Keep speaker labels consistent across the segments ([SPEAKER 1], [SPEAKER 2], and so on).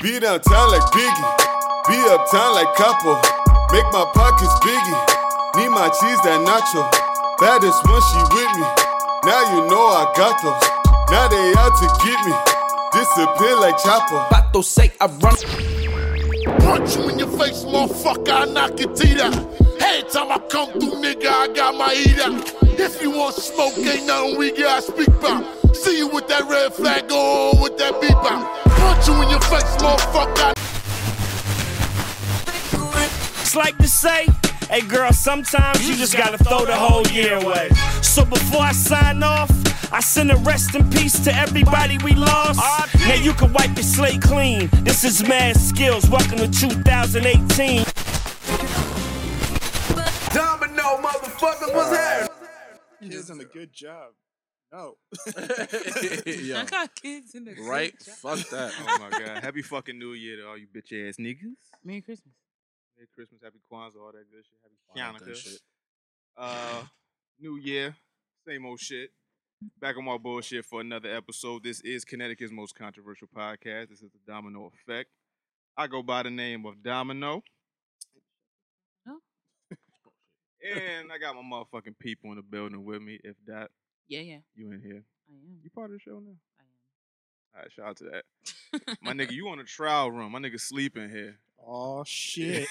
[SPEAKER 1] Be downtown like Biggie, be uptown like Capo. Make my pockets biggie, need my cheese that nacho. Baddest one she with me, now you know I got those. Now they out to get me, disappear like Chopper.
[SPEAKER 2] Pato say I run.
[SPEAKER 3] Punch you in your face, motherfucker, I knock your teeth out. Every time I come through, nigga, I got my heat out. If you want smoke, ain't nothing we got to speak about. See you with that red flag, go on with that beep out. Punch you in your face, motherfucker.
[SPEAKER 4] It's like to say, hey girl, sometimes you, just gotta, throw the whole year away. So before I sign off, I send a rest in peace to everybody we lost. Now you can wipe your slate clean. This is Mad Skills. Welcome to 2018.
[SPEAKER 5] Domino motherfuckers was here.
[SPEAKER 6] He isn't a good job. No.
[SPEAKER 7] Yeah.
[SPEAKER 8] I got kids in the
[SPEAKER 7] Right? Fuck that.
[SPEAKER 6] Oh my god. Happy fucking New Year to all you bitch ass niggas.
[SPEAKER 8] Merry Christmas.
[SPEAKER 6] Merry Christmas, happy Kwanzaa, all that good shit.
[SPEAKER 7] Wow,
[SPEAKER 6] Happy
[SPEAKER 7] good
[SPEAKER 6] Hanukkah.
[SPEAKER 7] shit.
[SPEAKER 6] Uh, New Year, same old shit. Back on my bullshit for another episode. This is Connecticut's most controversial podcast. This is the Domino Effect. I go by the name of Domino.
[SPEAKER 8] No.
[SPEAKER 6] and I got my motherfucking people in the building with me. If that
[SPEAKER 8] Yeah, yeah.
[SPEAKER 6] you in here,
[SPEAKER 8] I am.
[SPEAKER 6] you part of the show now.
[SPEAKER 8] I
[SPEAKER 6] All right, shout out to that.
[SPEAKER 8] am.
[SPEAKER 6] My nigga, you on a trial run. My nigga sleeping here.
[SPEAKER 5] Oh shit.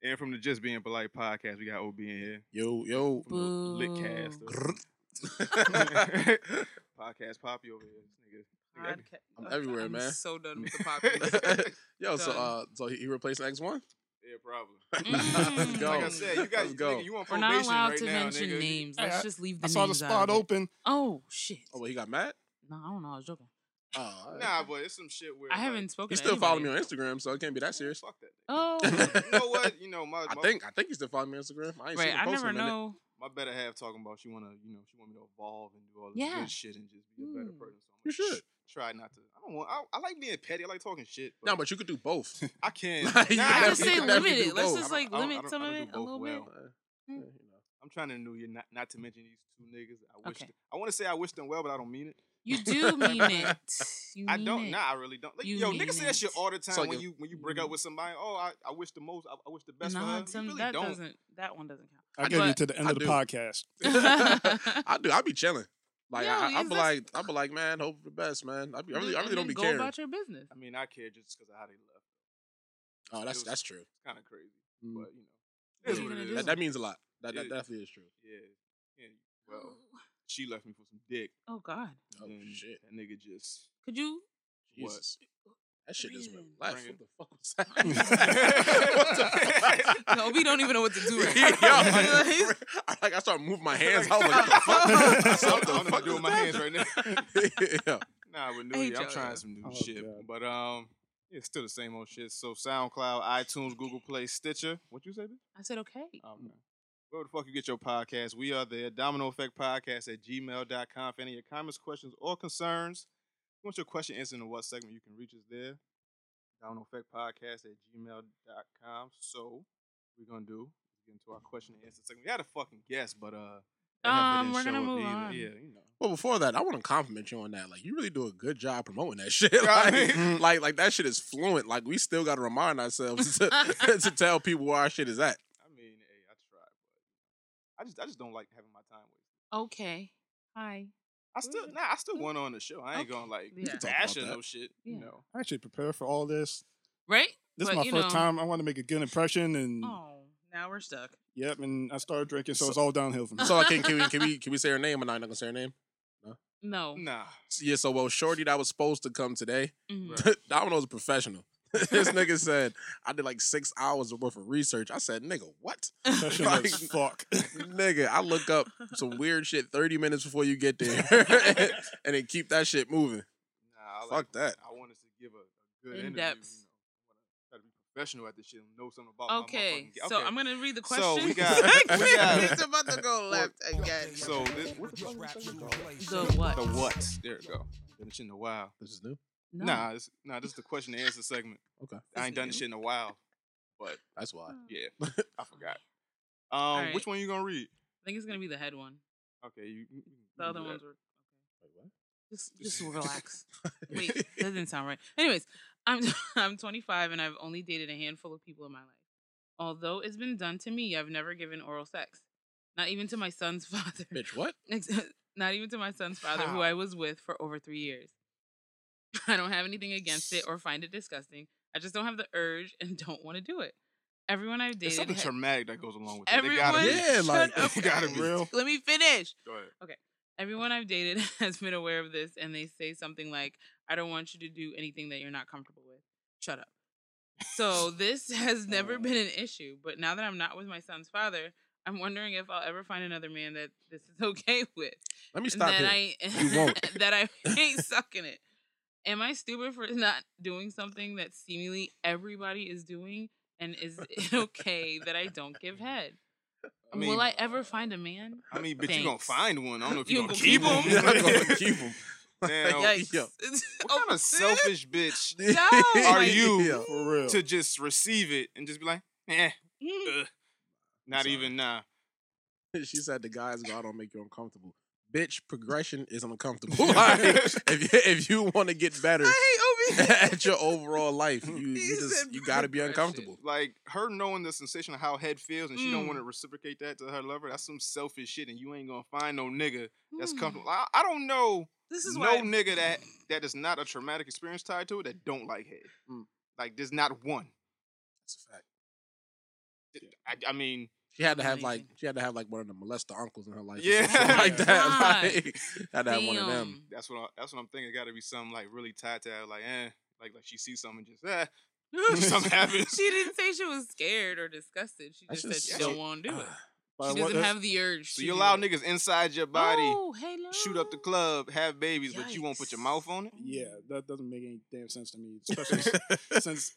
[SPEAKER 6] And from the Just Being Polite podcast, we got OB in here.
[SPEAKER 7] Yo, yo.
[SPEAKER 6] From the Litcast.
[SPEAKER 8] Boo.
[SPEAKER 6] podcast Poppy over here. This nigga.
[SPEAKER 8] Podca-
[SPEAKER 7] I'm everywhere,
[SPEAKER 8] I'm
[SPEAKER 7] man.
[SPEAKER 8] So done with the podcast.
[SPEAKER 7] yo, so
[SPEAKER 8] Done.
[SPEAKER 7] uh so he he replaced X1?
[SPEAKER 6] Yeah, problem.
[SPEAKER 8] Mm.
[SPEAKER 7] Go.
[SPEAKER 6] Like I said, you got
[SPEAKER 7] Let's go.
[SPEAKER 6] nigga, you on
[SPEAKER 8] We're
[SPEAKER 6] probation
[SPEAKER 8] not allowed
[SPEAKER 6] right
[SPEAKER 8] to
[SPEAKER 6] now,
[SPEAKER 8] mention
[SPEAKER 6] nigga.
[SPEAKER 8] names.
[SPEAKER 5] Hey,
[SPEAKER 8] Let's just leave the
[SPEAKER 5] I saw the
[SPEAKER 8] names out
[SPEAKER 5] spot
[SPEAKER 8] of it.
[SPEAKER 5] open.
[SPEAKER 8] Oh shit!
[SPEAKER 7] Oh, wait, he got mad?
[SPEAKER 8] No, I don't know. I was joking.
[SPEAKER 7] Oh, all right.
[SPEAKER 6] Nah, but it's some shit where
[SPEAKER 8] I
[SPEAKER 6] like,
[SPEAKER 8] haven't spoken.
[SPEAKER 7] he
[SPEAKER 8] to
[SPEAKER 7] still following me
[SPEAKER 8] anybody.
[SPEAKER 7] on Instagram, so it can't be that serious.
[SPEAKER 6] Fuck that.
[SPEAKER 8] Oh,
[SPEAKER 6] nigga. You know what? You know my,
[SPEAKER 7] I
[SPEAKER 6] my
[SPEAKER 7] think I think he still following me on Instagram. I ain't seen
[SPEAKER 8] right.
[SPEAKER 7] him
[SPEAKER 8] I
[SPEAKER 7] post
[SPEAKER 8] never
[SPEAKER 7] in a minute.
[SPEAKER 8] know.
[SPEAKER 6] my better half talking about she wanna you know she want me to evolve and do all this
[SPEAKER 8] Yeah.
[SPEAKER 6] good shit and just be a better
[SPEAKER 8] Mm.
[SPEAKER 6] person. So I'm
[SPEAKER 7] You
[SPEAKER 6] gonna
[SPEAKER 7] should.
[SPEAKER 6] tr- try not to. I don't want. I, I like being petty. I like talking shit.
[SPEAKER 7] No, but you could do both.
[SPEAKER 6] I can.
[SPEAKER 7] You can
[SPEAKER 6] nah,
[SPEAKER 8] I
[SPEAKER 7] Yeah,
[SPEAKER 8] just
[SPEAKER 7] you
[SPEAKER 8] say
[SPEAKER 7] can definitely
[SPEAKER 8] limit
[SPEAKER 7] do
[SPEAKER 8] it. Let's
[SPEAKER 7] both.
[SPEAKER 8] just
[SPEAKER 6] I
[SPEAKER 8] like
[SPEAKER 6] don't- I don't- I
[SPEAKER 8] limit
[SPEAKER 6] don't
[SPEAKER 8] some of
[SPEAKER 6] do
[SPEAKER 8] it a
[SPEAKER 6] both
[SPEAKER 8] little
[SPEAKER 6] well.
[SPEAKER 8] bit.
[SPEAKER 7] Uh, yeah,
[SPEAKER 8] Hmm.
[SPEAKER 7] you know.
[SPEAKER 6] I'm trying to new year not, not to mention these two niggas. I wish
[SPEAKER 8] Okay.
[SPEAKER 6] th- I want to say I wish them well, but I don't mean it.
[SPEAKER 8] You do mean it. You
[SPEAKER 6] I
[SPEAKER 8] mean
[SPEAKER 6] don't.
[SPEAKER 8] It.
[SPEAKER 6] Nah, I really don't. Like,
[SPEAKER 8] You
[SPEAKER 6] yo,
[SPEAKER 8] mean
[SPEAKER 6] niggas say that shit
[SPEAKER 8] it.
[SPEAKER 6] all the time
[SPEAKER 7] like
[SPEAKER 6] when
[SPEAKER 7] if-
[SPEAKER 6] you when you break up with somebody. Oh, I, I wish the most. I, I wish the best for
[SPEAKER 8] Nah,
[SPEAKER 6] her. You
[SPEAKER 8] some-
[SPEAKER 6] really
[SPEAKER 8] that
[SPEAKER 6] don't.
[SPEAKER 8] doesn't. That one doesn't count.
[SPEAKER 5] I give you
[SPEAKER 8] But-
[SPEAKER 5] to the end
[SPEAKER 7] I
[SPEAKER 5] of the
[SPEAKER 7] do.
[SPEAKER 5] podcast.
[SPEAKER 7] I do. I be chilling. Like
[SPEAKER 8] Yo,
[SPEAKER 7] I, I, I
[SPEAKER 8] is
[SPEAKER 7] be
[SPEAKER 8] this-
[SPEAKER 7] like, I be like, man, hope for the best, man. I, be, I really, I
[SPEAKER 8] And
[SPEAKER 7] really
[SPEAKER 8] then
[SPEAKER 7] don't be
[SPEAKER 8] go
[SPEAKER 7] caring.
[SPEAKER 8] about your business.
[SPEAKER 6] I mean, I care just because of how they left.
[SPEAKER 7] Oh,
[SPEAKER 6] It was-
[SPEAKER 7] that's that's true.
[SPEAKER 6] It's kind of crazy,
[SPEAKER 7] Mm.
[SPEAKER 6] but you know, it is
[SPEAKER 8] What you
[SPEAKER 6] what it
[SPEAKER 8] gonna
[SPEAKER 6] is.
[SPEAKER 7] That, that means a lot. That, that
[SPEAKER 6] Yeah.
[SPEAKER 7] definitely is true.
[SPEAKER 6] yeah, yeah. Well, she left me for some dick.
[SPEAKER 8] Oh God!
[SPEAKER 7] Oh
[SPEAKER 6] and
[SPEAKER 7] shit,
[SPEAKER 6] That nigga just.
[SPEAKER 8] Could you?
[SPEAKER 6] What?
[SPEAKER 7] Jesus. That shit just went
[SPEAKER 8] Breathing.
[SPEAKER 7] left.
[SPEAKER 6] Bring
[SPEAKER 7] What
[SPEAKER 6] it.
[SPEAKER 7] the fuck was that? What the
[SPEAKER 8] No, we don't even know what to do. Right
[SPEAKER 7] Yo,
[SPEAKER 8] now. Like,
[SPEAKER 7] like, I, like I started moving my hands. I was like, what the
[SPEAKER 6] I
[SPEAKER 7] fuck? I
[SPEAKER 6] don't
[SPEAKER 7] was
[SPEAKER 6] know
[SPEAKER 7] like,
[SPEAKER 6] what
[SPEAKER 7] what
[SPEAKER 6] I'm doing with my hands right now.
[SPEAKER 7] right now.
[SPEAKER 6] Nah, with New
[SPEAKER 8] Hey,
[SPEAKER 6] Year, I'm
[SPEAKER 8] Joe.
[SPEAKER 6] trying some new
[SPEAKER 5] Oh,
[SPEAKER 6] shit.
[SPEAKER 5] God.
[SPEAKER 6] But um, it's still the same old shit. So SoundCloud, iTunes, Google Play, Stitcher. What you say, bitch?
[SPEAKER 8] I said okay.
[SPEAKER 6] Um, where the fuck you get your podcast? We are there. Domino Effect Podcast at gmail.com. For any of your comments, questions, or concerns, if you want your question answered in what segment, you can reach us there. Domino Effect Podcast at gmail.com. So, we're going to do, get into our question and answer segment. We had a fucking guest, but uh, that heifer
[SPEAKER 8] Um,
[SPEAKER 6] didn't
[SPEAKER 8] we're gonna
[SPEAKER 6] show up
[SPEAKER 8] move
[SPEAKER 6] either.
[SPEAKER 8] on.
[SPEAKER 6] Yeah, you know.
[SPEAKER 7] Well, before that, I want to compliment you on that. Like, you really do a good job promoting that shit.
[SPEAKER 6] I
[SPEAKER 7] Like,
[SPEAKER 6] mean-
[SPEAKER 7] like, like, that shit is fluent. Like, we still got to remind ourselves to, to tell people where our shit is at.
[SPEAKER 6] I mean, hey, I tried, but I just, I just don't like having my time wasted.
[SPEAKER 8] Okay. Hi.
[SPEAKER 6] I still, nah, I still want on the show. I ain't
[SPEAKER 8] Mm. Okay.
[SPEAKER 6] going to like
[SPEAKER 8] We can
[SPEAKER 7] talk about
[SPEAKER 6] bash or
[SPEAKER 7] that.
[SPEAKER 6] no shit. You
[SPEAKER 8] Yeah.
[SPEAKER 6] know,
[SPEAKER 5] I actually prepared for all this.
[SPEAKER 8] Right?
[SPEAKER 5] This
[SPEAKER 8] But,
[SPEAKER 5] is my
[SPEAKER 8] you
[SPEAKER 5] first
[SPEAKER 8] know-
[SPEAKER 5] time. Um, I want to make a good impression, and
[SPEAKER 8] Oh, now we're stuck.
[SPEAKER 5] yep, and I started drinking, so, it's all downhill from
[SPEAKER 7] So,
[SPEAKER 5] here.
[SPEAKER 7] like, can, can, we, can, we, can we say her name or not? Not going to say her name?
[SPEAKER 8] No.
[SPEAKER 6] nah.
[SPEAKER 7] Yeah, so, well, Shorty that was supposed to come today,
[SPEAKER 8] Mhm.
[SPEAKER 6] Right.
[SPEAKER 7] Domino's a professional. this nigga said, I did like six hours worth of research. I said, nigga, what?
[SPEAKER 5] Impression as
[SPEAKER 7] Like-
[SPEAKER 5] fuck.
[SPEAKER 7] nigga, I look up some weird shit 30 minutes before you get there and then keep that shit moving.
[SPEAKER 6] Nah, I
[SPEAKER 7] Fuck
[SPEAKER 6] like,
[SPEAKER 7] that.
[SPEAKER 6] I want us to give a, a good
[SPEAKER 8] In
[SPEAKER 6] interview.
[SPEAKER 8] depth.
[SPEAKER 6] You know, I wanna try to be professional at this shit and know something about. my
[SPEAKER 8] Okay.
[SPEAKER 6] motherfucking ga-
[SPEAKER 8] So
[SPEAKER 6] okay.
[SPEAKER 8] I'm gonna read the question.
[SPEAKER 6] So we got- we got-
[SPEAKER 8] it's about to go left again.
[SPEAKER 6] So this what the, fuck is
[SPEAKER 8] the what?
[SPEAKER 6] the what? There it go. Been shit in a while.
[SPEAKER 7] This is new.
[SPEAKER 8] No.
[SPEAKER 6] Nah, this, nah. This is the question and answer segment.
[SPEAKER 7] Okay.
[SPEAKER 6] I ain't done this
[SPEAKER 8] new. Oh.
[SPEAKER 6] shit in a while, but
[SPEAKER 7] That's why.
[SPEAKER 6] yeah, I forgot. Um,
[SPEAKER 8] right.
[SPEAKER 6] which one you gonna read?
[SPEAKER 8] I think it's gonna be the head one.
[SPEAKER 6] Okay, you. you- you
[SPEAKER 8] The
[SPEAKER 6] can
[SPEAKER 8] other
[SPEAKER 6] do that.
[SPEAKER 8] ones were. Just, just relax. Wait, that didn't sound right. Anyways, I'm I'm 25 and I've only dated a handful of people in my life. Although it's been done to me, I've never given oral sex. Not even to my son's father.
[SPEAKER 7] Bitch, what?
[SPEAKER 8] Ex- Not even to my son's father, who I was with for over three years. I don't have anything against it or find it disgusting. I just don't have the urge and don't want to do it. Everyone I've
[SPEAKER 6] There's something
[SPEAKER 8] dated. ha-
[SPEAKER 6] traumatic that goes along with it. They gotta
[SPEAKER 8] Everyone-
[SPEAKER 6] be.
[SPEAKER 7] Yeah, like
[SPEAKER 8] Shut up.
[SPEAKER 6] They gotta be.
[SPEAKER 5] real.
[SPEAKER 8] Let me finish.
[SPEAKER 6] Go ahead.
[SPEAKER 8] Everyone I've dated has been aware of this, and they say something like, I don't want you to do anything that you're not comfortable with. Shut up. So this has
[SPEAKER 6] Oh.
[SPEAKER 8] never been an issue, but now that I'm not with my son's father, I'm wondering if I'll ever find another man that this is okay with.
[SPEAKER 7] Let me stop
[SPEAKER 8] that
[SPEAKER 7] here.
[SPEAKER 8] I
[SPEAKER 7] You won't.
[SPEAKER 8] that I hate sucking it. Am I stupid for not doing something that seemingly everybody is doing? And is it okay that I don't give head?
[SPEAKER 6] I mean,
[SPEAKER 8] Will I ever find a man?
[SPEAKER 6] I mean, bitch, you gonna
[SPEAKER 8] Thanks.
[SPEAKER 6] find one. I don't know if you,
[SPEAKER 8] You
[SPEAKER 6] gonna
[SPEAKER 8] gonna
[SPEAKER 6] keep
[SPEAKER 8] keep 'em?
[SPEAKER 6] him.
[SPEAKER 7] Yeah, I'm gonna keep him.
[SPEAKER 6] Damn,
[SPEAKER 7] Yeah.
[SPEAKER 8] Yikes.
[SPEAKER 7] yo.
[SPEAKER 6] what
[SPEAKER 8] Oh,
[SPEAKER 6] kind of selfish bitch
[SPEAKER 8] No,
[SPEAKER 6] are
[SPEAKER 8] like-
[SPEAKER 6] you
[SPEAKER 7] Yeah.
[SPEAKER 5] For real.
[SPEAKER 6] to just receive it and just be like, eh,
[SPEAKER 8] Mm.
[SPEAKER 6] ugh, not
[SPEAKER 7] Sorry.
[SPEAKER 6] even nah.
[SPEAKER 7] She said the guys go, I don't make you uncomfortable. Bitch, progression is uncomfortable. Like, if you, if you want to get better
[SPEAKER 8] I hate Obi.
[SPEAKER 7] at your overall life, you,
[SPEAKER 8] He
[SPEAKER 7] you
[SPEAKER 8] said
[SPEAKER 7] just you gotta be
[SPEAKER 8] progression.
[SPEAKER 7] uncomfortable.
[SPEAKER 6] Like her knowing the sensation of how head feels and she don't
[SPEAKER 8] Mm.
[SPEAKER 6] want to reciprocate that to her lover. That's some selfish shit, and you ain't gonna find no nigga that's comfortable. I, I don't know
[SPEAKER 8] Hmm. Mm. This is
[SPEAKER 6] no
[SPEAKER 8] why.
[SPEAKER 6] nigga that that is not a traumatic experience tied to it that don't like head.
[SPEAKER 7] Mm.
[SPEAKER 6] Like there's not one.
[SPEAKER 7] That's a fact.
[SPEAKER 6] I, I mean,
[SPEAKER 7] She had to have like
[SPEAKER 8] Amazing.
[SPEAKER 7] she had to have like one of the molester uncles in her life. or
[SPEAKER 6] Yeah.
[SPEAKER 7] something like that.
[SPEAKER 8] God.
[SPEAKER 7] Like, had to have one of them.
[SPEAKER 8] Damn.
[SPEAKER 6] that's what I, that's what I'm thinking. It got to be something like really tied to that, like eh, like like she sees something and just eh, something happens.
[SPEAKER 8] she didn't say she was scared or disgusted. She
[SPEAKER 7] That
[SPEAKER 8] just
[SPEAKER 7] shit Uh,
[SPEAKER 8] said
[SPEAKER 7] is
[SPEAKER 8] she
[SPEAKER 7] so-
[SPEAKER 8] don't want to do it.
[SPEAKER 5] But
[SPEAKER 8] She
[SPEAKER 5] what-
[SPEAKER 8] doesn't have the urge.
[SPEAKER 6] So
[SPEAKER 8] to
[SPEAKER 6] you
[SPEAKER 8] do
[SPEAKER 6] allow
[SPEAKER 8] it.
[SPEAKER 6] niggas inside your body,
[SPEAKER 8] Oh, hello.
[SPEAKER 6] shoot up the club, have babies, but you won't put your
[SPEAKER 8] Yikes.
[SPEAKER 6] mouth on it.
[SPEAKER 5] Yeah, that doesn't make any damn sense to me, especially s- since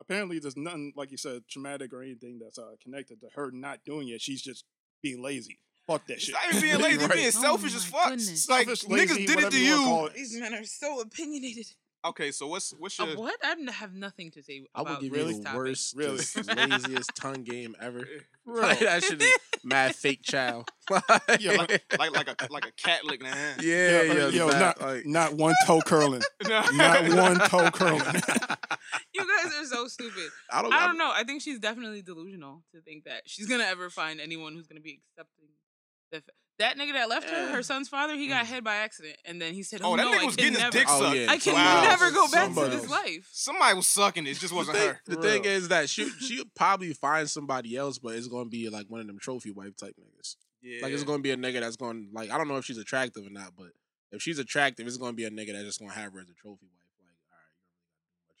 [SPEAKER 5] apparently there's nothing like you said traumatic or anything that's uh, connected to her not doing it. She's just being lazy. Fuck that
[SPEAKER 6] It's
[SPEAKER 5] shit.
[SPEAKER 6] not even being lazy,
[SPEAKER 7] Right.
[SPEAKER 6] being
[SPEAKER 8] Oh
[SPEAKER 6] selfish as
[SPEAKER 8] my
[SPEAKER 6] fuck.
[SPEAKER 8] goodness.
[SPEAKER 6] Like
[SPEAKER 5] Selfish,
[SPEAKER 6] niggas
[SPEAKER 5] lazy,
[SPEAKER 6] did it
[SPEAKER 5] whatever
[SPEAKER 6] to
[SPEAKER 5] wanna
[SPEAKER 6] you.
[SPEAKER 5] call it.
[SPEAKER 8] These men are so opinionated.
[SPEAKER 6] Okay, so what's what's
[SPEAKER 8] Uh,
[SPEAKER 6] your
[SPEAKER 8] what? I n- have nothing to say
[SPEAKER 7] I
[SPEAKER 8] about
[SPEAKER 7] would give
[SPEAKER 8] this
[SPEAKER 7] you the
[SPEAKER 8] topic.
[SPEAKER 7] worst,
[SPEAKER 5] Really?
[SPEAKER 7] just laziest tongue game ever.
[SPEAKER 5] Real.
[SPEAKER 7] Like, that shit is mad fake child.
[SPEAKER 5] Yeah,
[SPEAKER 6] like like a like a cat lick in the hand?
[SPEAKER 7] yeah,
[SPEAKER 5] Yeah,
[SPEAKER 7] yeah,
[SPEAKER 5] like, yo,
[SPEAKER 7] that,
[SPEAKER 5] not,
[SPEAKER 7] like,
[SPEAKER 5] not one toe curling. not one toe curling.
[SPEAKER 8] You guys are so stupid.
[SPEAKER 7] I don't,
[SPEAKER 8] I don't know. I think she's definitely delusional to think that she's gonna ever find anyone who's gonna be accepting. The fa- that nigga that left her, her son's father, he got head by accident, and then he said, "Oh,
[SPEAKER 6] Oh, that
[SPEAKER 8] no,
[SPEAKER 6] nigga
[SPEAKER 8] I
[SPEAKER 6] was
[SPEAKER 8] can
[SPEAKER 6] getting his
[SPEAKER 8] never,
[SPEAKER 6] dick
[SPEAKER 7] Oh,
[SPEAKER 6] sucked.
[SPEAKER 7] yeah.
[SPEAKER 8] I can
[SPEAKER 6] Wow.
[SPEAKER 8] never go back
[SPEAKER 7] Somebody
[SPEAKER 8] to this
[SPEAKER 7] else.
[SPEAKER 8] life."
[SPEAKER 6] Somebody was sucking. It It just wasn't
[SPEAKER 7] thing,
[SPEAKER 6] her.
[SPEAKER 7] the thing is that she she'll probably find somebody else, but it's gonna be like one of them trophy wife type niggas.
[SPEAKER 6] Yeah.
[SPEAKER 7] Like it's gonna be a nigga that's going to like I don't know if she's attractive or not, but if she's attractive, it's gonna be a nigga that's just gonna have her as a trophy wife.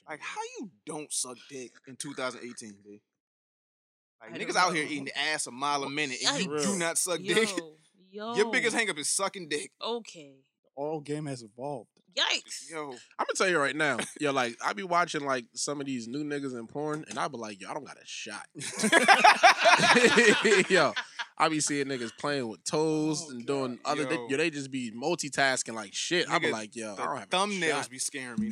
[SPEAKER 7] Like, all right, you
[SPEAKER 6] Like how you don't suck dick in 2018, B? Like
[SPEAKER 8] I
[SPEAKER 6] niggas
[SPEAKER 8] don't
[SPEAKER 6] out here
[SPEAKER 8] know.
[SPEAKER 6] eating the ass a mile a minute and you
[SPEAKER 5] Yikes.
[SPEAKER 6] do not suck
[SPEAKER 8] yo,
[SPEAKER 6] dick.
[SPEAKER 8] yo,
[SPEAKER 6] Your biggest hangup is sucking dick.
[SPEAKER 8] Okay,
[SPEAKER 5] Oral game has evolved.
[SPEAKER 8] yikes.
[SPEAKER 6] Yo,
[SPEAKER 7] I'm gonna tell you right now, yo, like I be watching like some of these new niggas in porn, and I be like, yo, I don't got a shot. yo, I be seeing niggas playing with toes and doing other. Yo. They,
[SPEAKER 6] Oh, Yo.
[SPEAKER 7] yo, they just be multitasking like shit. I be
[SPEAKER 6] Nigga,
[SPEAKER 7] like, yo,
[SPEAKER 6] the
[SPEAKER 7] I don't have A
[SPEAKER 6] thumbnails
[SPEAKER 7] shot.
[SPEAKER 6] be scaring me.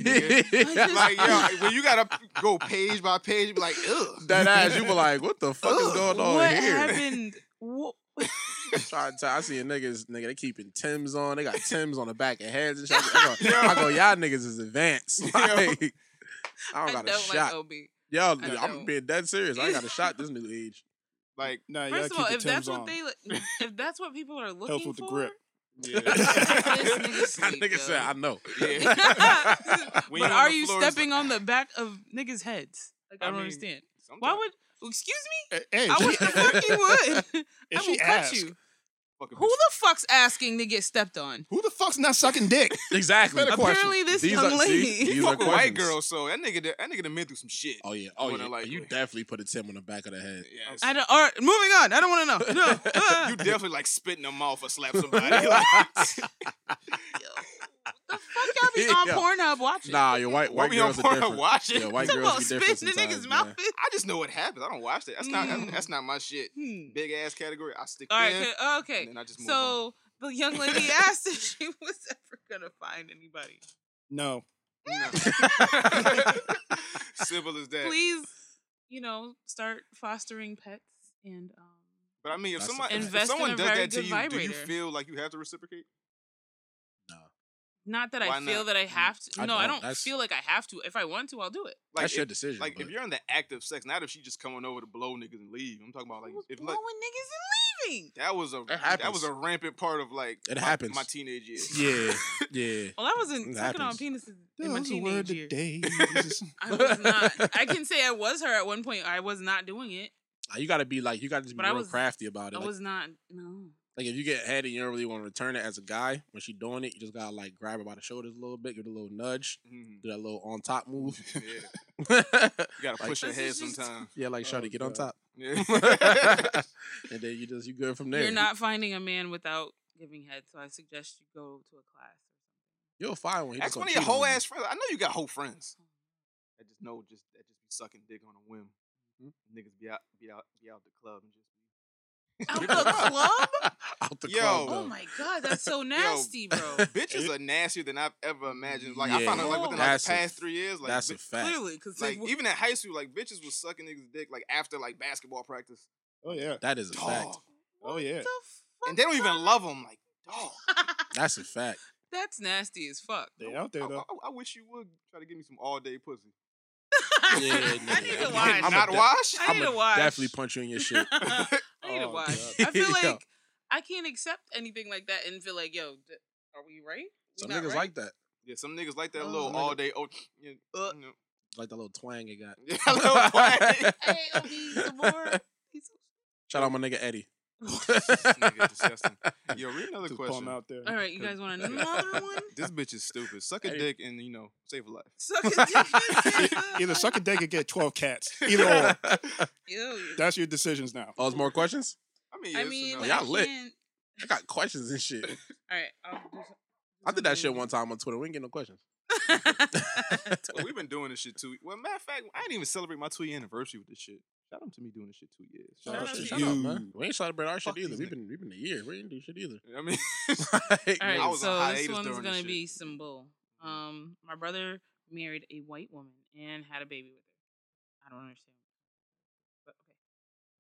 [SPEAKER 6] Nigga.
[SPEAKER 8] just-
[SPEAKER 6] like yo, when you gotta go page by page, you be like, ugh.
[SPEAKER 7] that ass, you be like, what the fuck is
[SPEAKER 6] Ugh,
[SPEAKER 7] going on
[SPEAKER 8] what
[SPEAKER 7] here?
[SPEAKER 8] happened? Wha-
[SPEAKER 7] I'm trying to tell- I see a niggas, nigga, they keeping Tims on. They got Tims on the back of heads and shit. I go, I go y'all niggas is advanced. Like, I don't
[SPEAKER 8] I
[SPEAKER 7] got
[SPEAKER 8] don't
[SPEAKER 7] a
[SPEAKER 8] like
[SPEAKER 7] shot.
[SPEAKER 8] Obi.
[SPEAKER 7] Yo,
[SPEAKER 8] I
[SPEAKER 7] I'm
[SPEAKER 8] don't.
[SPEAKER 7] being dead serious. I ain't got a shot this new age.
[SPEAKER 6] Like,
[SPEAKER 5] Nah, y'all
[SPEAKER 8] First
[SPEAKER 5] keep
[SPEAKER 8] of all,
[SPEAKER 5] the
[SPEAKER 8] if that's
[SPEAKER 5] Timbs
[SPEAKER 8] what
[SPEAKER 5] on.
[SPEAKER 8] they, li- if that's what people are looking
[SPEAKER 5] Helps with the
[SPEAKER 8] for,
[SPEAKER 5] grip.
[SPEAKER 8] This nigga
[SPEAKER 7] That
[SPEAKER 8] sleep,
[SPEAKER 7] nigga said,
[SPEAKER 8] yo.
[SPEAKER 7] I know.
[SPEAKER 6] yeah. When
[SPEAKER 8] but
[SPEAKER 6] you on
[SPEAKER 8] are
[SPEAKER 6] the
[SPEAKER 8] you
[SPEAKER 6] floor, it's
[SPEAKER 8] stepping
[SPEAKER 6] like-
[SPEAKER 8] on the back of niggas' heads? Like I,
[SPEAKER 6] I
[SPEAKER 8] don't
[SPEAKER 6] mean,
[SPEAKER 8] understand. Why
[SPEAKER 6] Sometimes
[SPEAKER 8] would? Excuse
[SPEAKER 7] Eh,
[SPEAKER 8] me.
[SPEAKER 5] Hey,
[SPEAKER 8] I wish the fuck you would.
[SPEAKER 5] if
[SPEAKER 8] I
[SPEAKER 5] she
[SPEAKER 8] will
[SPEAKER 5] ask,
[SPEAKER 8] cut you.
[SPEAKER 6] fucking
[SPEAKER 8] Who
[SPEAKER 6] bitch.
[SPEAKER 8] the fuck's asking to get stepped on?
[SPEAKER 5] Who the fuck's not sucking dick?
[SPEAKER 7] Exactly.
[SPEAKER 5] Better question.
[SPEAKER 8] Apparently, this
[SPEAKER 7] These
[SPEAKER 8] young
[SPEAKER 7] are- see,
[SPEAKER 8] lady.
[SPEAKER 7] these
[SPEAKER 6] fuck
[SPEAKER 7] are
[SPEAKER 6] with white
[SPEAKER 7] questions.
[SPEAKER 6] girls? So that nigga, that nigga done been through some shit.
[SPEAKER 7] Oh yeah. Oh
[SPEAKER 6] More than
[SPEAKER 7] yeah.
[SPEAKER 6] likely.
[SPEAKER 7] You definitely put a Tim on the back of the head.
[SPEAKER 6] Yes.
[SPEAKER 8] I don't. Or moving on. I don't want to know. No. Ah.
[SPEAKER 6] you definitely like spit in the mouth or slap somebody. Like,
[SPEAKER 8] Yo, the fuck y'all be on
[SPEAKER 7] Yeah.
[SPEAKER 8] Pornhub watching?
[SPEAKER 7] Nah, your white
[SPEAKER 6] Why
[SPEAKER 7] white
[SPEAKER 6] we on
[SPEAKER 7] girls are
[SPEAKER 6] porn
[SPEAKER 7] different.
[SPEAKER 6] watching?
[SPEAKER 7] Yeah, white
[SPEAKER 8] Talking
[SPEAKER 7] girls
[SPEAKER 8] about
[SPEAKER 7] be
[SPEAKER 8] spitting
[SPEAKER 7] different
[SPEAKER 8] in niggas'
[SPEAKER 7] sometimes.
[SPEAKER 8] mouth.
[SPEAKER 7] man.
[SPEAKER 6] I just know what happens. I don't watch that. That's not
[SPEAKER 8] Mm.
[SPEAKER 6] that's not my shit.
[SPEAKER 8] Hmm.
[SPEAKER 6] Big ass category. I stick
[SPEAKER 8] All right.
[SPEAKER 6] there.
[SPEAKER 8] good. Okay.
[SPEAKER 6] And then I just move on.
[SPEAKER 8] So the young lady asked if she was ever gonna find anybody.
[SPEAKER 5] No.
[SPEAKER 6] No. Simple as that.
[SPEAKER 8] Please, you know, start fostering pets and um.
[SPEAKER 6] But I mean, if
[SPEAKER 7] That's a
[SPEAKER 6] somebody,
[SPEAKER 7] fact.
[SPEAKER 6] if
[SPEAKER 8] Invest in
[SPEAKER 6] someone
[SPEAKER 8] a
[SPEAKER 6] does
[SPEAKER 8] very
[SPEAKER 6] that to
[SPEAKER 8] good
[SPEAKER 6] you, do you
[SPEAKER 8] vibrator.
[SPEAKER 6] feel like you have to reciprocate?
[SPEAKER 7] No.
[SPEAKER 8] Not that I
[SPEAKER 6] Why
[SPEAKER 8] feel
[SPEAKER 6] not?
[SPEAKER 8] that I
[SPEAKER 6] Mm,
[SPEAKER 8] have to.
[SPEAKER 7] I
[SPEAKER 8] no, I
[SPEAKER 7] don't.
[SPEAKER 8] don't
[SPEAKER 7] That's-
[SPEAKER 8] feel like I have to. If I want to, I'll do it.
[SPEAKER 6] Like
[SPEAKER 7] That's your
[SPEAKER 6] if-
[SPEAKER 7] decision.
[SPEAKER 6] Like
[SPEAKER 7] but-
[SPEAKER 6] if you're in the active sex, not if she just coming over to blow niggas and leave. I'm talking about like
[SPEAKER 8] Who's
[SPEAKER 6] if
[SPEAKER 8] blowing
[SPEAKER 6] like
[SPEAKER 8] niggas and leaving?
[SPEAKER 6] that was a
[SPEAKER 7] That
[SPEAKER 6] that was a rampant part of like
[SPEAKER 7] It
[SPEAKER 6] my,
[SPEAKER 7] happens.
[SPEAKER 6] my teenage years.
[SPEAKER 7] yeah, yeah.
[SPEAKER 8] Well, I wasn't
[SPEAKER 7] It
[SPEAKER 8] sucking on
[SPEAKER 7] happens.
[SPEAKER 8] penises in my teenage years.
[SPEAKER 5] Jesus.
[SPEAKER 8] I was not. I can say I was her at one point. I was not doing it.
[SPEAKER 7] Uh, You gotta be like you gotta just be
[SPEAKER 8] But I
[SPEAKER 7] real
[SPEAKER 8] was-
[SPEAKER 7] crafty about it.
[SPEAKER 8] I
[SPEAKER 7] Like,
[SPEAKER 8] was not. No.
[SPEAKER 7] like, if you get head and you don't really want to return it as a guy when she doing it, you just gotta like grab her by the shoulders a little bit, give it a little nudge,
[SPEAKER 6] Mhm.
[SPEAKER 7] do that little on top move.
[SPEAKER 6] Yeah, you gotta
[SPEAKER 7] Like-
[SPEAKER 6] push her
[SPEAKER 8] This
[SPEAKER 6] head
[SPEAKER 8] is just-
[SPEAKER 6] sometime.
[SPEAKER 7] yeah, like
[SPEAKER 5] Oh,
[SPEAKER 7] Shawty, get on
[SPEAKER 5] God.
[SPEAKER 7] top,
[SPEAKER 6] Yeah.
[SPEAKER 7] and then you just you good from there.
[SPEAKER 8] You're not finding a man without giving head, so I suggest you go to a class.
[SPEAKER 7] You'll find one. He just
[SPEAKER 6] Ask
[SPEAKER 7] gonna
[SPEAKER 6] one of your
[SPEAKER 7] cheat on
[SPEAKER 6] whole
[SPEAKER 7] you.
[SPEAKER 6] ass friends. I know you got whole friends. That just know just that just be sucking dick on a whim.
[SPEAKER 7] Mm-hmm.
[SPEAKER 6] Niggas be out be out be out the club and just be
[SPEAKER 8] Out the club?
[SPEAKER 7] Out the
[SPEAKER 6] Yo.
[SPEAKER 7] club.
[SPEAKER 8] Oh
[SPEAKER 7] though.
[SPEAKER 8] my god, that's so nasty, bro.
[SPEAKER 6] bitches are nastier than I've ever imagined. Like I
[SPEAKER 7] Yeah.
[SPEAKER 6] found out like within like
[SPEAKER 7] That's
[SPEAKER 6] the
[SPEAKER 7] a-
[SPEAKER 6] past three years, like
[SPEAKER 7] That's
[SPEAKER 6] bi-
[SPEAKER 7] a fact.
[SPEAKER 8] Clearly, because
[SPEAKER 6] like even at high school, like bitches was sucking niggas dick like after like basketball practice.
[SPEAKER 5] Oh yeah.
[SPEAKER 7] That is a fact.
[SPEAKER 6] Dog.
[SPEAKER 5] Oh yeah.
[SPEAKER 6] And they don't even love them. Like dog.
[SPEAKER 7] That's a fact.
[SPEAKER 8] That's nasty as fuck.
[SPEAKER 5] They out
[SPEAKER 6] I,
[SPEAKER 5] there though.
[SPEAKER 6] I- I wish you would try to give me some all day pussy.
[SPEAKER 7] Yeah,
[SPEAKER 8] I
[SPEAKER 7] nigga.
[SPEAKER 8] need
[SPEAKER 7] I'm
[SPEAKER 8] to
[SPEAKER 7] a-
[SPEAKER 8] watch.
[SPEAKER 7] I'm a
[SPEAKER 6] not
[SPEAKER 7] de-
[SPEAKER 6] wash.
[SPEAKER 8] I need
[SPEAKER 7] I'ma
[SPEAKER 8] to watch.
[SPEAKER 7] Definitely punch you in your shit.
[SPEAKER 8] I need to
[SPEAKER 5] Oh,
[SPEAKER 8] watch.
[SPEAKER 5] God.
[SPEAKER 8] I feel
[SPEAKER 7] Yo.
[SPEAKER 8] like I can't accept anything like that and feel like, yo, d- are we right? We
[SPEAKER 7] Some
[SPEAKER 8] not
[SPEAKER 7] niggas
[SPEAKER 8] right?
[SPEAKER 7] like that.
[SPEAKER 6] Yeah, some niggas like that
[SPEAKER 8] Oh,
[SPEAKER 6] little
[SPEAKER 8] nigga.
[SPEAKER 6] all day. Oh, you know,
[SPEAKER 8] Uh.
[SPEAKER 6] you know.
[SPEAKER 7] Like the little twang it got.
[SPEAKER 6] Yeah, a little twang.
[SPEAKER 8] Hey, OB, some more. He's-
[SPEAKER 7] Shout out my nigga Eddie.
[SPEAKER 6] Nigga, disgusting. Yo, read another
[SPEAKER 5] To palm
[SPEAKER 6] question.
[SPEAKER 5] out there.
[SPEAKER 8] All right, you guys want another one?
[SPEAKER 6] This bitch is stupid. Suck a
[SPEAKER 7] Hey.
[SPEAKER 6] dick and you know save a life.
[SPEAKER 8] Suck a dick.
[SPEAKER 5] Either suck a dick or get twelve cats. Either or.
[SPEAKER 8] Ew.
[SPEAKER 5] That's your decisions now.
[SPEAKER 7] Oh, there's more questions?
[SPEAKER 6] I mean,
[SPEAKER 8] I
[SPEAKER 6] yes,
[SPEAKER 8] mean,
[SPEAKER 6] no.
[SPEAKER 8] I
[SPEAKER 7] Y'all lit.
[SPEAKER 8] can't-
[SPEAKER 7] I got questions and shit.
[SPEAKER 8] All right, I'll do some-
[SPEAKER 7] I did that shit
[SPEAKER 8] something.
[SPEAKER 7] one time on Twitter. We ain't get no questions.
[SPEAKER 6] Well, we've been doing this shit too. Well, matter of fact, I didn't even celebrate my two year anniversary with this shit. Shout out to me doing this shit two years.
[SPEAKER 8] Shout out to
[SPEAKER 7] Shut
[SPEAKER 5] you.
[SPEAKER 7] up, man. We ain't celebrate our
[SPEAKER 6] Fuck
[SPEAKER 7] shit either.
[SPEAKER 6] these
[SPEAKER 7] We've been we've been a year. We ain't do shit either.
[SPEAKER 6] I mean,
[SPEAKER 8] All right,
[SPEAKER 6] I was on
[SPEAKER 8] so this
[SPEAKER 6] hiatus during
[SPEAKER 8] one's
[SPEAKER 6] this
[SPEAKER 8] gonna
[SPEAKER 6] shit.
[SPEAKER 8] be some bull. Um, my brother married a white woman and had a baby with her. I don't understand, but okay.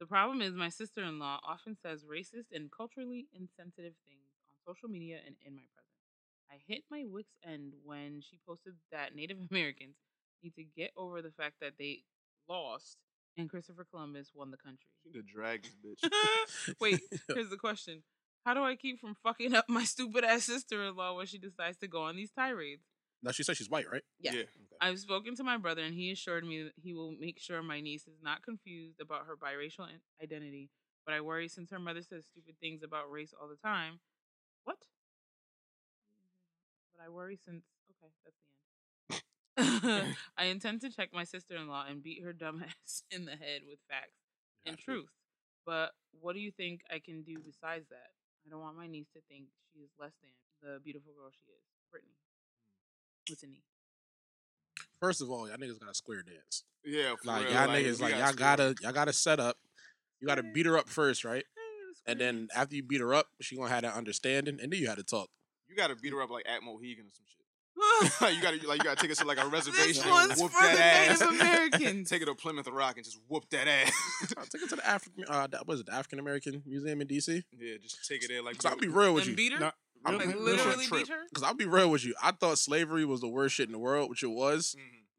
[SPEAKER 8] The problem is my sister-in-law often says racist and culturally insensitive things on social media and in my presence. I hit my wit's end when she posted that Native Americans need to get over the fact that they lost and Christopher Columbus won the country.
[SPEAKER 6] you to drag this bitch.
[SPEAKER 8] Wait, here's the question. How do I keep from fucking up my stupid ass sister in law when she decides to go on these tirades?
[SPEAKER 7] Now she said she's white, right?
[SPEAKER 8] Yeah.
[SPEAKER 6] Yeah.
[SPEAKER 8] I've spoken to my brother and he assured me that he will make sure my niece is not confused about her biracial in- identity, but I worry since her mother says stupid things about race all the time. What? But I worry since. Okay, that's the end. I intend to check my sister in law and beat her dumb ass in the head with facts and
[SPEAKER 7] Gotcha.
[SPEAKER 8] truth. But what do you think I can do besides that? I don't want my niece to think she is less than the beautiful girl she is, Brittany. What's a knee?
[SPEAKER 7] First of all, y'all niggas got a square dance.
[SPEAKER 6] Yeah, for
[SPEAKER 7] Like
[SPEAKER 6] real,
[SPEAKER 7] y'all niggas,
[SPEAKER 6] we
[SPEAKER 7] like y'all
[SPEAKER 6] got screwed.
[SPEAKER 7] gotta y'all gotta set up. You gotta beat her up first,
[SPEAKER 8] Eh,
[SPEAKER 7] right? And then after you beat her up, she gonna have that understanding, and then you had to talk.
[SPEAKER 6] you gotta beat her up like at Mohegan or some shit. like you gotta like you gotta take her to like a reservation.
[SPEAKER 8] This
[SPEAKER 6] and
[SPEAKER 8] one's
[SPEAKER 6] whoop
[SPEAKER 8] for the
[SPEAKER 6] that ass.
[SPEAKER 8] Native Americans.
[SPEAKER 6] Take her to Plymouth Rock and just whoop that ass.
[SPEAKER 7] I'll take it to the African, uh, that was it, the African American Museum in DC.
[SPEAKER 6] yeah, just take it there like
[SPEAKER 7] Cause I'll be real with
[SPEAKER 8] and
[SPEAKER 7] you.
[SPEAKER 8] beat her?
[SPEAKER 5] Not-
[SPEAKER 7] I'm
[SPEAKER 8] like
[SPEAKER 7] real- real
[SPEAKER 8] literally
[SPEAKER 7] shit
[SPEAKER 8] beat
[SPEAKER 6] trip.
[SPEAKER 8] her?
[SPEAKER 7] Cause I'll be real with you. I thought slavery was the worst shit in the world, which it was.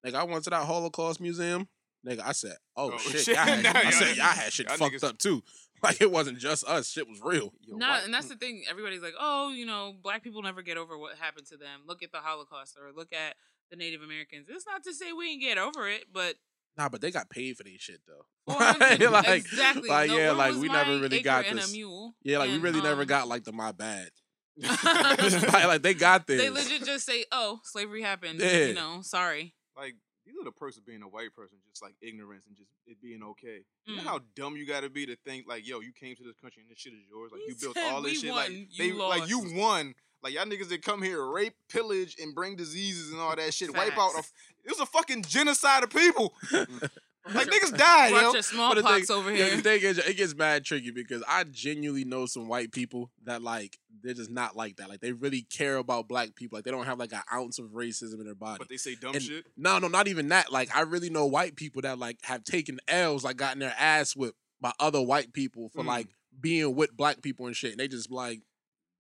[SPEAKER 6] Mhm.
[SPEAKER 7] Nigga, I went to that Holocaust museum. Nigga, I said, oh,
[SPEAKER 6] Oh,
[SPEAKER 7] shit,
[SPEAKER 6] shit.
[SPEAKER 7] Y'all had,
[SPEAKER 6] Now
[SPEAKER 7] I
[SPEAKER 6] y'all-
[SPEAKER 7] said y'all had shit
[SPEAKER 6] y'all
[SPEAKER 7] fucked
[SPEAKER 6] niggas-
[SPEAKER 7] up too. Like it wasn't just us. Shit was real.
[SPEAKER 6] Yo,
[SPEAKER 8] No,
[SPEAKER 6] white-
[SPEAKER 8] and that's the thing. Everybody's like, oh, you know, black people never get over what happened to them. Look at the Holocaust or look at the Native Americans. It's not to say we ain't get over it, but
[SPEAKER 7] Nah, but they got paid for these shit though.
[SPEAKER 8] 400
[SPEAKER 7] Like-
[SPEAKER 8] exactly.
[SPEAKER 7] like,
[SPEAKER 8] No,
[SPEAKER 7] yeah,
[SPEAKER 8] where
[SPEAKER 7] like,
[SPEAKER 8] was
[SPEAKER 7] we never
[SPEAKER 8] my
[SPEAKER 7] really
[SPEAKER 8] acre
[SPEAKER 7] got
[SPEAKER 8] and a
[SPEAKER 7] this.
[SPEAKER 8] mule?
[SPEAKER 7] Yeah, like we
[SPEAKER 8] And,
[SPEAKER 7] really never
[SPEAKER 8] um,
[SPEAKER 7] got like the my bad.
[SPEAKER 8] they
[SPEAKER 7] like, like, they got this.
[SPEAKER 8] legit just say, "Oh, slavery happened."
[SPEAKER 7] Yeah.
[SPEAKER 8] You know, sorry.
[SPEAKER 6] like these are the perks of being a white person, just like ignorance and just it being okay. You know
[SPEAKER 8] Mm.
[SPEAKER 6] how dumb you gotta be to think like, yo, you came to this country and this shit is yours. Like
[SPEAKER 8] We
[SPEAKER 6] you built
[SPEAKER 8] said
[SPEAKER 6] all this
[SPEAKER 8] we
[SPEAKER 6] shit. like
[SPEAKER 8] won, you
[SPEAKER 6] they like you
[SPEAKER 8] lost.
[SPEAKER 6] won. Like y'all niggas that come here rape, pillage, and bring diseases and all that shit. Wipe out a
[SPEAKER 8] Facts.
[SPEAKER 6] it was a fucking genocide of people. like niggas
[SPEAKER 8] Brought
[SPEAKER 6] died, yo.
[SPEAKER 8] your
[SPEAKER 7] But the thing-
[SPEAKER 8] smallpox over
[SPEAKER 7] Yeah,
[SPEAKER 8] here.
[SPEAKER 7] the thing is, it gets mad tricky because I genuinely know some white people that like they're just not like that. Like they really care about black people. Like they don't have like an ounce of racism in their body.
[SPEAKER 6] But they say dumb
[SPEAKER 7] And-
[SPEAKER 6] shit.
[SPEAKER 7] no, no, not even that. Like I really know white people that like have taken L's, like gotten their ass whipped by other white people for
[SPEAKER 6] Mm.
[SPEAKER 7] like being with black people and shit. And they just like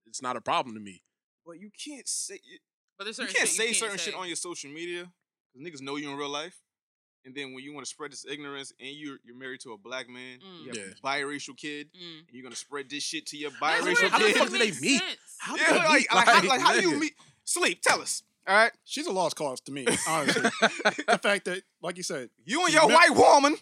[SPEAKER 7] it's not a problem to me.
[SPEAKER 6] But you can't say it.
[SPEAKER 8] but But there's
[SPEAKER 6] You
[SPEAKER 8] certain
[SPEAKER 6] can't
[SPEAKER 8] shit
[SPEAKER 6] say
[SPEAKER 8] you
[SPEAKER 6] certain shit on your social media because niggas know you in real life. And then when you want to spread this ignorance, and you're you're married to a black man,
[SPEAKER 8] Mm.
[SPEAKER 6] you have
[SPEAKER 7] Yeah.
[SPEAKER 6] a biracial kid,
[SPEAKER 8] Mm.
[SPEAKER 6] and you're gonna spread this shit to your
[SPEAKER 8] That's where
[SPEAKER 6] biracial
[SPEAKER 8] it
[SPEAKER 7] How the
[SPEAKER 8] doesn't
[SPEAKER 6] kid.
[SPEAKER 7] fuck do they
[SPEAKER 8] make
[SPEAKER 7] meet?
[SPEAKER 8] sense.
[SPEAKER 7] How
[SPEAKER 6] Yeah,
[SPEAKER 7] they
[SPEAKER 6] like,
[SPEAKER 7] meet?
[SPEAKER 6] like, how, like, how do you
[SPEAKER 7] nigga.
[SPEAKER 6] meet? Sleep. Tell us. All right.
[SPEAKER 5] She's a lost cause to me, honestly. the fact that, like you said,
[SPEAKER 6] You and your white woman.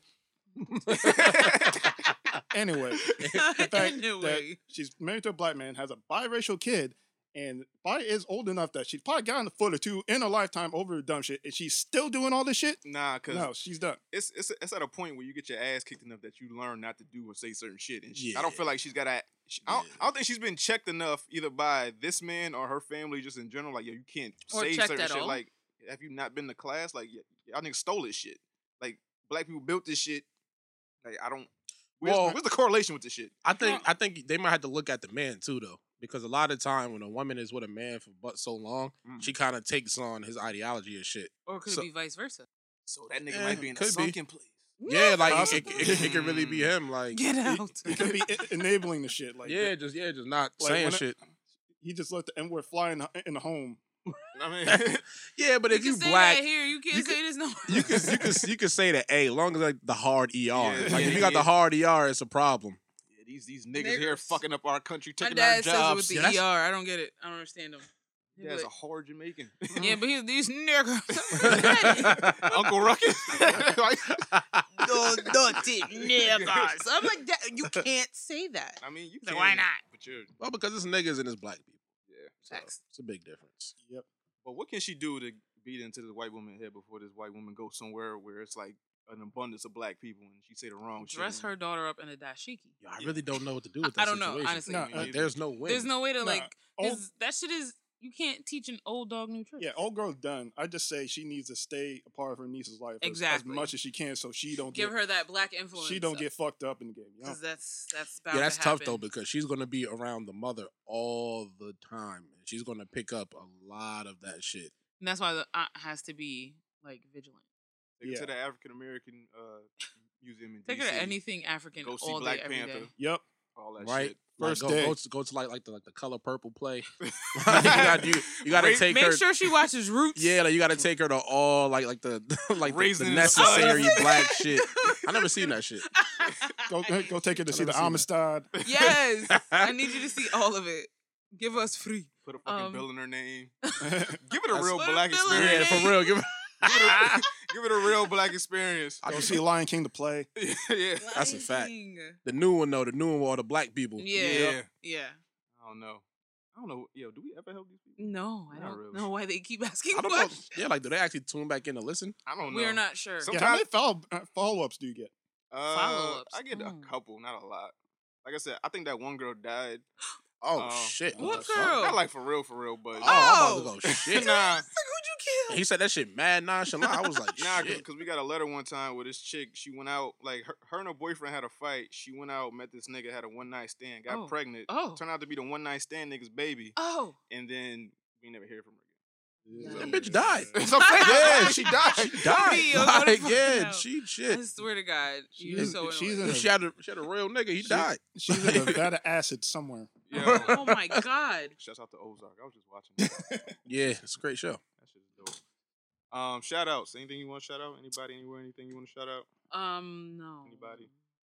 [SPEAKER 5] anyway, the fact that
[SPEAKER 8] anyway,
[SPEAKER 5] she's married to a black man, has a biracial kid, and bi is old enough that she's probably gotten a foot or two in her lifetime over the dumb shit, and she's still doing all this shit.
[SPEAKER 6] nah, cause
[SPEAKER 5] No, she's done.
[SPEAKER 6] it's it's it's at a point where you get your ass kicked enough that you learn not to do or say certain shit. And she, I don't
[SPEAKER 7] Yeah.
[SPEAKER 6] feel like she's got a. She, I, don't,
[SPEAKER 7] Yeah.
[SPEAKER 6] I don't think she's been checked enough either by this man or her family, just in general. Like, yo, you can't
[SPEAKER 8] Or
[SPEAKER 6] say
[SPEAKER 8] checked
[SPEAKER 6] certain
[SPEAKER 8] at
[SPEAKER 6] shit.
[SPEAKER 8] all.
[SPEAKER 6] Like, have you not been to class? Like, y- y'all niggas stole this shit. Like, black people built this shit. Like, I don't. Where's,
[SPEAKER 7] Well-
[SPEAKER 6] where's the correlation with this shit?
[SPEAKER 7] I think I think they might have to look at the man too, though, because a lot of time when a woman is with a man for but so long,
[SPEAKER 6] Mm.
[SPEAKER 7] she kind of takes on his ideology and shit.
[SPEAKER 8] or could
[SPEAKER 7] so-
[SPEAKER 8] it be vice versa?
[SPEAKER 6] So that nigga
[SPEAKER 7] Eh,
[SPEAKER 6] might be in a
[SPEAKER 7] could be.
[SPEAKER 6] sunken place.
[SPEAKER 7] Yeah, like it,
[SPEAKER 5] possible.
[SPEAKER 7] it, it, it could really be him. Like,
[SPEAKER 8] Get out.
[SPEAKER 5] It could be e- enabling the shit. Like,
[SPEAKER 7] yeah, just yeah, just not
[SPEAKER 5] Like,
[SPEAKER 7] saying
[SPEAKER 5] when I-
[SPEAKER 7] shit.
[SPEAKER 5] he just let the N word fly in the, in the home.
[SPEAKER 6] I mean,
[SPEAKER 7] yeah, but if you
[SPEAKER 8] you can say
[SPEAKER 7] black,
[SPEAKER 8] that here, you can't
[SPEAKER 7] you
[SPEAKER 8] say this no.
[SPEAKER 7] you can you can you can say the A, long as like the hard ER. like
[SPEAKER 6] yeah,
[SPEAKER 7] if you got
[SPEAKER 6] yeah.
[SPEAKER 7] the hard ER, it's a problem.
[SPEAKER 6] Yeah, these these niggas, here
[SPEAKER 8] Niggas.
[SPEAKER 6] fucking up our country,
[SPEAKER 8] My
[SPEAKER 6] taking our
[SPEAKER 8] dad says it with
[SPEAKER 6] jobs.
[SPEAKER 8] the
[SPEAKER 7] Yeah, that's-
[SPEAKER 8] ER. I don't get it. I don't understand him. He
[SPEAKER 6] That's
[SPEAKER 8] be
[SPEAKER 6] a hard Jamaican.
[SPEAKER 8] like, yeah, but he's these niggas.
[SPEAKER 7] Uncle
[SPEAKER 6] Ruckus.
[SPEAKER 8] Those dirty niggas. I'm like, that, you can't say that.
[SPEAKER 6] I mean, you
[SPEAKER 8] So
[SPEAKER 6] can.
[SPEAKER 8] why not?
[SPEAKER 6] But you're.
[SPEAKER 7] Well, because it's niggas and it's black people.
[SPEAKER 6] Yeah.
[SPEAKER 7] So it's a big difference.
[SPEAKER 6] But what can she do to beat into this white woman head before this white woman goes somewhere where it's like an abundance of black people and she say the wrong shit?
[SPEAKER 8] Dress
[SPEAKER 6] and-
[SPEAKER 8] her daughter up in a dashiki.
[SPEAKER 7] Yo, I really don't know what to do
[SPEAKER 8] I-
[SPEAKER 7] with that
[SPEAKER 8] I don't know,
[SPEAKER 7] situation.
[SPEAKER 8] honestly.
[SPEAKER 5] No,
[SPEAKER 6] Me
[SPEAKER 5] uh,
[SPEAKER 7] Like,
[SPEAKER 6] neither.
[SPEAKER 7] there's no way.
[SPEAKER 8] There's no way to
[SPEAKER 5] Nah,
[SPEAKER 8] like.
[SPEAKER 5] old-
[SPEAKER 8] this- that shit is. You can't teach an old dog new tricks.
[SPEAKER 5] Yeah, old girl's done. I just say she needs to stay a part of her niece's life as- as,
[SPEAKER 8] Exactly.
[SPEAKER 5] much as she can, so she don't
[SPEAKER 8] Give
[SPEAKER 5] get
[SPEAKER 8] her that black influence.
[SPEAKER 5] she don't get fucked up in the game. You know?
[SPEAKER 8] Because that's that's about
[SPEAKER 7] yeah, that's
[SPEAKER 8] to
[SPEAKER 7] tough though
[SPEAKER 8] happen.
[SPEAKER 7] because she's gonna be around the mother all the time, and she's gonna pick up a lot of that shit.
[SPEAKER 8] And that's why the aunt has to be like vigilant.
[SPEAKER 6] Take her
[SPEAKER 5] Yeah.
[SPEAKER 6] to the African American uh, museum in
[SPEAKER 8] Take
[SPEAKER 6] DC.
[SPEAKER 8] her to anything African
[SPEAKER 6] Go see
[SPEAKER 8] all
[SPEAKER 6] Black
[SPEAKER 8] day, every
[SPEAKER 6] Panther.
[SPEAKER 8] day.
[SPEAKER 5] Yep.
[SPEAKER 6] All that
[SPEAKER 7] right?
[SPEAKER 6] shit.
[SPEAKER 7] Like,
[SPEAKER 5] First
[SPEAKER 7] go,
[SPEAKER 5] day.
[SPEAKER 7] go to, go to like like the, like the color purple play. Like, you gotta, you, you gotta
[SPEAKER 6] Ra-
[SPEAKER 7] take
[SPEAKER 8] Make
[SPEAKER 7] her.
[SPEAKER 8] sure she watches Roots.
[SPEAKER 7] Yeah, like you gotta take her to all like like the like the- the,
[SPEAKER 6] Raising in the Sun.
[SPEAKER 7] necessary black shit. I never seen that shit.
[SPEAKER 5] Go go take her to
[SPEAKER 7] I've
[SPEAKER 5] see
[SPEAKER 7] never
[SPEAKER 5] the
[SPEAKER 7] seen that.
[SPEAKER 5] Amistad.
[SPEAKER 8] Yes, I need you to see all of it. Give us free.
[SPEAKER 6] Put a fucking
[SPEAKER 8] Um,
[SPEAKER 6] bill in her name. Give it a
[SPEAKER 7] That's-
[SPEAKER 6] real
[SPEAKER 8] Put a
[SPEAKER 6] black
[SPEAKER 8] bill in her
[SPEAKER 7] Yeah,
[SPEAKER 6] experience.
[SPEAKER 7] for real. Give,
[SPEAKER 6] Give it a- Give it a real black experience.
[SPEAKER 5] Go see Lion King to play.
[SPEAKER 6] yeah.
[SPEAKER 7] That's a fact.
[SPEAKER 8] Lighting.
[SPEAKER 7] the new one though, the new one with all the black people.
[SPEAKER 8] Yeah. yeah,
[SPEAKER 6] Yeah. I don't know. I don't know. Yo, do we ever help these people?
[SPEAKER 8] No, I
[SPEAKER 6] Not
[SPEAKER 8] don't
[SPEAKER 6] really.
[SPEAKER 8] know why they keep asking
[SPEAKER 7] I don't know.
[SPEAKER 8] questions.
[SPEAKER 7] Yeah, like do they actually tune back in to listen?
[SPEAKER 6] I don't know.
[SPEAKER 8] We're not sure.
[SPEAKER 6] Some-
[SPEAKER 5] Yeah, how many follow, uh, follow-ups do you get?
[SPEAKER 6] Uh,
[SPEAKER 8] Follow-ups.
[SPEAKER 6] I get a
[SPEAKER 8] Mm.
[SPEAKER 6] couple, not a lot. Like I said, I think that one girl died.
[SPEAKER 7] Oh
[SPEAKER 6] Oh.
[SPEAKER 7] shit!
[SPEAKER 8] What
[SPEAKER 7] the fuck?
[SPEAKER 8] girl?
[SPEAKER 6] Not like for real, for real,
[SPEAKER 7] Oh,
[SPEAKER 6] but
[SPEAKER 7] I'm
[SPEAKER 8] Oh.
[SPEAKER 7] about to go shit.
[SPEAKER 6] nah,
[SPEAKER 8] It's like, who'd you kill?
[SPEAKER 7] He said that shit mad nonchalant. I was like,
[SPEAKER 6] nah,
[SPEAKER 7] shit.
[SPEAKER 6] because we got a letter one time where this chick, she went out, like her, her and her boyfriend had a fight. She went out, met this nigga, had a one night stand, got
[SPEAKER 8] Oh.
[SPEAKER 6] pregnant.
[SPEAKER 8] Oh,
[SPEAKER 6] Turned out to be the one night stand nigga's baby,
[SPEAKER 8] oh,
[SPEAKER 6] and then we never hear from her
[SPEAKER 7] That
[SPEAKER 8] Yeah.
[SPEAKER 7] bitch died.
[SPEAKER 6] again. So, yeah, she died.
[SPEAKER 7] She died.
[SPEAKER 8] Yo, go the
[SPEAKER 7] Like,
[SPEAKER 8] fuck
[SPEAKER 7] yeah,
[SPEAKER 8] out.
[SPEAKER 7] she shit.
[SPEAKER 8] I swear to God,
[SPEAKER 5] She
[SPEAKER 8] you're
[SPEAKER 5] is-
[SPEAKER 8] so
[SPEAKER 5] she's
[SPEAKER 8] annoying.
[SPEAKER 5] a-
[SPEAKER 7] She had a she had a real nigga. He
[SPEAKER 5] She-
[SPEAKER 7] died.
[SPEAKER 5] She's in Nevada acid somewhere.
[SPEAKER 6] Yo,
[SPEAKER 8] Oh my God.
[SPEAKER 6] shouts out to Ozark. I was just watching. That, that
[SPEAKER 7] Yeah, it's a great show.
[SPEAKER 6] shit is dope. Um, shout outs. Anything you want to shout out? Anybody, anywhere, anything you want to shout out?
[SPEAKER 8] Um, no.
[SPEAKER 6] Anybody?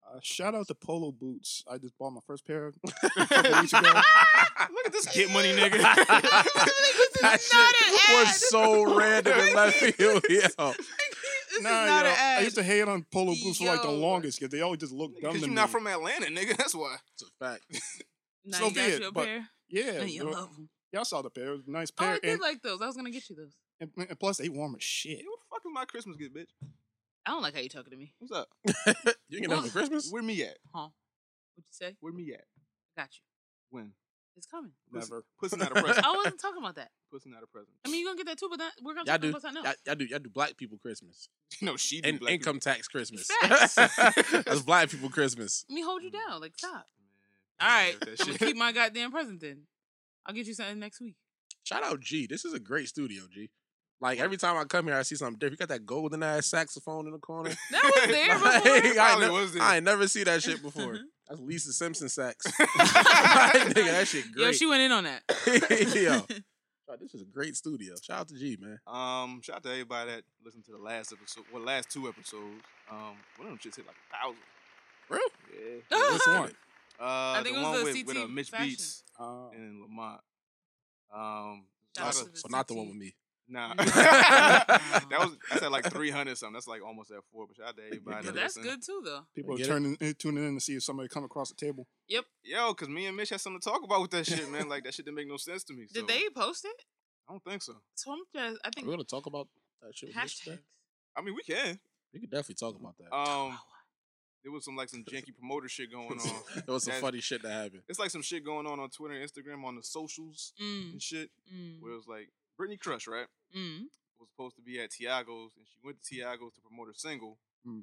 [SPEAKER 5] Uh, shout out to Polo Boots. I just bought my first pair a couple weeks ago.
[SPEAKER 6] Look at this get money nigga.
[SPEAKER 7] that shit
[SPEAKER 8] an ad.
[SPEAKER 7] was so random and left field. Yeah.
[SPEAKER 8] This
[SPEAKER 5] nah,
[SPEAKER 8] is not
[SPEAKER 5] yo,
[SPEAKER 8] an ad.
[SPEAKER 5] I used to hate on Polo Boots for like the
[SPEAKER 8] Yo.
[SPEAKER 5] longest because they always just look dumb to
[SPEAKER 6] Cause you're
[SPEAKER 5] me.
[SPEAKER 6] not from Atlanta, nigga. That's why.
[SPEAKER 7] It's a fact.
[SPEAKER 8] now
[SPEAKER 5] so
[SPEAKER 8] you
[SPEAKER 5] be
[SPEAKER 8] got
[SPEAKER 5] it,
[SPEAKER 8] your
[SPEAKER 5] but-
[SPEAKER 8] pair.
[SPEAKER 5] yeah,
[SPEAKER 8] and you
[SPEAKER 5] yo,
[SPEAKER 8] love 'em.
[SPEAKER 5] y'all saw the pair. It was a nice
[SPEAKER 8] Oh,
[SPEAKER 5] pair,
[SPEAKER 8] I did
[SPEAKER 5] and,
[SPEAKER 8] like those. I was gonna get you those.
[SPEAKER 5] and, and plus they warm as shit.
[SPEAKER 6] Yeah, what the fuck is my Christmas gift, bitch?
[SPEAKER 8] I don't like how you talking to me.
[SPEAKER 6] What's up?
[SPEAKER 7] You can have for Christmas.
[SPEAKER 6] Where me at?
[SPEAKER 8] Huh? What you say?
[SPEAKER 6] Where me at?
[SPEAKER 8] Got you.
[SPEAKER 6] When?
[SPEAKER 8] It's coming.
[SPEAKER 6] Pussy-
[SPEAKER 5] Never.
[SPEAKER 6] Pussy not a present.
[SPEAKER 8] I wasn't talking about that.
[SPEAKER 6] Pussy not a present.
[SPEAKER 8] Oh. I mean, you're gonna get that too, but that, we're gonna
[SPEAKER 7] Y'all
[SPEAKER 8] talk
[SPEAKER 7] do,
[SPEAKER 8] about something
[SPEAKER 7] y'all,
[SPEAKER 8] else.
[SPEAKER 7] y'all do, y'all do black people Christmas
[SPEAKER 6] no, she do
[SPEAKER 7] and
[SPEAKER 6] black
[SPEAKER 7] income tax Christmas.
[SPEAKER 8] Facts.
[SPEAKER 7] That's black people Christmas.
[SPEAKER 8] Let me hold you down. Like, stop.
[SPEAKER 6] Man,
[SPEAKER 8] Mm. All right,
[SPEAKER 6] fuck that
[SPEAKER 8] I'm gonna
[SPEAKER 6] shit.
[SPEAKER 8] keep my goddamn present then. I'll get you something next week.
[SPEAKER 7] Shout out G. This is a great studio, G. Like every time I come here, I see something different. You got that golden ass saxophone in the corner.
[SPEAKER 8] That was there
[SPEAKER 7] Like,
[SPEAKER 8] before.
[SPEAKER 7] I, ain't
[SPEAKER 6] Probably
[SPEAKER 7] never,
[SPEAKER 6] was there.
[SPEAKER 7] I ain't never seen that shit
[SPEAKER 5] Mm-hmm.
[SPEAKER 7] before. That's Lisa Simpson sax. Like, nigga, that shit
[SPEAKER 8] Yo,
[SPEAKER 7] great.
[SPEAKER 8] she went in on that.
[SPEAKER 7] Yo, Oh, this is a great studio. Shout out to G, man.
[SPEAKER 6] Um, shout out to everybody that listened to the last episode, well, last two episodes. Um, one of them just hit like a thousand.
[SPEAKER 7] Real?
[SPEAKER 6] Yeah.
[SPEAKER 7] Which one?
[SPEAKER 6] Uh, I
[SPEAKER 8] think
[SPEAKER 6] the
[SPEAKER 8] it was
[SPEAKER 6] one
[SPEAKER 8] the
[SPEAKER 6] with, with
[SPEAKER 8] CT
[SPEAKER 6] uh, Mitch
[SPEAKER 8] fashion.
[SPEAKER 6] Beats
[SPEAKER 5] Uh,
[SPEAKER 6] and Lamont. Um,
[SPEAKER 8] Shout out
[SPEAKER 6] lot
[SPEAKER 8] to
[SPEAKER 6] of-
[SPEAKER 8] the
[SPEAKER 7] So not the
[SPEAKER 8] CT.
[SPEAKER 7] one with me.
[SPEAKER 6] Nah.
[SPEAKER 8] Yeah.
[SPEAKER 6] that was that's at like three hundred something. That's like almost at four. But shout out to everybody. that
[SPEAKER 8] But that's
[SPEAKER 6] listened.
[SPEAKER 8] good too, though.
[SPEAKER 5] people are
[SPEAKER 7] get it.
[SPEAKER 5] turning in, tuning in to see if somebody come across the table.
[SPEAKER 6] Yo, cause me and Mitch had something to talk about with that shit, man. Like that shit didn't make no sense to me. so-
[SPEAKER 8] Did they post it?
[SPEAKER 6] I don't think so.
[SPEAKER 8] So I'm just, I
[SPEAKER 7] Are
[SPEAKER 8] think
[SPEAKER 7] we gonna talk about that shit? With Mitch
[SPEAKER 8] hashtags.
[SPEAKER 7] today?
[SPEAKER 6] I mean, we can.
[SPEAKER 7] we could definitely talk about
[SPEAKER 5] Oh,
[SPEAKER 7] that.
[SPEAKER 6] Um, there was some like some janky promoter shit going on.
[SPEAKER 7] there was some
[SPEAKER 6] that-
[SPEAKER 7] funny shit that happened.
[SPEAKER 6] It's like some shit going on on Twitter, and Instagram, on the socials
[SPEAKER 8] Mm,
[SPEAKER 6] and
[SPEAKER 7] Mm-hmm.
[SPEAKER 6] shit. Where
[SPEAKER 8] mm,
[SPEAKER 6] it was like Britney Crush, right?
[SPEAKER 8] mm.
[SPEAKER 6] was supposed to be at Tiago's, and she went to
[SPEAKER 7] Mm-hmm.
[SPEAKER 6] Tiago's to promote her single.
[SPEAKER 5] Mm.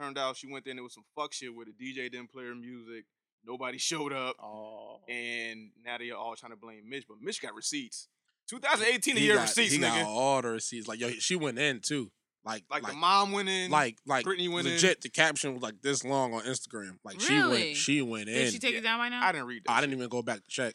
[SPEAKER 6] Turned out she went there and it was some fuck shit where the DJ didn't play her music, nobody showed up,
[SPEAKER 5] Oh,
[SPEAKER 6] and now they are all trying to blame Mitch, but Mitch got receipts. 2018 a
[SPEAKER 7] He
[SPEAKER 6] year
[SPEAKER 7] got-
[SPEAKER 6] receipts,
[SPEAKER 7] he
[SPEAKER 6] nigga.
[SPEAKER 7] got all the receipts. Like yo, she went in too. Like like
[SPEAKER 6] like,
[SPEAKER 7] like
[SPEAKER 6] the mom went in.
[SPEAKER 7] like,
[SPEAKER 6] Britney went in.
[SPEAKER 7] legit. The caption was like this long on Instagram. Like she
[SPEAKER 8] Really?
[SPEAKER 7] went she went in.
[SPEAKER 8] Did she take
[SPEAKER 6] yeah.
[SPEAKER 8] it down by now?
[SPEAKER 6] I didn't read that.
[SPEAKER 7] I didn't even go back to check.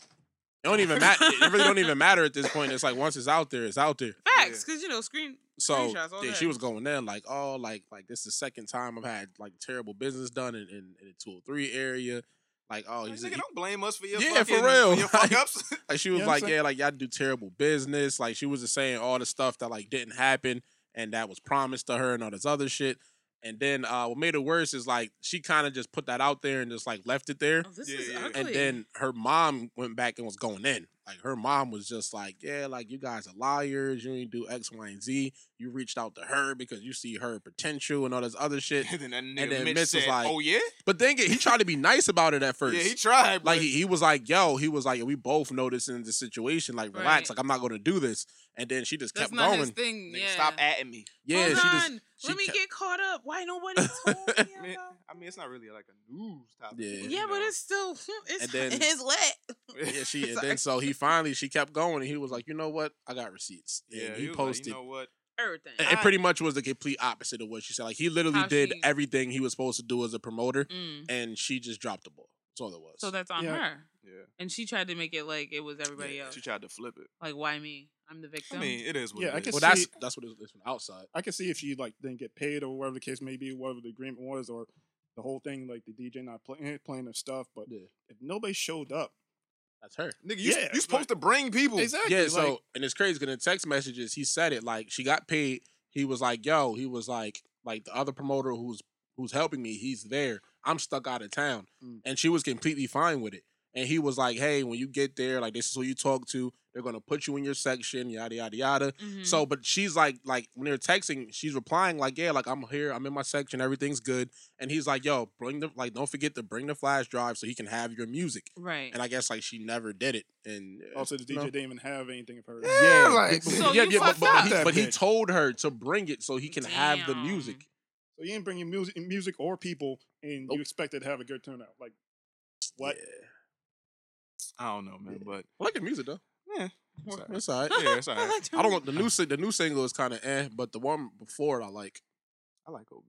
[SPEAKER 7] It don't even matter. It really don't even matter at this point. It's like once it's out there, it's out there.
[SPEAKER 8] Facts, because you know, screen.
[SPEAKER 7] So
[SPEAKER 8] Screenshots all
[SPEAKER 7] yeah,
[SPEAKER 8] day.
[SPEAKER 7] she was going in like, oh, like like this is the second time I've had like terrible business done in, in, in the 203 area. Like, oh,
[SPEAKER 6] Like,
[SPEAKER 7] he's
[SPEAKER 6] nigga,
[SPEAKER 7] he-
[SPEAKER 6] don't blame us for your
[SPEAKER 7] Yeah, for
[SPEAKER 6] fucking-
[SPEAKER 7] real.
[SPEAKER 6] your fuck ups.
[SPEAKER 7] like she
[SPEAKER 5] You
[SPEAKER 7] was
[SPEAKER 5] know what I'm
[SPEAKER 7] like,
[SPEAKER 5] saying?
[SPEAKER 7] yeah, like y'all do terrible business. Like she was just saying all the stuff that like didn't happen and that was promised to her and all this other shit. And then uh what made it worse is like she kind of just put that out there and just like left it there.
[SPEAKER 8] Oh, this
[SPEAKER 6] Yeah,
[SPEAKER 8] is
[SPEAKER 6] yeah.
[SPEAKER 8] ugly.
[SPEAKER 7] And then her mom went back and was going in. Like her mom was just like, Yeah, like you guys are liars, you ain't do X, Y, and Z. You reached out to her because you see her potential and all this other shit.
[SPEAKER 6] and then that nigga
[SPEAKER 7] And then
[SPEAKER 6] Mitch
[SPEAKER 7] Mitch was
[SPEAKER 6] said,
[SPEAKER 7] like-
[SPEAKER 6] "Oh yeah,
[SPEAKER 7] But then he tried to be nice about it at first.
[SPEAKER 6] yeah, he tried." But
[SPEAKER 7] like he, he was like, yo, he was like, we both know this in the situation. Like, relax.
[SPEAKER 8] Right.
[SPEAKER 7] Like, I'm not gonna do this. And then she just
[SPEAKER 8] that's
[SPEAKER 7] kept
[SPEAKER 8] not
[SPEAKER 7] going.
[SPEAKER 8] his thing.
[SPEAKER 6] nigga,
[SPEAKER 8] Yeah.
[SPEAKER 6] stop atting me.
[SPEAKER 7] Yeah,
[SPEAKER 8] Hold
[SPEAKER 7] she
[SPEAKER 8] on.
[SPEAKER 7] just she
[SPEAKER 8] Let me
[SPEAKER 7] kept-
[SPEAKER 8] get caught up. Why nobody told me? about
[SPEAKER 6] I mean,
[SPEAKER 8] that?
[SPEAKER 6] I mean, it's not really like a news topic.
[SPEAKER 7] Yeah.
[SPEAKER 6] you
[SPEAKER 8] Yeah, but
[SPEAKER 6] know.
[SPEAKER 8] it's still it's
[SPEAKER 7] And then-
[SPEAKER 8] it's lit.
[SPEAKER 7] yeah, she and then so he finally she kept going and he was like, you know what? I got receipts. And
[SPEAKER 6] Yeah,
[SPEAKER 7] he,
[SPEAKER 6] was like,
[SPEAKER 7] posted.
[SPEAKER 6] you know what?
[SPEAKER 8] Everything.
[SPEAKER 7] and it pretty much was the complete opposite of what she said. Like he literally
[SPEAKER 8] How
[SPEAKER 7] did
[SPEAKER 8] she-
[SPEAKER 7] everything he was supposed to do as a promoter,
[SPEAKER 8] Mm.
[SPEAKER 7] and she just dropped the ball. That's all it was.
[SPEAKER 8] So that's on
[SPEAKER 5] Yeah.
[SPEAKER 8] her.
[SPEAKER 6] Yeah.
[SPEAKER 8] And she tried to make it like it was everybody else.
[SPEAKER 6] She tried to flip it.
[SPEAKER 8] Like why me? I'm the victim.
[SPEAKER 6] I mean, it is what
[SPEAKER 5] Yeah,
[SPEAKER 6] it
[SPEAKER 5] I
[SPEAKER 6] is.
[SPEAKER 5] can
[SPEAKER 7] well, that's
[SPEAKER 5] see-
[SPEAKER 7] that's what it was it's from outside.
[SPEAKER 5] I can see if she like didn't get paid or whatever the case may be, whatever the agreement was, or the whole thing like the DJ not playing playing their stuff. But
[SPEAKER 7] Yeah.
[SPEAKER 5] if nobody showed up,
[SPEAKER 7] That's her.
[SPEAKER 6] Nigga, you,
[SPEAKER 5] Yeah,
[SPEAKER 6] you supposed to bring people.
[SPEAKER 5] exactly.
[SPEAKER 7] Yeah,
[SPEAKER 5] like,
[SPEAKER 7] so and it's crazy because in text messages he said it like she got paid. He was like, "Yo," he was like, "Like the other promoter who's who's helping me, he's there. I'm stuck out of town,"
[SPEAKER 5] Mm.
[SPEAKER 7] and she was completely fine with it. And he was like, "Hey, when you get there, like this is who you talk to. They're gonna put you in your section, yada yada yada."
[SPEAKER 5] Mm.
[SPEAKER 8] Mhm.
[SPEAKER 7] So, but she's like, like when they're texting, she's replying like, "Yeah, like I'm here, I'm in my section, everything's good." And he's like, "Yo, bring the like, don't forget to bring the flash drive so he can have your music."
[SPEAKER 8] right.
[SPEAKER 7] And I guess like she never did it, and uh,
[SPEAKER 5] also Oh, the
[SPEAKER 7] you
[SPEAKER 5] DJ
[SPEAKER 7] know.
[SPEAKER 5] didn't even have anything of her.
[SPEAKER 7] Yeah,
[SPEAKER 6] like-
[SPEAKER 7] but-
[SPEAKER 8] So
[SPEAKER 7] yeah,
[SPEAKER 8] you
[SPEAKER 7] yeah, but,
[SPEAKER 8] fucked
[SPEAKER 7] but,
[SPEAKER 8] up.
[SPEAKER 7] he, but he
[SPEAKER 5] That bitch.
[SPEAKER 7] told her to bring it so he can have the
[SPEAKER 8] Damn.
[SPEAKER 7] music.
[SPEAKER 5] So you didn't bring your music, music or people, and
[SPEAKER 7] Nope.
[SPEAKER 5] you expected to have a good turnout. Like what?
[SPEAKER 7] Yeah.
[SPEAKER 6] I don't know, man, but
[SPEAKER 7] I like the music though.
[SPEAKER 6] yeah,
[SPEAKER 7] It's
[SPEAKER 6] it's all right.
[SPEAKER 7] That's all right.
[SPEAKER 6] yeah, it's all
[SPEAKER 8] I
[SPEAKER 6] right.
[SPEAKER 8] like
[SPEAKER 7] I don't want the new si- the new single is kind of eh, but the one before it I like.
[SPEAKER 6] I like OB.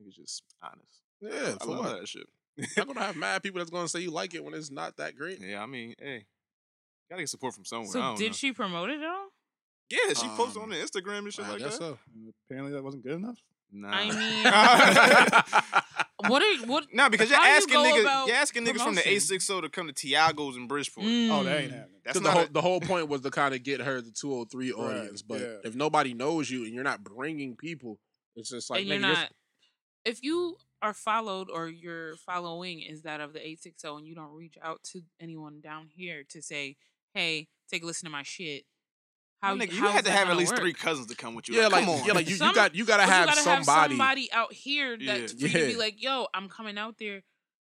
[SPEAKER 6] Niggas just honest.
[SPEAKER 7] Yeah,
[SPEAKER 6] I
[SPEAKER 7] for
[SPEAKER 6] love
[SPEAKER 7] what?
[SPEAKER 6] that shit.
[SPEAKER 7] I'm gonna have mad people that's gonna say you like it when it's not that great.
[SPEAKER 6] Yeah, I mean, hey, gotta get support from somewhere. I
[SPEAKER 8] So
[SPEAKER 6] don't
[SPEAKER 8] did
[SPEAKER 6] know.
[SPEAKER 8] she promote it at all?
[SPEAKER 6] Yeah, she posted on
[SPEAKER 7] Um,
[SPEAKER 6] the Instagram and shit
[SPEAKER 7] I
[SPEAKER 6] like that.
[SPEAKER 7] guess so.
[SPEAKER 5] And apparently that wasn't good enough.
[SPEAKER 6] Nah.
[SPEAKER 8] I What are what
[SPEAKER 6] nah, because you're
[SPEAKER 8] How do you
[SPEAKER 6] asking
[SPEAKER 8] go
[SPEAKER 6] niggas,
[SPEAKER 8] about
[SPEAKER 6] you're asking niggas from the
[SPEAKER 8] promotion?
[SPEAKER 6] A60 to come to Tiago's in Bridgeport.
[SPEAKER 5] Oh, that ain't
[SPEAKER 8] Mm.
[SPEAKER 5] happening.
[SPEAKER 6] That's
[SPEAKER 7] Because the
[SPEAKER 6] not
[SPEAKER 7] whole
[SPEAKER 6] a-
[SPEAKER 7] the whole point was to kind of get her the 203
[SPEAKER 5] Right,
[SPEAKER 7] audience. But
[SPEAKER 5] yeah.
[SPEAKER 7] if nobody knows you and you're not bringing people, it's just like
[SPEAKER 8] and you're
[SPEAKER 7] nigga, this-
[SPEAKER 8] not if you are followed or your following is that of the 860 and you don't reach out to anyone down here to say hey take a listen to my shit how
[SPEAKER 6] nigga, you
[SPEAKER 8] how's
[SPEAKER 6] had to
[SPEAKER 8] that
[SPEAKER 6] have at
[SPEAKER 8] gonna
[SPEAKER 6] least
[SPEAKER 8] work?
[SPEAKER 6] three cousins to come with you.
[SPEAKER 7] yeah, like,
[SPEAKER 6] come on.
[SPEAKER 7] yeah, like you,
[SPEAKER 8] Some-
[SPEAKER 7] you got you gotta,
[SPEAKER 8] But you
[SPEAKER 7] have,
[SPEAKER 8] gotta
[SPEAKER 7] somebody.
[SPEAKER 8] have somebody out here
[SPEAKER 6] Yeah.
[SPEAKER 8] that's free to
[SPEAKER 7] Yeah.
[SPEAKER 8] be like yo i'm coming out there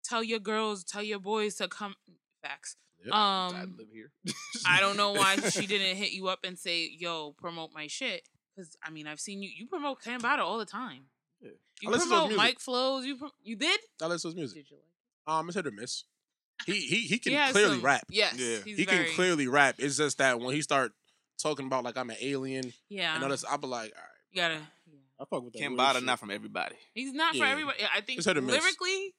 [SPEAKER 8] tell your girls tell your boys to come facts
[SPEAKER 7] Yep.
[SPEAKER 8] um
[SPEAKER 6] I live here.
[SPEAKER 8] I don't know why she didn't hit you up and say, "Yo, promote my shit." Because I mean, I've seen you. You promote Cambada all the time.
[SPEAKER 6] Yeah.
[SPEAKER 8] You
[SPEAKER 7] I listen to his
[SPEAKER 8] promote
[SPEAKER 7] music.
[SPEAKER 8] Mike Flows. You pro- you did.
[SPEAKER 7] I listen to his music.
[SPEAKER 8] Did you like?
[SPEAKER 7] Um, it's hit or miss. He he he can
[SPEAKER 8] He has
[SPEAKER 7] clearly
[SPEAKER 8] some-
[SPEAKER 7] rap.
[SPEAKER 8] Yes,
[SPEAKER 6] Yeah.
[SPEAKER 8] he's
[SPEAKER 7] he can
[SPEAKER 8] very-
[SPEAKER 7] clearly rap. It's just that when he start talking about like I'm an alien
[SPEAKER 8] Yeah,
[SPEAKER 7] and all this, I'll be like, all right,
[SPEAKER 8] you gotta. yeah.
[SPEAKER 5] I fuck with that.
[SPEAKER 6] Can't
[SPEAKER 5] weird
[SPEAKER 6] buy
[SPEAKER 5] shit.
[SPEAKER 6] not from everybody.
[SPEAKER 8] He's not for
[SPEAKER 7] Yeah.
[SPEAKER 8] everybody. I think
[SPEAKER 7] It's hit or miss.
[SPEAKER 8] lyrically,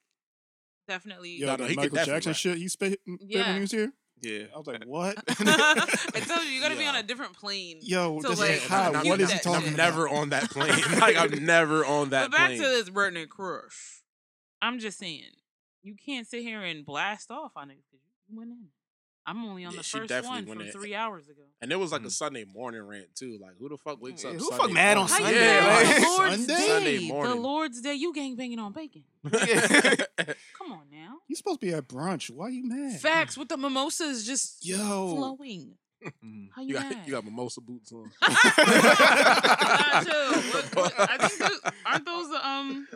[SPEAKER 8] definitely.
[SPEAKER 5] Yo,
[SPEAKER 7] No,
[SPEAKER 5] that
[SPEAKER 7] no, he could
[SPEAKER 5] Michael
[SPEAKER 7] definitely
[SPEAKER 5] Jackson
[SPEAKER 7] rap.
[SPEAKER 5] shit he spit spit
[SPEAKER 8] Yeah.
[SPEAKER 5] when he was here.
[SPEAKER 6] Yeah.
[SPEAKER 5] I was
[SPEAKER 7] Eh.
[SPEAKER 5] like, what?
[SPEAKER 8] I told you, you gotta be
[SPEAKER 7] Yeah.
[SPEAKER 8] on a different plane.
[SPEAKER 5] Yo,
[SPEAKER 8] So,
[SPEAKER 5] this
[SPEAKER 8] like,
[SPEAKER 5] is hot.
[SPEAKER 8] I'm
[SPEAKER 5] What
[SPEAKER 8] not-
[SPEAKER 5] is he
[SPEAKER 8] I'm
[SPEAKER 5] talking
[SPEAKER 7] I'm
[SPEAKER 5] about?
[SPEAKER 7] never on that plane. like I'm never on that
[SPEAKER 8] but back
[SPEAKER 7] plane.
[SPEAKER 8] to this Burton and Crush. I'm just saying, you can't sit here and blast off on it because you went in. I'm only on
[SPEAKER 7] Yeah,
[SPEAKER 8] the
[SPEAKER 7] she
[SPEAKER 8] first
[SPEAKER 7] definitely
[SPEAKER 8] one
[SPEAKER 7] went
[SPEAKER 8] from
[SPEAKER 7] in.
[SPEAKER 8] three hours ago.
[SPEAKER 7] and it was like a
[SPEAKER 6] Mm.
[SPEAKER 7] Sunday morning rant too. Like who the fuck wakes
[SPEAKER 6] Yeah,
[SPEAKER 7] up?
[SPEAKER 6] who the
[SPEAKER 7] Sunday
[SPEAKER 6] fuck mad on
[SPEAKER 7] morning?
[SPEAKER 8] How you
[SPEAKER 6] Sunday?
[SPEAKER 8] mad
[SPEAKER 7] Yeah,
[SPEAKER 8] on the
[SPEAKER 7] like,
[SPEAKER 8] Lord's
[SPEAKER 5] Sunday?
[SPEAKER 8] Day?
[SPEAKER 7] Sunday
[SPEAKER 8] The
[SPEAKER 7] morning.
[SPEAKER 8] Lord's Day, you gang banging on bacon. Come on now.
[SPEAKER 5] You supposed to be at brunch. Why you mad?
[SPEAKER 8] Facts with the mimosas just
[SPEAKER 5] Yo.
[SPEAKER 8] flowing. How you,
[SPEAKER 7] Mm-hmm. you
[SPEAKER 8] mad?
[SPEAKER 7] got you got mimosa boots on.
[SPEAKER 8] Nah, chill. What- what- I think those, aren't those the um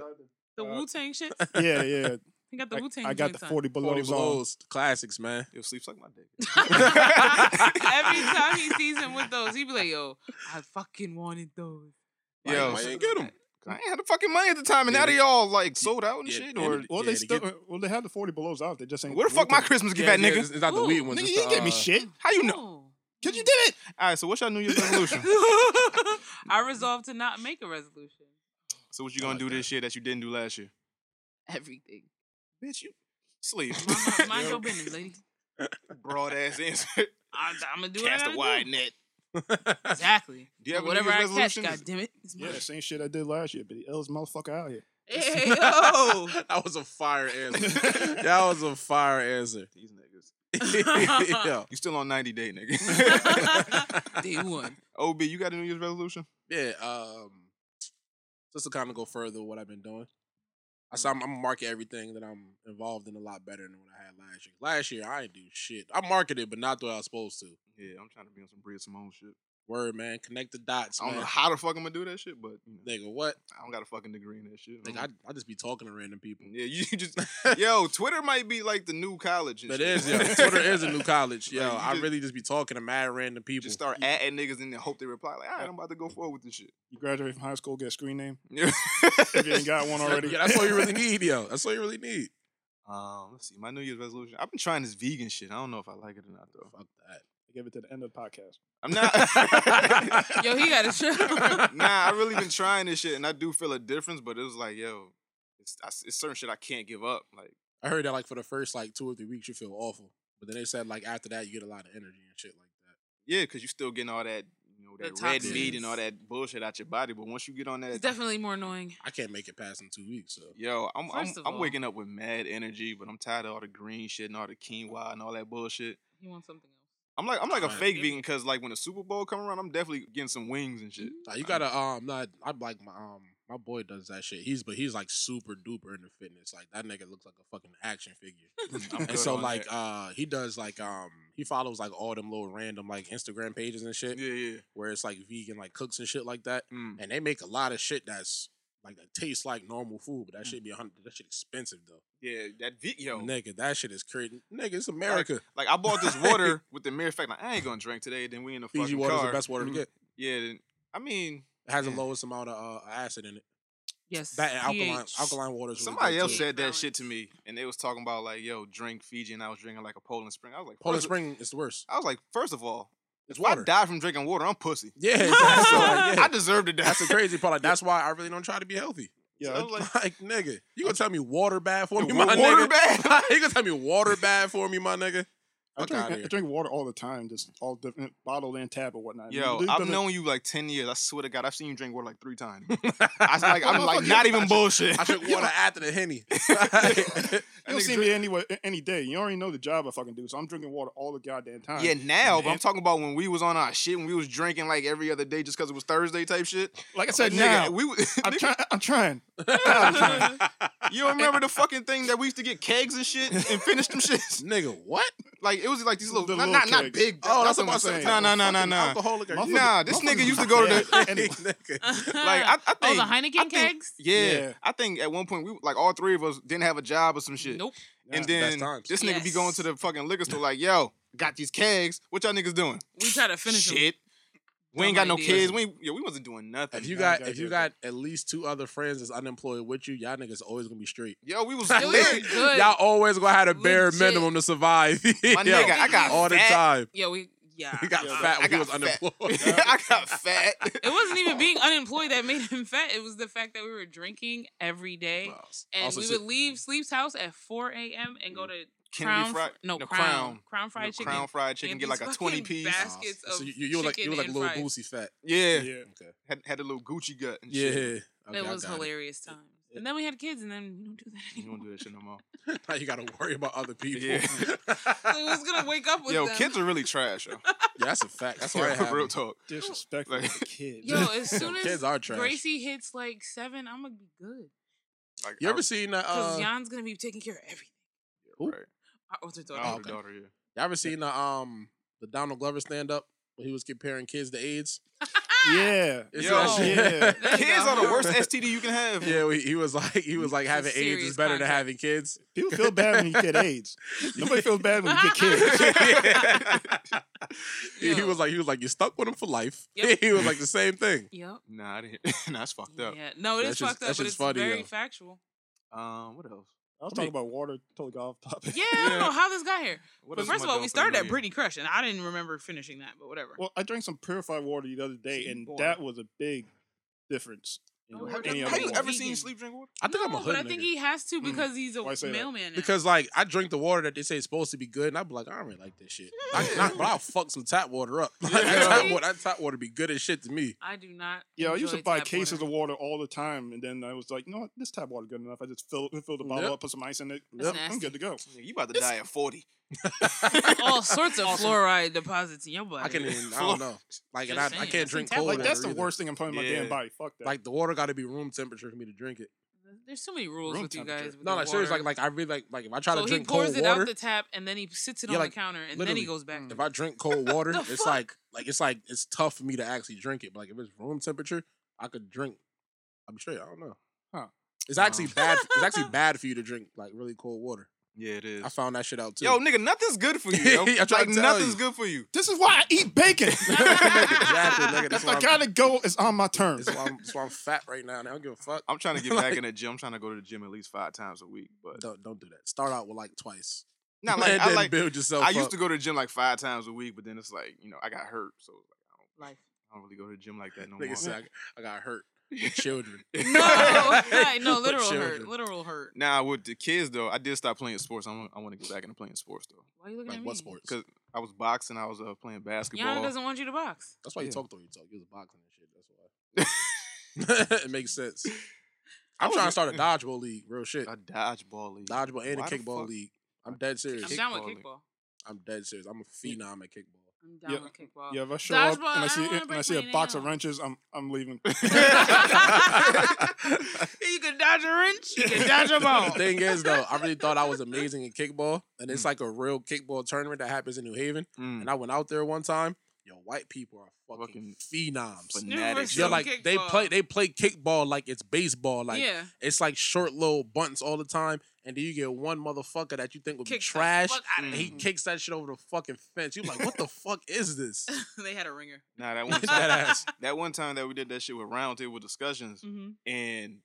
[SPEAKER 8] the Wu Tang shits?
[SPEAKER 5] yeah, yeah.
[SPEAKER 8] He got the
[SPEAKER 5] I,
[SPEAKER 8] Wu Tang.
[SPEAKER 5] I got the 40 below
[SPEAKER 7] 40
[SPEAKER 5] on.
[SPEAKER 7] belows, classics, man.
[SPEAKER 6] It sleeps like my dick.
[SPEAKER 8] Every time he sees him with those, he be like, "Yo, I fucking wanted those."
[SPEAKER 7] Like,
[SPEAKER 6] Yo.
[SPEAKER 7] why you ain't get them?
[SPEAKER 6] I ain't had the fucking money at the time, and now
[SPEAKER 7] Yeah,
[SPEAKER 6] they all like sold out and
[SPEAKER 7] yeah,
[SPEAKER 6] shit.
[SPEAKER 7] and-
[SPEAKER 6] Or
[SPEAKER 5] Well,
[SPEAKER 7] Yeah,
[SPEAKER 5] they
[SPEAKER 7] to
[SPEAKER 5] still.
[SPEAKER 7] get-
[SPEAKER 5] well, they have the 40 belows out. They just ain't.
[SPEAKER 6] where the fuck my
[SPEAKER 5] looking.
[SPEAKER 6] Christmas get at,
[SPEAKER 7] yeah,
[SPEAKER 6] nigga?
[SPEAKER 7] It's not the
[SPEAKER 8] Ooh,
[SPEAKER 7] wheat ones.
[SPEAKER 5] Nigga,
[SPEAKER 7] it's
[SPEAKER 5] you
[SPEAKER 7] the,
[SPEAKER 5] didn't get me
[SPEAKER 7] uh,
[SPEAKER 5] shit.
[SPEAKER 6] How you know?
[SPEAKER 5] Cause you did it.
[SPEAKER 6] All right, so what's your New Year's resolution?
[SPEAKER 8] I resolved to not make a resolution.
[SPEAKER 6] so what you gonna
[SPEAKER 7] like
[SPEAKER 6] do
[SPEAKER 7] that.
[SPEAKER 6] this year that you didn't do last year?
[SPEAKER 8] Everything.
[SPEAKER 6] Bitch, you sleep.
[SPEAKER 8] Mind, mind your business, lady.
[SPEAKER 6] Broad ass answer.
[SPEAKER 8] I, I'm gonna do what I
[SPEAKER 6] Cast a
[SPEAKER 8] gotta
[SPEAKER 6] wide
[SPEAKER 8] do.
[SPEAKER 6] net.
[SPEAKER 8] Exactly.
[SPEAKER 6] Do you have a New
[SPEAKER 8] whatever I
[SPEAKER 6] Year's
[SPEAKER 8] catch,
[SPEAKER 6] resolution?
[SPEAKER 8] God damn it. It's
[SPEAKER 5] Yeah,
[SPEAKER 8] mine.
[SPEAKER 5] same shit I did last year. But the L's motherfucker out here.
[SPEAKER 8] Hey, yo.
[SPEAKER 7] that was a fire answer. that was a fire answer.
[SPEAKER 6] These niggas.
[SPEAKER 7] Yo.
[SPEAKER 6] You still on 90 day, nigga.
[SPEAKER 8] Day one.
[SPEAKER 6] OB, you got a New Year's resolution?
[SPEAKER 7] Yeah. Um, just to kind of go further with what I've been doing. I said
[SPEAKER 6] Mm-hmm.
[SPEAKER 7] I'm, I'm market everything that I'm involved in a lot better than what I had last year. Last year I didn't do shit. I marketed, but not the way I was supposed to.
[SPEAKER 6] Yeah, I'm trying to be on some Bria Simone shit.
[SPEAKER 7] Word, man. Connect the dots,
[SPEAKER 6] I don't know
[SPEAKER 7] man.
[SPEAKER 6] how the fuck I'm gonna do that shit, but you know,
[SPEAKER 7] Nigga, what?
[SPEAKER 6] I don't got a fucking degree in that shit.
[SPEAKER 7] Like I, I just be talking to random people.
[SPEAKER 6] yeah, you just yo, Twitter might be like the new college. and
[SPEAKER 7] But it
[SPEAKER 6] shit.
[SPEAKER 7] is, yo. Twitter is a new college, yo.
[SPEAKER 6] Like, you
[SPEAKER 7] I
[SPEAKER 6] just-
[SPEAKER 7] really just be talking to mad random people.
[SPEAKER 6] Just start at niggas and then hope they reply. Like, all right, I'm about to go forward with this shit.
[SPEAKER 5] You graduate from high school, get a screen name.
[SPEAKER 6] Yeah.
[SPEAKER 5] If you ain't got one already.
[SPEAKER 7] Yeah, that's all you really need, yo. That's all you really need.
[SPEAKER 6] Um, let's see. My New Year's resolution. I've been trying this vegan shit. I don't know if I like it or not though.
[SPEAKER 7] Fuck
[SPEAKER 5] Give it to the end of the podcast.
[SPEAKER 6] I'm not.
[SPEAKER 7] that.
[SPEAKER 8] Yo, he got a show.
[SPEAKER 6] nah, I really been trying this shit, and I do feel a difference. But it was like, yo, it's, I, it's certain shit I can't give up. Like,
[SPEAKER 7] I heard that like for the first like two or three weeks you feel awful, but then they said like after that you get a lot of energy and shit like that.
[SPEAKER 6] yeah, because you still getting all that, you know,
[SPEAKER 8] The
[SPEAKER 6] that red meat
[SPEAKER 8] toxins.
[SPEAKER 6] and all that bullshit out your body. But once you get on that,
[SPEAKER 8] It's definitely more annoying.
[SPEAKER 7] I can't make it past in two weeks, so
[SPEAKER 6] yo, I'm I'm,
[SPEAKER 8] First of
[SPEAKER 6] I'm
[SPEAKER 8] all-
[SPEAKER 6] waking up with mad energy, but I'm tired of all the green shit and all the quinoa and all that bullshit.
[SPEAKER 8] He wants something else.
[SPEAKER 6] I'm like I'm like a
[SPEAKER 7] Alright.
[SPEAKER 6] fake vegan because like when the Super Bowl come around, I'm definitely getting some wings and shit.
[SPEAKER 7] Nah, you gotta um not I'm like my um my boy does that shit. He's but he's like super duper into fitness. Like that nigga looks like a fucking action figure.
[SPEAKER 6] I'm
[SPEAKER 7] and
[SPEAKER 6] good
[SPEAKER 7] so
[SPEAKER 6] on
[SPEAKER 7] like
[SPEAKER 6] that.
[SPEAKER 7] uh he does like um he follows like all them little random like Instagram pages and shit
[SPEAKER 6] yeah, yeah.
[SPEAKER 7] where it's like vegan like cooks and shit like that.
[SPEAKER 6] Mm.
[SPEAKER 7] And they make a lot of shit that's like that tastes like normal food, but that should be a hundred that shit expensive though.
[SPEAKER 6] Yeah, that vi- Mm. yo,
[SPEAKER 7] Nigga, that shit is crazy. Nigga, it's America.
[SPEAKER 6] like I bought this water with the mere fact like I ain't gonna drink today. Then we in the
[SPEAKER 7] Fiji
[SPEAKER 6] fucking
[SPEAKER 7] water is
[SPEAKER 6] car.
[SPEAKER 7] the best water to
[SPEAKER 6] Mm.
[SPEAKER 7] get.
[SPEAKER 6] Yeah, then, I mean,
[SPEAKER 7] It has the
[SPEAKER 6] Yeah.
[SPEAKER 7] lowest amount of uh, acid in it.
[SPEAKER 8] Yes.
[SPEAKER 7] That and alkaline
[SPEAKER 8] pH.
[SPEAKER 7] alkaline water is really
[SPEAKER 6] somebody
[SPEAKER 7] good,
[SPEAKER 6] else
[SPEAKER 7] too.
[SPEAKER 6] said that
[SPEAKER 8] Balance.
[SPEAKER 6] shit to me, and they was talking about like, yo, drink Fiji, and I was drinking like a Poland Spring. I was like,
[SPEAKER 7] Poland
[SPEAKER 6] first-
[SPEAKER 7] Spring is the worst.
[SPEAKER 6] I was like, first of all,
[SPEAKER 7] It's
[SPEAKER 6] if I
[SPEAKER 7] water.
[SPEAKER 6] die from drinking water, I'm pussy.
[SPEAKER 7] Yeah, exactly. So, like, yeah.
[SPEAKER 6] I deserve to die.
[SPEAKER 7] that's the crazy part. Like, that's why I really don't try to be healthy.
[SPEAKER 5] Yeah,
[SPEAKER 6] I was like,
[SPEAKER 7] Like, nigga, you gonna tell me water bad for me,
[SPEAKER 6] Wa-
[SPEAKER 7] my
[SPEAKER 6] water
[SPEAKER 7] nigga?
[SPEAKER 6] bad?
[SPEAKER 7] you gonna tell me water bad for me, my nigga?
[SPEAKER 5] I
[SPEAKER 7] Fuck
[SPEAKER 5] drink,
[SPEAKER 7] outta
[SPEAKER 5] I
[SPEAKER 7] here.
[SPEAKER 5] drink water all the time, just all different bottled and tap or whatnot.
[SPEAKER 6] yo,
[SPEAKER 5] You
[SPEAKER 6] I've
[SPEAKER 5] gonna-
[SPEAKER 6] known you like ten years. I swear to God, I've seen you drink water like three times. I was like, I'm like not even bullshit.
[SPEAKER 7] I drink water after the henny.
[SPEAKER 5] You'll see me anywhere, any day. You already know the job I fucking do, so I'm drinking water all the goddamn time.
[SPEAKER 6] Yeah, now, but I'm talking about when we was on our shit, when we was drinking like every other day just because it was Thursday type shit.
[SPEAKER 5] like I said,
[SPEAKER 6] Nigga,
[SPEAKER 5] now
[SPEAKER 6] we was-
[SPEAKER 5] I'm trying. I'm trying.
[SPEAKER 6] You don't remember the fucking thing that we used to get kegs and shit and finish them shits?
[SPEAKER 7] nigga, what?
[SPEAKER 6] Like it was like these little,
[SPEAKER 5] The
[SPEAKER 6] not,
[SPEAKER 5] little
[SPEAKER 6] not, not
[SPEAKER 5] kegs.
[SPEAKER 6] big.
[SPEAKER 7] Oh, that's what I'm
[SPEAKER 5] saying.
[SPEAKER 6] No, no, no, no,
[SPEAKER 7] Fucking
[SPEAKER 6] no.
[SPEAKER 7] Alcoholic. are you?
[SPEAKER 6] Nah, this nigga used to go to the.
[SPEAKER 5] Anyway.
[SPEAKER 7] nigga.
[SPEAKER 6] Like I, I
[SPEAKER 8] oh,
[SPEAKER 6] think
[SPEAKER 8] the Heineken
[SPEAKER 6] I think-
[SPEAKER 8] kegs.
[SPEAKER 6] Yeah,
[SPEAKER 5] Yeah.
[SPEAKER 6] I think at one point we like all three of us didn't have a job or some shit.
[SPEAKER 8] Nope.
[SPEAKER 6] And
[SPEAKER 7] Yeah. Best
[SPEAKER 6] then
[SPEAKER 7] times.
[SPEAKER 6] this nigga be going
[SPEAKER 8] Yes.
[SPEAKER 6] to the fucking liquor store like, yo, got these kegs. What y'all niggas doing?
[SPEAKER 8] We try to finish 'em.
[SPEAKER 6] shit. We ain't got no
[SPEAKER 8] Dumb ideas.
[SPEAKER 6] kids. We ain't, yo, we wasn't doing nothing.
[SPEAKER 7] If you
[SPEAKER 5] Nah,
[SPEAKER 7] got
[SPEAKER 5] gotta
[SPEAKER 7] if you
[SPEAKER 5] do it,
[SPEAKER 7] got at least two other friends that's unemployed with you, y'all niggas always gonna be straight.
[SPEAKER 6] yo, we was
[SPEAKER 8] It was
[SPEAKER 6] lit.
[SPEAKER 8] good.
[SPEAKER 7] Y'all always gonna have a bare
[SPEAKER 8] Legit.
[SPEAKER 7] minimum to survive.
[SPEAKER 6] My nigga, I got
[SPEAKER 7] all the
[SPEAKER 6] fat.
[SPEAKER 7] time.
[SPEAKER 8] Yeah, we. Yeah.
[SPEAKER 7] He got
[SPEAKER 5] Yeah,
[SPEAKER 7] fat when
[SPEAKER 6] I
[SPEAKER 7] he was
[SPEAKER 6] got fat.
[SPEAKER 7] unemployed.
[SPEAKER 6] I got fat.
[SPEAKER 8] It wasn't even being unemployed that made him fat. It was the fact that we were drinking every day, and
[SPEAKER 7] Also
[SPEAKER 8] we
[SPEAKER 7] sit-
[SPEAKER 8] would leave Sleep's house at 4 a.m. and go to
[SPEAKER 6] Kennedy
[SPEAKER 8] fr-
[SPEAKER 6] fried
[SPEAKER 8] no,
[SPEAKER 6] no,
[SPEAKER 8] crown,
[SPEAKER 6] crown.
[SPEAKER 8] crown, fried chicken.
[SPEAKER 6] crown fried chicken,
[SPEAKER 8] and
[SPEAKER 6] get
[SPEAKER 8] these
[SPEAKER 6] like a twenty
[SPEAKER 8] fucking
[SPEAKER 6] piece.
[SPEAKER 8] bas- Baskets
[SPEAKER 7] Oh, so
[SPEAKER 8] of
[SPEAKER 7] you, you were like you
[SPEAKER 8] chicken
[SPEAKER 7] were like a
[SPEAKER 8] and
[SPEAKER 7] little
[SPEAKER 8] fries.
[SPEAKER 7] boozy fat.
[SPEAKER 6] Yeah,
[SPEAKER 5] Yeah.
[SPEAKER 7] Okay.
[SPEAKER 6] Had, had a little Gucci gut. And
[SPEAKER 7] Yeah.
[SPEAKER 6] shit.
[SPEAKER 7] Okay,
[SPEAKER 8] it
[SPEAKER 7] I
[SPEAKER 8] was
[SPEAKER 7] got
[SPEAKER 8] hilarious times. And then we had kids, and then we don't do that
[SPEAKER 6] you
[SPEAKER 8] anymore.
[SPEAKER 6] don't do that shit no more.
[SPEAKER 7] Now you got to worry about other people.
[SPEAKER 6] Yeah.
[SPEAKER 8] So who's gonna wake up with
[SPEAKER 6] Yo,
[SPEAKER 8] them?
[SPEAKER 6] kids are really trash. Yo.
[SPEAKER 7] Yeah, that's a fact. That's why I
[SPEAKER 6] Yo,
[SPEAKER 7] have.
[SPEAKER 6] real talk.
[SPEAKER 5] Disrespectful
[SPEAKER 6] Like-
[SPEAKER 5] to the kids.
[SPEAKER 8] Yo, as soon as
[SPEAKER 7] kids are trash.
[SPEAKER 8] Gracie hits like seven, I'm gonna be good
[SPEAKER 6] Like,
[SPEAKER 7] You
[SPEAKER 6] I-
[SPEAKER 7] ever seen that?
[SPEAKER 8] because
[SPEAKER 7] Uh,
[SPEAKER 8] Jan's gonna be taking care of everything.
[SPEAKER 7] Who?
[SPEAKER 6] Right.
[SPEAKER 8] Our older daughter.
[SPEAKER 6] My older
[SPEAKER 7] okay.
[SPEAKER 6] daughter, yeah.
[SPEAKER 7] you ever seen the um the Donald Glover stand up where he was comparing kids to AIDS?
[SPEAKER 5] yeah.
[SPEAKER 7] It's
[SPEAKER 6] Yo.
[SPEAKER 7] that shit.
[SPEAKER 5] Yeah.
[SPEAKER 8] That is
[SPEAKER 6] Kids
[SPEAKER 8] a
[SPEAKER 6] are the
[SPEAKER 8] horror-
[SPEAKER 6] worst STD you can have.
[SPEAKER 7] Yeah, he, he was like he was like
[SPEAKER 8] It's a
[SPEAKER 7] having AIDS
[SPEAKER 8] serious
[SPEAKER 7] is better than
[SPEAKER 8] contract.
[SPEAKER 7] having kids.
[SPEAKER 5] People feel bad when you get AIDS. Nobody feels bad when you get kids.
[SPEAKER 7] He, he
[SPEAKER 8] Yo.
[SPEAKER 7] was like he was like you're stuck with him for life.
[SPEAKER 8] Yep.
[SPEAKER 7] he was like the same thing.
[SPEAKER 8] Yep.
[SPEAKER 6] Nah, I didn't. nah, that's fucked up.
[SPEAKER 8] Yeah. No, it
[SPEAKER 7] That
[SPEAKER 8] is
[SPEAKER 7] shit's-
[SPEAKER 8] fucked
[SPEAKER 7] that
[SPEAKER 8] up, but
[SPEAKER 7] shit's
[SPEAKER 8] it's
[SPEAKER 7] funny,
[SPEAKER 8] very
[SPEAKER 7] yo.
[SPEAKER 8] factual.
[SPEAKER 6] Um, what else?
[SPEAKER 5] I was talking about water, totally off topic.
[SPEAKER 8] Yeah, I
[SPEAKER 6] Yeah.
[SPEAKER 8] don't know how this got here.
[SPEAKER 6] What
[SPEAKER 8] but
[SPEAKER 6] else
[SPEAKER 8] first
[SPEAKER 6] am I
[SPEAKER 8] of all,
[SPEAKER 6] doing
[SPEAKER 8] we
[SPEAKER 6] for the
[SPEAKER 8] started at
[SPEAKER 6] new year?
[SPEAKER 8] Britney Crush, and I didn't remember finishing that, but whatever.
[SPEAKER 5] Well, I drank some purified water the other day, and
[SPEAKER 6] Water.
[SPEAKER 5] that was a big difference. in
[SPEAKER 8] Oh,
[SPEAKER 5] what
[SPEAKER 8] how-
[SPEAKER 5] any
[SPEAKER 8] how
[SPEAKER 5] other
[SPEAKER 8] you
[SPEAKER 5] water.
[SPEAKER 8] ever- vegan.
[SPEAKER 6] drink water?
[SPEAKER 7] I think I'm a
[SPEAKER 8] No,
[SPEAKER 7] hood
[SPEAKER 8] but I
[SPEAKER 7] nigga.
[SPEAKER 8] think he has to
[SPEAKER 6] Mm.
[SPEAKER 8] because he's
[SPEAKER 5] Why you
[SPEAKER 8] a
[SPEAKER 5] say that?
[SPEAKER 8] mailman. now.
[SPEAKER 7] because like I drink the water that they say is supposed to be good, and I'd be like, I don't really like this shit. I, not, but I'll fuck some tap water up. Like, that, tap water, that tap water be good as shit to me.
[SPEAKER 8] I do not.
[SPEAKER 5] Yeah, I used
[SPEAKER 8] enjoy
[SPEAKER 5] to buy
[SPEAKER 8] tap
[SPEAKER 5] cases
[SPEAKER 8] water.
[SPEAKER 5] of water all the time, and then I was like, you know what, this tap water good enough. I just fill fill the bottle
[SPEAKER 7] Yep.
[SPEAKER 5] up, put some ice in it.
[SPEAKER 8] That's
[SPEAKER 5] I'm good to go.
[SPEAKER 6] Nigga, you about to die at forty.
[SPEAKER 8] all sorts of fluoride deposits in your body.
[SPEAKER 7] I can, even, I don't know. Like, and I,
[SPEAKER 8] Just
[SPEAKER 7] I
[SPEAKER 8] saying,
[SPEAKER 7] can't
[SPEAKER 8] that's
[SPEAKER 7] drink
[SPEAKER 8] some tap
[SPEAKER 7] cold.
[SPEAKER 5] Like
[SPEAKER 8] water
[SPEAKER 5] that's the
[SPEAKER 7] either.
[SPEAKER 5] worst thing I'm putting in my
[SPEAKER 6] Yeah.
[SPEAKER 5] damn body. Fuck that.
[SPEAKER 7] Like the water got to be room temperature for me to drink it.
[SPEAKER 8] There's so many rules
[SPEAKER 5] Room
[SPEAKER 8] with you
[SPEAKER 5] temperature.
[SPEAKER 8] guys. With
[SPEAKER 7] No,
[SPEAKER 8] the
[SPEAKER 7] like seriously, like
[SPEAKER 8] water.
[SPEAKER 7] like I really like like if I try
[SPEAKER 8] so
[SPEAKER 7] to drink
[SPEAKER 8] he pours
[SPEAKER 7] cold
[SPEAKER 8] it
[SPEAKER 7] water,
[SPEAKER 8] out the tap and then he sits it
[SPEAKER 7] Yeah,
[SPEAKER 8] on
[SPEAKER 7] like,
[SPEAKER 8] the counter and then
[SPEAKER 7] literally. Mm.
[SPEAKER 8] he goes back.
[SPEAKER 7] if I drink cold water,
[SPEAKER 8] The
[SPEAKER 7] it's
[SPEAKER 8] fuck?
[SPEAKER 7] like like it's like it's tough for me to actually drink it. But like if it's room temperature, I could drink. I'm straight. I don't know.
[SPEAKER 5] Huh.
[SPEAKER 7] It's actually bad. It's actually bad for you to drink like really cold water.
[SPEAKER 6] Yeah, it is.
[SPEAKER 7] I found that shit out too.
[SPEAKER 6] Yo, nigga, nothing's good for you. Yo.
[SPEAKER 7] I tried to
[SPEAKER 6] like
[SPEAKER 7] tell
[SPEAKER 6] nothing's
[SPEAKER 7] you.
[SPEAKER 6] good for you.
[SPEAKER 5] this is why I eat bacon.
[SPEAKER 7] exactly. Nigga, that's
[SPEAKER 5] if
[SPEAKER 7] why
[SPEAKER 5] I
[SPEAKER 7] I'm,
[SPEAKER 5] gotta go, it's on my terms.
[SPEAKER 7] that's why I'm, that's why I'm fat right now. And I don't give a fuck.
[SPEAKER 6] I'm trying to get
[SPEAKER 7] Like-
[SPEAKER 6] back in the gym. I'm trying to go to the gym at least five times a week, but
[SPEAKER 7] Don't don't do that. Start out with like twice.
[SPEAKER 6] not like
[SPEAKER 7] and
[SPEAKER 6] I
[SPEAKER 7] then
[SPEAKER 6] like.
[SPEAKER 7] build yourself.
[SPEAKER 6] I used
[SPEAKER 7] up.
[SPEAKER 6] to go to the gym like five times a week, but then it's like you know I got hurt, so like, I don't
[SPEAKER 8] Life.
[SPEAKER 6] I don't really go to the gym like that no
[SPEAKER 7] Nigga
[SPEAKER 6] more.
[SPEAKER 7] said I, I got hurt. With children.
[SPEAKER 8] No, right, no,
[SPEAKER 7] With
[SPEAKER 8] literal hurt,
[SPEAKER 7] children.
[SPEAKER 8] literal hurt.
[SPEAKER 6] Now with the kids though, I did stop playing sports. I want, I want to get back into playing sports though.
[SPEAKER 8] Why are you looking
[SPEAKER 7] Like
[SPEAKER 8] at me?
[SPEAKER 7] what sports?
[SPEAKER 6] 'Cause I was boxing. I was uh, playing
[SPEAKER 8] Yana
[SPEAKER 6] basketball.
[SPEAKER 8] doesn't want you to box.
[SPEAKER 7] That's why you
[SPEAKER 6] Yeah.
[SPEAKER 7] talk the way you talk. You was boxing and shit. That's why. it makes sense. I'm
[SPEAKER 6] was
[SPEAKER 7] trying to
[SPEAKER 6] re-
[SPEAKER 7] start a dodgeball league. Real shit.
[SPEAKER 6] A dodgeball league.
[SPEAKER 7] Dodgeball and
[SPEAKER 6] Why
[SPEAKER 7] a
[SPEAKER 6] the
[SPEAKER 7] kickball
[SPEAKER 6] fuck?
[SPEAKER 7] league. I'm dead serious.
[SPEAKER 8] I'm down with
[SPEAKER 6] Kickballing.
[SPEAKER 8] kickball.
[SPEAKER 7] I'm dead serious. I'm a phenom at kickball.
[SPEAKER 8] I'm down
[SPEAKER 5] Yeah.
[SPEAKER 8] with kickball.
[SPEAKER 5] Yeah, if I show up
[SPEAKER 8] Dodgeball,
[SPEAKER 5] and I
[SPEAKER 8] I
[SPEAKER 5] see
[SPEAKER 8] don't wanna
[SPEAKER 5] and I
[SPEAKER 8] break
[SPEAKER 5] see
[SPEAKER 8] my
[SPEAKER 5] a box of
[SPEAKER 8] nail.
[SPEAKER 5] wrenches, I'm I'm leaving.
[SPEAKER 8] you can dodge a wrench. You can dodge a
[SPEAKER 7] The
[SPEAKER 8] ball.
[SPEAKER 7] thing is, though, I really thought I was amazing at kickball, and it's like a real kickball tournament that happens in New Haven.
[SPEAKER 6] Mm.
[SPEAKER 7] And I went out there one time. Yo, white people are fucking,
[SPEAKER 6] Fucking
[SPEAKER 7] phenoms.
[SPEAKER 6] Fanatics.
[SPEAKER 8] Yo,
[SPEAKER 7] Yo, like they
[SPEAKER 8] kickball.
[SPEAKER 7] play, they play kickball like it's baseball. Like
[SPEAKER 8] yeah,
[SPEAKER 7] It's like short little buttons all the time, and then you get one motherfucker that you think would be
[SPEAKER 8] kick the
[SPEAKER 7] trash,
[SPEAKER 8] fuck outta
[SPEAKER 7] and
[SPEAKER 8] it.
[SPEAKER 7] he
[SPEAKER 6] Mm-hmm.
[SPEAKER 7] kicks that shit over the fucking fence. You like, what the fuck is this?
[SPEAKER 8] they had a ringer.
[SPEAKER 6] Nah, that one
[SPEAKER 7] That
[SPEAKER 6] time,
[SPEAKER 7] ass.
[SPEAKER 6] that one time that we did that shit with roundtable discussions,
[SPEAKER 8] Mm-hmm.
[SPEAKER 6] and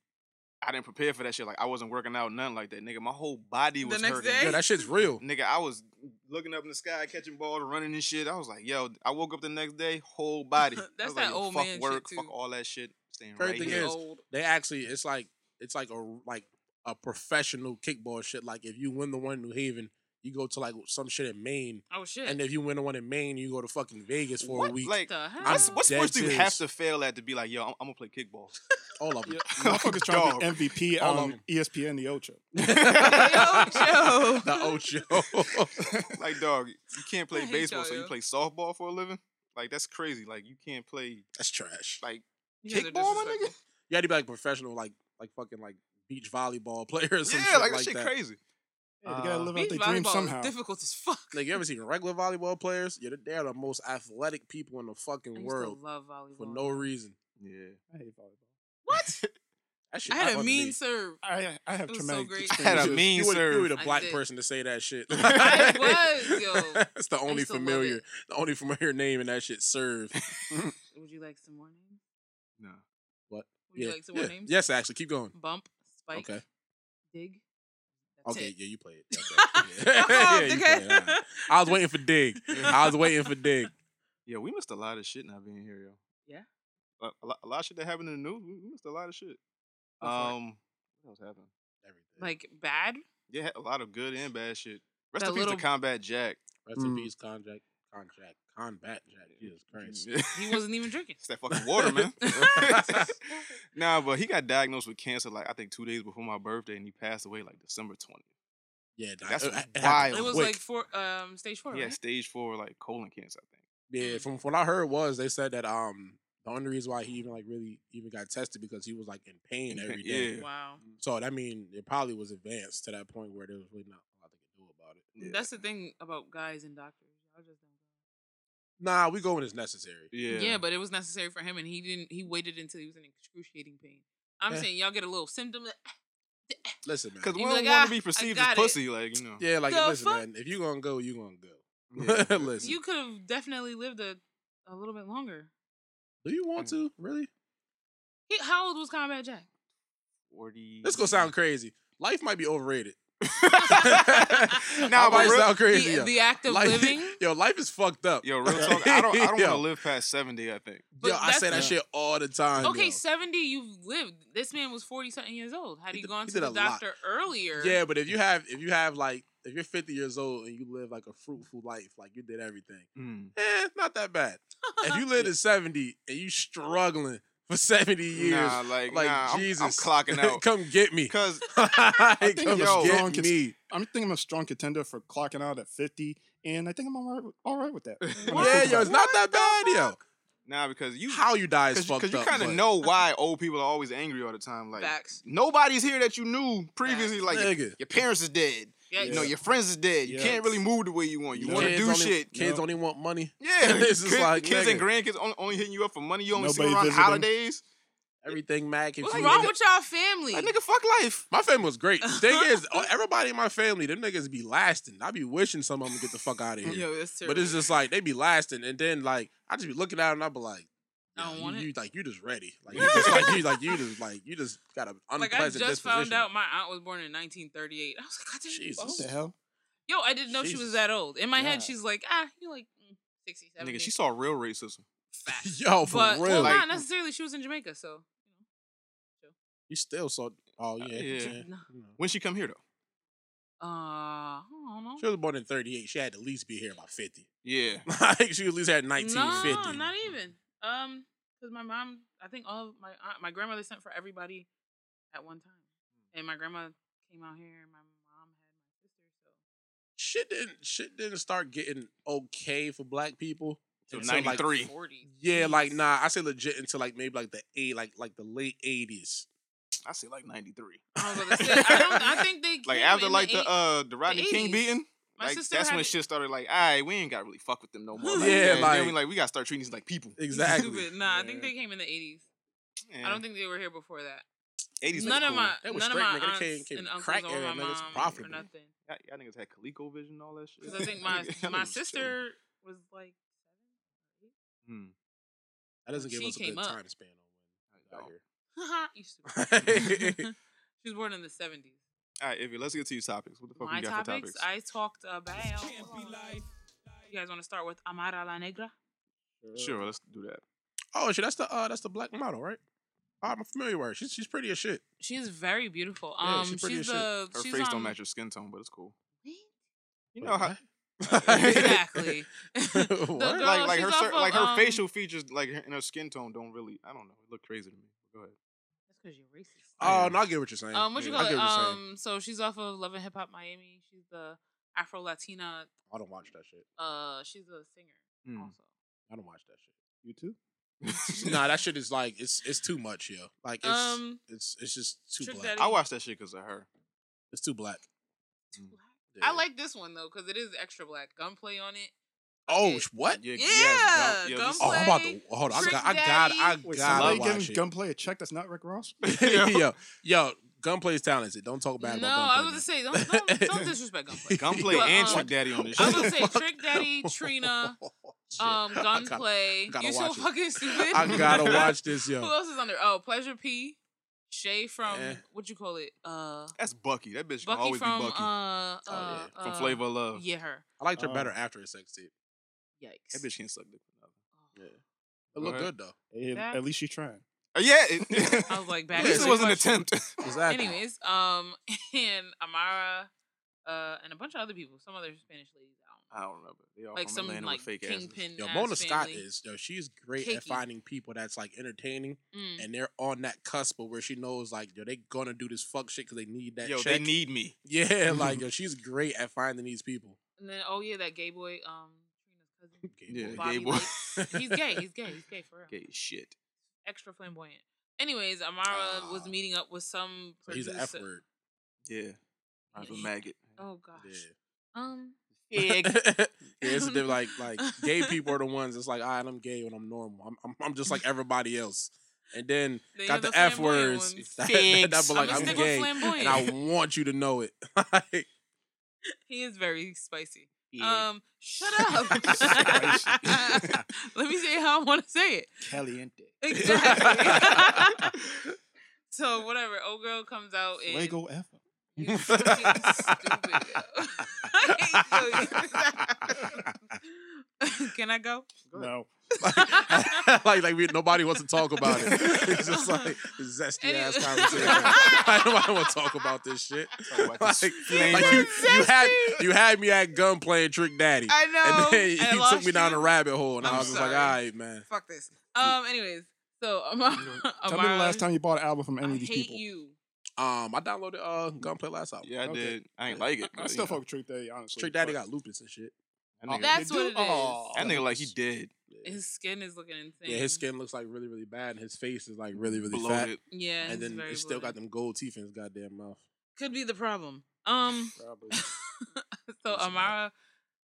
[SPEAKER 6] I didn't prepare for that shit. Like I wasn't working out, nothing like that, nigga. My whole body
[SPEAKER 8] The
[SPEAKER 6] was
[SPEAKER 8] next
[SPEAKER 6] hurting.
[SPEAKER 8] day?
[SPEAKER 7] Yo, that shit's real.
[SPEAKER 6] Nigga, I was looking up in the sky, catching balls, running and shit. I was like, yo, I woke up the next day, whole body. I
[SPEAKER 8] That's
[SPEAKER 6] was like,
[SPEAKER 8] that
[SPEAKER 6] yo,
[SPEAKER 8] old
[SPEAKER 6] fuck
[SPEAKER 8] man shit,
[SPEAKER 6] work, fuck
[SPEAKER 8] too.
[SPEAKER 6] all that shit. Staying
[SPEAKER 7] Crazy
[SPEAKER 6] right
[SPEAKER 7] thing
[SPEAKER 6] here.
[SPEAKER 7] is-
[SPEAKER 8] Old.
[SPEAKER 7] They actually, it's like, it's like a like a professional kickball shit. Like if you win the one in New Haven, you go to like some shit in Maine,
[SPEAKER 8] Oh shit.
[SPEAKER 7] and if you win the one in Maine, you go to fucking Vegas for
[SPEAKER 6] what,
[SPEAKER 7] a week.
[SPEAKER 6] Like,
[SPEAKER 8] the hell?
[SPEAKER 7] I'm
[SPEAKER 6] what's, what
[SPEAKER 7] dead
[SPEAKER 6] sports do you have
[SPEAKER 7] serious.
[SPEAKER 6] to fail at to be like, yo, I'm, I'm gonna play kickball?
[SPEAKER 7] all of them.
[SPEAKER 5] Motherfuckers trying to
[SPEAKER 6] Dog.
[SPEAKER 5] be MVP
[SPEAKER 7] All of
[SPEAKER 5] on
[SPEAKER 7] them.
[SPEAKER 5] ESPN the Ocho.
[SPEAKER 8] Ocho.
[SPEAKER 7] the Ocho.
[SPEAKER 6] like, dog, you can't
[SPEAKER 8] I
[SPEAKER 6] play
[SPEAKER 8] hate
[SPEAKER 6] baseball,
[SPEAKER 8] y'all,
[SPEAKER 6] so you
[SPEAKER 8] yo.
[SPEAKER 6] play softball for a living? Like, that's crazy. Like, you can't play,
[SPEAKER 7] That's trash.
[SPEAKER 6] like,
[SPEAKER 8] You guys are
[SPEAKER 6] kickball, my nigga?
[SPEAKER 8] disrespectful.
[SPEAKER 7] You had to be like professional, like like fucking like beach volleyball player or some
[SPEAKER 6] yeah,
[SPEAKER 7] shit like,
[SPEAKER 6] like, that shit
[SPEAKER 7] that.
[SPEAKER 6] crazy.
[SPEAKER 5] Yeah, they gotta
[SPEAKER 6] Uh,
[SPEAKER 5] live out
[SPEAKER 8] Beach
[SPEAKER 5] their dreams
[SPEAKER 8] volleyball
[SPEAKER 5] somehow.
[SPEAKER 8] is difficult as fuck.
[SPEAKER 7] Like you ever seen regular volleyball players? Yeah, they are the most athletic people in the
[SPEAKER 8] I
[SPEAKER 7] fucking
[SPEAKER 8] used
[SPEAKER 7] world
[SPEAKER 8] to love volleyball.
[SPEAKER 7] for no reason.
[SPEAKER 6] Yeah.
[SPEAKER 5] I hate volleyball.
[SPEAKER 8] What?
[SPEAKER 7] That shit.
[SPEAKER 8] I had
[SPEAKER 7] not
[SPEAKER 8] a
[SPEAKER 7] on
[SPEAKER 8] mean
[SPEAKER 7] me.
[SPEAKER 8] serve.
[SPEAKER 5] I I have
[SPEAKER 8] It was so
[SPEAKER 5] traumatic.
[SPEAKER 8] great.
[SPEAKER 5] experiences.
[SPEAKER 6] I had a
[SPEAKER 7] You
[SPEAKER 6] mean
[SPEAKER 7] was- You were, you were the
[SPEAKER 8] serve. I
[SPEAKER 7] black
[SPEAKER 8] did.
[SPEAKER 7] person to say that shit.
[SPEAKER 8] I was, yo.
[SPEAKER 7] That's the only
[SPEAKER 8] used to love
[SPEAKER 7] familiar,
[SPEAKER 8] it.
[SPEAKER 7] the only familiar name in that shit. Serve.
[SPEAKER 8] Would you like some more names?
[SPEAKER 6] No.
[SPEAKER 8] Would you like some more
[SPEAKER 7] yeah.
[SPEAKER 8] names?
[SPEAKER 7] Yes, actually, keep going.
[SPEAKER 8] Bump, spike,
[SPEAKER 7] Okay.
[SPEAKER 8] dig. That's
[SPEAKER 7] Okay,
[SPEAKER 8] it.
[SPEAKER 7] yeah, you played.
[SPEAKER 8] Fuck off,
[SPEAKER 7] Yeah. uh,
[SPEAKER 8] dickhead.
[SPEAKER 7] I was waiting for dig. I was waiting for dig.
[SPEAKER 6] Yeah, we missed a lot of shit not being here, yo.
[SPEAKER 8] Yeah.
[SPEAKER 6] A, a, lot, a lot of shit that happened in the news. We we missed a lot of shit.
[SPEAKER 8] Go for it.
[SPEAKER 6] Um, what else happened?
[SPEAKER 7] Everything.
[SPEAKER 8] like bad.
[SPEAKER 6] Yeah, a lot of good and bad shit. Rest
[SPEAKER 8] That
[SPEAKER 6] in peace to
[SPEAKER 8] little-
[SPEAKER 6] Combat Jack.
[SPEAKER 7] Rest in
[SPEAKER 5] Mm.
[SPEAKER 7] peace, contract, contract, combat, Jack. Jesus
[SPEAKER 6] Mm.
[SPEAKER 7] Christ.
[SPEAKER 8] He wasn't even drinking.
[SPEAKER 6] It's that fucking water, man. nah, but he got diagnosed with cancer like I think two days before my birthday, and he passed away like December twentieth.
[SPEAKER 7] Yeah, nah,
[SPEAKER 6] That's
[SPEAKER 7] it- it happened
[SPEAKER 6] wild.
[SPEAKER 8] It was
[SPEAKER 7] quick.
[SPEAKER 8] like four, um, stage four.
[SPEAKER 6] He had
[SPEAKER 8] right?
[SPEAKER 6] stage four like colon cancer, I think.
[SPEAKER 7] Yeah, from what I heard was they said that um the only reason why he even like really even got tested because he was like in pain
[SPEAKER 6] In
[SPEAKER 7] every
[SPEAKER 6] pain,
[SPEAKER 7] day. Um,
[SPEAKER 6] yeah.
[SPEAKER 8] Wow.
[SPEAKER 7] So that mean it probably was advanced to that point where there was really not a lot they could do about it.
[SPEAKER 6] Yeah.
[SPEAKER 8] That's the thing about guys and doctors. I just don't
[SPEAKER 7] Nah, we go when it's necessary.
[SPEAKER 6] Yeah.
[SPEAKER 8] Yeah. but it was necessary for him, and he didn't. He waited until he was in excruciating pain. I'm
[SPEAKER 7] Yeah.
[SPEAKER 8] saying y'all get a little symptom. Like,
[SPEAKER 7] Listen, man.
[SPEAKER 6] Because
[SPEAKER 8] You
[SPEAKER 6] we
[SPEAKER 8] be
[SPEAKER 6] don't
[SPEAKER 8] like,
[SPEAKER 6] want
[SPEAKER 8] "Ah,
[SPEAKER 6] to
[SPEAKER 8] I
[SPEAKER 6] be perceived
[SPEAKER 8] got
[SPEAKER 6] as
[SPEAKER 8] it."
[SPEAKER 6] pussy, like you know.
[SPEAKER 7] Yeah, like
[SPEAKER 8] The
[SPEAKER 7] listen,
[SPEAKER 8] fuck?
[SPEAKER 7] man. If you gonna go, you gonna go.
[SPEAKER 6] Yeah.
[SPEAKER 7] listen,
[SPEAKER 8] you could have definitely lived a, a little bit longer.
[SPEAKER 7] do you want
[SPEAKER 6] Mm.
[SPEAKER 7] to really?
[SPEAKER 8] He, how old was Combat Jack?
[SPEAKER 6] Forty.
[SPEAKER 7] This gonna sound crazy. Life might be overrated. I
[SPEAKER 6] Nah, but
[SPEAKER 7] might
[SPEAKER 6] real-
[SPEAKER 7] sound crazy.
[SPEAKER 8] the,
[SPEAKER 7] yo.
[SPEAKER 8] the act of
[SPEAKER 7] Life-
[SPEAKER 8] living.
[SPEAKER 7] Yo, life is fucked up.
[SPEAKER 6] Yo, real talk. I don't. I don't want
[SPEAKER 7] Yo.
[SPEAKER 6] to live past seventy. I think.
[SPEAKER 8] But
[SPEAKER 7] Yo, I
[SPEAKER 8] that's
[SPEAKER 7] say that
[SPEAKER 8] the-
[SPEAKER 7] shit all the time.
[SPEAKER 8] Okay,
[SPEAKER 7] yo.
[SPEAKER 8] seventy. You've lived. This man was forty something years old. Had
[SPEAKER 7] He
[SPEAKER 8] he,
[SPEAKER 7] did-
[SPEAKER 8] gone
[SPEAKER 7] he
[SPEAKER 8] to
[SPEAKER 7] did
[SPEAKER 8] the
[SPEAKER 7] a lot.
[SPEAKER 8] doctor earlier?
[SPEAKER 7] Yeah, but if you have if you have like if you're 50 years old and you live like a fruitful life, like you did everything, eh, not that bad. if you live to 70 and you struggling for 70 years,
[SPEAKER 6] Nah, like,
[SPEAKER 7] like
[SPEAKER 6] nah, I'm-
[SPEAKER 7] Jesus,
[SPEAKER 6] I'm, clocking out.
[SPEAKER 7] come get me.
[SPEAKER 6] Cause
[SPEAKER 7] Like,
[SPEAKER 5] think
[SPEAKER 7] come
[SPEAKER 6] yo,
[SPEAKER 5] strong
[SPEAKER 7] get
[SPEAKER 5] cons-
[SPEAKER 7] me.
[SPEAKER 5] I'm thinking I'm a strong contender for clocking out at 50, and I think I'm all right with, all right with that. When I think
[SPEAKER 7] Yeah, yo,
[SPEAKER 5] about
[SPEAKER 7] it's
[SPEAKER 5] it.
[SPEAKER 7] not that bad, yo.
[SPEAKER 6] nah, because you
[SPEAKER 7] How you die is
[SPEAKER 6] because you,
[SPEAKER 7] fucked
[SPEAKER 6] 'cause you
[SPEAKER 7] up.
[SPEAKER 6] kind of
[SPEAKER 7] but-
[SPEAKER 6] know why old people are always angry all the time. Like
[SPEAKER 8] Facts.
[SPEAKER 6] nobody's here that you knew previously. Like your,
[SPEAKER 7] Nigga.
[SPEAKER 6] your parents is dead.
[SPEAKER 8] Yeah.
[SPEAKER 6] You know your friends is dead. You
[SPEAKER 5] Yeah.
[SPEAKER 6] can't really move the way you want. You
[SPEAKER 5] Yeah.
[SPEAKER 6] want to
[SPEAKER 7] kids
[SPEAKER 6] do
[SPEAKER 7] only-
[SPEAKER 6] shit.
[SPEAKER 7] Kids
[SPEAKER 5] Yo.
[SPEAKER 7] only want money.
[SPEAKER 6] Yeah,
[SPEAKER 7] It's just
[SPEAKER 6] kids,
[SPEAKER 7] like,
[SPEAKER 6] kids and
[SPEAKER 7] nigga.
[SPEAKER 6] grandkids only, only hitting you up for money. You only see
[SPEAKER 5] Nobody
[SPEAKER 6] them around
[SPEAKER 5] visiting.
[SPEAKER 6] holidays.
[SPEAKER 7] Everything Mac. If
[SPEAKER 8] What's
[SPEAKER 7] you
[SPEAKER 8] wrong with y'all family?
[SPEAKER 6] Like nigga, fuck life.
[SPEAKER 7] My family was great. Thing is, oh, everybody in my family, them niggas be lasting. I be wishing some of them get the fuck out of here.
[SPEAKER 8] Yo, that's
[SPEAKER 7] But it's
[SPEAKER 8] terrible.
[SPEAKER 7] just like they be lasting, and then like I just be looking at it and I be like,
[SPEAKER 8] I don't
[SPEAKER 7] "Yo,
[SPEAKER 8] want
[SPEAKER 7] you,
[SPEAKER 8] it."
[SPEAKER 7] you like you just ready, like you just like you like you just like you just got an
[SPEAKER 8] like
[SPEAKER 7] unpleasant
[SPEAKER 8] I just
[SPEAKER 7] disposition.
[SPEAKER 8] found out my aunt was born in 1938. I was like, God damn, you
[SPEAKER 7] Jesus.
[SPEAKER 5] What
[SPEAKER 8] old.
[SPEAKER 5] the hell?
[SPEAKER 8] Yo, I didn't know she was
[SPEAKER 7] Jesus.
[SPEAKER 8] that old. In my head,
[SPEAKER 5] God.
[SPEAKER 8] she's like, ah, you like mm, 60, 70.
[SPEAKER 6] Nigga, she saw real racism.
[SPEAKER 8] fat.
[SPEAKER 7] Yo, for
[SPEAKER 8] But
[SPEAKER 7] real,
[SPEAKER 8] well,
[SPEAKER 6] Like-
[SPEAKER 8] not necessarily. She was in Jamaica, so
[SPEAKER 7] you still saw. Oh yeah,
[SPEAKER 8] Uh,
[SPEAKER 6] yeah.
[SPEAKER 7] yeah.
[SPEAKER 8] No.
[SPEAKER 7] you know.
[SPEAKER 6] When she come here though.
[SPEAKER 8] uh, I don't know.
[SPEAKER 7] She was born in '38. She had to at least be here by fifty.
[SPEAKER 6] Yeah.
[SPEAKER 7] Like she at least had
[SPEAKER 8] no,
[SPEAKER 7] 1950.
[SPEAKER 8] not even. Um, because my mom, I think all of my aunt, my grandmother sent for everybody at one time,
[SPEAKER 7] Hmm.
[SPEAKER 8] and my grandma came out here, and my mom had my sister. So
[SPEAKER 7] shit didn't shit didn't start getting okay for black people
[SPEAKER 6] Till
[SPEAKER 7] until, like,
[SPEAKER 6] 93.
[SPEAKER 8] forty.
[SPEAKER 7] Yeah, like nah, I say legit until like maybe like the eight, like like the late '80s.
[SPEAKER 6] I say like ninety three.
[SPEAKER 8] I, was about to say, I, don't, I think they
[SPEAKER 6] Like
[SPEAKER 8] came
[SPEAKER 6] after
[SPEAKER 8] in
[SPEAKER 6] like
[SPEAKER 8] the
[SPEAKER 6] the
[SPEAKER 8] eight-
[SPEAKER 6] uh the Rodney King
[SPEAKER 8] 80s.
[SPEAKER 6] beating.
[SPEAKER 8] My
[SPEAKER 6] like,
[SPEAKER 8] sister
[SPEAKER 6] that's
[SPEAKER 8] had
[SPEAKER 6] when
[SPEAKER 8] it-
[SPEAKER 6] shit started like, all right, we ain't got really fuck with them no more.
[SPEAKER 7] Yeah,
[SPEAKER 6] that. And then
[SPEAKER 7] like-
[SPEAKER 6] we like we gotta start treating these like people.
[SPEAKER 7] Exactly.
[SPEAKER 8] Stupid. Nah, I think
[SPEAKER 7] Yeah.
[SPEAKER 8] they came in the eighties. I don't think they were here before that.
[SPEAKER 6] eighties.
[SPEAKER 8] none of my
[SPEAKER 7] They
[SPEAKER 8] none
[SPEAKER 7] was
[SPEAKER 8] of
[SPEAKER 7] straight, nigga.
[SPEAKER 8] my
[SPEAKER 7] They
[SPEAKER 8] aunts
[SPEAKER 7] came- came
[SPEAKER 8] and
[SPEAKER 7] with
[SPEAKER 8] uncles
[SPEAKER 7] crack
[SPEAKER 8] or
[SPEAKER 7] era,
[SPEAKER 8] my
[SPEAKER 7] niggas
[SPEAKER 8] mom or
[SPEAKER 7] profitable.
[SPEAKER 8] nothing.
[SPEAKER 6] y'all, y'all niggas had Coleco Vision and all that shit.
[SPEAKER 8] Because I think my
[SPEAKER 6] Y'all niggas
[SPEAKER 8] my
[SPEAKER 6] was chilling.
[SPEAKER 8] sister was like
[SPEAKER 6] Hmm.
[SPEAKER 7] That doesn't give
[SPEAKER 8] She
[SPEAKER 7] us a
[SPEAKER 8] came
[SPEAKER 7] good
[SPEAKER 8] up.
[SPEAKER 7] time span on when we got here.
[SPEAKER 8] seven. you stupid. she was born in the seventies.
[SPEAKER 6] All right, Ivy, let's get to your topics. What the fuck
[SPEAKER 8] My
[SPEAKER 6] we got
[SPEAKER 8] topics,
[SPEAKER 6] for topics?
[SPEAKER 8] I talked about. You guys want to start with Amara La Negra?
[SPEAKER 6] Sure, let's do that.
[SPEAKER 7] Oh shit, that's the uh, that's the black model, right? I'm familiar with her. She's she's pretty as shit.
[SPEAKER 8] She's very beautiful.
[SPEAKER 7] Yeah,
[SPEAKER 8] Um,
[SPEAKER 7] she's
[SPEAKER 8] she's,
[SPEAKER 7] pretty as shit.
[SPEAKER 8] the
[SPEAKER 6] Her
[SPEAKER 8] she's um,
[SPEAKER 6] face
[SPEAKER 8] on,
[SPEAKER 6] don't match her skin tone, but it's cool. You
[SPEAKER 7] Wait,
[SPEAKER 6] know how
[SPEAKER 7] what?
[SPEAKER 8] exactly. the
[SPEAKER 7] What?
[SPEAKER 8] girl,
[SPEAKER 6] like like her
[SPEAKER 8] she's off
[SPEAKER 6] cer-
[SPEAKER 8] of,
[SPEAKER 6] like her
[SPEAKER 8] um,
[SPEAKER 6] facial features like her, and her skin tone don't really I don't know it look crazy to me. Go ahead.
[SPEAKER 8] That's because you're racist.
[SPEAKER 7] Oh no, I get what you're saying.
[SPEAKER 8] Um, what you
[SPEAKER 7] Yeah,
[SPEAKER 8] call
[SPEAKER 7] I
[SPEAKER 8] it?
[SPEAKER 7] get what you're saying.
[SPEAKER 8] Um, so she's off of Love and Hip Hop Miami. She's the Afro Latina.
[SPEAKER 7] I don't watch that shit.
[SPEAKER 8] Uh, she's a singer
[SPEAKER 6] Hmm.
[SPEAKER 8] also.
[SPEAKER 7] I don't watch that shit.
[SPEAKER 5] You too?
[SPEAKER 7] nah, that shit is like it's it's too much, yo. Like it's
[SPEAKER 8] Um,
[SPEAKER 7] it's it's just too
[SPEAKER 8] Trick
[SPEAKER 7] black.
[SPEAKER 8] Daddy.
[SPEAKER 6] I watched that shit because of her.
[SPEAKER 7] It's too black. Mm. Yeah.
[SPEAKER 8] I like this one though because it is extra black. Gunplay on it.
[SPEAKER 7] Oh
[SPEAKER 8] it.
[SPEAKER 7] sh- what?
[SPEAKER 6] Yeah,
[SPEAKER 8] Yeah,
[SPEAKER 6] yeah,
[SPEAKER 8] gum
[SPEAKER 6] this-
[SPEAKER 7] Oh, I'm about to
[SPEAKER 8] Play,
[SPEAKER 7] hold on. I
[SPEAKER 8] Trick
[SPEAKER 7] got I got I
[SPEAKER 8] Daddy.
[SPEAKER 5] Wait,
[SPEAKER 7] got to
[SPEAKER 5] somebody
[SPEAKER 7] watch
[SPEAKER 5] giving
[SPEAKER 7] it.
[SPEAKER 5] Gunplay a check that's not Rick Ross?
[SPEAKER 7] yo, yo, Gunplay's talented. Don't talk bad
[SPEAKER 8] no,
[SPEAKER 7] about
[SPEAKER 8] I
[SPEAKER 7] Gunplay.
[SPEAKER 8] was gonna say don't don't, don't disrespect Gunplay.
[SPEAKER 6] Gunplay
[SPEAKER 8] But,
[SPEAKER 6] and
[SPEAKER 8] um,
[SPEAKER 6] Trick Daddy on this
[SPEAKER 8] I
[SPEAKER 6] shit.
[SPEAKER 8] was gonna say Trick Daddy, Trina, um, Gunplay.
[SPEAKER 7] gotta
[SPEAKER 8] You're so
[SPEAKER 7] watch it.
[SPEAKER 8] fucking stupid.
[SPEAKER 7] I gotta watch this,
[SPEAKER 8] Who
[SPEAKER 7] yo.
[SPEAKER 8] else is on there? Oh, Pleasure P, Shay from
[SPEAKER 7] Eh.
[SPEAKER 8] what you call it? Uh,
[SPEAKER 6] That's Bucky. That bitch gonna
[SPEAKER 8] Bucky
[SPEAKER 6] always
[SPEAKER 8] from
[SPEAKER 6] be Bucky.
[SPEAKER 8] uh, uh,
[SPEAKER 7] Oh, yeah.
[SPEAKER 8] uh,
[SPEAKER 6] Oh, from Flavor of Love.
[SPEAKER 8] Yeah, her.
[SPEAKER 7] I liked her
[SPEAKER 5] Um,
[SPEAKER 7] better after a sex tape.
[SPEAKER 8] Yikes.
[SPEAKER 6] That bitch can't suck dick.
[SPEAKER 7] It
[SPEAKER 6] Go
[SPEAKER 7] looked
[SPEAKER 6] ahead.
[SPEAKER 7] good though.
[SPEAKER 5] Hey,
[SPEAKER 8] That-
[SPEAKER 5] at least she trying.
[SPEAKER 6] Uh, yeah, it,
[SPEAKER 8] Oh. I was like,
[SPEAKER 6] at
[SPEAKER 8] back.
[SPEAKER 7] Yeah,
[SPEAKER 6] least
[SPEAKER 8] to
[SPEAKER 6] it was
[SPEAKER 8] the
[SPEAKER 6] an
[SPEAKER 8] question.
[SPEAKER 6] attempt.
[SPEAKER 7] Exactly.
[SPEAKER 8] Anyways, um, and Amara uh, and a bunch of other people, some other Spanish ladies. I
[SPEAKER 2] I
[SPEAKER 8] don't know.
[SPEAKER 2] don't remember. They
[SPEAKER 7] Oh,
[SPEAKER 2] all
[SPEAKER 8] Like
[SPEAKER 2] from
[SPEAKER 8] some
[SPEAKER 2] Atlanta
[SPEAKER 8] like
[SPEAKER 2] with fake
[SPEAKER 8] kingpin.
[SPEAKER 7] Yo,
[SPEAKER 8] ass
[SPEAKER 7] Mona Scott
[SPEAKER 8] family.
[SPEAKER 7] is yo, she's great at
[SPEAKER 8] Cakey.
[SPEAKER 7] finding people that's like entertaining
[SPEAKER 8] Mm.
[SPEAKER 7] and they're on that cusp of where she knows like yo, they gonna do this fuck shit because they need that
[SPEAKER 2] asses. Yo,
[SPEAKER 7] check.
[SPEAKER 2] they need me.
[SPEAKER 7] yeah, like yo, she's great at finding these people.
[SPEAKER 8] And then oh yeah, that gay boy, um, Trina's cousin.
[SPEAKER 7] Gay
[SPEAKER 2] Yeah,
[SPEAKER 7] boy.
[SPEAKER 8] Bobby
[SPEAKER 2] gay boy.
[SPEAKER 8] He's gay. He's gay. He's gay for real.
[SPEAKER 2] Gay shit.
[SPEAKER 8] Extra flamboyant. Anyways, Amara was
[SPEAKER 7] Ah.
[SPEAKER 8] meeting up with some.
[SPEAKER 7] So he's an F
[SPEAKER 2] uh,
[SPEAKER 8] producer-
[SPEAKER 7] word.
[SPEAKER 2] Yeah. I have a maggot.
[SPEAKER 8] Oh gosh.
[SPEAKER 7] Yeah.
[SPEAKER 8] Um.
[SPEAKER 7] yeah, it's
[SPEAKER 8] I don't
[SPEAKER 7] diff-
[SPEAKER 8] know.
[SPEAKER 7] like like gay people are the ones that's like, all right, I'm gay and I'm normal. I'm I'm, I'm just like everybody else. And then
[SPEAKER 8] They
[SPEAKER 7] got
[SPEAKER 8] have
[SPEAKER 7] the
[SPEAKER 8] flamboyant
[SPEAKER 7] F words.
[SPEAKER 8] ones.
[SPEAKER 7] That, that, that
[SPEAKER 2] Figs.
[SPEAKER 7] be like
[SPEAKER 8] I'ma
[SPEAKER 7] I'm
[SPEAKER 8] stick with
[SPEAKER 7] gay
[SPEAKER 8] flamboyant.
[SPEAKER 7] and I want you to know it. like,
[SPEAKER 8] He is very spicy.
[SPEAKER 2] Yeah.
[SPEAKER 8] Um, shut up. Let me say how I want to say it.
[SPEAKER 5] Caliente.
[SPEAKER 8] Exactly. so whatever. Old girl comes out and
[SPEAKER 5] Lego F.
[SPEAKER 8] You fucking stupid. I hate you. Can I go?
[SPEAKER 5] No.
[SPEAKER 7] like, like, like we, nobody wants to talk about it. It's just like zesty
[SPEAKER 8] Any-
[SPEAKER 7] ass conversation. like, nobody want to talk about this shit.
[SPEAKER 6] about this
[SPEAKER 7] Like-
[SPEAKER 6] flame
[SPEAKER 7] like, you, you had
[SPEAKER 8] Zesty.
[SPEAKER 7] you had me at gun playing Trick Daddy,
[SPEAKER 8] I know.
[SPEAKER 7] and then
[SPEAKER 8] I
[SPEAKER 7] he took
[SPEAKER 8] lost
[SPEAKER 7] me down
[SPEAKER 8] you.
[SPEAKER 7] a rabbit hole, and i
[SPEAKER 8] I'm
[SPEAKER 7] was just like,
[SPEAKER 8] sorry.
[SPEAKER 7] all right, man.
[SPEAKER 8] Fuck this. Um. Anyways, so Amara.
[SPEAKER 5] Tell me the last time you bought an album from any
[SPEAKER 8] I
[SPEAKER 5] of these
[SPEAKER 8] hate
[SPEAKER 5] people.
[SPEAKER 8] you.
[SPEAKER 7] Um, I downloaded uh Gunplay last album.
[SPEAKER 2] Yeah, I
[SPEAKER 5] Okay.
[SPEAKER 2] did. I ain't like it.
[SPEAKER 5] I
[SPEAKER 2] but,
[SPEAKER 5] still
[SPEAKER 2] you know,
[SPEAKER 5] fuck with Trick Daddy, honestly.
[SPEAKER 7] Trick Daddy
[SPEAKER 5] but-
[SPEAKER 7] got lupus and shit.
[SPEAKER 6] That nigga-
[SPEAKER 8] That's
[SPEAKER 5] You
[SPEAKER 8] what
[SPEAKER 5] do?
[SPEAKER 8] it is.
[SPEAKER 5] Aw.
[SPEAKER 2] That nigga like he dead.
[SPEAKER 8] His skin is looking insane.
[SPEAKER 7] Yeah, his skin looks like really, really bad, and his face is like really, really fat.
[SPEAKER 2] Bloated.
[SPEAKER 8] Yeah,
[SPEAKER 7] And
[SPEAKER 8] he's
[SPEAKER 7] then
[SPEAKER 8] very
[SPEAKER 7] he still got
[SPEAKER 8] bloated.
[SPEAKER 7] them gold teeth in his goddamn mouth.
[SPEAKER 8] Could be the problem. Um.
[SPEAKER 5] Probably.
[SPEAKER 8] so
[SPEAKER 7] Listen up.
[SPEAKER 8] Amara,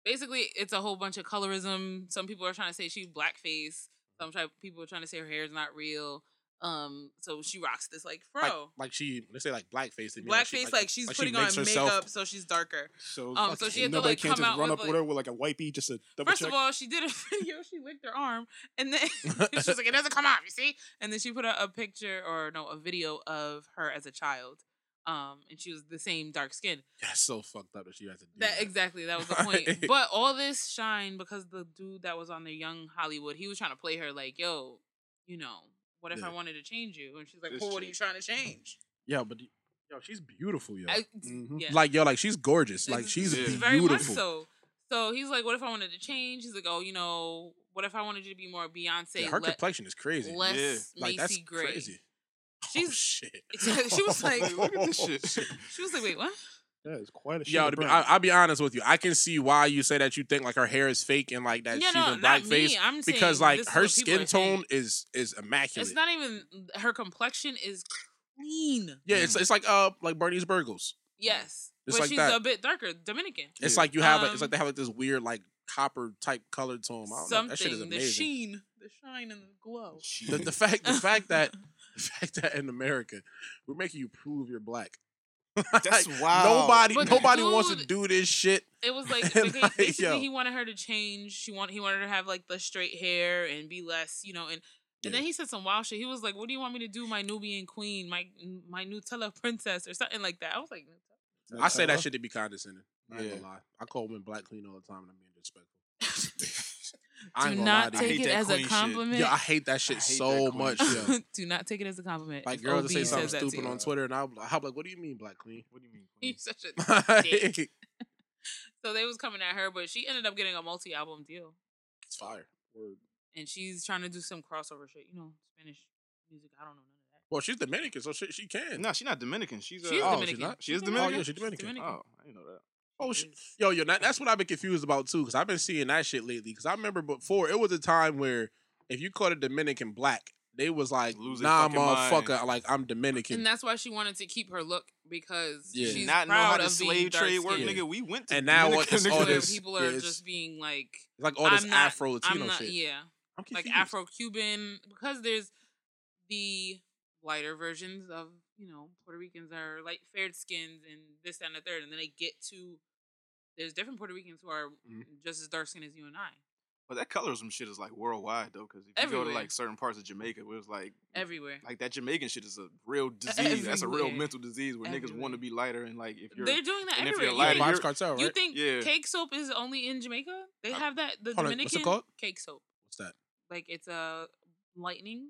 [SPEAKER 8] basically, it's a whole bunch of colorism. Some people are trying to say she blackface.
[SPEAKER 7] Mm-hmm.
[SPEAKER 8] Some try, people are trying to say her hair is not real. Um, so she rocks this like
[SPEAKER 7] Like,
[SPEAKER 8] fro.
[SPEAKER 7] like she, they say like blackface. they mean
[SPEAKER 8] Blackface,
[SPEAKER 7] she-
[SPEAKER 8] like, she's
[SPEAKER 7] like she
[SPEAKER 8] putting on
[SPEAKER 7] makes herself-
[SPEAKER 8] makeup, so she's darker.
[SPEAKER 5] So,
[SPEAKER 8] Um, so she had to,
[SPEAKER 5] nobody
[SPEAKER 8] like,
[SPEAKER 5] can't
[SPEAKER 8] come
[SPEAKER 5] just
[SPEAKER 8] out
[SPEAKER 5] run
[SPEAKER 8] with,
[SPEAKER 5] up with
[SPEAKER 8] like-
[SPEAKER 5] her with like a wipey just to double
[SPEAKER 8] First
[SPEAKER 5] check.
[SPEAKER 8] of all, she did a video. She licked her arm, and then she's like, "It doesn't come off." You see? And then she put out a picture, or no, a video of her as a child. Um, and she was the same dark skin.
[SPEAKER 7] That's so fucked up that she has to do
[SPEAKER 8] That exactly that was the point.
[SPEAKER 7] Right.
[SPEAKER 8] But all this shine because the dude that was on the Young Hollywood, he was trying to play her like, "Yo, you know, what if I
[SPEAKER 7] Yeah.
[SPEAKER 8] wanted to change you?" And she's like,
[SPEAKER 6] Just
[SPEAKER 8] "Well, what are you trying to change?"
[SPEAKER 7] Yeah, but yo, she's beautiful, yo.
[SPEAKER 8] I-
[SPEAKER 5] Mhm.
[SPEAKER 8] yeah.
[SPEAKER 7] Like yo, like she's gorgeous. Like
[SPEAKER 8] Ex-
[SPEAKER 7] she's
[SPEAKER 6] Yeah.
[SPEAKER 7] beautiful.
[SPEAKER 8] very much so. So he's like, "What if I wanted to change?" He's like, "Oh, you know, what if I wanted you to be more Beyonce,
[SPEAKER 7] Yeah, her
[SPEAKER 8] le-
[SPEAKER 7] complexion is crazy.
[SPEAKER 8] less
[SPEAKER 6] Yeah.
[SPEAKER 7] like
[SPEAKER 8] Macy
[SPEAKER 7] that's
[SPEAKER 8] Gray?"
[SPEAKER 7] crazy. oh,
[SPEAKER 8] She's-
[SPEAKER 7] shit.
[SPEAKER 8] she was like,
[SPEAKER 6] Look at this shit.
[SPEAKER 8] she was like, "Wait, what?"
[SPEAKER 5] that is quite a shit.
[SPEAKER 7] Yo, to be, I, I'll be honest with you. I can see why you say that you think like her hair is fake and like that
[SPEAKER 8] yeah,
[SPEAKER 7] she's
[SPEAKER 8] no,
[SPEAKER 7] in
[SPEAKER 8] not
[SPEAKER 7] blackface
[SPEAKER 8] me. I'm saying
[SPEAKER 7] because like
[SPEAKER 8] this is
[SPEAKER 7] her
[SPEAKER 8] what people
[SPEAKER 7] skin
[SPEAKER 8] are saying.
[SPEAKER 7] tone is is immaculate.
[SPEAKER 8] It's not even her complexion is clean.
[SPEAKER 7] yeah, it's it's like uh like Bernie's Burgles.
[SPEAKER 8] Yes.
[SPEAKER 7] It's
[SPEAKER 8] but
[SPEAKER 7] like
[SPEAKER 8] she's
[SPEAKER 7] that.
[SPEAKER 8] a bit darker, Dominican.
[SPEAKER 7] It's
[SPEAKER 2] Yeah.
[SPEAKER 7] like you have like, it's
[SPEAKER 8] Um,
[SPEAKER 7] like they have like this weird like copper type color to them. Oh, I don't know.
[SPEAKER 8] Something,
[SPEAKER 7] That shit is
[SPEAKER 8] the
[SPEAKER 7] amazing.
[SPEAKER 8] sheen, the shine, and the glow.
[SPEAKER 7] The, the fact the fact that the fact that in America we're making you prove you're black.
[SPEAKER 2] That's
[SPEAKER 7] Like,
[SPEAKER 2] wild.
[SPEAKER 7] Nobody
[SPEAKER 8] But
[SPEAKER 7] nobody wants to
[SPEAKER 8] dude-
[SPEAKER 7] do this shit.
[SPEAKER 8] it was like,
[SPEAKER 7] And,
[SPEAKER 8] okay,
[SPEAKER 7] like,
[SPEAKER 8] basically
[SPEAKER 7] yo.
[SPEAKER 8] he wanted her to change. She want he wanted her to have like the straight hair and be less, you know, and and then he said some wild shit. He was like, "What do you want me to do, my Nubian queen, my my Nutella princess, or something like that?" I was like,
[SPEAKER 7] I say that shit to be condescending. I ain't
[SPEAKER 2] Yeah.
[SPEAKER 7] gonna lie. I call women black clean all the time and I'm being disrespectful. I ain't
[SPEAKER 8] "Do
[SPEAKER 7] gonna
[SPEAKER 8] not
[SPEAKER 7] lie to you.
[SPEAKER 8] take
[SPEAKER 2] hate
[SPEAKER 8] it
[SPEAKER 2] that
[SPEAKER 8] as a
[SPEAKER 2] queen shit.
[SPEAKER 8] compliment."
[SPEAKER 7] Yo, I hate that shit
[SPEAKER 2] hate
[SPEAKER 7] so
[SPEAKER 2] that
[SPEAKER 7] much,
[SPEAKER 2] queen.
[SPEAKER 7] yo.
[SPEAKER 8] do not take it as a compliment.
[SPEAKER 7] Like
[SPEAKER 8] if
[SPEAKER 7] girls
[SPEAKER 8] OB
[SPEAKER 7] that say
[SPEAKER 8] says
[SPEAKER 7] something
[SPEAKER 8] that to
[SPEAKER 7] stupid
[SPEAKER 8] you.
[SPEAKER 7] on Twitter and I'm I'm like, what do you mean black clean?
[SPEAKER 6] What do you mean?
[SPEAKER 8] You're
[SPEAKER 6] queen?
[SPEAKER 8] such a
[SPEAKER 7] it's
[SPEAKER 8] So they was coming at her, but she ended up getting a multi album deal,
[SPEAKER 7] fire.
[SPEAKER 8] and she's trying to do some crossover shit. You know, Spanish music. I don't know none of
[SPEAKER 7] Well, she's Dominican, so she, she can.
[SPEAKER 6] No, she's not Dominican. She's, uh,
[SPEAKER 8] that. She's
[SPEAKER 7] oh, she's
[SPEAKER 8] Dominican.
[SPEAKER 7] not?
[SPEAKER 6] She is
[SPEAKER 7] Oh,
[SPEAKER 6] Dominican?
[SPEAKER 7] yeah, she's Dominican.
[SPEAKER 6] Oh, I didn't know that.
[SPEAKER 7] Oh, sh- yo, yo, that, that's what I've been confused about too, because I've been seeing that shit lately. Because I remember before it was a time where if you caught a Dominican black, they was like,
[SPEAKER 2] Lose their
[SPEAKER 7] nah,
[SPEAKER 2] fucking mind.
[SPEAKER 7] motherfucker, like I'm Dominican,
[SPEAKER 8] And that's why she wanted to keep her look because
[SPEAKER 7] Yeah.
[SPEAKER 8] she's
[SPEAKER 2] Not know
[SPEAKER 8] proud
[SPEAKER 2] how the
[SPEAKER 8] of being
[SPEAKER 2] slave trade work,
[SPEAKER 8] dark-skinned.
[SPEAKER 7] Yeah.
[SPEAKER 2] nigga. We went to
[SPEAKER 7] And now
[SPEAKER 2] Dominican,
[SPEAKER 7] what- Oh, it's
[SPEAKER 2] nigga.
[SPEAKER 7] all
[SPEAKER 8] Where
[SPEAKER 7] this-
[SPEAKER 8] people are
[SPEAKER 7] this-
[SPEAKER 8] just being like,
[SPEAKER 7] It's like all this
[SPEAKER 8] I'm not-
[SPEAKER 7] Afro Latino
[SPEAKER 8] I'm not,
[SPEAKER 7] shit.
[SPEAKER 8] yeah,
[SPEAKER 7] I'm
[SPEAKER 8] like
[SPEAKER 7] confused.
[SPEAKER 8] Afro Cuban because there's the lighter versions of you know Puerto Ricans are light fair skins and this that, and the third, and then they get to there's different Puerto Ricans who are just as dark skinned as you and I.
[SPEAKER 6] But that colorism shit is like worldwide though, because if you go
[SPEAKER 8] Everywhere.
[SPEAKER 6] to like certain parts of Jamaica, where it's like
[SPEAKER 8] Everywhere,
[SPEAKER 6] Mm-hmm. like that Jamaican shit is a real disease. That's a real
[SPEAKER 8] E Everywhere.
[SPEAKER 6] mental disease where niggas want
[SPEAKER 8] Everywhere.
[SPEAKER 6] to be lighter and like if you're
[SPEAKER 8] they're doing that
[SPEAKER 6] and if
[SPEAKER 8] everywhere.
[SPEAKER 6] you're
[SPEAKER 8] You
[SPEAKER 6] lighter,
[SPEAKER 8] think-
[SPEAKER 7] Vibes
[SPEAKER 6] you're-
[SPEAKER 7] Cartel, right?
[SPEAKER 8] You think
[SPEAKER 6] Yeah.
[SPEAKER 8] cake soap is only in Jamaica? They
[SPEAKER 7] I-
[SPEAKER 8] have that the
[SPEAKER 7] hold on, what's it
[SPEAKER 8] Dominican
[SPEAKER 7] called?
[SPEAKER 8] cake soap.
[SPEAKER 7] What's that?
[SPEAKER 8] Like it's a lightning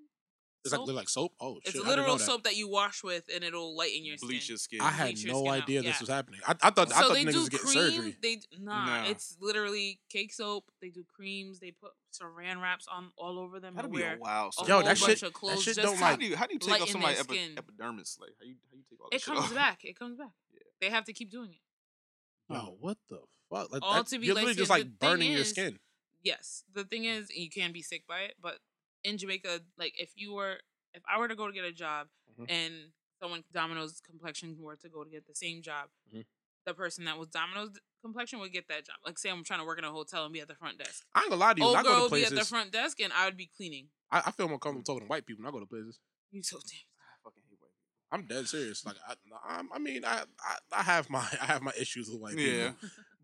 [SPEAKER 7] It's like
[SPEAKER 8] Soap?
[SPEAKER 7] they're like soap. Oh, shit,
[SPEAKER 8] It's
[SPEAKER 7] I didn't know
[SPEAKER 8] literal
[SPEAKER 7] that.
[SPEAKER 8] soap that you wash with, and it'll lighten your
[SPEAKER 2] Bleach
[SPEAKER 8] skin.
[SPEAKER 2] your skin.
[SPEAKER 7] I had
[SPEAKER 8] bleach your
[SPEAKER 7] no
[SPEAKER 8] skin out.
[SPEAKER 7] idea this
[SPEAKER 8] Yeah.
[SPEAKER 7] was happening. I, I thought I
[SPEAKER 8] so
[SPEAKER 7] thought
[SPEAKER 8] they
[SPEAKER 7] niggas
[SPEAKER 8] do
[SPEAKER 7] was getting
[SPEAKER 8] cream.
[SPEAKER 7] surgery.
[SPEAKER 8] They d- nah,
[SPEAKER 2] Nah.
[SPEAKER 8] it's literally cake soap. They do creams. They put Saran wraps on all over them.
[SPEAKER 2] That'd
[SPEAKER 8] to
[SPEAKER 2] be
[SPEAKER 8] wear
[SPEAKER 2] a wild.
[SPEAKER 8] a
[SPEAKER 7] Yo,
[SPEAKER 8] whole
[SPEAKER 7] that
[SPEAKER 8] bunch
[SPEAKER 7] shit-
[SPEAKER 8] of clothes
[SPEAKER 7] shit
[SPEAKER 8] just
[SPEAKER 7] don't,
[SPEAKER 8] to-
[SPEAKER 7] like-
[SPEAKER 2] How do you how do you take
[SPEAKER 8] lighten
[SPEAKER 2] off
[SPEAKER 8] their
[SPEAKER 2] somebody's
[SPEAKER 8] skin.
[SPEAKER 2] epi- epidermis? Like how you how you take all that
[SPEAKER 8] It
[SPEAKER 2] shit
[SPEAKER 8] comes
[SPEAKER 2] off?
[SPEAKER 8] back. It comes back. They have to keep doing it.
[SPEAKER 7] Yo, what the fuck? Like,
[SPEAKER 8] All
[SPEAKER 7] that-
[SPEAKER 8] to be
[SPEAKER 7] you're literally
[SPEAKER 8] light-skinned.
[SPEAKER 7] just
[SPEAKER 8] The
[SPEAKER 7] like
[SPEAKER 8] thing
[SPEAKER 7] burning your
[SPEAKER 8] is-
[SPEAKER 7] skin.
[SPEAKER 8] Yes, the thing is, you can be sick by it. But in Jamaica, like if you were, if I were to go to get a job,
[SPEAKER 7] Mhm.
[SPEAKER 8] and someone Domino's complexion were to go to get the same job,
[SPEAKER 7] Mhm.
[SPEAKER 8] the person that was Domino's complexion would get that job. Like say I'm trying to work in a hotel and be at the front desk.
[SPEAKER 7] I ain't gonna lie to you. When I
[SPEAKER 8] Old
[SPEAKER 7] go
[SPEAKER 8] girl
[SPEAKER 7] to
[SPEAKER 8] would be at the
[SPEAKER 7] places,
[SPEAKER 8] front desk, and I would be cleaning.
[SPEAKER 7] I, I feel more comfortable talking to white people. When I go to places,
[SPEAKER 8] You so damn.
[SPEAKER 2] I fucking hate white
[SPEAKER 7] I'm dead serious. Like, I, I'm, I mean, I, I, I have my, I have my issues with white people.
[SPEAKER 2] Yeah.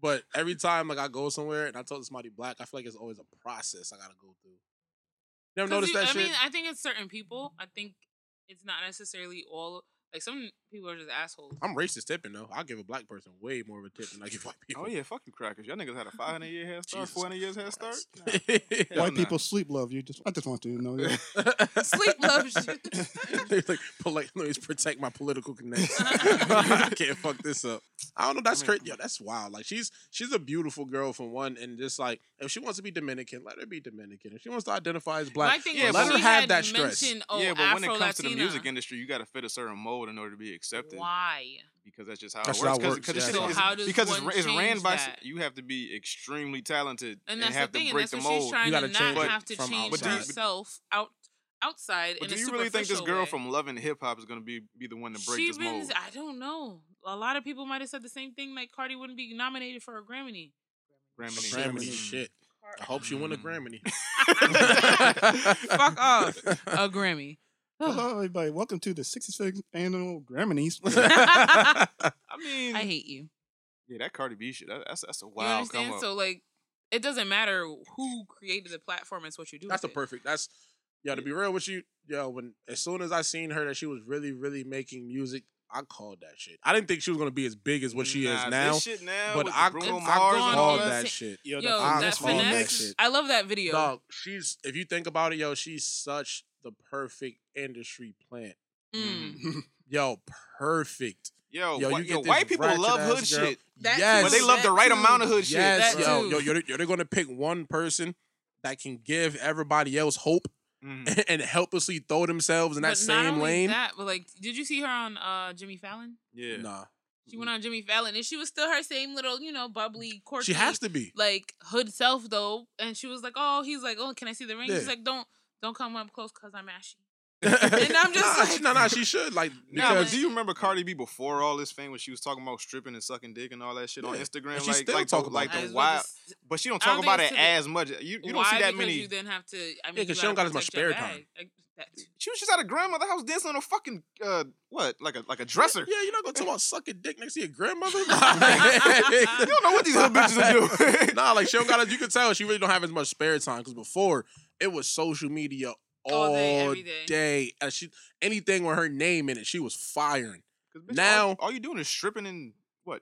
[SPEAKER 7] But every time like I go somewhere and I talk to somebody black, I feel like it's always a process I gotta go through. You ever
[SPEAKER 8] 'Cause
[SPEAKER 7] notice
[SPEAKER 8] you-
[SPEAKER 7] that
[SPEAKER 8] I
[SPEAKER 7] shit?
[SPEAKER 8] mean, I think it's certain people. I think it's not necessarily all. Like some people are just assholes.
[SPEAKER 7] I'm racist tipping though. I give a black person way more of a tip than I give white people.
[SPEAKER 6] Oh yeah, fuck you crackers. Y'all niggas had a 500 year head start,
[SPEAKER 7] Jesus
[SPEAKER 6] 400 years head start. Nah.
[SPEAKER 7] yeah.
[SPEAKER 6] Hell
[SPEAKER 5] White
[SPEAKER 6] nah.
[SPEAKER 5] people sleep love you. Just I just want you to know that.
[SPEAKER 8] Sleep love shit.
[SPEAKER 7] They're like polite. Let me protect my political connects. I can't fuck this up. I don't know. That's
[SPEAKER 6] Oh
[SPEAKER 7] crazy. Yo, that's wild. Like she's she's a beautiful girl for one, and just like if she wants to be Dominican, let her be Dominican. If she wants to identify as black,
[SPEAKER 8] My thing
[SPEAKER 7] yeah,
[SPEAKER 8] was
[SPEAKER 7] let
[SPEAKER 8] she
[SPEAKER 7] her have
[SPEAKER 8] had
[SPEAKER 7] that stress.
[SPEAKER 8] mentioned, Oh,
[SPEAKER 6] yeah, but when it comes to the
[SPEAKER 8] Afro-Latina.
[SPEAKER 6] music industry, you got to fit a certain mold in order to be accepted
[SPEAKER 8] why?
[SPEAKER 6] because that's just how
[SPEAKER 7] That's
[SPEAKER 6] it
[SPEAKER 7] how
[SPEAKER 6] works.
[SPEAKER 7] it
[SPEAKER 6] Cause,
[SPEAKER 7] works,
[SPEAKER 6] 'cause this
[SPEAKER 7] yeah.
[SPEAKER 6] shit
[SPEAKER 7] So
[SPEAKER 6] is-
[SPEAKER 8] how does
[SPEAKER 6] because
[SPEAKER 8] one
[SPEAKER 6] it's, it's ran
[SPEAKER 8] change
[SPEAKER 6] by
[SPEAKER 8] that?
[SPEAKER 6] you have to be extremely talented and,
[SPEAKER 8] And that's
[SPEAKER 6] have
[SPEAKER 8] the thing,
[SPEAKER 6] to
[SPEAKER 8] and
[SPEAKER 6] break
[SPEAKER 8] that's
[SPEAKER 6] the
[SPEAKER 8] what
[SPEAKER 6] mold.
[SPEAKER 8] she's trying
[SPEAKER 7] You
[SPEAKER 8] to
[SPEAKER 7] gotta
[SPEAKER 8] not
[SPEAKER 7] change
[SPEAKER 8] have
[SPEAKER 7] it
[SPEAKER 8] to
[SPEAKER 7] from
[SPEAKER 8] change
[SPEAKER 7] outside.
[SPEAKER 8] herself out outside.
[SPEAKER 6] But
[SPEAKER 8] in
[SPEAKER 6] do
[SPEAKER 8] a
[SPEAKER 6] you really think this
[SPEAKER 8] superficial
[SPEAKER 6] girl
[SPEAKER 8] way.
[SPEAKER 6] from Love and Hip Hop is going to be be the one to break
[SPEAKER 8] she
[SPEAKER 6] this mold?
[SPEAKER 8] I don't know. A lot of people might have said the same thing. Like Cardi wouldn't be nominated for a Grammy.
[SPEAKER 6] Grammy.
[SPEAKER 7] Grammy shit. I hope she win a
[SPEAKER 6] Mm.
[SPEAKER 7] Grammy.
[SPEAKER 8] Fuck off. A Grammy.
[SPEAKER 5] Hello, everybody. Welcome to the 66th annual Grammys.
[SPEAKER 8] I
[SPEAKER 6] I mean,
[SPEAKER 8] hate you.
[SPEAKER 6] yeah, that Cardi B shit. That, that's that's a
[SPEAKER 8] you
[SPEAKER 6] wild come
[SPEAKER 8] understand?
[SPEAKER 6] up.
[SPEAKER 8] So like, it doesn't matter who created the platform. It's what you do.
[SPEAKER 7] That's the
[SPEAKER 8] with it.
[SPEAKER 7] perfect. That's yo. To be real with you, yo. When as soon as I seen her that she was really, really making music, I called that shit. I didn't think she was gonna be as big as what she
[SPEAKER 6] Nah,
[SPEAKER 7] is now,
[SPEAKER 6] This shit now
[SPEAKER 7] but
[SPEAKER 6] with
[SPEAKER 7] I,
[SPEAKER 6] the
[SPEAKER 7] I
[SPEAKER 6] Bruno
[SPEAKER 8] I've
[SPEAKER 6] Mars and
[SPEAKER 8] gone
[SPEAKER 6] all
[SPEAKER 7] called
[SPEAKER 8] on
[SPEAKER 6] that.
[SPEAKER 7] that
[SPEAKER 8] sin-
[SPEAKER 7] shit.
[SPEAKER 5] Yo,
[SPEAKER 8] Yo,
[SPEAKER 7] I
[SPEAKER 8] Oh, that
[SPEAKER 7] called that
[SPEAKER 8] finesse.
[SPEAKER 7] shit.
[SPEAKER 8] I love that video.
[SPEAKER 7] Dog, she's if you think about it, yo, she's such the perfect industry plant.
[SPEAKER 8] Mm.
[SPEAKER 7] Mm-hmm. Yo, perfect.
[SPEAKER 6] Yo,
[SPEAKER 7] Yo,
[SPEAKER 6] whi-
[SPEAKER 7] you get
[SPEAKER 6] yo,
[SPEAKER 7] this
[SPEAKER 6] white people
[SPEAKER 7] ratchet
[SPEAKER 6] love
[SPEAKER 7] ass
[SPEAKER 6] hood
[SPEAKER 7] girl.
[SPEAKER 6] shit,
[SPEAKER 8] That
[SPEAKER 7] yes,
[SPEAKER 6] but they
[SPEAKER 8] too.
[SPEAKER 6] love the
[SPEAKER 8] That
[SPEAKER 6] right
[SPEAKER 8] too.
[SPEAKER 6] amount of hood shit.
[SPEAKER 7] yes,
[SPEAKER 8] That
[SPEAKER 7] yo,
[SPEAKER 8] too.
[SPEAKER 7] yo, you're, you're gonna pick one person that can give everybody else hope
[SPEAKER 6] Mhm.
[SPEAKER 7] and helplessly throw themselves in that
[SPEAKER 8] But not
[SPEAKER 7] same
[SPEAKER 8] only
[SPEAKER 7] lane.
[SPEAKER 8] That, but like, did you see her on uh, Jimmy Fallon?
[SPEAKER 6] Yeah.
[SPEAKER 7] Nah,
[SPEAKER 8] She went on Jimmy Fallon, and she was still her same little, you know, bubbly, quirky,
[SPEAKER 7] she has to be.
[SPEAKER 8] like hood self though. And she was like, "Oh, he's like, oh, can I see the ring?"
[SPEAKER 7] Yeah.
[SPEAKER 8] She's like, "Don't, don't come up close, cause I'm ashy."
[SPEAKER 7] and
[SPEAKER 8] I'm just
[SPEAKER 7] nah,
[SPEAKER 8] like-
[SPEAKER 7] no, no, she should like
[SPEAKER 6] Nah, but
[SPEAKER 7] because
[SPEAKER 6] do you remember Cardi B before all this fame when she was talking about stripping and sucking dick and all that shit on
[SPEAKER 7] Yeah.
[SPEAKER 6] Instagram?
[SPEAKER 7] And
[SPEAKER 6] Like,
[SPEAKER 7] she still
[SPEAKER 6] like,
[SPEAKER 7] talk
[SPEAKER 6] the,
[SPEAKER 7] about
[SPEAKER 6] like
[SPEAKER 7] that.
[SPEAKER 8] I
[SPEAKER 6] the
[SPEAKER 8] was about
[SPEAKER 6] wild,
[SPEAKER 8] to s-
[SPEAKER 6] but she don't
[SPEAKER 8] I
[SPEAKER 6] talk
[SPEAKER 8] don't think
[SPEAKER 6] about
[SPEAKER 8] it's
[SPEAKER 6] it
[SPEAKER 8] to the-
[SPEAKER 6] as much. You, you don't
[SPEAKER 8] Why?
[SPEAKER 6] see that
[SPEAKER 8] Because
[SPEAKER 6] many.
[SPEAKER 8] You then have to. I mean,
[SPEAKER 7] 'cause
[SPEAKER 8] you
[SPEAKER 7] she don't got
[SPEAKER 8] gotta
[SPEAKER 7] as much
[SPEAKER 8] protect your
[SPEAKER 7] spare time.
[SPEAKER 8] bag. Like, that too.
[SPEAKER 6] She was just at a grandmother house dancing on a fucking uh, what, like a like a dresser.
[SPEAKER 7] yeah, you're not gonna talk about sucking dick next to your grandmother.
[SPEAKER 6] you don't know what these little bitches are doing.
[SPEAKER 7] nah, like she don't got. You can tell she really don't have as much spare time because before it was social media all,
[SPEAKER 8] All day, every
[SPEAKER 7] day.
[SPEAKER 8] day.
[SPEAKER 7] And she anything with her name in it, she was firing.
[SPEAKER 6] 'Cause bitch,
[SPEAKER 7] Now-
[SPEAKER 6] all, all you doing is stripping and what?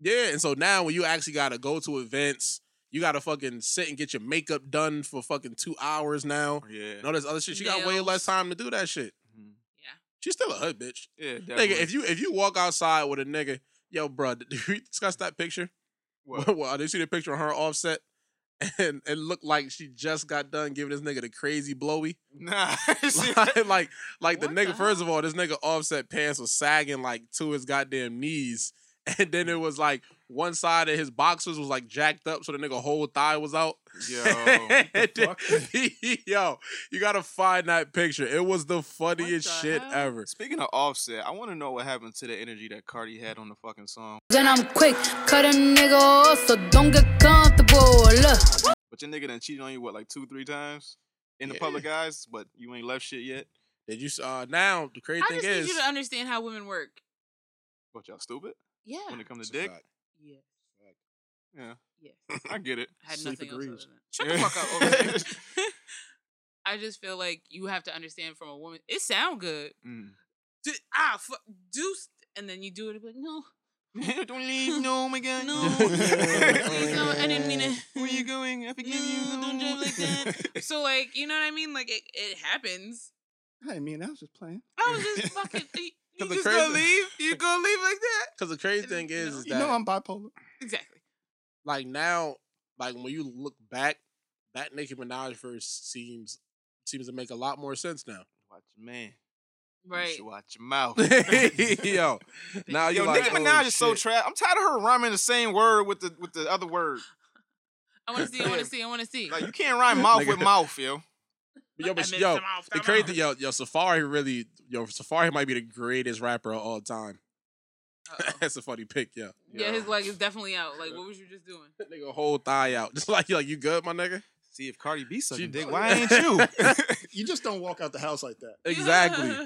[SPEAKER 7] Yeah, and so now when you actually gotta go to events, you gotta fucking sit and get your makeup done for fucking two hours now.
[SPEAKER 6] Yeah,
[SPEAKER 7] And all this other shit, she got way
[SPEAKER 8] Nails.
[SPEAKER 7] less time to do that shit.
[SPEAKER 6] Mhm.
[SPEAKER 8] Yeah.
[SPEAKER 7] she's still a hood bitch.
[SPEAKER 6] yeah. Definitely.
[SPEAKER 7] Nigga, if you if you walk outside with a nigga, yo, bro, did we discuss that picture?
[SPEAKER 6] What?
[SPEAKER 7] Well, did you see the picture of her offset? And it looked like she just got done giving this nigga the crazy blowy.
[SPEAKER 6] nah, See,
[SPEAKER 7] like, like, like the
[SPEAKER 8] What
[SPEAKER 7] nigga,
[SPEAKER 8] the
[SPEAKER 7] first of all, this nigga offset pants was sagging like to his goddamn knees. And then it was like one side of his boxers was like jacked up, so the nigga whole thigh was out.
[SPEAKER 6] yo,
[SPEAKER 7] And then- yo, you gotta find that picture. It was the funniest
[SPEAKER 8] the
[SPEAKER 7] shit
[SPEAKER 8] hell?
[SPEAKER 7] ever.
[SPEAKER 6] speaking of Offset, I want to know what happened to the energy that Cardi had on the fucking song.
[SPEAKER 9] Then I'm quick, cut a nigga off, so don't get comfortable. Look,
[SPEAKER 6] But your nigga done cheated on you what like two, three times in the
[SPEAKER 7] Yeah.
[SPEAKER 6] public eyes, but you ain't left shit yet.
[SPEAKER 7] Did you s- uh now the crazy
[SPEAKER 8] I
[SPEAKER 7] thing
[SPEAKER 8] just
[SPEAKER 7] is
[SPEAKER 8] need you to understand how women work.
[SPEAKER 6] What y'all stupid
[SPEAKER 8] Yeah.
[SPEAKER 6] when it comes
[SPEAKER 7] It's
[SPEAKER 6] to
[SPEAKER 7] a
[SPEAKER 6] dick?
[SPEAKER 7] fact.
[SPEAKER 8] Yeah.
[SPEAKER 6] Yeah,
[SPEAKER 8] Yes.
[SPEAKER 6] I get it.
[SPEAKER 8] I had
[SPEAKER 5] Sleep
[SPEAKER 8] nothing
[SPEAKER 5] agrees.
[SPEAKER 8] else other than that. Shut the fuck up. Over there. I just feel like you have to understand from a woman. It sound good.
[SPEAKER 6] Mm.
[SPEAKER 8] Do, ah, fuck, do, st- and then you do it. And be like, no,
[SPEAKER 6] Mm. Don't leave, no, my God,
[SPEAKER 8] no, please, no, I didn't mean it.
[SPEAKER 6] Where you going? I forgive you.
[SPEAKER 8] No, don't drive like that. so like, you know what I mean? Like it, it happens.
[SPEAKER 5] I didn't mean that. I was just playing.
[SPEAKER 8] I was just fucking. You
[SPEAKER 7] the
[SPEAKER 8] just gonna
[SPEAKER 7] crazy-
[SPEAKER 8] leave? You gonna leave like that?
[SPEAKER 7] Because the crazy thing
[SPEAKER 8] You
[SPEAKER 7] is,
[SPEAKER 8] know-
[SPEAKER 7] is
[SPEAKER 5] You
[SPEAKER 7] that
[SPEAKER 5] know I'm bipolar.
[SPEAKER 8] Exactly.
[SPEAKER 7] like now, like when you look back, that Nicki Minaj first seems seems to make a lot more sense now.
[SPEAKER 6] Watch your man. You
[SPEAKER 8] Right.
[SPEAKER 6] should watch your mouth.
[SPEAKER 7] yo, now you
[SPEAKER 6] Yo,
[SPEAKER 7] like,
[SPEAKER 6] Nicki
[SPEAKER 7] oh,
[SPEAKER 6] Minaj is so
[SPEAKER 7] shit.
[SPEAKER 6] trash. I'm tired of her rhyming the same word with the with the other word.
[SPEAKER 8] I want to see. I want
[SPEAKER 6] Yeah.
[SPEAKER 8] to see. I want to see.
[SPEAKER 6] Like you can't rhyme mouth with
[SPEAKER 7] Nigga.
[SPEAKER 6] mouth, yo.
[SPEAKER 7] Yo, but
[SPEAKER 8] I missed
[SPEAKER 7] yo,
[SPEAKER 8] him off,
[SPEAKER 7] the
[SPEAKER 8] I'm
[SPEAKER 7] crazy,
[SPEAKER 8] out.
[SPEAKER 7] yo, yo, Safari really, yo, Safari might be the greatest rapper of all time.
[SPEAKER 8] Uh-oh.
[SPEAKER 7] That's a funny pick, yo.
[SPEAKER 8] Yeah, his leg is definitely out. Like, what was you just doing?
[SPEAKER 7] That nigga whole thigh out, just like, like you good, my nigga.
[SPEAKER 6] See if Cardi B sucking
[SPEAKER 7] She-
[SPEAKER 6] dick. Why ain't you?
[SPEAKER 5] You just don't walk out the house like that.
[SPEAKER 7] Exactly.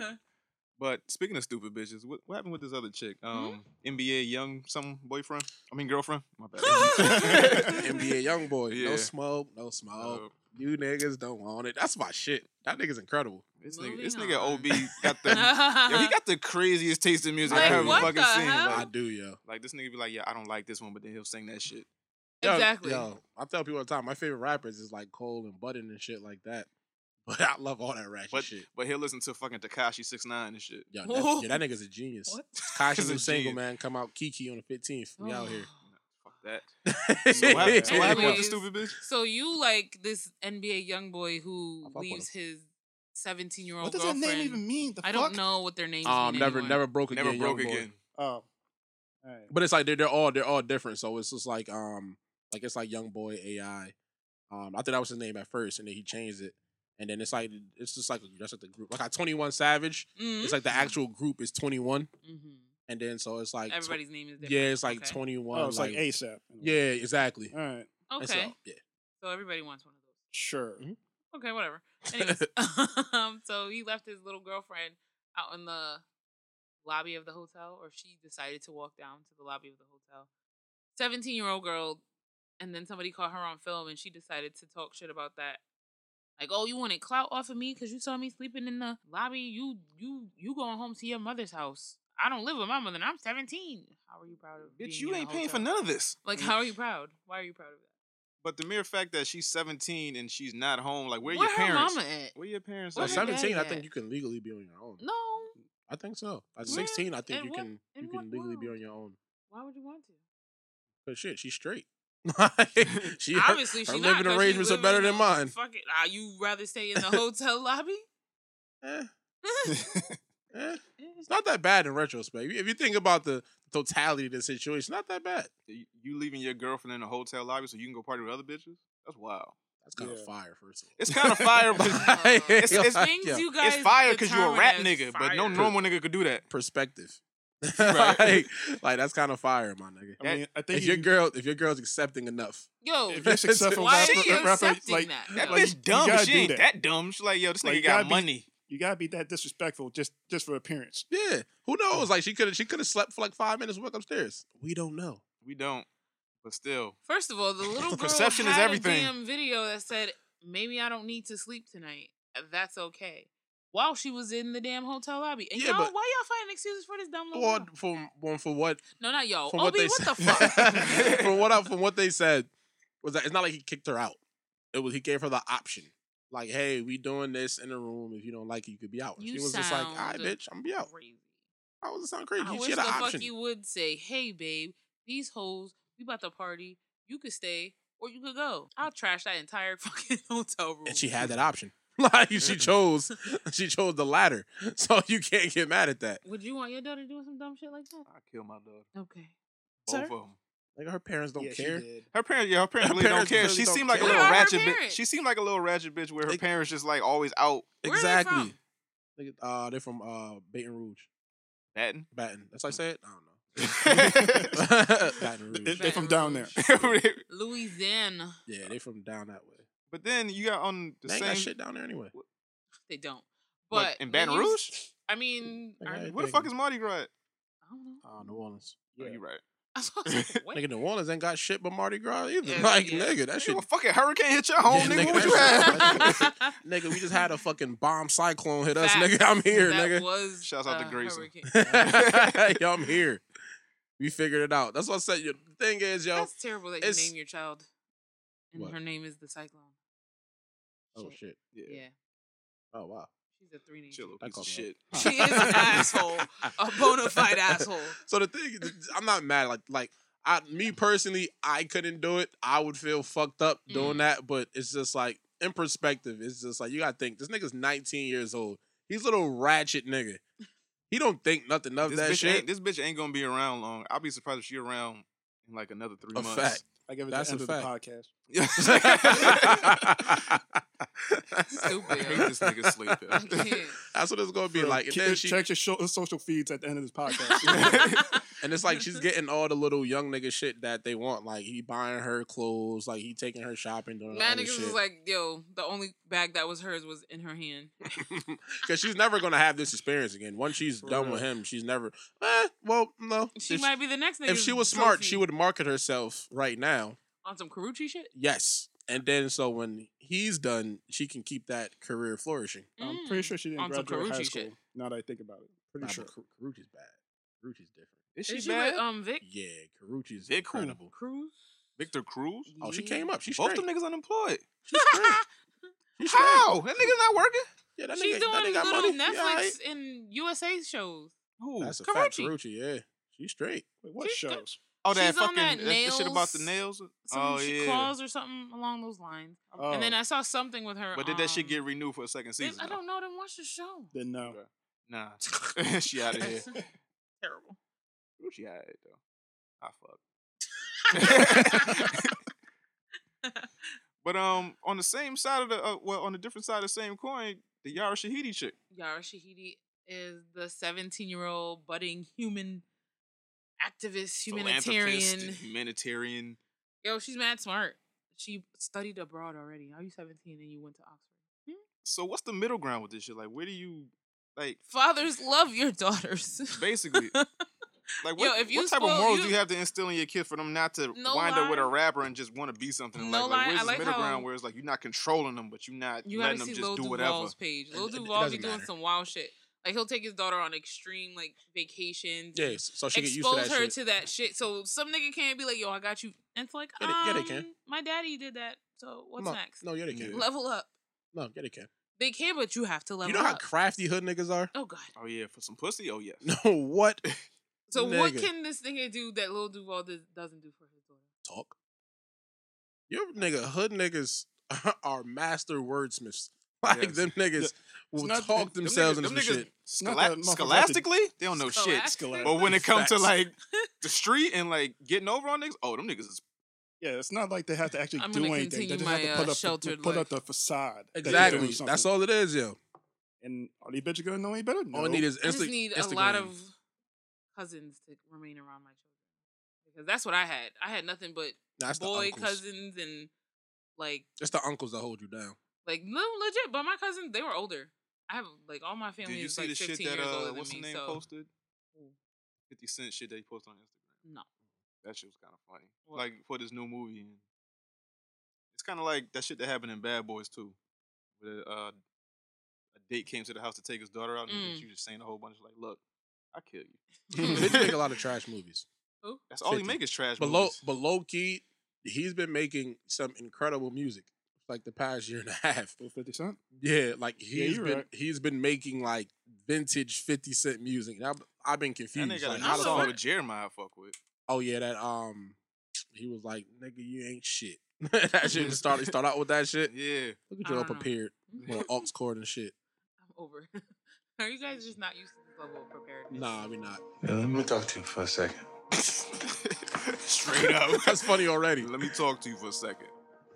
[SPEAKER 6] but speaking of stupid bitches, what, what happened with this other chick? Um, NBA young some boyfriend. I mean girlfriend. My bad.
[SPEAKER 7] NBA young boy, no
[SPEAKER 6] Yeah.
[SPEAKER 7] smoke, no smoke.
[SPEAKER 6] Uh,
[SPEAKER 8] oh,
[SPEAKER 7] You niggas don't want it. That's my shit. That nigga's incredible.
[SPEAKER 6] this nigga,
[SPEAKER 8] Moving
[SPEAKER 6] this nigga
[SPEAKER 8] on.
[SPEAKER 6] OB got the yo, he got the craziest taste in music
[SPEAKER 7] Like,
[SPEAKER 6] I ever
[SPEAKER 7] what
[SPEAKER 6] fucking
[SPEAKER 8] the
[SPEAKER 6] seen.
[SPEAKER 8] hell?
[SPEAKER 7] I
[SPEAKER 6] Like,
[SPEAKER 7] do, yo.
[SPEAKER 6] like, this nigga be like, yeah, I don't like this one, but then he'll sing that shit.
[SPEAKER 7] Yo,
[SPEAKER 8] Exactly.
[SPEAKER 7] Yo, I tell people all the time, my favorite rappers is like Cole and Button and shit like that. But I love all that ratchet
[SPEAKER 6] But
[SPEAKER 7] shit.
[SPEAKER 6] but he'll listen to fucking Takashi six nine and shit.
[SPEAKER 7] Yo, that, yo, that nigga's a genius.
[SPEAKER 8] What?
[SPEAKER 7] Kasha's
[SPEAKER 6] He's a
[SPEAKER 7] a single
[SPEAKER 6] genius.
[SPEAKER 7] man. Come out Kiki on the 15th. We
[SPEAKER 8] Oh.
[SPEAKER 7] out
[SPEAKER 5] Oh.
[SPEAKER 7] here.
[SPEAKER 6] Fuck that. So what happened, so what happened with the
[SPEAKER 7] Yo,
[SPEAKER 8] Anyways.
[SPEAKER 6] stupid bitch?
[SPEAKER 8] So you like this NBA young boy
[SPEAKER 7] I
[SPEAKER 8] who
[SPEAKER 7] fuck with
[SPEAKER 8] leaves his seventeen-year-old
[SPEAKER 5] What does that
[SPEAKER 8] girlfriend?
[SPEAKER 5] name even mean? The
[SPEAKER 8] I don't
[SPEAKER 5] fuck?
[SPEAKER 8] know what their names
[SPEAKER 7] um,
[SPEAKER 8] mean.
[SPEAKER 7] never,
[SPEAKER 8] anymore.
[SPEAKER 7] never broke again.
[SPEAKER 6] Never broke
[SPEAKER 7] young boy.
[SPEAKER 6] again.
[SPEAKER 5] Oh. All right.
[SPEAKER 7] But it's like they're, they're all they're all different. So it's just like um like it's like Young Boy AI. Um, I thought that was his name at first, and then he changed it. And then it's like it's just like that's like the group. Like Twenty One Savage.
[SPEAKER 8] Mhm.
[SPEAKER 7] It's like the actual group is Twenty One,
[SPEAKER 8] Mhm.
[SPEAKER 5] Mm-hmm.
[SPEAKER 7] and then so it's like tw-
[SPEAKER 8] Everybody's name is different.
[SPEAKER 7] yeah, it's like
[SPEAKER 8] okay.
[SPEAKER 7] Twenty One.
[SPEAKER 5] Oh, it's like, ASAP.
[SPEAKER 7] yeah, exactly.
[SPEAKER 5] All right.
[SPEAKER 7] And
[SPEAKER 8] Okay,
[SPEAKER 7] So, yeah.
[SPEAKER 8] so everybody wants one of those.
[SPEAKER 5] Sure.
[SPEAKER 8] Okay, whatever. Anyways, um, so he left his little girlfriend out in the lobby of the hotel, or she decided to walk down to the lobby of the hotel. 17 year old girl, and then somebody caught her on film, and she decided to talk shit about that. Like, oh, you wanted clout off of me because you saw me sleeping in the lobby. You, you, you going home to your mother's house. I don't live with my mother, and I'm 17. How are you proud of? being
[SPEAKER 6] Bitch, you
[SPEAKER 8] in a
[SPEAKER 6] ain't paying for
[SPEAKER 8] hotel?
[SPEAKER 6] none of this.
[SPEAKER 8] Like, how are you proud? Why are you proud of that?
[SPEAKER 6] But the mere fact that she's 17 and she's not home, like where are
[SPEAKER 8] Where
[SPEAKER 6] your
[SPEAKER 8] her
[SPEAKER 6] parents?
[SPEAKER 8] mama at?
[SPEAKER 6] Where your parents?
[SPEAKER 7] So
[SPEAKER 8] Where
[SPEAKER 6] at?
[SPEAKER 8] her
[SPEAKER 7] seventeen, I
[SPEAKER 8] daddy
[SPEAKER 7] think
[SPEAKER 8] at?
[SPEAKER 7] you can legally be on your own.
[SPEAKER 8] No.
[SPEAKER 7] I think so. At
[SPEAKER 8] Really?
[SPEAKER 7] sixteen, I think
[SPEAKER 8] In
[SPEAKER 7] you
[SPEAKER 8] what-
[SPEAKER 7] can
[SPEAKER 8] in
[SPEAKER 7] you
[SPEAKER 8] what
[SPEAKER 7] can legally be
[SPEAKER 8] world?
[SPEAKER 7] on your own.
[SPEAKER 8] Why would you want to?
[SPEAKER 7] But shit, she's straight. Like, she her-
[SPEAKER 8] Obviously,
[SPEAKER 7] her
[SPEAKER 8] she
[SPEAKER 7] living
[SPEAKER 8] not, 'cause she
[SPEAKER 7] arrangements are
[SPEAKER 8] living
[SPEAKER 7] better
[SPEAKER 8] in
[SPEAKER 7] than
[SPEAKER 8] a-
[SPEAKER 7] mine.
[SPEAKER 8] Fuck it. Are you rather stay in the hotel lobby?
[SPEAKER 7] Eh, eh. It's not that bad in retrospect. If you think about the totality of the situation, not that bad.
[SPEAKER 6] You- You leaving your girlfriend in a hotel lobby so you can go party with other bitches? That's wild.
[SPEAKER 7] That's kind
[SPEAKER 5] Yeah.
[SPEAKER 7] of fire, first of all.
[SPEAKER 6] It's kind of fire, but it's, it's,
[SPEAKER 7] Like,
[SPEAKER 8] Things
[SPEAKER 7] yo,
[SPEAKER 8] you guys
[SPEAKER 6] it's fire because
[SPEAKER 8] because
[SPEAKER 6] you're a rat nigga, but no normal nigga could do that.
[SPEAKER 7] perspective.
[SPEAKER 6] Right.
[SPEAKER 7] like, like, that's kind of fire, my nigga.
[SPEAKER 5] I mean, I think
[SPEAKER 7] If your
[SPEAKER 5] you,
[SPEAKER 7] girl, if your girl's accepting enough,
[SPEAKER 8] Yo,
[SPEAKER 5] if you're successful
[SPEAKER 8] why
[SPEAKER 5] rapper,
[SPEAKER 8] are you
[SPEAKER 5] rapper,
[SPEAKER 8] accepting
[SPEAKER 5] like,
[SPEAKER 8] that?
[SPEAKER 6] That
[SPEAKER 8] though?
[SPEAKER 5] Like, you-
[SPEAKER 6] bitch dumb.
[SPEAKER 5] you gotta
[SPEAKER 6] She
[SPEAKER 5] do
[SPEAKER 6] ain't
[SPEAKER 5] that.
[SPEAKER 6] that. dumb. She's like, yo, this
[SPEAKER 5] Like,
[SPEAKER 6] nigga
[SPEAKER 5] you
[SPEAKER 6] got
[SPEAKER 5] gotta be-
[SPEAKER 6] money.
[SPEAKER 5] you gotta be that disrespectful just just for appearance.
[SPEAKER 7] yeah, who knows? Like she could have, she could have slept for like five minutes and woke upstairs. We don't know.
[SPEAKER 6] We don't, but still,
[SPEAKER 8] First of all, the little girl
[SPEAKER 6] Perception is
[SPEAKER 8] had
[SPEAKER 6] everything.
[SPEAKER 8] a damn video that said, "Maybe I don't need to sleep tonight. That's okay." While she was in the damn hotel lobby, and
[SPEAKER 7] Yeah,
[SPEAKER 8] y'all,
[SPEAKER 7] but-
[SPEAKER 8] why y'all finding excuses for this dumb little
[SPEAKER 7] Or
[SPEAKER 8] girl?
[SPEAKER 7] from one for what
[SPEAKER 8] No, not y'all.
[SPEAKER 7] from
[SPEAKER 8] Oh, Obi,
[SPEAKER 7] what they
[SPEAKER 8] what
[SPEAKER 7] said.
[SPEAKER 8] the fuck?
[SPEAKER 7] from what I, from what they said was that it's not like he kicked her out. It was he gave her the option. Like, hey, we doing this in the room. If you don't like it, you could be out. And
[SPEAKER 8] You
[SPEAKER 7] she was just like, all right,
[SPEAKER 8] sound
[SPEAKER 7] bitch, I'm gonna be out.
[SPEAKER 8] Crazy.
[SPEAKER 7] I was it sound crazy.
[SPEAKER 8] I
[SPEAKER 7] she
[SPEAKER 8] wish
[SPEAKER 7] had
[SPEAKER 8] the
[SPEAKER 7] an option.
[SPEAKER 8] fuck you would say, "Hey, babe, these hoes, we about to party. You could stay or you could go." I'll trash that entire fucking hotel room.
[SPEAKER 7] and she had that option. like she chose, she chose the latter. So you can't get mad at that.
[SPEAKER 8] Would you want your daughter doing some dumb shit like that?
[SPEAKER 6] I kill my dog.
[SPEAKER 8] Okay.
[SPEAKER 6] Both
[SPEAKER 8] Sir?
[SPEAKER 6] of them.
[SPEAKER 7] Like her parents don't
[SPEAKER 5] Yeah, she
[SPEAKER 7] care.
[SPEAKER 5] did.
[SPEAKER 6] Her parents, yeah, her parents
[SPEAKER 7] Her
[SPEAKER 6] really
[SPEAKER 7] parents
[SPEAKER 6] don't care.
[SPEAKER 7] really
[SPEAKER 6] she
[SPEAKER 7] don't
[SPEAKER 6] seemed like a
[SPEAKER 7] care.
[SPEAKER 6] little
[SPEAKER 8] Where are her
[SPEAKER 6] ratchet bitch.
[SPEAKER 8] parents?
[SPEAKER 6] She seemed like a little ratchet bitch where her
[SPEAKER 7] They-
[SPEAKER 6] parents just like always out
[SPEAKER 8] Where they
[SPEAKER 7] exactly.
[SPEAKER 8] from?
[SPEAKER 7] They uh, they're from uh, Baton Rouge,
[SPEAKER 6] batting.
[SPEAKER 7] Baton. That's how
[SPEAKER 8] Oh.
[SPEAKER 7] I say it. I don't know.
[SPEAKER 6] Over
[SPEAKER 7] Baton
[SPEAKER 5] They-
[SPEAKER 7] Rouge.
[SPEAKER 5] they from down there.
[SPEAKER 6] there.
[SPEAKER 8] Louisiana.
[SPEAKER 7] Yeah, they from down that way.
[SPEAKER 6] but then you got on the
[SPEAKER 7] They ain't
[SPEAKER 6] same
[SPEAKER 7] got shit down there anyway.
[SPEAKER 8] They don't.
[SPEAKER 6] what,
[SPEAKER 8] But
[SPEAKER 6] in
[SPEAKER 8] when
[SPEAKER 6] Baton
[SPEAKER 8] you-
[SPEAKER 6] Rouge.
[SPEAKER 8] I mean,
[SPEAKER 7] They
[SPEAKER 8] are-
[SPEAKER 7] got
[SPEAKER 8] I
[SPEAKER 6] Where the
[SPEAKER 7] everything.
[SPEAKER 6] fuck is Mardi Gras? At?
[SPEAKER 8] don't know.
[SPEAKER 7] Uh, New Orleans.
[SPEAKER 6] Oh, you right.
[SPEAKER 8] I was like, what?
[SPEAKER 7] Nigga, New Orleans ain't got shit but Mardi Gras either.
[SPEAKER 8] Yeah,
[SPEAKER 7] like,
[SPEAKER 8] yeah.
[SPEAKER 7] nigga, that
[SPEAKER 6] Shit,
[SPEAKER 7] shit.
[SPEAKER 6] a fucking hurricane hit your home,
[SPEAKER 7] Yeah,
[SPEAKER 6] nigga.
[SPEAKER 7] nigga,
[SPEAKER 6] What you
[SPEAKER 7] that's-
[SPEAKER 6] have?
[SPEAKER 7] nigga, we just had a fucking bomb cyclone hit us,
[SPEAKER 8] Facts.
[SPEAKER 7] nigga. I'm here,
[SPEAKER 8] that
[SPEAKER 7] nigga.
[SPEAKER 8] Was
[SPEAKER 6] Shouts out to
[SPEAKER 8] a
[SPEAKER 6] Grayson.
[SPEAKER 8] hurricane.
[SPEAKER 7] yo, I'm here. We figured it out. That's what I said. Yo, the thing is, yo.
[SPEAKER 8] That's terrible that you
[SPEAKER 7] it's-
[SPEAKER 8] name your child, and
[SPEAKER 7] What?
[SPEAKER 8] her name is the cyclone.
[SPEAKER 7] Oh shit.
[SPEAKER 8] Yeah.
[SPEAKER 6] Yeah.
[SPEAKER 7] Oh wow.
[SPEAKER 8] She's She's a three knee.
[SPEAKER 2] Chill,
[SPEAKER 7] That
[SPEAKER 2] piece of
[SPEAKER 7] caught me
[SPEAKER 2] shit.
[SPEAKER 8] She is an asshole, a bona fide asshole.
[SPEAKER 7] So the thing, is, I'm not mad. Like, like I, me personally, I couldn't do it. I would feel fucked up
[SPEAKER 8] Mm.
[SPEAKER 7] doing that. But it's just like in perspective, it's just like you gotta think. This nigga's 19 years old. He's a little ratchet nigga. He don't think nothing of
[SPEAKER 6] This
[SPEAKER 7] that
[SPEAKER 6] bitch,
[SPEAKER 7] shit.
[SPEAKER 6] Ain't, this bitch ain't gonna be around long. I'll be surprised if she around in like another three
[SPEAKER 7] A
[SPEAKER 6] months.
[SPEAKER 7] fact.
[SPEAKER 5] I give it
[SPEAKER 7] That's
[SPEAKER 5] the end
[SPEAKER 7] a
[SPEAKER 5] of the podcast.
[SPEAKER 8] Stupid.
[SPEAKER 6] I hate this nigga sleep. yo.
[SPEAKER 8] I can't.
[SPEAKER 7] That's what it's gonna be
[SPEAKER 5] Bro,
[SPEAKER 7] like. And
[SPEAKER 5] keep-
[SPEAKER 7] then she,
[SPEAKER 5] uh, check your sho- social feeds at the end of this podcast.
[SPEAKER 7] and it's like she's getting all the little young nigga shit that they want. Like he buying her clothes, like he taking her shopping, doing all
[SPEAKER 8] Mad
[SPEAKER 7] this
[SPEAKER 8] niggas
[SPEAKER 7] shit.
[SPEAKER 8] was like, yo, the only bag that was hers was in her hand.
[SPEAKER 7] Because she's never gonna have this experience again. Once she's done with him, she's never. Eh, well, no.
[SPEAKER 8] She
[SPEAKER 7] if,
[SPEAKER 8] might be the next nigga.
[SPEAKER 7] if she was smart, she would market herself right now.
[SPEAKER 8] on some Karuchi shit.
[SPEAKER 7] Yes, and then so when he's done, she can keep that career flourishing.
[SPEAKER 5] I'm
[SPEAKER 8] Mm.
[SPEAKER 5] pretty sure she didn't
[SPEAKER 8] On some
[SPEAKER 5] graduate high
[SPEAKER 8] Karuchi
[SPEAKER 5] school.
[SPEAKER 8] shit.
[SPEAKER 5] Now that I think about it, pretty
[SPEAKER 7] Nah,
[SPEAKER 5] sure.
[SPEAKER 7] but Car- Carucci's bad. Carucci's different.
[SPEAKER 6] Is she
[SPEAKER 8] Is she
[SPEAKER 6] bad?
[SPEAKER 8] with um Vic
[SPEAKER 7] Yeah, Carucci's
[SPEAKER 6] They're cool.
[SPEAKER 7] incredible.
[SPEAKER 8] Cruz?
[SPEAKER 6] Victor Cruz.
[SPEAKER 7] Oh, she came up. She's
[SPEAKER 6] Both
[SPEAKER 7] straight.
[SPEAKER 6] them niggas unemployed.
[SPEAKER 7] She's straight. She's straight.
[SPEAKER 6] How? That nigga's not working.
[SPEAKER 7] Yeah, that
[SPEAKER 8] She's
[SPEAKER 7] nigga,
[SPEAKER 8] doing
[SPEAKER 7] that nigga
[SPEAKER 8] little
[SPEAKER 7] got money.
[SPEAKER 8] Netflix
[SPEAKER 7] He alright.
[SPEAKER 8] and USA shows.
[SPEAKER 6] Who?
[SPEAKER 7] That's a fact.
[SPEAKER 8] Carucci.
[SPEAKER 7] Carucci, yeah, she's straight.
[SPEAKER 5] Wait, what
[SPEAKER 8] She's good.
[SPEAKER 5] shows?
[SPEAKER 6] oh, that
[SPEAKER 8] she's on
[SPEAKER 6] fucking
[SPEAKER 8] that
[SPEAKER 6] that shit about the nails.
[SPEAKER 8] Some
[SPEAKER 6] oh
[SPEAKER 8] shit
[SPEAKER 6] yeah.
[SPEAKER 8] claws or something along those lines. Um,
[SPEAKER 5] Oh,
[SPEAKER 8] And then I saw something with her.
[SPEAKER 6] But did that shit get
[SPEAKER 8] um,
[SPEAKER 6] renewed for a second
[SPEAKER 8] they-
[SPEAKER 6] season?
[SPEAKER 8] I
[SPEAKER 6] though?
[SPEAKER 8] don't know. Then watch the show.
[SPEAKER 5] then no.
[SPEAKER 6] Nah. she out of here.
[SPEAKER 8] Terrible.
[SPEAKER 6] Ooh, she had it though. I fuck. but um, on the same side of the uh, well, on the different side of the same coin, the Yara Shahidi chick.
[SPEAKER 8] Yara Shahidi is the 17 year old budding human activist,
[SPEAKER 6] Philanthropist and
[SPEAKER 8] humanitarian.
[SPEAKER 6] Humanitarian.
[SPEAKER 8] Yo, she's mad smart. She studied abroad already. Are you 17 and you went to Oxford?
[SPEAKER 6] So what's the middle ground with this shit? Like, where do you like
[SPEAKER 8] Fathers love your daughters.
[SPEAKER 6] basically? Like what,
[SPEAKER 8] Yo, if you
[SPEAKER 6] what type
[SPEAKER 8] spoil-
[SPEAKER 6] of morals
[SPEAKER 8] you-
[SPEAKER 6] do you have to instill in your kid for them not to
[SPEAKER 8] No
[SPEAKER 6] wind up with a
[SPEAKER 8] lie.
[SPEAKER 6] rapper and just want to be something? in
[SPEAKER 8] No
[SPEAKER 6] life? like,
[SPEAKER 8] lie,
[SPEAKER 6] where's
[SPEAKER 8] I
[SPEAKER 6] this
[SPEAKER 8] like
[SPEAKER 6] middle
[SPEAKER 8] how-
[SPEAKER 6] ground where it's like you're not controlling them, but you're not
[SPEAKER 8] You gotta
[SPEAKER 6] letting them
[SPEAKER 8] see
[SPEAKER 6] just
[SPEAKER 8] Lil
[SPEAKER 6] do whatever.
[SPEAKER 8] Duval's page.
[SPEAKER 7] It-
[SPEAKER 8] Lil
[SPEAKER 7] it- it
[SPEAKER 8] Duval be
[SPEAKER 7] doesn't
[SPEAKER 8] doing
[SPEAKER 7] matter.
[SPEAKER 8] some wild shit. Like he'll take his daughter on extreme like vacations.
[SPEAKER 7] Yeah,
[SPEAKER 8] and
[SPEAKER 7] so she get used to
[SPEAKER 8] expose
[SPEAKER 7] that
[SPEAKER 8] her
[SPEAKER 7] shit.
[SPEAKER 8] to that shit. So some nigga can't be like, "Yo, I got you." And it's like,
[SPEAKER 7] Yeah, they- yeah, they
[SPEAKER 8] um,
[SPEAKER 7] can.
[SPEAKER 8] My daddy did that. So what's
[SPEAKER 7] no,
[SPEAKER 8] next?
[SPEAKER 7] No, yeah, they can.
[SPEAKER 8] Level up.
[SPEAKER 7] No, yeah, they can.
[SPEAKER 8] They can, but you have to level
[SPEAKER 7] You know how
[SPEAKER 8] up.
[SPEAKER 7] crafty hood niggas are?
[SPEAKER 8] oh God.
[SPEAKER 6] Oh yeah, for some pussy. Oh yes.
[SPEAKER 7] No, what?
[SPEAKER 8] So what
[SPEAKER 7] Nigga.
[SPEAKER 8] can this nigga do that Lil Duval does, doesn't do for his daughter?
[SPEAKER 7] Talk. Your nigga, hood niggas are master wordsmiths. Like
[SPEAKER 6] Yes.
[SPEAKER 7] them niggas will
[SPEAKER 5] not-
[SPEAKER 7] talk
[SPEAKER 6] Them
[SPEAKER 7] themselves
[SPEAKER 6] niggas-
[SPEAKER 7] into
[SPEAKER 6] them
[SPEAKER 7] some
[SPEAKER 6] niggas
[SPEAKER 7] shit.
[SPEAKER 5] not
[SPEAKER 6] Schola-
[SPEAKER 5] that motherfucker
[SPEAKER 6] scholastically, they don't know shit.
[SPEAKER 8] Scholastic?
[SPEAKER 6] But when it comes to
[SPEAKER 7] Facts.
[SPEAKER 6] like the street and like getting over on niggas, oh, them niggas is
[SPEAKER 5] Yeah, it's not like they have to actually
[SPEAKER 8] I'm
[SPEAKER 5] do
[SPEAKER 8] gonna
[SPEAKER 5] anything. They
[SPEAKER 8] continue
[SPEAKER 5] just
[SPEAKER 8] my,
[SPEAKER 5] have to
[SPEAKER 8] uh,
[SPEAKER 5] put up the,
[SPEAKER 8] sheltered
[SPEAKER 5] put
[SPEAKER 8] life.
[SPEAKER 5] up the facade. that they're doing
[SPEAKER 7] Exactly. That's
[SPEAKER 5] something.
[SPEAKER 7] all it is, yo.
[SPEAKER 5] And are these bitches gonna know any better? No.
[SPEAKER 7] All I need is
[SPEAKER 8] I just
[SPEAKER 7] instant.
[SPEAKER 8] need
[SPEAKER 7] Instagram.
[SPEAKER 8] a lot of cousins to remain around my children because that's what I had. I had nothing but
[SPEAKER 7] That's the
[SPEAKER 8] boy
[SPEAKER 7] uncles.
[SPEAKER 8] cousins and like
[SPEAKER 7] It's the uncles that hold you down.
[SPEAKER 8] like no legit. But my cousins they were older. I have like all my family
[SPEAKER 6] Did you
[SPEAKER 8] is
[SPEAKER 6] see
[SPEAKER 8] like
[SPEAKER 6] the
[SPEAKER 8] fifteen
[SPEAKER 6] shit that
[SPEAKER 8] years
[SPEAKER 6] uh,
[SPEAKER 8] older
[SPEAKER 6] what's
[SPEAKER 8] than
[SPEAKER 6] the
[SPEAKER 8] me.
[SPEAKER 6] name
[SPEAKER 8] So
[SPEAKER 6] posted? Fifty Cent shit that he posted on Instagram.
[SPEAKER 8] No.
[SPEAKER 6] that shit was kind of funny.
[SPEAKER 8] What?
[SPEAKER 6] Like for this new movie, and it's kind of like that shit that happened in Bad Boys too. Where uh, a date came to the house to take his daughter out, and
[SPEAKER 8] Mm.
[SPEAKER 6] she was just saying a whole bunch of like, "Look, I kill you."
[SPEAKER 7] Bitch make a lot of trash movies.
[SPEAKER 6] That's all he
[SPEAKER 7] 50.
[SPEAKER 6] make is trash.
[SPEAKER 7] But low,
[SPEAKER 6] movies.
[SPEAKER 7] but low key, he's been making some incredible music like the past year and a half.
[SPEAKER 5] With Fifty Cent.
[SPEAKER 7] Yeah, like he's
[SPEAKER 5] you're
[SPEAKER 7] been
[SPEAKER 5] right.
[SPEAKER 7] he's been making like vintage Fifty Cent music. And I've, I've been
[SPEAKER 6] that
[SPEAKER 7] confused.
[SPEAKER 6] nigga got
[SPEAKER 7] Like,
[SPEAKER 6] a
[SPEAKER 7] how
[SPEAKER 6] new
[SPEAKER 7] the
[SPEAKER 6] song
[SPEAKER 7] fuck-
[SPEAKER 6] with Jeremiah. I fuck with.
[SPEAKER 7] Oh yeah, that um, he was like, "Nigga, you ain't shit." that shit started start out with that shit.
[SPEAKER 6] Yeah,
[SPEAKER 7] Look at
[SPEAKER 8] I
[SPEAKER 7] you all
[SPEAKER 8] don't know.
[SPEAKER 7] prepared with an aux cord and shit.
[SPEAKER 8] I'm over. it. Are you guys just not used to this level of preparedness?
[SPEAKER 7] Nah, we not.
[SPEAKER 10] let me talk to you for a second.
[SPEAKER 6] straight up.
[SPEAKER 7] That's funny already.
[SPEAKER 6] Let me talk to you for a second.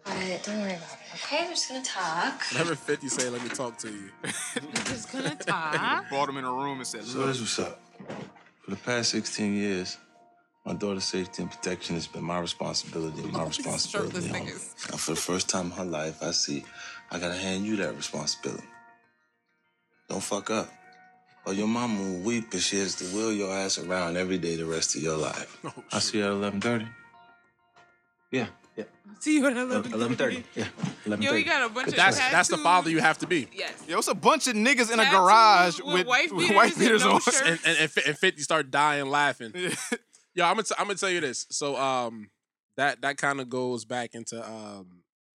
[SPEAKER 11] Alright, don't worry about it, okay? We're just gonna talk.
[SPEAKER 7] Whenever Fifty say, "Let me talk to you,"
[SPEAKER 8] I'm just gonna talk.
[SPEAKER 6] Brought him in a room and said,
[SPEAKER 10] So
[SPEAKER 6] "Look,
[SPEAKER 10] this what's up. For the past 16 years, my daughter's safety and protection has been my responsibility, my responsibility.
[SPEAKER 8] shirtless
[SPEAKER 10] homie.
[SPEAKER 8] niggas.
[SPEAKER 10] And for the first time in her life, I see I gotta hand you that responsibility. Don't fuck up. Or your mom will weep if she has to wheel your ass around every day the rest of your life. Oh, I see you at 11.30. Yeah, yeah.
[SPEAKER 8] See you at eleven.
[SPEAKER 10] 11.30. Yeah, 11.30.
[SPEAKER 8] Yo, he got a bunch of
[SPEAKER 7] that's that's the father you
[SPEAKER 8] tattoos.
[SPEAKER 7] have to be.
[SPEAKER 8] Yes.
[SPEAKER 6] yo, it's a bunch of niggas in a
[SPEAKER 8] Tattoos
[SPEAKER 6] garage
[SPEAKER 8] with
[SPEAKER 6] with,
[SPEAKER 8] wife
[SPEAKER 6] with
[SPEAKER 8] beaters
[SPEAKER 6] white
[SPEAKER 8] and
[SPEAKER 6] beaters
[SPEAKER 8] no
[SPEAKER 6] on."
[SPEAKER 8] shirt.
[SPEAKER 7] and and, and, fi- and Fifty start dying laughing. Yo, I'm gonna t- I'm gonna tell you this. So um, that that kind of goes back into um
[SPEAKER 6] Mm.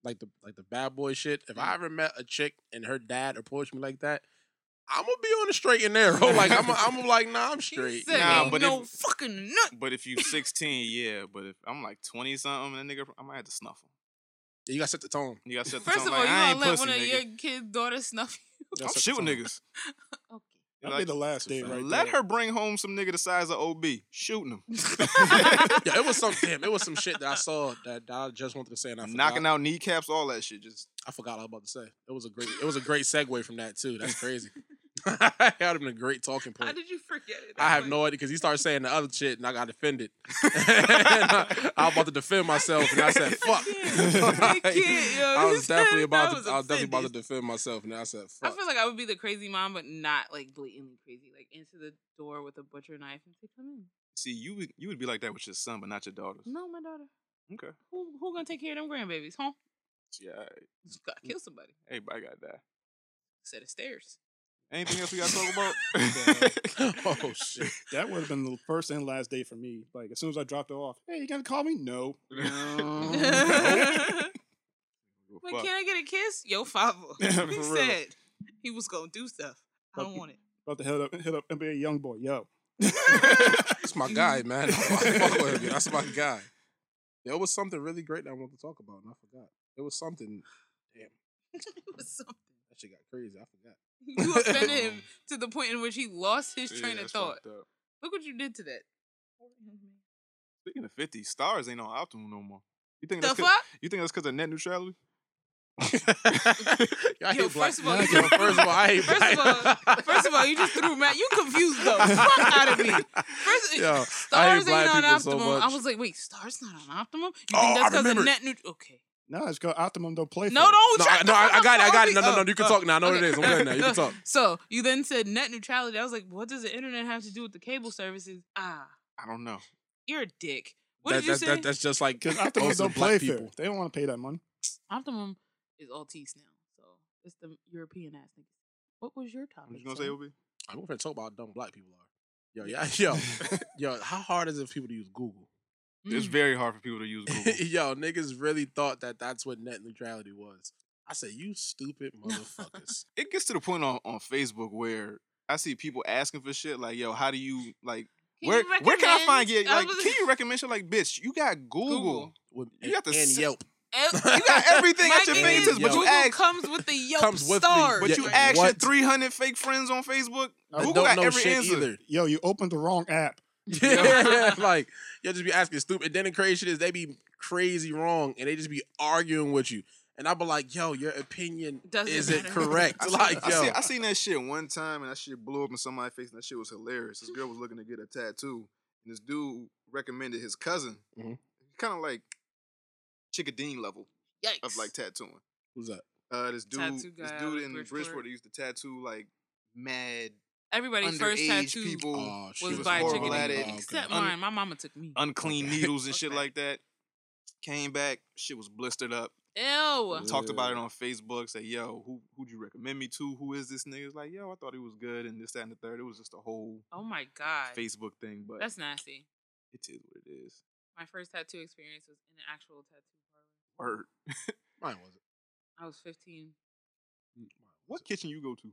[SPEAKER 7] like the like the bad boy shit. If I ever met a chick and her dad approached me like that, I'm gonna be on the straight and narrow. Like I'm, I'm like, nah, I'm straight.
[SPEAKER 8] Say,
[SPEAKER 6] Nah,
[SPEAKER 8] ain't
[SPEAKER 6] but
[SPEAKER 8] no
[SPEAKER 6] if-
[SPEAKER 8] fucking nut.
[SPEAKER 6] But if you 16, yeah. But if I'm like 20 something, that nigga, I might have to snuff him.
[SPEAKER 7] You gotta set the tone.
[SPEAKER 6] You gotta set the
[SPEAKER 8] First
[SPEAKER 6] tone,
[SPEAKER 8] of all,
[SPEAKER 6] like,
[SPEAKER 8] you
[SPEAKER 6] I
[SPEAKER 8] gonna
[SPEAKER 6] ain't
[SPEAKER 8] let
[SPEAKER 6] pussy,
[SPEAKER 8] one of
[SPEAKER 6] nigga.
[SPEAKER 8] your kids' daughters snuff you?
[SPEAKER 6] I'm shooting niggas.
[SPEAKER 8] okay.
[SPEAKER 5] That'd
[SPEAKER 6] Like,
[SPEAKER 5] be the last date right
[SPEAKER 6] Let
[SPEAKER 5] there.
[SPEAKER 6] her bring home some nigga the size of OB. Shooting him.
[SPEAKER 7] Yeah, it was some damn. It was some shit that I saw that, that I just wanted to say, and I forgot.
[SPEAKER 6] Knocking out kneecaps, all that shit. Just
[SPEAKER 7] I forgot what I was about to say. It was a great. It was a great segue from that too. That's crazy. that would have been a great talking
[SPEAKER 8] How
[SPEAKER 7] point.
[SPEAKER 8] did you forget it?
[SPEAKER 7] I have no idea because he started saying the other shit, and I got defended. And I, I was about to defend myself, and I said, "Fuck."
[SPEAKER 8] I can't, yo.
[SPEAKER 7] I was
[SPEAKER 8] He said
[SPEAKER 7] definitely
[SPEAKER 8] it,
[SPEAKER 7] about
[SPEAKER 8] I
[SPEAKER 7] to.
[SPEAKER 8] was
[SPEAKER 7] I was definitely about to
[SPEAKER 8] offended.
[SPEAKER 7] defend myself, and I said,
[SPEAKER 8] I
[SPEAKER 7] "Fuck."
[SPEAKER 8] feel like I would be the crazy mom, but not like blatantly crazy. Like into the door with a butcher knife and say, "Come in."
[SPEAKER 6] see, you would you would be like that with your son, but not your daughters.
[SPEAKER 8] No, my daughter.
[SPEAKER 6] Okay.
[SPEAKER 8] Who who gonna take care of them grandbabies? Huh?
[SPEAKER 6] Yeah. all right.
[SPEAKER 8] Just gotta
[SPEAKER 6] Mm.
[SPEAKER 8] kill somebody.
[SPEAKER 6] Everybody gotta die.
[SPEAKER 8] Set of stairs.
[SPEAKER 6] Anything else we gotta talk about?
[SPEAKER 7] oh shit!
[SPEAKER 5] That would have been the first and last day for me. Like as soon as I dropped her off, hey, you gonna call me? No.
[SPEAKER 8] like,
[SPEAKER 6] Oh, Fuck.
[SPEAKER 8] can I get a kiss? Yo, father.
[SPEAKER 5] For
[SPEAKER 8] he
[SPEAKER 5] real.
[SPEAKER 8] said he was gonna do stuff. I don't want it.
[SPEAKER 5] About to hit up hit up NBA young boy. Yo,
[SPEAKER 7] That's my guy, man. I fuck with him. That's my guy. There was something really great that I wanted to talk about, and I forgot. There was something
[SPEAKER 8] it was something.
[SPEAKER 7] that shit got crazy. I forgot.
[SPEAKER 8] You offended him to the point in which he lost his
[SPEAKER 6] Oh. Yeah,
[SPEAKER 8] train of
[SPEAKER 6] that's
[SPEAKER 8] thought.
[SPEAKER 6] fucked up.
[SPEAKER 8] Look what you did to that.
[SPEAKER 6] Speaking of 50, stars ain't on Optimum no more. You think
[SPEAKER 8] The
[SPEAKER 6] that's 'cause-
[SPEAKER 8] fuck?
[SPEAKER 6] you think that's because of net neutrality?
[SPEAKER 7] I
[SPEAKER 8] Yo,
[SPEAKER 7] hate black.
[SPEAKER 8] first of all,
[SPEAKER 7] Yo,
[SPEAKER 8] you-
[SPEAKER 7] first of all, I hate
[SPEAKER 8] First
[SPEAKER 7] black.
[SPEAKER 8] of all, first of all, you just threw Matt. You confused the fuck out of me. First,
[SPEAKER 7] Yo, I hate
[SPEAKER 8] stars
[SPEAKER 7] black
[SPEAKER 8] ain't on
[SPEAKER 7] people so
[SPEAKER 8] Optimum. I
[SPEAKER 7] much.
[SPEAKER 8] was like, wait, stars not on Optimum? You
[SPEAKER 7] Oh, I
[SPEAKER 8] think that's because
[SPEAKER 7] remember.
[SPEAKER 8] of net neutral? Okay.
[SPEAKER 5] no, it's called Optimum. Don't play.
[SPEAKER 8] No,
[SPEAKER 5] for it.
[SPEAKER 8] don't.
[SPEAKER 7] No,
[SPEAKER 8] shut
[SPEAKER 7] I,
[SPEAKER 8] the
[SPEAKER 7] no, I,
[SPEAKER 8] fuck
[SPEAKER 7] I got it. I
[SPEAKER 8] up,
[SPEAKER 7] got it.
[SPEAKER 8] Kobe.
[SPEAKER 7] No, no,
[SPEAKER 8] Oh,
[SPEAKER 7] no. You can
[SPEAKER 8] oh,
[SPEAKER 7] talk now. I know what
[SPEAKER 8] okay.
[SPEAKER 7] it is. I'm good now. You can talk.
[SPEAKER 8] So you then said net neutrality. I was like, what does the internet have to do with the cable services? Ah,
[SPEAKER 6] I don't know.
[SPEAKER 8] you're a dick. What
[SPEAKER 7] That-
[SPEAKER 8] did you
[SPEAKER 7] that-
[SPEAKER 8] say?
[SPEAKER 7] that- that's just like
[SPEAKER 5] Because Optimum
[SPEAKER 7] most of
[SPEAKER 5] don't
[SPEAKER 7] the black
[SPEAKER 5] play fair.
[SPEAKER 7] people.
[SPEAKER 5] They don't want to pay that money.
[SPEAKER 8] Optimum is Altice now, so it's the European ass niggas. What was your topic?
[SPEAKER 6] What you gonna say,
[SPEAKER 8] sir?
[SPEAKER 6] OB?
[SPEAKER 7] I'm gonna talk about how dumb black people are. Yo, yeah, yo, yo. How hard is it for people to use Google?
[SPEAKER 6] It's
[SPEAKER 8] Mm.
[SPEAKER 6] very hard for people to use Google.
[SPEAKER 7] yo, niggas really thought that that's what net neutrality was. I said, you stupid motherfuckers.
[SPEAKER 6] it gets to the point on, on Facebook where I see people asking for shit like, yo, how do you like
[SPEAKER 8] Can
[SPEAKER 6] where
[SPEAKER 8] you
[SPEAKER 6] where can I
[SPEAKER 8] recommend-
[SPEAKER 6] find you?
[SPEAKER 8] I
[SPEAKER 6] Like,
[SPEAKER 8] was-
[SPEAKER 6] can you recommend shit like bitch? You got Google.
[SPEAKER 8] Google.
[SPEAKER 7] With,
[SPEAKER 6] You got to
[SPEAKER 7] and
[SPEAKER 6] sit-
[SPEAKER 7] Yelp.
[SPEAKER 8] Ev-
[SPEAKER 6] You got everything
[SPEAKER 8] My
[SPEAKER 6] at your
[SPEAKER 8] thing is,
[SPEAKER 6] fingertips, but you
[SPEAKER 8] Google
[SPEAKER 6] ask
[SPEAKER 8] comes with the Yelp
[SPEAKER 7] Comes with the-
[SPEAKER 8] stars.
[SPEAKER 6] but
[SPEAKER 7] Yeah,
[SPEAKER 6] you ask your
[SPEAKER 7] what?
[SPEAKER 6] 300 fake friends on Facebook.
[SPEAKER 7] I
[SPEAKER 6] Google
[SPEAKER 7] don't
[SPEAKER 6] got
[SPEAKER 7] know
[SPEAKER 6] every
[SPEAKER 7] shit
[SPEAKER 6] answer.
[SPEAKER 7] either.
[SPEAKER 5] Yo, you opened the wrong app.
[SPEAKER 7] Yeah, like you'll just be asking stupid. then the crazy shit is they be crazy wrong and they just be arguing with you. And I be like, yo, your opinion
[SPEAKER 8] Doesn't
[SPEAKER 7] isn't
[SPEAKER 8] matter.
[SPEAKER 7] correct. like,
[SPEAKER 6] I,
[SPEAKER 7] yo,
[SPEAKER 6] see, I seen that shit one time, and that shit blew up in somebody's face, and that shit was hilarious. This girl was looking to get a tattoo, and this dude recommended his cousin,
[SPEAKER 7] Mhm.
[SPEAKER 6] kind of like Chickadeen level
[SPEAKER 8] Yikes.
[SPEAKER 6] of like tattooing.
[SPEAKER 7] who's that?
[SPEAKER 6] Uh, this dude,
[SPEAKER 8] Tattoo
[SPEAKER 6] this
[SPEAKER 8] guy out
[SPEAKER 6] dude
[SPEAKER 8] of
[SPEAKER 6] in Bridgeport,
[SPEAKER 8] Bridgeport.
[SPEAKER 6] that used to tattoo like mad
[SPEAKER 8] Everybody's first
[SPEAKER 6] underage
[SPEAKER 8] tattoo
[SPEAKER 6] people,
[SPEAKER 7] Oh, she
[SPEAKER 8] was
[SPEAKER 6] was
[SPEAKER 8] by
[SPEAKER 6] horrible
[SPEAKER 8] chicken
[SPEAKER 6] at
[SPEAKER 8] Eater,
[SPEAKER 6] it.
[SPEAKER 8] except
[SPEAKER 7] Oh, okay.
[SPEAKER 8] mine. My mama took me.
[SPEAKER 6] unclean needles and
[SPEAKER 8] Fuck
[SPEAKER 6] shit
[SPEAKER 8] that.
[SPEAKER 6] like that. Came back, shit was blistered up.
[SPEAKER 8] Ew.
[SPEAKER 6] talked about it on Facebook. Say, yo, who who'd you recommend me to? Who is this nigga? It's like, yo, I thought he was good, and this, that, and the third. It was just a whole
[SPEAKER 8] Oh my god.
[SPEAKER 6] Facebook thing, but
[SPEAKER 8] That's nasty.
[SPEAKER 6] it is what it is.
[SPEAKER 8] My first tattoo experience was in an actual tattoo parlor.
[SPEAKER 6] Word.
[SPEAKER 7] Mine was it.
[SPEAKER 8] I was 15.
[SPEAKER 6] What kitchen you go to?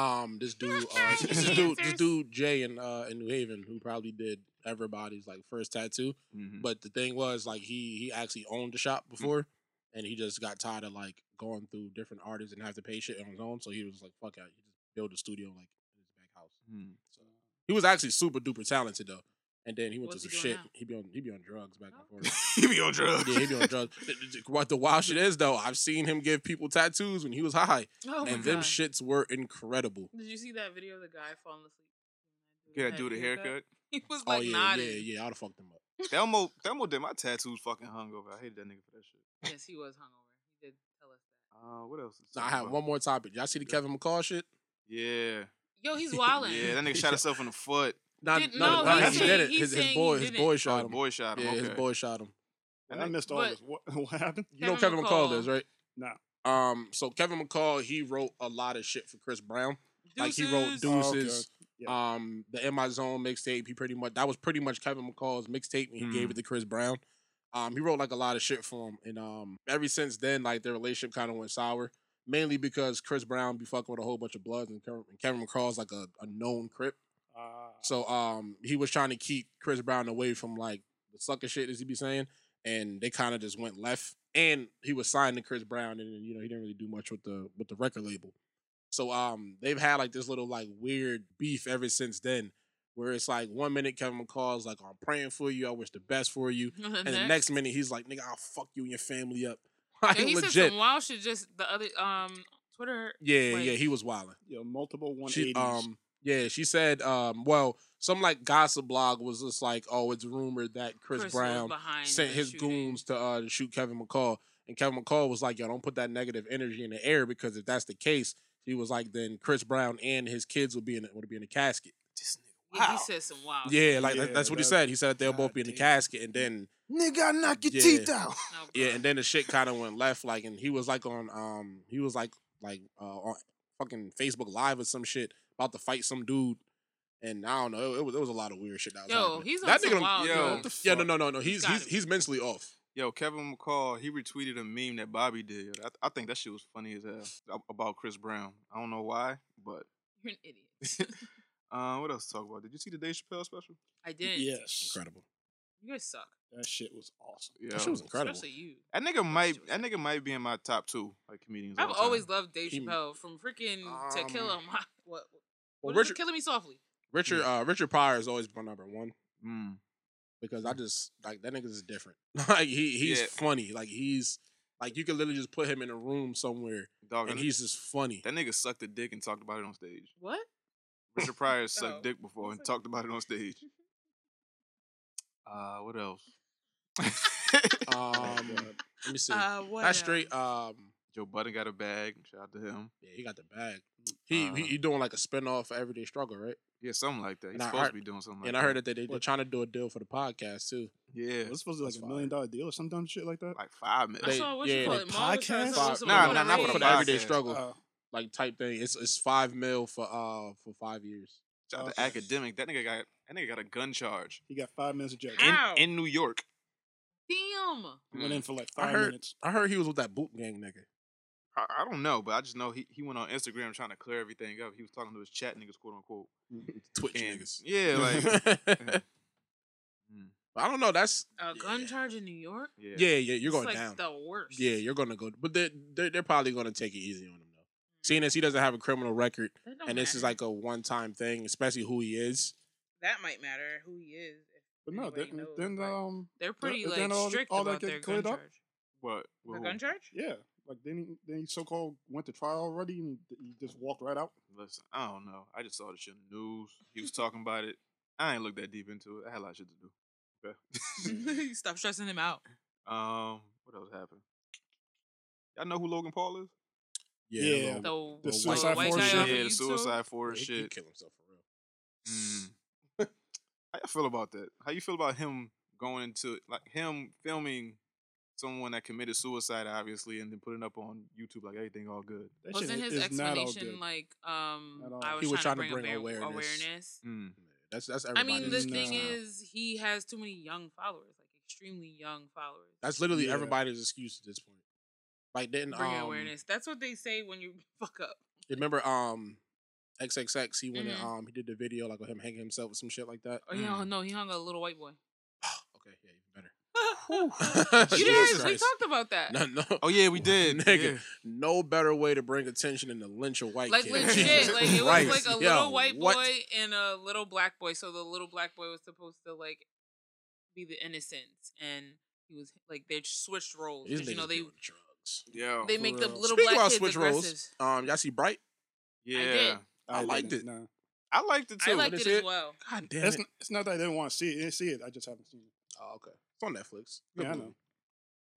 [SPEAKER 7] Um, this dude, uh, this dude, this dude Jay in uh in New Haven who probably did everybody's like first tattoo.
[SPEAKER 6] Mm-hmm.
[SPEAKER 7] But the thing was, like, he he actually owned the shop before, and he just got tired of like going through different artists and have to pay shit on his own. So he was like, "Fuck out!" He just built a studio like in his back house. So he was actually super duper talented though. And then he went
[SPEAKER 8] What's
[SPEAKER 7] to
[SPEAKER 8] he
[SPEAKER 7] some
[SPEAKER 8] doing
[SPEAKER 7] shit.
[SPEAKER 8] now?
[SPEAKER 7] He be on he be on drugs back and forth.
[SPEAKER 6] he be on drugs.
[SPEAKER 7] yeah, he be on drugs. Th- th- th- What the wild shit is though, I've seen him give people tattoos when he was high,
[SPEAKER 8] Oh my
[SPEAKER 7] and them
[SPEAKER 8] god.
[SPEAKER 7] shits were incredible.
[SPEAKER 8] Did you see that video of the guy falling asleep?
[SPEAKER 6] Can I do the haircut?
[SPEAKER 8] He was
[SPEAKER 7] oh
[SPEAKER 8] like
[SPEAKER 7] yeah,
[SPEAKER 8] nodding.
[SPEAKER 7] yeah, yeah. I'd have fucked him up.
[SPEAKER 6] Thelmo, Thelmo did my tattoos fucking hungover. I hated that nigga for that shit.
[SPEAKER 8] Yes, he was hungover. He did tell us that.
[SPEAKER 6] Uh, what else? is
[SPEAKER 7] Now I
[SPEAKER 6] talking
[SPEAKER 7] have
[SPEAKER 6] about?
[SPEAKER 7] one more topic. Y'all see the Kevin McCall shit?
[SPEAKER 6] Yeah.
[SPEAKER 8] Yo, he's wilding.
[SPEAKER 6] Yeah, that nigga shot himself in the foot.
[SPEAKER 7] Nah,
[SPEAKER 8] Did-
[SPEAKER 7] nah,
[SPEAKER 8] no,
[SPEAKER 7] nah,
[SPEAKER 8] he's
[SPEAKER 7] he
[SPEAKER 8] saying-
[SPEAKER 7] did it.
[SPEAKER 8] he's
[SPEAKER 7] His, his
[SPEAKER 8] saying
[SPEAKER 7] boy,
[SPEAKER 8] he
[SPEAKER 7] his
[SPEAKER 8] didn't.
[SPEAKER 7] boy
[SPEAKER 6] Oh,
[SPEAKER 7] shot
[SPEAKER 6] his
[SPEAKER 7] him.
[SPEAKER 6] boy shot him.
[SPEAKER 7] Yeah,
[SPEAKER 6] okay.
[SPEAKER 7] his boy shot him.
[SPEAKER 5] I missed all
[SPEAKER 8] But-
[SPEAKER 5] this. What, what happened?
[SPEAKER 7] You know
[SPEAKER 8] Kevin
[SPEAKER 7] Kevin McCall,
[SPEAKER 8] McCall.
[SPEAKER 7] is, right?
[SPEAKER 5] Nah.
[SPEAKER 7] Um, so Kevin McCall, he wrote a lot of shit for Chris Brown. Like he wrote
[SPEAKER 8] Deuces.
[SPEAKER 5] Oh, okay.
[SPEAKER 7] Deuces, um, the In My Zone mixtape. He pretty much that was pretty much Kevin McCall's mixtape, and he gave
[SPEAKER 6] Mhm.
[SPEAKER 7] it to Chris Brown. Um, he wrote like a lot of shit for him, and um, ever since then, like their relationship kind of went sour. mainly because Chris Brown be fucking with a whole bunch of bloods and Kevin, and Kevin McCall's like a, a known crip. so um, he was trying to keep Chris Brown away from like the sucker shit as he be saying, and they kind of just went left. And he was signed to Chris Brown, and you know he didn't really do much with the with the record label. So um, they've had like this little like weird beef ever since then, where it's like one minute Kevin McCall's like I'm praying for you, I wish the best for you,
[SPEAKER 8] The
[SPEAKER 7] and the
[SPEAKER 8] next-
[SPEAKER 7] next minute he's like nigga I'll fuck you and your family up. Like,
[SPEAKER 8] Yeah, he said
[SPEAKER 7] legit.
[SPEAKER 8] some wild shit. Just the other um Twitter.
[SPEAKER 7] Yeah,
[SPEAKER 8] like,
[SPEAKER 7] yeah, he was wilding.
[SPEAKER 5] Yeah, multiple one
[SPEAKER 7] She,
[SPEAKER 5] eighties.
[SPEAKER 7] um, yeah, she said, um, well, some like gossip blog was just like, oh, it's rumored that Chris,
[SPEAKER 8] Chris was
[SPEAKER 7] Brown
[SPEAKER 8] behind
[SPEAKER 7] sent
[SPEAKER 8] the
[SPEAKER 7] his
[SPEAKER 8] shooting.
[SPEAKER 7] goons to uh to shoot Kevin McCall, and Kevin McCall was like, yo, don't put that negative energy in the air because if that's the case, he was like, then Chris Brown and his kids would be in would be in a casket.
[SPEAKER 8] yeah, he said some wild.
[SPEAKER 7] Yeah,
[SPEAKER 8] shit.
[SPEAKER 7] like that- that's what he said. He said that they'll both be in the casket, and then
[SPEAKER 6] Nigga, I knock your
[SPEAKER 7] Yeah.
[SPEAKER 6] teeth out.
[SPEAKER 7] yeah, and then the shit kind of went left. Like, and he was like on, um, he was like, like uh, on fucking Facebook Live or some shit about to fight some dude. And I don't know. It, was it was a lot of weird shit that was
[SPEAKER 8] Yo,
[SPEAKER 7] happening.
[SPEAKER 8] he's on
[SPEAKER 7] that
[SPEAKER 8] some
[SPEAKER 7] done-
[SPEAKER 8] wild
[SPEAKER 7] yo,
[SPEAKER 8] drugs.
[SPEAKER 7] yeah, no, no, no, no.
[SPEAKER 8] He's
[SPEAKER 7] He's
[SPEAKER 8] gotta
[SPEAKER 7] he's, he's mentally off.
[SPEAKER 6] Yo, Kevin McCall, he retweeted a meme that Bobby did. I, I think that shit was funny as hell ab- about Chris Brown. I don't know why, but
[SPEAKER 8] You're an idiot.
[SPEAKER 6] uh, what else to talk about? Did you see the Dave Chappelle special?
[SPEAKER 8] I didn't.
[SPEAKER 5] Yes.
[SPEAKER 7] Incredible.
[SPEAKER 8] You guys suck.
[SPEAKER 5] That shit was awesome.
[SPEAKER 6] Yeah. shit was
[SPEAKER 7] incredible.
[SPEAKER 8] Especially you.
[SPEAKER 6] That nigga might that nigga might be in my top two like comedians. of
[SPEAKER 8] I've
[SPEAKER 6] all time.
[SPEAKER 8] always loved Dave
[SPEAKER 7] um, He-
[SPEAKER 8] Chappelle from freaking To Kill a
[SPEAKER 7] Um,
[SPEAKER 8] My. What?
[SPEAKER 7] Well,
[SPEAKER 8] what is it,
[SPEAKER 7] Richard-
[SPEAKER 8] Killing Me Softly.
[SPEAKER 7] Richard uh, Richard Pryor has always been number one
[SPEAKER 6] Mm.
[SPEAKER 7] because I just like that nigga's different. like he he's
[SPEAKER 6] Yeah.
[SPEAKER 7] funny. Like he's like you can literally just put him in a room somewhere
[SPEAKER 6] Dog,
[SPEAKER 7] and
[SPEAKER 6] that-
[SPEAKER 7] he's just funny.
[SPEAKER 6] That nigga sucked a dick and talked about it on stage.
[SPEAKER 8] What?
[SPEAKER 6] Richard Pryor sucked
[SPEAKER 7] Oh,
[SPEAKER 6] dick before and talked about it on stage. Uh, what else?
[SPEAKER 7] Um, let me see.
[SPEAKER 8] Uh, what
[SPEAKER 7] That's straight. Um,
[SPEAKER 6] Joe Budden got a bag. Shout out to him.
[SPEAKER 7] yeah, he got the bag. He,
[SPEAKER 6] Uh-huh.
[SPEAKER 7] he he doing like a spinoff of Everyday Struggle, right?
[SPEAKER 6] Yeah, something like that. He's
[SPEAKER 7] And I
[SPEAKER 6] supposed
[SPEAKER 7] heard-
[SPEAKER 6] to be doing something. like
[SPEAKER 7] and I heard that they, they, they're trying to do a deal for the podcast too.
[SPEAKER 6] Yeah,
[SPEAKER 5] It's supposed to be like a million dollar deal or some dumb shit like that.
[SPEAKER 6] like five minutes.
[SPEAKER 7] They-
[SPEAKER 8] saw- what you call it, Mom was trying to
[SPEAKER 7] podcast?
[SPEAKER 8] sell
[SPEAKER 7] Five-
[SPEAKER 8] some
[SPEAKER 7] Nah,
[SPEAKER 8] Puerto
[SPEAKER 7] nah, not for
[SPEAKER 8] Rican.
[SPEAKER 7] the everyday
[SPEAKER 6] Podcast.
[SPEAKER 7] struggle,
[SPEAKER 5] Oh.
[SPEAKER 7] like type thing. It's it's five mil for uh for five years.
[SPEAKER 6] Shout out to
[SPEAKER 5] Okay.
[SPEAKER 6] academic. That nigga got that nigga got a gun charge
[SPEAKER 5] He got five minutes of jail.
[SPEAKER 6] in,
[SPEAKER 7] Oh.
[SPEAKER 8] Ow.
[SPEAKER 6] in New York.
[SPEAKER 8] Damn.
[SPEAKER 5] He went in for like
[SPEAKER 7] I
[SPEAKER 5] five
[SPEAKER 7] heard
[SPEAKER 5] minutes.
[SPEAKER 7] I heard he was with that boot gang nigga.
[SPEAKER 6] I, I don't know, but I just know he, he went on Instagram trying to clear everything up. He was talking to his chat niggas, quote unquote.
[SPEAKER 7] Twitch
[SPEAKER 6] And-
[SPEAKER 7] niggas.
[SPEAKER 6] Yeah, like mm.
[SPEAKER 7] But I don't know. That's
[SPEAKER 8] A gun charge in New York?
[SPEAKER 6] yeah.
[SPEAKER 7] yeah, yeah. You're going
[SPEAKER 8] it's
[SPEAKER 7] down.
[SPEAKER 8] like the worst.
[SPEAKER 7] Yeah, you're gonna go. But they're, they're they're probably gonna take it easy on him though.
[SPEAKER 8] Mm.
[SPEAKER 7] Seeing as he doesn't have a criminal record,
[SPEAKER 8] That don't
[SPEAKER 7] and this is
[SPEAKER 8] matter.
[SPEAKER 7] like a one time thing, especially who he is.
[SPEAKER 8] That might matter who he is. if
[SPEAKER 5] But no,
[SPEAKER 8] anybody
[SPEAKER 5] then,
[SPEAKER 8] knows,
[SPEAKER 5] then
[SPEAKER 8] but
[SPEAKER 5] um,
[SPEAKER 8] they're pretty
[SPEAKER 5] then-
[SPEAKER 8] like
[SPEAKER 5] then all-
[SPEAKER 8] strict
[SPEAKER 5] all that
[SPEAKER 8] about
[SPEAKER 5] get
[SPEAKER 8] their gun
[SPEAKER 5] cleared up?
[SPEAKER 8] charge.
[SPEAKER 6] What?
[SPEAKER 8] The
[SPEAKER 6] who?
[SPEAKER 8] gun charge?
[SPEAKER 5] yeah, like then he, then he so called went to trial already and he, he just walked right out.
[SPEAKER 6] Listen, I don't know. I just saw the shit in the news. He was talking about it. I ain't looked that deep into it. I had a lot of shit to do. Okay.
[SPEAKER 8] Stop stressing him out.
[SPEAKER 6] um, what else happened? Y'all know who Logan Paul is?
[SPEAKER 7] Yeah,
[SPEAKER 5] Yeah.
[SPEAKER 7] little-
[SPEAKER 8] The,
[SPEAKER 5] The
[SPEAKER 8] the
[SPEAKER 5] Suicide
[SPEAKER 8] white
[SPEAKER 5] Force
[SPEAKER 8] guy
[SPEAKER 5] shit?
[SPEAKER 8] off of
[SPEAKER 6] yeah, the
[SPEAKER 8] YouTube?
[SPEAKER 6] Suicide Force
[SPEAKER 7] he- he
[SPEAKER 6] shit.
[SPEAKER 7] killed himself for real.
[SPEAKER 6] Mm. How you feel about that? How you feel about him going into like him filming someone that committed suicide, obviously, and then putting up on YouTube like everything all good?
[SPEAKER 5] That shit
[SPEAKER 8] Wasn't his
[SPEAKER 5] is not all
[SPEAKER 8] explanation
[SPEAKER 5] good.
[SPEAKER 8] like um
[SPEAKER 5] Not all
[SPEAKER 8] I
[SPEAKER 5] good.
[SPEAKER 8] was,
[SPEAKER 7] He was
[SPEAKER 8] trying,
[SPEAKER 7] trying
[SPEAKER 8] to bring, aware- awareness.
[SPEAKER 7] awareness.
[SPEAKER 6] Mm.
[SPEAKER 7] That's that's
[SPEAKER 8] I
[SPEAKER 7] everybody.
[SPEAKER 8] mean, the
[SPEAKER 7] that's
[SPEAKER 5] Everybody's
[SPEAKER 8] thing
[SPEAKER 7] now.
[SPEAKER 8] is, he has too many young followers, like extremely young followers.
[SPEAKER 7] that's literally
[SPEAKER 5] Yeah.
[SPEAKER 7] everybody's excuse at this point. Like didn't
[SPEAKER 8] Bring
[SPEAKER 7] um,
[SPEAKER 8] awareness. That's what they say when you fuck up.
[SPEAKER 7] remember um XXX he went
[SPEAKER 8] Mhm.
[SPEAKER 7] and um he did the video like with him hanging himself with some shit like that.
[SPEAKER 8] Oh yeah, oh, no, he hung a little white boy.
[SPEAKER 7] Okay, yeah, even better.
[SPEAKER 8] You
[SPEAKER 7] Jesus
[SPEAKER 8] did. We
[SPEAKER 7] Christ.
[SPEAKER 8] talked about that.
[SPEAKER 7] no, no.
[SPEAKER 6] Oh yeah, we did.
[SPEAKER 7] Nigga,
[SPEAKER 6] yeah.
[SPEAKER 7] no better way to bring attention than to lynch a white
[SPEAKER 8] like
[SPEAKER 7] kid. Jesus
[SPEAKER 8] legit, like it was like
[SPEAKER 7] Christ.
[SPEAKER 8] a
[SPEAKER 7] Yo,
[SPEAKER 8] little white boy
[SPEAKER 7] what?
[SPEAKER 8] and a little black boy. So the little black boy was supposed to like be the innocent, and he was like they switched roles.
[SPEAKER 7] These
[SPEAKER 8] 'cause, you know
[SPEAKER 7] niggas
[SPEAKER 8] they
[SPEAKER 7] be on drugs.
[SPEAKER 6] Yeah.
[SPEAKER 8] they
[SPEAKER 5] for
[SPEAKER 8] make the
[SPEAKER 5] real.
[SPEAKER 8] little
[SPEAKER 7] Speaking
[SPEAKER 8] black
[SPEAKER 7] about
[SPEAKER 8] kids
[SPEAKER 7] switch
[SPEAKER 8] aggressive.
[SPEAKER 7] roles, um, y'all see Bright?
[SPEAKER 6] yeah.
[SPEAKER 8] did.
[SPEAKER 7] I liked
[SPEAKER 5] didn't,
[SPEAKER 7] it.
[SPEAKER 5] Nah.
[SPEAKER 6] I liked it too.
[SPEAKER 8] I liked
[SPEAKER 7] is
[SPEAKER 8] it as
[SPEAKER 7] it?
[SPEAKER 8] well.
[SPEAKER 7] God damn
[SPEAKER 5] It's
[SPEAKER 7] it!
[SPEAKER 5] not, it's not that I didn't want to see it. I see it. I just haven't seen it.
[SPEAKER 7] oh, okay, it's on Netflix. Good
[SPEAKER 5] Yeah, I
[SPEAKER 7] movie.
[SPEAKER 5] know.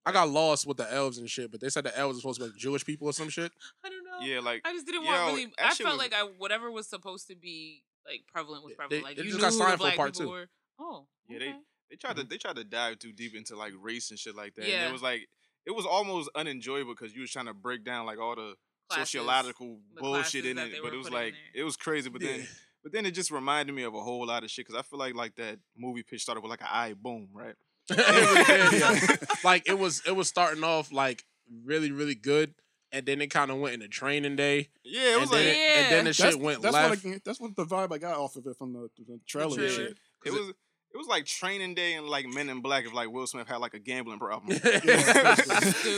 [SPEAKER 7] I got lost with the elves and shit, but they said the elves are supposed to be like Jewish people or some shit.
[SPEAKER 8] I don't know.
[SPEAKER 6] yeah, like
[SPEAKER 8] I just didn't
[SPEAKER 6] Yo,
[SPEAKER 8] want really.
[SPEAKER 6] that
[SPEAKER 8] I
[SPEAKER 6] shit
[SPEAKER 8] felt
[SPEAKER 6] was-
[SPEAKER 8] like I whatever was supposed to be like prevalent was
[SPEAKER 7] They-
[SPEAKER 8] prevalent. like
[SPEAKER 7] they
[SPEAKER 8] you
[SPEAKER 7] just
[SPEAKER 8] knew
[SPEAKER 7] got
[SPEAKER 8] who the
[SPEAKER 7] Seinfeld
[SPEAKER 8] black
[SPEAKER 7] Part
[SPEAKER 8] people
[SPEAKER 7] Two.
[SPEAKER 8] were. Oh,
[SPEAKER 6] Yeah, they-
[SPEAKER 8] okay.
[SPEAKER 6] they tried to they tried to dive too deep into like race and shit like that. And
[SPEAKER 8] Yeah.
[SPEAKER 6] it was like it was almost unenjoyable because you was trying to break down like all the
[SPEAKER 8] Classes,
[SPEAKER 6] sociological
[SPEAKER 8] the
[SPEAKER 6] bullshit
[SPEAKER 8] classes
[SPEAKER 6] in
[SPEAKER 8] that
[SPEAKER 6] it.
[SPEAKER 8] they
[SPEAKER 6] But
[SPEAKER 8] were
[SPEAKER 6] it was
[SPEAKER 8] putting in
[SPEAKER 6] like
[SPEAKER 8] there.
[SPEAKER 6] it was crazy. But then
[SPEAKER 7] Yeah.
[SPEAKER 6] but then it just reminded me of a whole lot of shit because I feel like like that movie pitch started with like an eye boom, right?
[SPEAKER 7] It really did, yeah. like it was it was starting off like really really good and then it kind of went into training day.
[SPEAKER 6] Yeah, it was
[SPEAKER 7] and then
[SPEAKER 6] like-
[SPEAKER 7] and then the
[SPEAKER 5] That's-
[SPEAKER 7] shit went
[SPEAKER 5] that's
[SPEAKER 7] left.
[SPEAKER 5] What I, that's what the vibe I got off of it from the, the trailer.
[SPEAKER 6] trailer.
[SPEAKER 5] and shit.
[SPEAKER 6] It was it was like Training Day and like Men in Black if like Will Smith had like a gambling problem.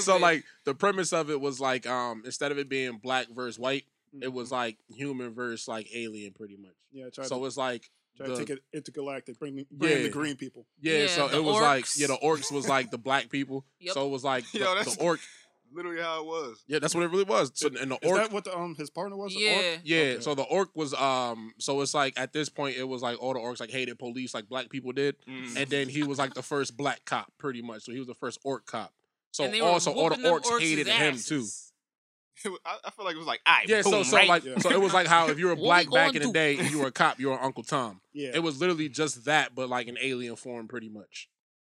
[SPEAKER 7] so like the premise of it was like um instead of it being black versus white, it was like human versus like alien pretty much.
[SPEAKER 5] Yeah, try
[SPEAKER 7] So
[SPEAKER 5] Mm-hmm. to-
[SPEAKER 7] it's like
[SPEAKER 5] Try to
[SPEAKER 7] the-
[SPEAKER 5] take it intergalactic. Bring, bring in
[SPEAKER 7] Yeah.
[SPEAKER 5] the green people.
[SPEAKER 7] Yeah, so it was like yeah, the orcs was like the black people.
[SPEAKER 5] Yep.
[SPEAKER 7] So it was like the,
[SPEAKER 5] Yo, that's-
[SPEAKER 7] the orc.
[SPEAKER 6] Literally how it was.
[SPEAKER 7] Yeah, that's what it really was. So, and the
[SPEAKER 5] Is
[SPEAKER 7] orc
[SPEAKER 5] that what the, um his partner was? The orc?
[SPEAKER 7] Yeah, so the orc was um so it's like at this point it was like all the orcs like hated police like black people did.
[SPEAKER 6] Mm.
[SPEAKER 7] And then he was like the first black cop pretty much. So he was the first orc cop. So
[SPEAKER 6] And they were
[SPEAKER 7] also all the
[SPEAKER 6] whooping them
[SPEAKER 7] orcs,
[SPEAKER 6] orcs'
[SPEAKER 7] hated him too.
[SPEAKER 6] I, I feel like it was like I
[SPEAKER 7] Yeah, so so like so it was like how if you were black back in the day and you were a cop, you were Uncle Tom.
[SPEAKER 5] Yeah.
[SPEAKER 7] It was literally just that, but like an alien form pretty much.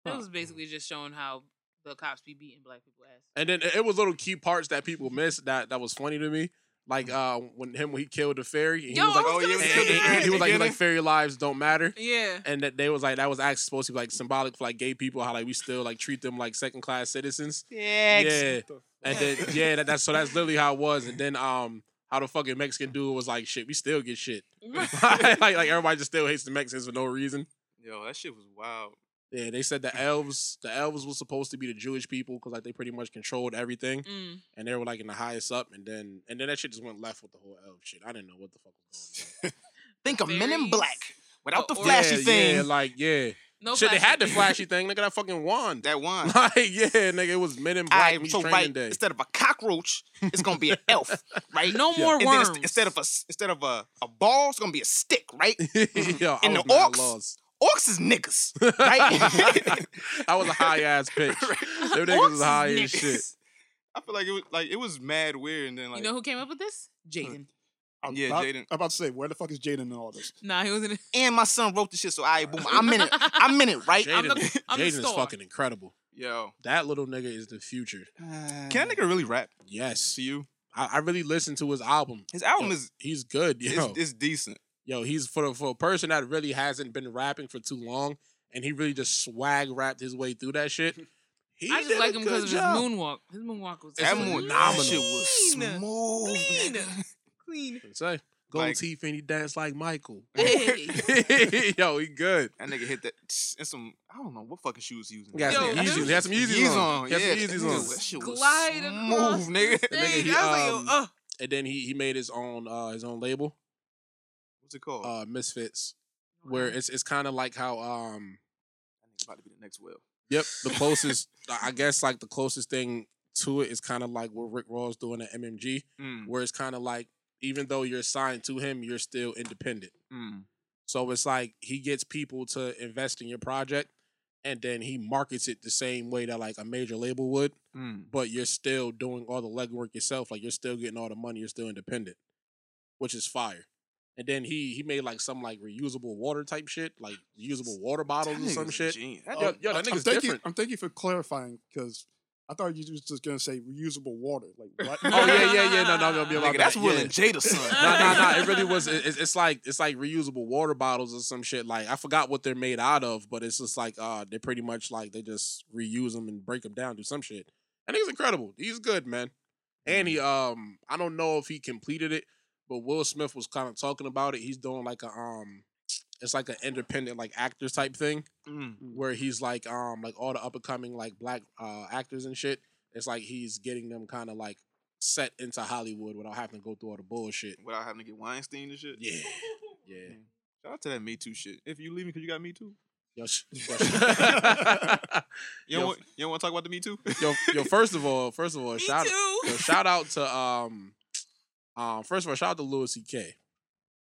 [SPEAKER 8] It was basically just showing how the cops be beating black people ass.
[SPEAKER 7] And then it- it was little key parts that people missed that that was funny to me. Like uh
[SPEAKER 6] Mm-hmm.
[SPEAKER 7] when him when he killed the fairy, and he
[SPEAKER 8] Yo,
[SPEAKER 7] was like,
[SPEAKER 8] I
[SPEAKER 6] Oh,
[SPEAKER 8] was gonna
[SPEAKER 7] and-
[SPEAKER 8] say
[SPEAKER 7] and- and
[SPEAKER 8] that.
[SPEAKER 7] he was like, he was like
[SPEAKER 8] Beginning.
[SPEAKER 7] fairy lives don't matter.
[SPEAKER 8] Yeah.
[SPEAKER 7] And that they was like that was actually supposed to be like symbolic for like gay people, how like we still like treat them like second class citizens.
[SPEAKER 8] Yeah.
[SPEAKER 7] Yeah. And then yeah, that, that's so that's literally how it was. And then um how the fucking Mexican dude was like, shit, we still get shit. like like everybody just still hates the Mexicans for no reason.
[SPEAKER 6] Yo, that shit was wild.
[SPEAKER 7] Yeah, they said the elves, the elves was supposed to be the Jewish people because like they pretty much controlled everything,
[SPEAKER 8] Mm.
[SPEAKER 7] and they were like in the highest up, and then and then that shit just went left with the whole elf shit. I didn't know what the fuck was going on.
[SPEAKER 6] Think of Men in Black without the
[SPEAKER 7] Yeah,
[SPEAKER 6] flashy thing.
[SPEAKER 7] yeah, like yeah.
[SPEAKER 8] No
[SPEAKER 7] shit, they
[SPEAKER 8] flashy
[SPEAKER 7] had the
[SPEAKER 8] thing.
[SPEAKER 7] flashy thing. Look at that fucking wand.
[SPEAKER 6] That wand.
[SPEAKER 7] Like, yeah, nigga, it was men in black.
[SPEAKER 6] I'm
[SPEAKER 7] meets
[SPEAKER 6] so
[SPEAKER 7] training
[SPEAKER 6] right.
[SPEAKER 7] day.
[SPEAKER 6] Instead of a cockroach, it's gonna be an elf, right?
[SPEAKER 8] No more
[SPEAKER 6] and then it's-
[SPEAKER 8] worms.
[SPEAKER 6] instead of a s- instead of a, a ball, it's gonna be a stick, right?
[SPEAKER 7] Yo, I
[SPEAKER 6] and
[SPEAKER 7] was
[SPEAKER 6] the
[SPEAKER 7] mad
[SPEAKER 6] orcs,
[SPEAKER 7] lost.
[SPEAKER 6] orcs is niggas, right?
[SPEAKER 7] that was a high ass pitch. Them niggas was high as shit.
[SPEAKER 6] I feel like it was like it was mad weird, and then like
[SPEAKER 8] you know who came up with this? Jaden.
[SPEAKER 5] I'm
[SPEAKER 6] yeah,
[SPEAKER 5] about,
[SPEAKER 6] Jaden.
[SPEAKER 5] I'm about to say, where the fuck is Jaden in all this?
[SPEAKER 8] Nah, he wasn't.
[SPEAKER 6] And my son wrote the shit, so I boom. I'm in it. I'm in it, right?
[SPEAKER 7] Jaden, Jaden is fucking incredible.
[SPEAKER 6] Yo,
[SPEAKER 7] that little nigga is the future.
[SPEAKER 6] Can that nigga really rap?
[SPEAKER 7] Yes.
[SPEAKER 6] To you?
[SPEAKER 7] I, I really listened to his album.
[SPEAKER 6] His album
[SPEAKER 7] Yo,
[SPEAKER 6] is-
[SPEAKER 7] he's good. Yo.
[SPEAKER 6] It's, it's decent.
[SPEAKER 7] yo, he's for for a person that really hasn't been rapping for too long, and he really just swag rapped his way through that shit. He
[SPEAKER 8] I just
[SPEAKER 7] did a
[SPEAKER 8] like him
[SPEAKER 7] good
[SPEAKER 8] because of his
[SPEAKER 7] job.
[SPEAKER 8] moonwalk. His moonwalk was
[SPEAKER 7] That
[SPEAKER 8] clean.
[SPEAKER 7] moonwalk shit was
[SPEAKER 6] smooth.
[SPEAKER 8] Clean.
[SPEAKER 7] Say, gold
[SPEAKER 6] Like-
[SPEAKER 7] teeth, and he danced like Michael.
[SPEAKER 8] Hey.
[SPEAKER 7] yo, he good.
[SPEAKER 6] That nigga hit that and some I don't know what fucking shoes he was
[SPEAKER 7] He
[SPEAKER 6] using.
[SPEAKER 7] got some Yeezys. He had some Yeezys
[SPEAKER 6] Yeezys
[SPEAKER 7] on.
[SPEAKER 6] on.
[SPEAKER 7] He had
[SPEAKER 6] Yeah,
[SPEAKER 7] some Yeezys
[SPEAKER 6] that
[SPEAKER 7] on.
[SPEAKER 6] nigga- that shit was
[SPEAKER 8] Glide across
[SPEAKER 6] smooth, nigga.
[SPEAKER 8] the
[SPEAKER 7] The nigga,
[SPEAKER 8] stage.
[SPEAKER 7] he,
[SPEAKER 8] I was like, yo,
[SPEAKER 7] um,
[SPEAKER 8] uh.
[SPEAKER 7] and then he he made his own uh his own label.
[SPEAKER 6] What's it called?
[SPEAKER 7] Uh, Misfits, where it's it's kind of like how um
[SPEAKER 6] about to be the next Will.
[SPEAKER 7] Yep, the closest I guess like the closest thing to it is kind of like what Rick Ross doing at MMG,
[SPEAKER 6] Mm.
[SPEAKER 7] where it's kind of like even though you're signed to him, you're still independent.
[SPEAKER 6] Mm.
[SPEAKER 7] So it's like he gets people to invest in your project, and then he markets it the same way that like a major label would,
[SPEAKER 6] Mm.
[SPEAKER 7] but you're still doing all the legwork yourself. Like you're still getting all the money. You're still independent, which is fire. And then he he made like some like reusable water type shit, like reusable water bottles or
[SPEAKER 5] nigga's
[SPEAKER 7] some
[SPEAKER 5] a
[SPEAKER 7] shit. Oh,
[SPEAKER 6] genius. Oh,
[SPEAKER 7] Yo, yo, that
[SPEAKER 5] I'm,
[SPEAKER 7] nigga's
[SPEAKER 5] thank
[SPEAKER 7] different.
[SPEAKER 5] You, I'm thank you for clarifying because I thought you was just gonna say reusable water. Like what?
[SPEAKER 7] Oh yeah, yeah, yeah. No, no, no. no my
[SPEAKER 6] Nigga, that's
[SPEAKER 7] bad.
[SPEAKER 6] Will
[SPEAKER 7] yeah.
[SPEAKER 6] and Jada's son.
[SPEAKER 7] No, no, no. It really was. It, it's- it's like it's like reusable water bottles or some shit. Like I forgot what they're made out of, but it's just like uh, they're pretty much like they just reuse them and break them down, do some shit. And he's incredible. He's good, man. And he um, I don't know if he completed it, but Will Smith was kind of talking about it. He's doing like a um, it's like an independent like actors type thing
[SPEAKER 6] Mm.
[SPEAKER 7] where he's like um like all the up and coming like black uh actors and shit. It's like he's getting them kind of like set into Hollywood without having to go through all the bullshit.
[SPEAKER 6] Without having to get Weinstein and shit.
[SPEAKER 7] Yeah. Yeah.
[SPEAKER 6] Shout out to that Me Too shit. If you leave me because you got Me Too.
[SPEAKER 7] Yo, sh-
[SPEAKER 6] you,
[SPEAKER 7] yo,
[SPEAKER 6] don't
[SPEAKER 7] Yo.
[SPEAKER 6] want, you don't want to talk about the Me Too?
[SPEAKER 7] yo, yo, first of all, first of all, shout
[SPEAKER 6] too.
[SPEAKER 7] yo, shout out to um um first of all, shout out to Louis C.K.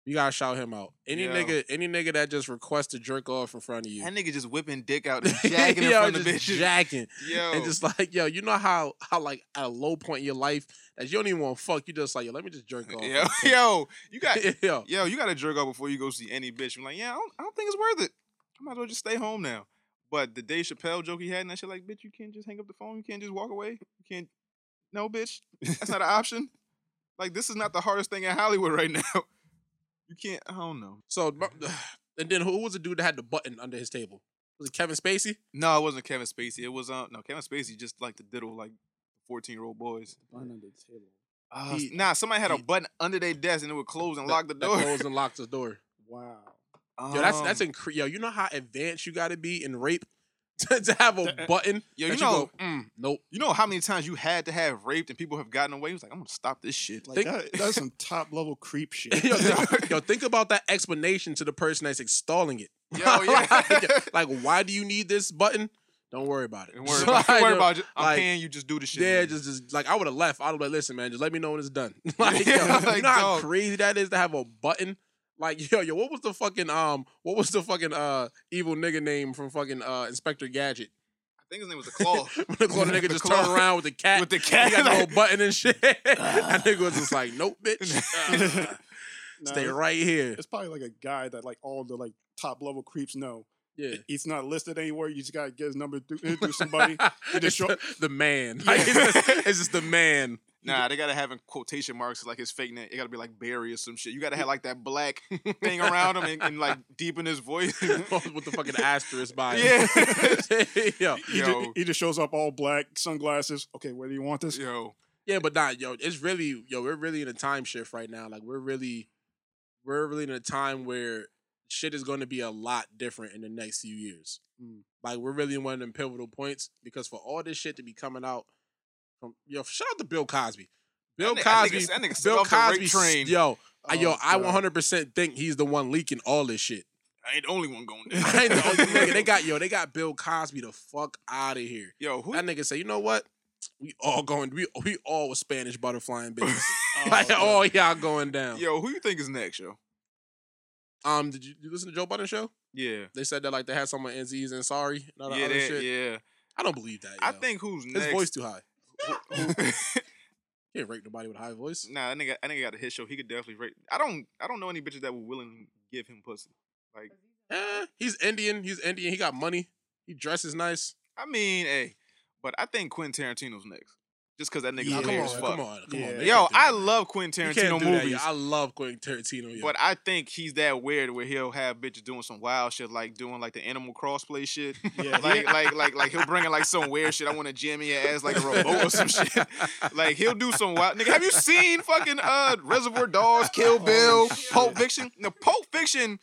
[SPEAKER 7] You gotta shout him out. Any
[SPEAKER 6] Yo.
[SPEAKER 7] nigga, any nigga that just requests to jerk off in front of you.
[SPEAKER 6] That nigga just whipping dick out and jacking in
[SPEAKER 7] Yo,
[SPEAKER 6] front of
[SPEAKER 7] just
[SPEAKER 6] bitches.
[SPEAKER 7] jacking.
[SPEAKER 6] Yo.
[SPEAKER 7] And just like, yo, you know how how like at a low point in your life that you don't even want to fuck, you just like, yo, let me just jerk off.
[SPEAKER 6] Yo, yo, you got
[SPEAKER 7] yo.
[SPEAKER 6] yo, you got to jerk off before you go see any bitch. I'm like, yeah, I don't, I don't think it's worth it. I might as well just stay home now. But the Dave Chappelle joke he had and that shit, like, bitch, you can't just hang up the phone. You can't just walk away. You can't. No, bitch, that's not an option. Like, this is not the hardest thing in Hollywood right now. You can't. I don't know.
[SPEAKER 7] So, and then who was the dude that had the button under his table? Was it Kevin Spacey?
[SPEAKER 6] uh, No, it wasn't Kevin Spacey. It was um, no Kevin Spacey just like the diddle like 14 year old boys.
[SPEAKER 5] Under the table.
[SPEAKER 6] He- nah, somebody had a button under their desk and it would close and lock the
[SPEAKER 7] that
[SPEAKER 6] door.
[SPEAKER 7] closed and locked the door.
[SPEAKER 5] Wow.
[SPEAKER 7] Yo, that's
[SPEAKER 6] Um,
[SPEAKER 7] that's incre- yo. You know how advanced you got to be in rape to, to have a button.
[SPEAKER 6] uh, Yo,
[SPEAKER 7] that
[SPEAKER 6] you know,
[SPEAKER 7] go, "Mm, nope.
[SPEAKER 6] You know how many times you had to have raped and people have gotten away? It was like, I'm gonna stop this shit.
[SPEAKER 5] Like
[SPEAKER 7] Think-
[SPEAKER 5] that, that's some top level creep shit.
[SPEAKER 7] yo, think, yo, think about that explanation to the person that's installing it.
[SPEAKER 6] Yo, yeah.
[SPEAKER 7] like, like, why do you need this button? Don't worry about it.
[SPEAKER 6] Don't worry about, don't
[SPEAKER 7] Like,
[SPEAKER 6] worry
[SPEAKER 7] yo,
[SPEAKER 6] about it. I'm
[SPEAKER 7] like,
[SPEAKER 6] paying you, just do the shit.
[SPEAKER 7] Yeah,
[SPEAKER 6] man.
[SPEAKER 7] just, just like I would have left. I would have like, listen, man, just let me know when it's done. like, yo,
[SPEAKER 6] like,
[SPEAKER 7] you know how
[SPEAKER 6] dog.
[SPEAKER 7] crazy that is to have a button. Like, yo, yo, what was the fucking um, what was the fucking uh evil nigga name from fucking uh Inspector Gadget?
[SPEAKER 6] I think his name was the claw.
[SPEAKER 7] When the corner nigga
[SPEAKER 6] The
[SPEAKER 7] just
[SPEAKER 6] claw.
[SPEAKER 7] turned around with the cat,
[SPEAKER 6] With the cat,
[SPEAKER 7] he got the
[SPEAKER 6] like-
[SPEAKER 7] little button and shit.
[SPEAKER 5] Ah.
[SPEAKER 7] that nigga was just like, nope, bitch, Uh,
[SPEAKER 5] Nah,
[SPEAKER 7] stay
[SPEAKER 5] it's-
[SPEAKER 7] right here.
[SPEAKER 5] It's probably like a guy that like all the like top level creeps know.
[SPEAKER 7] Yeah.
[SPEAKER 5] He's not listed anywhere. You just gotta get his number through, in through somebody. You
[SPEAKER 7] it's
[SPEAKER 5] just show-
[SPEAKER 7] the, the man. Like, it's, just, it's just the man.
[SPEAKER 6] Nah, they gotta have in quotation marks like his fake name. It gotta be like Barry or some shit. You gotta have like that black thing around him and, and like deep in his voice.
[SPEAKER 7] with the fucking asterisk by
[SPEAKER 6] yeah.
[SPEAKER 7] him. yo,
[SPEAKER 5] he, ju-
[SPEAKER 6] Yo.
[SPEAKER 5] he just shows up all black, sunglasses. Okay, where do you want this?
[SPEAKER 6] Yo.
[SPEAKER 7] Yeah, but not yo. It's really yo. We're really in a time shift right now. Like we're really, we're really in a time where shit is going to be a lot different in the next few years.
[SPEAKER 5] Mm.
[SPEAKER 7] Like we're really in one of them pivotal points because for all this shit to be coming out from yo, shout out to Bill Cosby. Bill
[SPEAKER 6] That nigga- that nigga-
[SPEAKER 7] Cosby.
[SPEAKER 6] that nigga set
[SPEAKER 7] Bill
[SPEAKER 6] off the rape
[SPEAKER 7] Cosby.
[SPEAKER 6] train.
[SPEAKER 7] Yo, I yo,
[SPEAKER 5] Oh,
[SPEAKER 7] I
[SPEAKER 5] God.
[SPEAKER 7] 100 percent think he's the one leaking all this shit.
[SPEAKER 6] I ain't the only one going there.
[SPEAKER 7] I ain't the only nigga. They got yo. They got Bill Cosby the fuck out of here.
[SPEAKER 6] Yo, who
[SPEAKER 7] That nigga say, you know what? We all going. We we all with Spanish butterfly and business. like all y'all going down.
[SPEAKER 6] Oh, yo, who you think is next, yo?
[SPEAKER 7] Um, did you, you listen to Joe Budden show?
[SPEAKER 6] Yeah.
[SPEAKER 7] They said that like they had someone NZ's and sorry and all that
[SPEAKER 6] Yeah,
[SPEAKER 7] other
[SPEAKER 6] that-
[SPEAKER 7] shit.
[SPEAKER 6] yeah.
[SPEAKER 7] I don't believe that.
[SPEAKER 6] I
[SPEAKER 7] yo.
[SPEAKER 6] think who's
[SPEAKER 7] his
[SPEAKER 6] next?
[SPEAKER 7] voice too high.
[SPEAKER 6] who-
[SPEAKER 7] He can't rape nobody with a high voice.
[SPEAKER 6] Nah, that nigga, that nigga got a hit show. He could definitely rate. I don't, I don't know any bitches that would willingly give him pussy. Like,
[SPEAKER 7] Eh, he's Indian. He's Indian. He got money. He dresses nice.
[SPEAKER 6] I mean, hey, but I think Quentin Tarantino's next, just because that nigga's
[SPEAKER 7] come,
[SPEAKER 6] clear
[SPEAKER 7] on,
[SPEAKER 6] as fuck.
[SPEAKER 7] come on, come on,
[SPEAKER 5] Yeah.
[SPEAKER 7] man.
[SPEAKER 6] Yo,
[SPEAKER 7] You can't do
[SPEAKER 6] I
[SPEAKER 7] that, man.
[SPEAKER 6] love Quentin
[SPEAKER 7] You can't
[SPEAKER 6] Tarantino
[SPEAKER 7] do that, yo.
[SPEAKER 6] movies,
[SPEAKER 7] I love Quentin Tarantino. Yo.
[SPEAKER 6] but I think he's that weird where he'll have bitches doing some wild shit, like doing like the animal crossplay shit.
[SPEAKER 5] Yeah, he-
[SPEAKER 6] like, like, like, like he'll bring in like some weird shit. I want to jam in your ass like a remote or some shit. Like he'll do some wild. Nigga, have you seen fucking uh Reservoir Dogs,
[SPEAKER 7] Oh,
[SPEAKER 6] Kill Bill, Pulp Fiction? No, Pulp Fiction.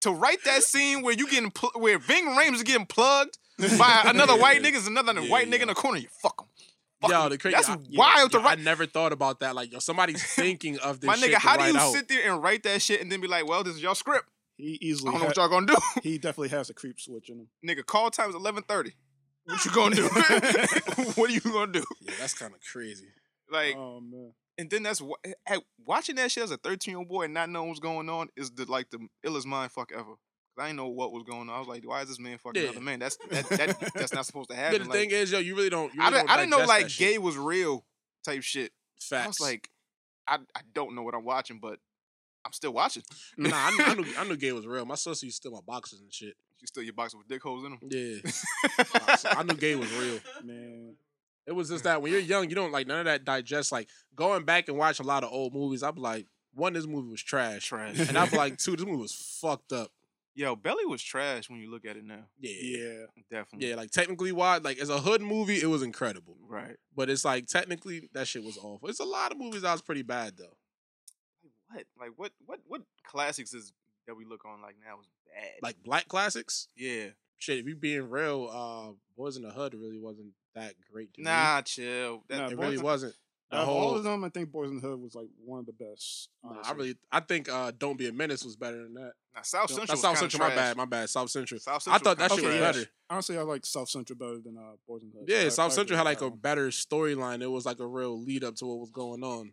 [SPEAKER 6] To write that scene where you getting pl- where Ving Rhames is getting plugged by another white nigga is another white nigga in the corner. You fuck him. Fuck
[SPEAKER 7] Yo,
[SPEAKER 6] him.
[SPEAKER 7] the crazy.
[SPEAKER 6] That's
[SPEAKER 7] I- yeah,
[SPEAKER 6] wild
[SPEAKER 7] yo,
[SPEAKER 6] to write.
[SPEAKER 7] I never thought about that. Like, yo, somebody's thinking of this.
[SPEAKER 6] My
[SPEAKER 7] shit
[SPEAKER 6] nigga,
[SPEAKER 7] to
[SPEAKER 6] how do
[SPEAKER 7] write
[SPEAKER 6] you
[SPEAKER 7] out.
[SPEAKER 6] sit there and write that shit and then be like, well, this is y'all script.
[SPEAKER 5] He
[SPEAKER 6] I
[SPEAKER 5] easily.
[SPEAKER 6] don't know what
[SPEAKER 5] ha-
[SPEAKER 6] y'all gonna do.
[SPEAKER 5] he definitely has a creep switch in him.
[SPEAKER 6] nigga, call time's eleven thirty. What you gonna do? what are you gonna do?
[SPEAKER 7] Yeah, that's kind of crazy.
[SPEAKER 6] Like,
[SPEAKER 5] oh man.
[SPEAKER 6] and then that's wh- at, watching that shit as a thirteen year old boy and not knowing what's going on is the like the illest mind fuck ever. 'Cause I didn't know what was going on. I was like, why is this man fucking
[SPEAKER 7] Yeah.
[SPEAKER 6] another man? That's that, that that's not supposed to
[SPEAKER 7] Yeah,
[SPEAKER 6] happen.
[SPEAKER 7] the
[SPEAKER 6] Like,
[SPEAKER 7] thing is, yo, you really don't. You
[SPEAKER 6] I,
[SPEAKER 7] really
[SPEAKER 6] didn't, I
[SPEAKER 7] don't
[SPEAKER 6] didn't know
[SPEAKER 7] digest
[SPEAKER 6] like
[SPEAKER 7] that shit.
[SPEAKER 6] gay was real type shit.
[SPEAKER 7] facts.
[SPEAKER 6] I was like, I I don't know what I'm watching, but I'm still watching.
[SPEAKER 7] nah, I knew, I knew, I knew gay was real. My sister used to steal my boxes and shit.
[SPEAKER 6] You still your box with dick holes in them.
[SPEAKER 7] Yeah, Box- I knew gay was real.
[SPEAKER 5] Man.
[SPEAKER 7] It was just that when you're young, you don't like none of that digest. Like going back and watching a lot of old movies, I'm like, one, this movie was trash,
[SPEAKER 6] Trash.
[SPEAKER 7] and I'm like, two, this movie was fucked up.
[SPEAKER 6] Yo, Belly was trash when you look at it now.
[SPEAKER 7] Yeah,
[SPEAKER 5] Yeah.
[SPEAKER 6] Definitely.
[SPEAKER 7] yeah. Like technically, why? Like as a hood movie, it was incredible,
[SPEAKER 6] Right.
[SPEAKER 7] but it's like technically that shit was awful. It's a lot of movies that was pretty bad though.
[SPEAKER 6] What? Like what? What? What classics is that we look on like now is bad?
[SPEAKER 7] Like black classics.
[SPEAKER 6] yeah.
[SPEAKER 7] Shit, if you being real, uh, Boys in the Hood really wasn't that great. To me.
[SPEAKER 6] Nah, chill. That,
[SPEAKER 5] Nah,
[SPEAKER 7] it
[SPEAKER 5] Boys
[SPEAKER 7] really
[SPEAKER 5] in-
[SPEAKER 7] wasn't. The
[SPEAKER 5] Out of all
[SPEAKER 7] whole-
[SPEAKER 5] of them, I think Boys in the Hood was like one of the best.
[SPEAKER 7] Nah, I
[SPEAKER 5] honestly.
[SPEAKER 7] really, I think uh, "Don't Be a Menace" was better than that.
[SPEAKER 6] nah, South
[SPEAKER 7] No,
[SPEAKER 6] Central.
[SPEAKER 7] not
[SPEAKER 6] was
[SPEAKER 7] South
[SPEAKER 6] kinda
[SPEAKER 7] Central. My
[SPEAKER 6] trash.
[SPEAKER 7] bad. My bad. South Central.
[SPEAKER 6] South
[SPEAKER 7] I
[SPEAKER 6] Central.
[SPEAKER 7] thought that
[SPEAKER 6] kinda
[SPEAKER 7] shit was
[SPEAKER 5] Okay,
[SPEAKER 6] trash.
[SPEAKER 7] better.
[SPEAKER 5] Honestly, I like South Central better than uh, Boys in the Hood. so
[SPEAKER 7] Yeah,
[SPEAKER 5] I-
[SPEAKER 7] South
[SPEAKER 5] I
[SPEAKER 7] Central had
[SPEAKER 5] agree
[SPEAKER 7] like
[SPEAKER 5] with
[SPEAKER 7] a
[SPEAKER 5] that one.
[SPEAKER 7] better storyline. It was like a real lead up to what was going on.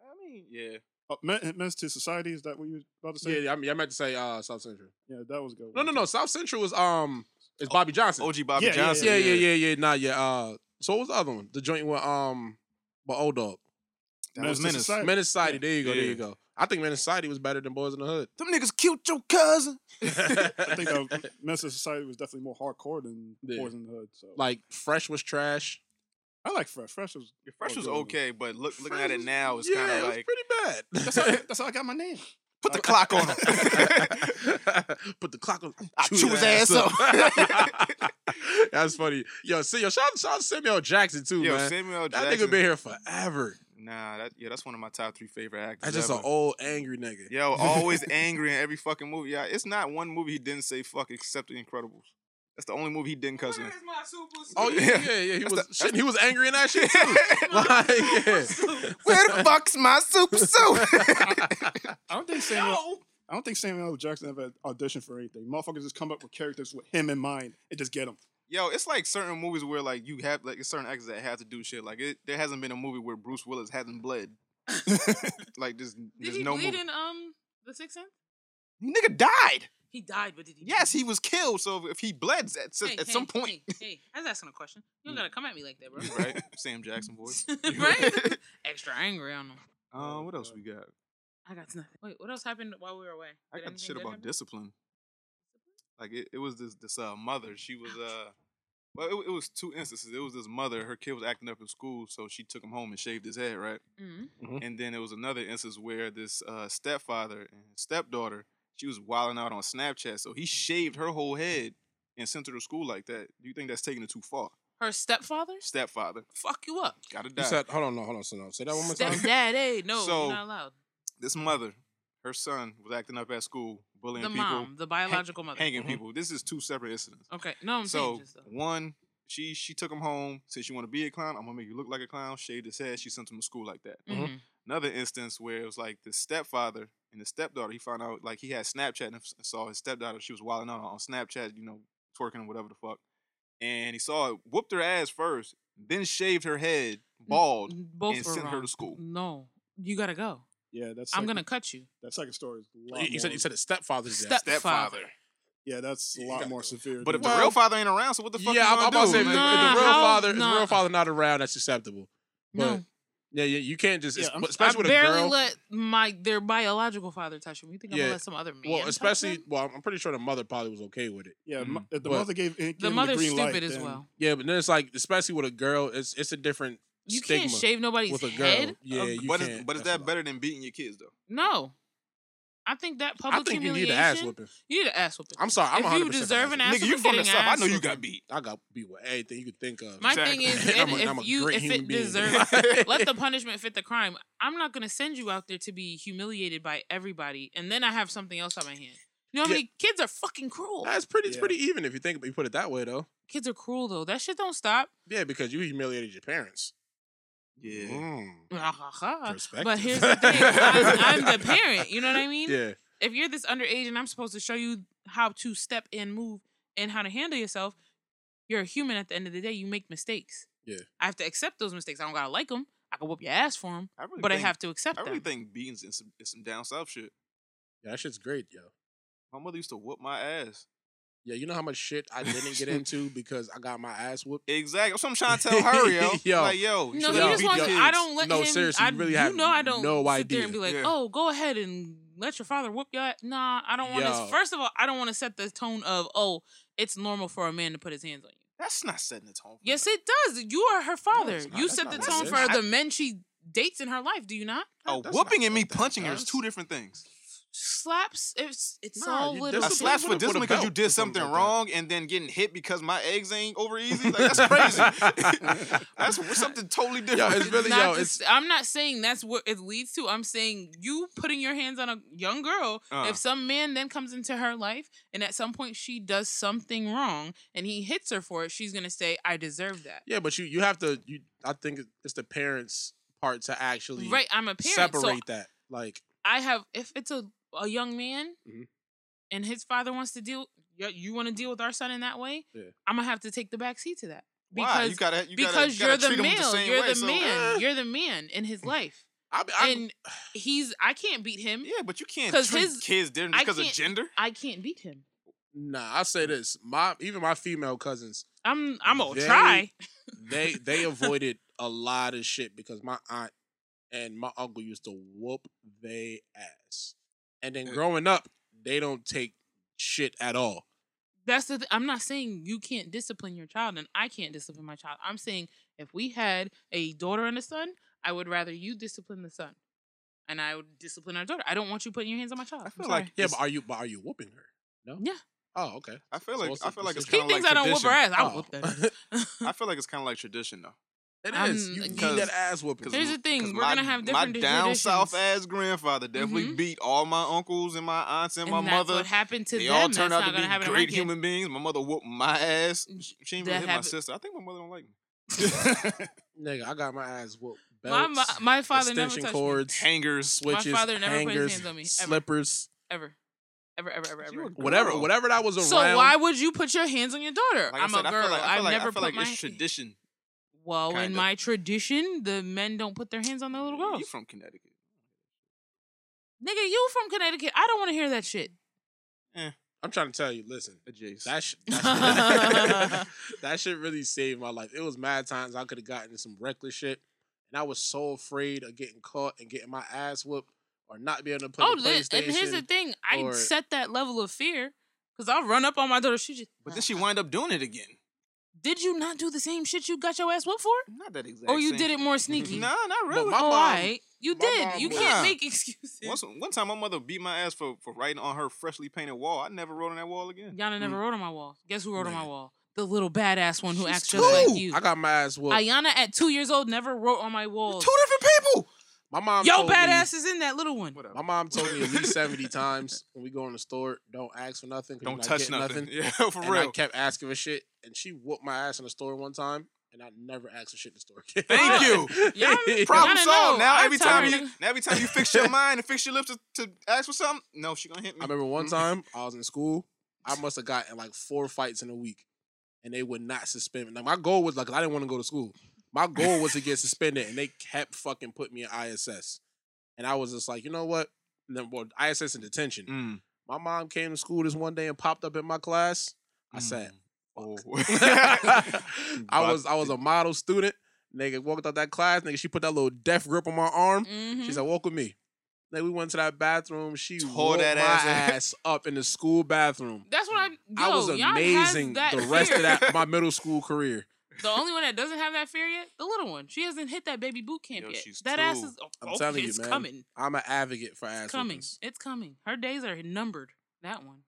[SPEAKER 6] I mean, yeah.
[SPEAKER 5] Oh, Men- Men's to Society. Is that what you were about to say?
[SPEAKER 7] Yeah, I, mean, I meant to say uh, South Central.
[SPEAKER 5] Yeah, that was a good.
[SPEAKER 7] No,
[SPEAKER 5] one,
[SPEAKER 7] no, no.
[SPEAKER 5] too.
[SPEAKER 7] South Central was um, it's Bobby Johnson.
[SPEAKER 6] OG Bobby
[SPEAKER 5] Yeah, yeah,
[SPEAKER 6] Johnson.
[SPEAKER 7] yeah, yeah, yeah, yeah. Nah, yeah. Uh, so what was the other one? The joint with um, but Old Dog.
[SPEAKER 6] That was
[SPEAKER 5] to
[SPEAKER 6] menace.
[SPEAKER 5] Society.
[SPEAKER 7] Men in Society. There you go. There
[SPEAKER 6] Yeah.
[SPEAKER 7] you go. I think Men in Society was better than Boys in the Hood.
[SPEAKER 6] Them niggas killed your cousin.
[SPEAKER 5] I think uh, Men's to Society was definitely more hardcore than
[SPEAKER 7] Yeah.
[SPEAKER 5] Boys in the Hood. So
[SPEAKER 7] like Fresh was trash.
[SPEAKER 5] I like Fresh. Fresh was
[SPEAKER 6] Fresh was
[SPEAKER 5] good one.
[SPEAKER 6] okay, but look, looking
[SPEAKER 7] Fresh
[SPEAKER 6] at it
[SPEAKER 7] was-
[SPEAKER 6] now, it's
[SPEAKER 7] Oh, yeah,
[SPEAKER 6] kind
[SPEAKER 7] it
[SPEAKER 6] of
[SPEAKER 7] was
[SPEAKER 6] like
[SPEAKER 7] pretty bad.
[SPEAKER 5] That's how, that's how I got my name.
[SPEAKER 12] Put the clock on him.
[SPEAKER 7] Put the clock on.
[SPEAKER 12] I chew his ass up.
[SPEAKER 7] That's funny. Yo, see, yo, shout, shout out to Samuel Jackson too,
[SPEAKER 6] Yo,
[SPEAKER 7] man.
[SPEAKER 6] Samuel
[SPEAKER 7] that
[SPEAKER 6] Jackson.
[SPEAKER 7] nigga been here forever.
[SPEAKER 6] Nah, that, yeah, that's one of my top three favorite actors.
[SPEAKER 7] That's just an
[SPEAKER 6] ever.
[SPEAKER 7] old angry nigga.
[SPEAKER 6] Yo, always angry in every fucking movie. Yeah, it's not one movie he didn't say fuck except The Incredibles. That's the only movie he didn't cuss in.
[SPEAKER 7] Oh yeah, yeah, yeah. He was shit, he was angry in that shit too. like, yeah.
[SPEAKER 12] Where the fuck's my super suit?
[SPEAKER 5] I don't think Samuel. I don't think Samuel L. Jackson ever auditioned for anything. Motherfuckers just come up with characters with him in mind and just get him.
[SPEAKER 6] Yo, it's like certain movies where like you have like certain actors that have to do shit. Like it, there hasn't been a movie where Bruce Willis hasn't bled. like there's,
[SPEAKER 8] Did
[SPEAKER 6] there's
[SPEAKER 8] he
[SPEAKER 6] no
[SPEAKER 8] bleed
[SPEAKER 6] movie.
[SPEAKER 8] in um the sixth sense?
[SPEAKER 6] Nigga died.
[SPEAKER 8] He died, but did he?
[SPEAKER 6] Yes, he was killed. So if he bled at, s-
[SPEAKER 8] Hey,
[SPEAKER 6] at
[SPEAKER 8] hey,
[SPEAKER 6] some point,
[SPEAKER 8] Hey, hey, I was asking a question. You don't gotta come at me like that, bro.
[SPEAKER 6] right? Sam Jackson voice.
[SPEAKER 8] right? Extra angry on him.
[SPEAKER 6] Um, what else we got?
[SPEAKER 8] I got nothing. Wait, what else happened while we were away?
[SPEAKER 6] I
[SPEAKER 8] Did
[SPEAKER 6] got
[SPEAKER 8] anything
[SPEAKER 6] shit
[SPEAKER 8] good
[SPEAKER 6] about
[SPEAKER 8] happen?
[SPEAKER 6] discipline. Like it, it was this this uh, mother. She was uh, well, it, it was two instances. It was this mother. Her kid was acting up in school, so she took him home and shaved his head, right?
[SPEAKER 8] Mhm.
[SPEAKER 6] And then it was another instance where this uh, stepfather and stepdaughter, she was wilding out on Snapchat, so he shaved her whole head and sent her to school like that. Do you think that's taking it too far?
[SPEAKER 8] Her stepfather?
[SPEAKER 6] Stepfather,
[SPEAKER 8] Fuck you up.
[SPEAKER 6] gotta
[SPEAKER 7] You
[SPEAKER 6] die.
[SPEAKER 7] said, hold on, no, hold on, so no. Say that one more time.
[SPEAKER 8] Stepdad, hey, no,
[SPEAKER 6] So,
[SPEAKER 8] you're not allowed.
[SPEAKER 6] this mother, her son was acting up at school, bullying
[SPEAKER 8] The
[SPEAKER 6] people,
[SPEAKER 8] mom, the biological mother.
[SPEAKER 6] hanging
[SPEAKER 7] Mm-hmm.
[SPEAKER 8] Mhm.
[SPEAKER 6] people. This is two separate incidents.
[SPEAKER 8] Okay, no, I'm saying
[SPEAKER 6] so
[SPEAKER 8] just though.
[SPEAKER 6] one, she she took him home. Said she want to be a clown. I'm gonna make you look like a clown. Shaved his head. She sent him to school like that.
[SPEAKER 8] Mhm.
[SPEAKER 6] Another instance where it was like the stepfather and the stepdaughter. He found out like he had Snapchat and f- saw his stepdaughter. She was wilding out on Snapchat. You know, twerking or whatever the fuck. And he saw it, whooped her ass first, then shaved her head
[SPEAKER 7] Mm,
[SPEAKER 6] bald,
[SPEAKER 8] Both
[SPEAKER 6] and
[SPEAKER 8] were
[SPEAKER 6] sent her
[SPEAKER 8] wrong.
[SPEAKER 6] to school.
[SPEAKER 8] No, you gotta go.
[SPEAKER 5] Yeah, that's.
[SPEAKER 8] I'm
[SPEAKER 5] like-
[SPEAKER 8] gonna cut you.
[SPEAKER 5] That second story is a lot
[SPEAKER 7] You- you said-
[SPEAKER 5] more-
[SPEAKER 7] you said a stepfather's death.
[SPEAKER 8] Stepfather.
[SPEAKER 5] Yeah, that's a lot more severe.
[SPEAKER 6] But
[SPEAKER 5] than
[SPEAKER 6] if the
[SPEAKER 5] that.
[SPEAKER 6] real father ain't around, so what the fuck?
[SPEAKER 7] yeah,
[SPEAKER 6] you
[SPEAKER 7] I'm,
[SPEAKER 6] gonna
[SPEAKER 7] I'm about to
[SPEAKER 6] do?
[SPEAKER 7] say if, the- if
[SPEAKER 6] Like-
[SPEAKER 7] the real father, if the
[SPEAKER 8] nah.
[SPEAKER 7] real father not around, that's acceptable. But
[SPEAKER 8] No.
[SPEAKER 7] yeah, yeah, you can't just,
[SPEAKER 8] Yeah,
[SPEAKER 7] esp-
[SPEAKER 8] I'm-
[SPEAKER 7] especially
[SPEAKER 8] I
[SPEAKER 7] with
[SPEAKER 8] barely
[SPEAKER 7] a girl.
[SPEAKER 8] let my their biological father touch him. You think I'm gonna let some other man?
[SPEAKER 7] Well,
[SPEAKER 8] touch
[SPEAKER 7] especially,
[SPEAKER 8] him?
[SPEAKER 7] well, I'm pretty sure the mother probably was okay with it.
[SPEAKER 5] Yeah, mo- if the
[SPEAKER 7] But-
[SPEAKER 5] mother gave, gave
[SPEAKER 8] the
[SPEAKER 5] him
[SPEAKER 8] mother's
[SPEAKER 5] green light,
[SPEAKER 8] stupid as
[SPEAKER 5] then-
[SPEAKER 8] well.
[SPEAKER 7] Yeah, but then it's like, especially with a girl, it's it's a different.
[SPEAKER 8] You
[SPEAKER 7] stigma
[SPEAKER 8] can't shave nobody's
[SPEAKER 7] with a girl.
[SPEAKER 8] head.
[SPEAKER 7] Yeah, you
[SPEAKER 6] but Is,
[SPEAKER 7] can't.
[SPEAKER 6] but is that better than beating your kids though?
[SPEAKER 8] No, I think that public
[SPEAKER 7] think you
[SPEAKER 8] humiliation.
[SPEAKER 7] need an ass whipping.
[SPEAKER 8] You need an ass whooping.
[SPEAKER 7] I'm sorry, I'm
[SPEAKER 8] if
[SPEAKER 7] 100
[SPEAKER 8] you deserve an ass
[SPEAKER 7] Nigga, you
[SPEAKER 8] whooping,
[SPEAKER 7] from the
[SPEAKER 8] getting
[SPEAKER 7] south.
[SPEAKER 8] an
[SPEAKER 7] I
[SPEAKER 8] ass
[SPEAKER 7] know you
[SPEAKER 8] whooping.
[SPEAKER 7] got beat. I got beat with anything you could think of.
[SPEAKER 8] My thing is,
[SPEAKER 7] And
[SPEAKER 8] if,
[SPEAKER 7] I'm a-
[SPEAKER 8] if
[SPEAKER 7] I'm a
[SPEAKER 8] you
[SPEAKER 7] great
[SPEAKER 8] if
[SPEAKER 7] human
[SPEAKER 8] it
[SPEAKER 7] being.
[SPEAKER 8] deserves, let the punishment fit the crime. I'm not gonna send you out there to be humiliated by everybody, and then I have something else on my hand. You know how
[SPEAKER 7] Yeah.
[SPEAKER 8] many kids are fucking cruel?
[SPEAKER 7] Nah, it's pretty. It's pretty even if you think you put it that way, though.
[SPEAKER 8] Kids are cruel though. That shit don't stop.
[SPEAKER 7] Yeah, because you humiliated your parents. Mm.
[SPEAKER 6] Yeah.
[SPEAKER 7] Mm-hmm.
[SPEAKER 8] but here's the thing: I'm, I'm the parent. You know what I mean?
[SPEAKER 7] Yeah.
[SPEAKER 8] If you're this underage and I'm supposed to show you how to step and move and how to handle yourself, you're a human. At the end of the day, you make mistakes.
[SPEAKER 7] Yeah.
[SPEAKER 8] I have to accept those mistakes. I don't gotta like them. I can whoop your ass for them,
[SPEAKER 6] I really
[SPEAKER 8] but
[SPEAKER 6] think-
[SPEAKER 8] I have to accept
[SPEAKER 6] I really
[SPEAKER 8] them.
[SPEAKER 6] think beatings is some, is some down south shit.
[SPEAKER 7] Yeah, that shit's great, yo.
[SPEAKER 6] My mother used to whoop my ass.
[SPEAKER 7] Yeah, you know how much shit I didn't get into because I got my ass whooped.
[SPEAKER 6] Exactly. That's what I'm trying to tell her, yo. Like, yo, you
[SPEAKER 8] No,
[SPEAKER 6] should
[SPEAKER 8] he
[SPEAKER 6] not
[SPEAKER 8] just
[SPEAKER 6] beat
[SPEAKER 8] wants.
[SPEAKER 6] your
[SPEAKER 8] I
[SPEAKER 6] kids.
[SPEAKER 8] don't let
[SPEAKER 7] No,
[SPEAKER 8] him.
[SPEAKER 7] seriously,
[SPEAKER 8] I,
[SPEAKER 7] you really
[SPEAKER 8] you
[SPEAKER 7] have
[SPEAKER 8] know, I don't
[SPEAKER 7] no
[SPEAKER 8] sit there and be
[SPEAKER 7] idea.
[SPEAKER 8] like,
[SPEAKER 7] Yeah.
[SPEAKER 8] "Oh, go ahead and let your father whoop your." ass. Nah, I don't want
[SPEAKER 7] Yo.
[SPEAKER 8] to. First of all, I don't want to set the tone of, "Oh, it's normal for a man to put his hands on you."
[SPEAKER 6] That's not setting the tone.
[SPEAKER 8] Yes, it does. You are her father.
[SPEAKER 6] it's not.
[SPEAKER 8] you
[SPEAKER 6] That's
[SPEAKER 8] set
[SPEAKER 6] not
[SPEAKER 8] the
[SPEAKER 6] what it
[SPEAKER 8] tone
[SPEAKER 6] is.
[SPEAKER 8] for the men she dates in her life. Do you not?
[SPEAKER 6] A whooping and me Oh, punching her is two different things.
[SPEAKER 8] Slaps. It's it's
[SPEAKER 7] Nah,
[SPEAKER 8] all
[SPEAKER 7] you
[SPEAKER 8] little.
[SPEAKER 6] A
[SPEAKER 7] discipline
[SPEAKER 6] slaps for
[SPEAKER 7] with a- with a
[SPEAKER 6] discipline because
[SPEAKER 7] belt
[SPEAKER 6] you
[SPEAKER 7] or
[SPEAKER 6] did
[SPEAKER 7] something
[SPEAKER 6] something
[SPEAKER 7] like that.
[SPEAKER 6] wrong, and then getting hit because my eggs ain't over easy. Like that's crazy. that's something totally different.
[SPEAKER 7] it's really-
[SPEAKER 8] not
[SPEAKER 7] yo,
[SPEAKER 8] the
[SPEAKER 7] it's-
[SPEAKER 8] s- I'm not saying that's what it leads to. I'm saying you putting your hands on a young girl.
[SPEAKER 6] Uh.
[SPEAKER 8] If some man then comes into her life and at some point she does something wrong and he hits her for it, she's gonna say, "I deserve that."
[SPEAKER 7] Yeah, but you you have to. You, I think it's the parents' part to actually
[SPEAKER 8] Right, I'm a parent, so-
[SPEAKER 7] separate that. Like,
[SPEAKER 8] I have. If it's a a young man
[SPEAKER 6] Mm-hmm.
[SPEAKER 7] Mhm.
[SPEAKER 8] and his father wants to deal, you, you want to deal with our son in that way.
[SPEAKER 7] Yeah.
[SPEAKER 8] I'm gonna have to take the back seat to that.
[SPEAKER 6] Why? You gotta- you gotta-
[SPEAKER 8] because
[SPEAKER 6] you gotta
[SPEAKER 8] you're the
[SPEAKER 6] treat 'em the
[SPEAKER 8] male.
[SPEAKER 6] same
[SPEAKER 8] you're
[SPEAKER 6] way,
[SPEAKER 8] the
[SPEAKER 6] so-
[SPEAKER 8] man.
[SPEAKER 6] Eh. Mm.
[SPEAKER 8] You're the man in his life.
[SPEAKER 7] I,
[SPEAKER 8] and he's. I can't beat him.
[SPEAKER 6] Yeah, but you can't
[SPEAKER 8] 'Cause
[SPEAKER 6] treat
[SPEAKER 8] his-
[SPEAKER 6] kids different
[SPEAKER 8] I
[SPEAKER 6] because of
[SPEAKER 8] can't-
[SPEAKER 6] gender.
[SPEAKER 8] I can't beat him.
[SPEAKER 7] nah, I say this. My even my female cousins,
[SPEAKER 8] I'm. I'm gonna
[SPEAKER 7] They-
[SPEAKER 8] try.
[SPEAKER 7] they they avoided a lot of shit because my aunt and my uncle used to whoop they ass. And then growing up, they don't take shit at all.
[SPEAKER 8] That's the. Th- I'm not saying you can't discipline your child, and I can't discipline my child. I'm saying if we had a daughter and a son, I would rather you discipline the son. and I would discipline our daughter. I don't want you putting your hands on my child. I
[SPEAKER 7] feel like yeah, but are you but are you whooping her? No.
[SPEAKER 8] Yeah.
[SPEAKER 7] Oh, okay.
[SPEAKER 6] I feel like I feel like it's
[SPEAKER 8] He
[SPEAKER 6] kind of like
[SPEAKER 8] thinks I don't whoop her
[SPEAKER 6] tradition. Oh.
[SPEAKER 8] ass. I'll whoop that
[SPEAKER 6] I feel like it's kind of like tradition though.
[SPEAKER 7] It
[SPEAKER 8] is. Um, You need that
[SPEAKER 7] ass whooping.
[SPEAKER 8] Here's the thing, we're gonna have different
[SPEAKER 6] My down south
[SPEAKER 8] traditions.
[SPEAKER 6] ass grandfather definitely beat all my uncles and my aunts and,
[SPEAKER 8] And
[SPEAKER 6] my
[SPEAKER 8] that's
[SPEAKER 6] mother.
[SPEAKER 8] what happened to
[SPEAKER 6] they
[SPEAKER 8] them.
[SPEAKER 6] all turned
[SPEAKER 8] That's
[SPEAKER 6] out
[SPEAKER 8] not
[SPEAKER 6] to
[SPEAKER 8] gonna happen
[SPEAKER 6] be
[SPEAKER 8] to my
[SPEAKER 6] great
[SPEAKER 8] kid.
[SPEAKER 6] human beings. My mother whooped my ass. She she didn't
[SPEAKER 8] That
[SPEAKER 6] really hit my
[SPEAKER 8] happened-
[SPEAKER 6] sister. I think my mother don't like me.
[SPEAKER 7] Nigga, I got my ass whooped.
[SPEAKER 8] My
[SPEAKER 7] Belts,
[SPEAKER 8] mo- my father never
[SPEAKER 7] extension
[SPEAKER 8] touched me.
[SPEAKER 7] cords,
[SPEAKER 6] hangers,
[SPEAKER 7] switches,
[SPEAKER 8] father never put his
[SPEAKER 7] hangers,
[SPEAKER 8] hands on me, ever.
[SPEAKER 7] slippers,
[SPEAKER 8] ever, ever, ever, ever, ever.
[SPEAKER 7] whatever, whatever that was around.
[SPEAKER 8] So why would you put your hands on your daughter?
[SPEAKER 6] Like I
[SPEAKER 8] I'm
[SPEAKER 6] said,
[SPEAKER 8] a
[SPEAKER 6] I feel
[SPEAKER 8] girl.
[SPEAKER 6] like- I
[SPEAKER 8] have
[SPEAKER 6] feel like- I
[SPEAKER 8] never
[SPEAKER 6] feel
[SPEAKER 8] put
[SPEAKER 6] like
[SPEAKER 8] my.
[SPEAKER 6] it's tradition.
[SPEAKER 8] well, in
[SPEAKER 6] kinda.
[SPEAKER 8] my tradition, the men don't put their hands on the little girls.
[SPEAKER 6] You from Connecticut?
[SPEAKER 8] Nigga, you from Connecticut? I don't want to hear that shit.
[SPEAKER 7] I'm trying to tell you, listen, that shit, that,
[SPEAKER 8] that
[SPEAKER 7] shit really saved my life. It was mad times I could have gotten in some reckless shit, and I was so afraid of getting caught and getting my ass whooped or not being able to play
[SPEAKER 8] oh,
[SPEAKER 7] the
[SPEAKER 8] li-
[SPEAKER 7] PlayStation.
[SPEAKER 8] and here's the thing. I
[SPEAKER 7] or-
[SPEAKER 8] set that level of fear because I'll run up on my daughter. She just.
[SPEAKER 6] But then she wind up doing it again.
[SPEAKER 8] Did you not do the same shit you got your ass whooped for?
[SPEAKER 6] Not that exact.
[SPEAKER 8] Or Oh, you
[SPEAKER 6] same
[SPEAKER 8] did it
[SPEAKER 6] shit.
[SPEAKER 8] more sneaky?
[SPEAKER 6] no, not really.
[SPEAKER 8] Oh, alright. You did.
[SPEAKER 6] mom
[SPEAKER 8] You
[SPEAKER 6] was-
[SPEAKER 8] can't
[SPEAKER 6] Nah.
[SPEAKER 8] make excuses.
[SPEAKER 6] Once, one time, my mother beat my ass for, for writing on her freshly painted wall. I never wrote on that wall again.
[SPEAKER 8] Yana never wrote on my wall. Guess who wrote on my
[SPEAKER 6] Nigga.
[SPEAKER 8] wall? The little badass one who
[SPEAKER 6] She's
[SPEAKER 8] acts just
[SPEAKER 7] cool.
[SPEAKER 8] like you.
[SPEAKER 7] I got my ass whooped.
[SPEAKER 8] Ayana at two years old never wrote on my walls.
[SPEAKER 6] Two different people.
[SPEAKER 7] my mom,
[SPEAKER 8] Yo,
[SPEAKER 7] told me-
[SPEAKER 8] badass is in that little one.
[SPEAKER 7] My mom told me at least seventy times when we go in the store, don't ask for nothing. 'cause you're
[SPEAKER 6] Don't
[SPEAKER 7] not
[SPEAKER 6] touch
[SPEAKER 7] getting
[SPEAKER 6] nothing. Yeah, for
[SPEAKER 7] and I
[SPEAKER 6] real.
[SPEAKER 7] kept asking for shit, and she whooped my ass in the store one time, and I never asked for shit in the store. again.
[SPEAKER 6] Thank you.
[SPEAKER 7] Yeah.
[SPEAKER 6] Problem
[SPEAKER 7] Y'all
[SPEAKER 6] solved.
[SPEAKER 7] know.
[SPEAKER 6] Now
[SPEAKER 7] I'm
[SPEAKER 6] every time
[SPEAKER 7] tired
[SPEAKER 6] you,
[SPEAKER 7] of-
[SPEAKER 6] now every time you fix your mind and fix your lips to, to ask for something, no, she gonna hit me.
[SPEAKER 7] I remember one time I was in school. I must have gotten like four fights in a week, and they would not suspend me. Now my goal was like I didn't want to go to school. My goal was to get suspended, and they kept fucking putting me in ISS. And I was just like, you know what? And then, well, ISS and detention.
[SPEAKER 8] Mm.
[SPEAKER 7] My mom came to school this one day and popped up in my class. I said,
[SPEAKER 6] Oh.
[SPEAKER 7] "Fuck." Mm. I was I was a model student. Nigga walked out that class. Nigga, she put that little death grip on my arm.
[SPEAKER 8] Mm-hmm.
[SPEAKER 7] She said, "Walk with me." Then we went to that bathroom. She
[SPEAKER 6] Tore
[SPEAKER 7] tore
[SPEAKER 6] that
[SPEAKER 7] that my
[SPEAKER 6] ass
[SPEAKER 7] ass,
[SPEAKER 6] up.
[SPEAKER 7] up in the school bathroom.
[SPEAKER 8] That's what I. Yo,
[SPEAKER 7] I was
[SPEAKER 8] Yana
[SPEAKER 7] amazing
[SPEAKER 8] has that
[SPEAKER 7] the rest
[SPEAKER 8] fear.
[SPEAKER 7] of that my middle school career.
[SPEAKER 8] The only one that doesn't have that fear yet, the little one. She hasn't hit that baby boot camp yet. that ass
[SPEAKER 7] Two.
[SPEAKER 8] is. Oh,
[SPEAKER 7] I'm
[SPEAKER 8] oh,
[SPEAKER 7] telling
[SPEAKER 8] it's
[SPEAKER 7] you, man.
[SPEAKER 8] coming.
[SPEAKER 7] I'm an advocate for ass
[SPEAKER 8] It's coming.
[SPEAKER 7] whoopings.
[SPEAKER 8] It's coming. Her days are numbered. That one.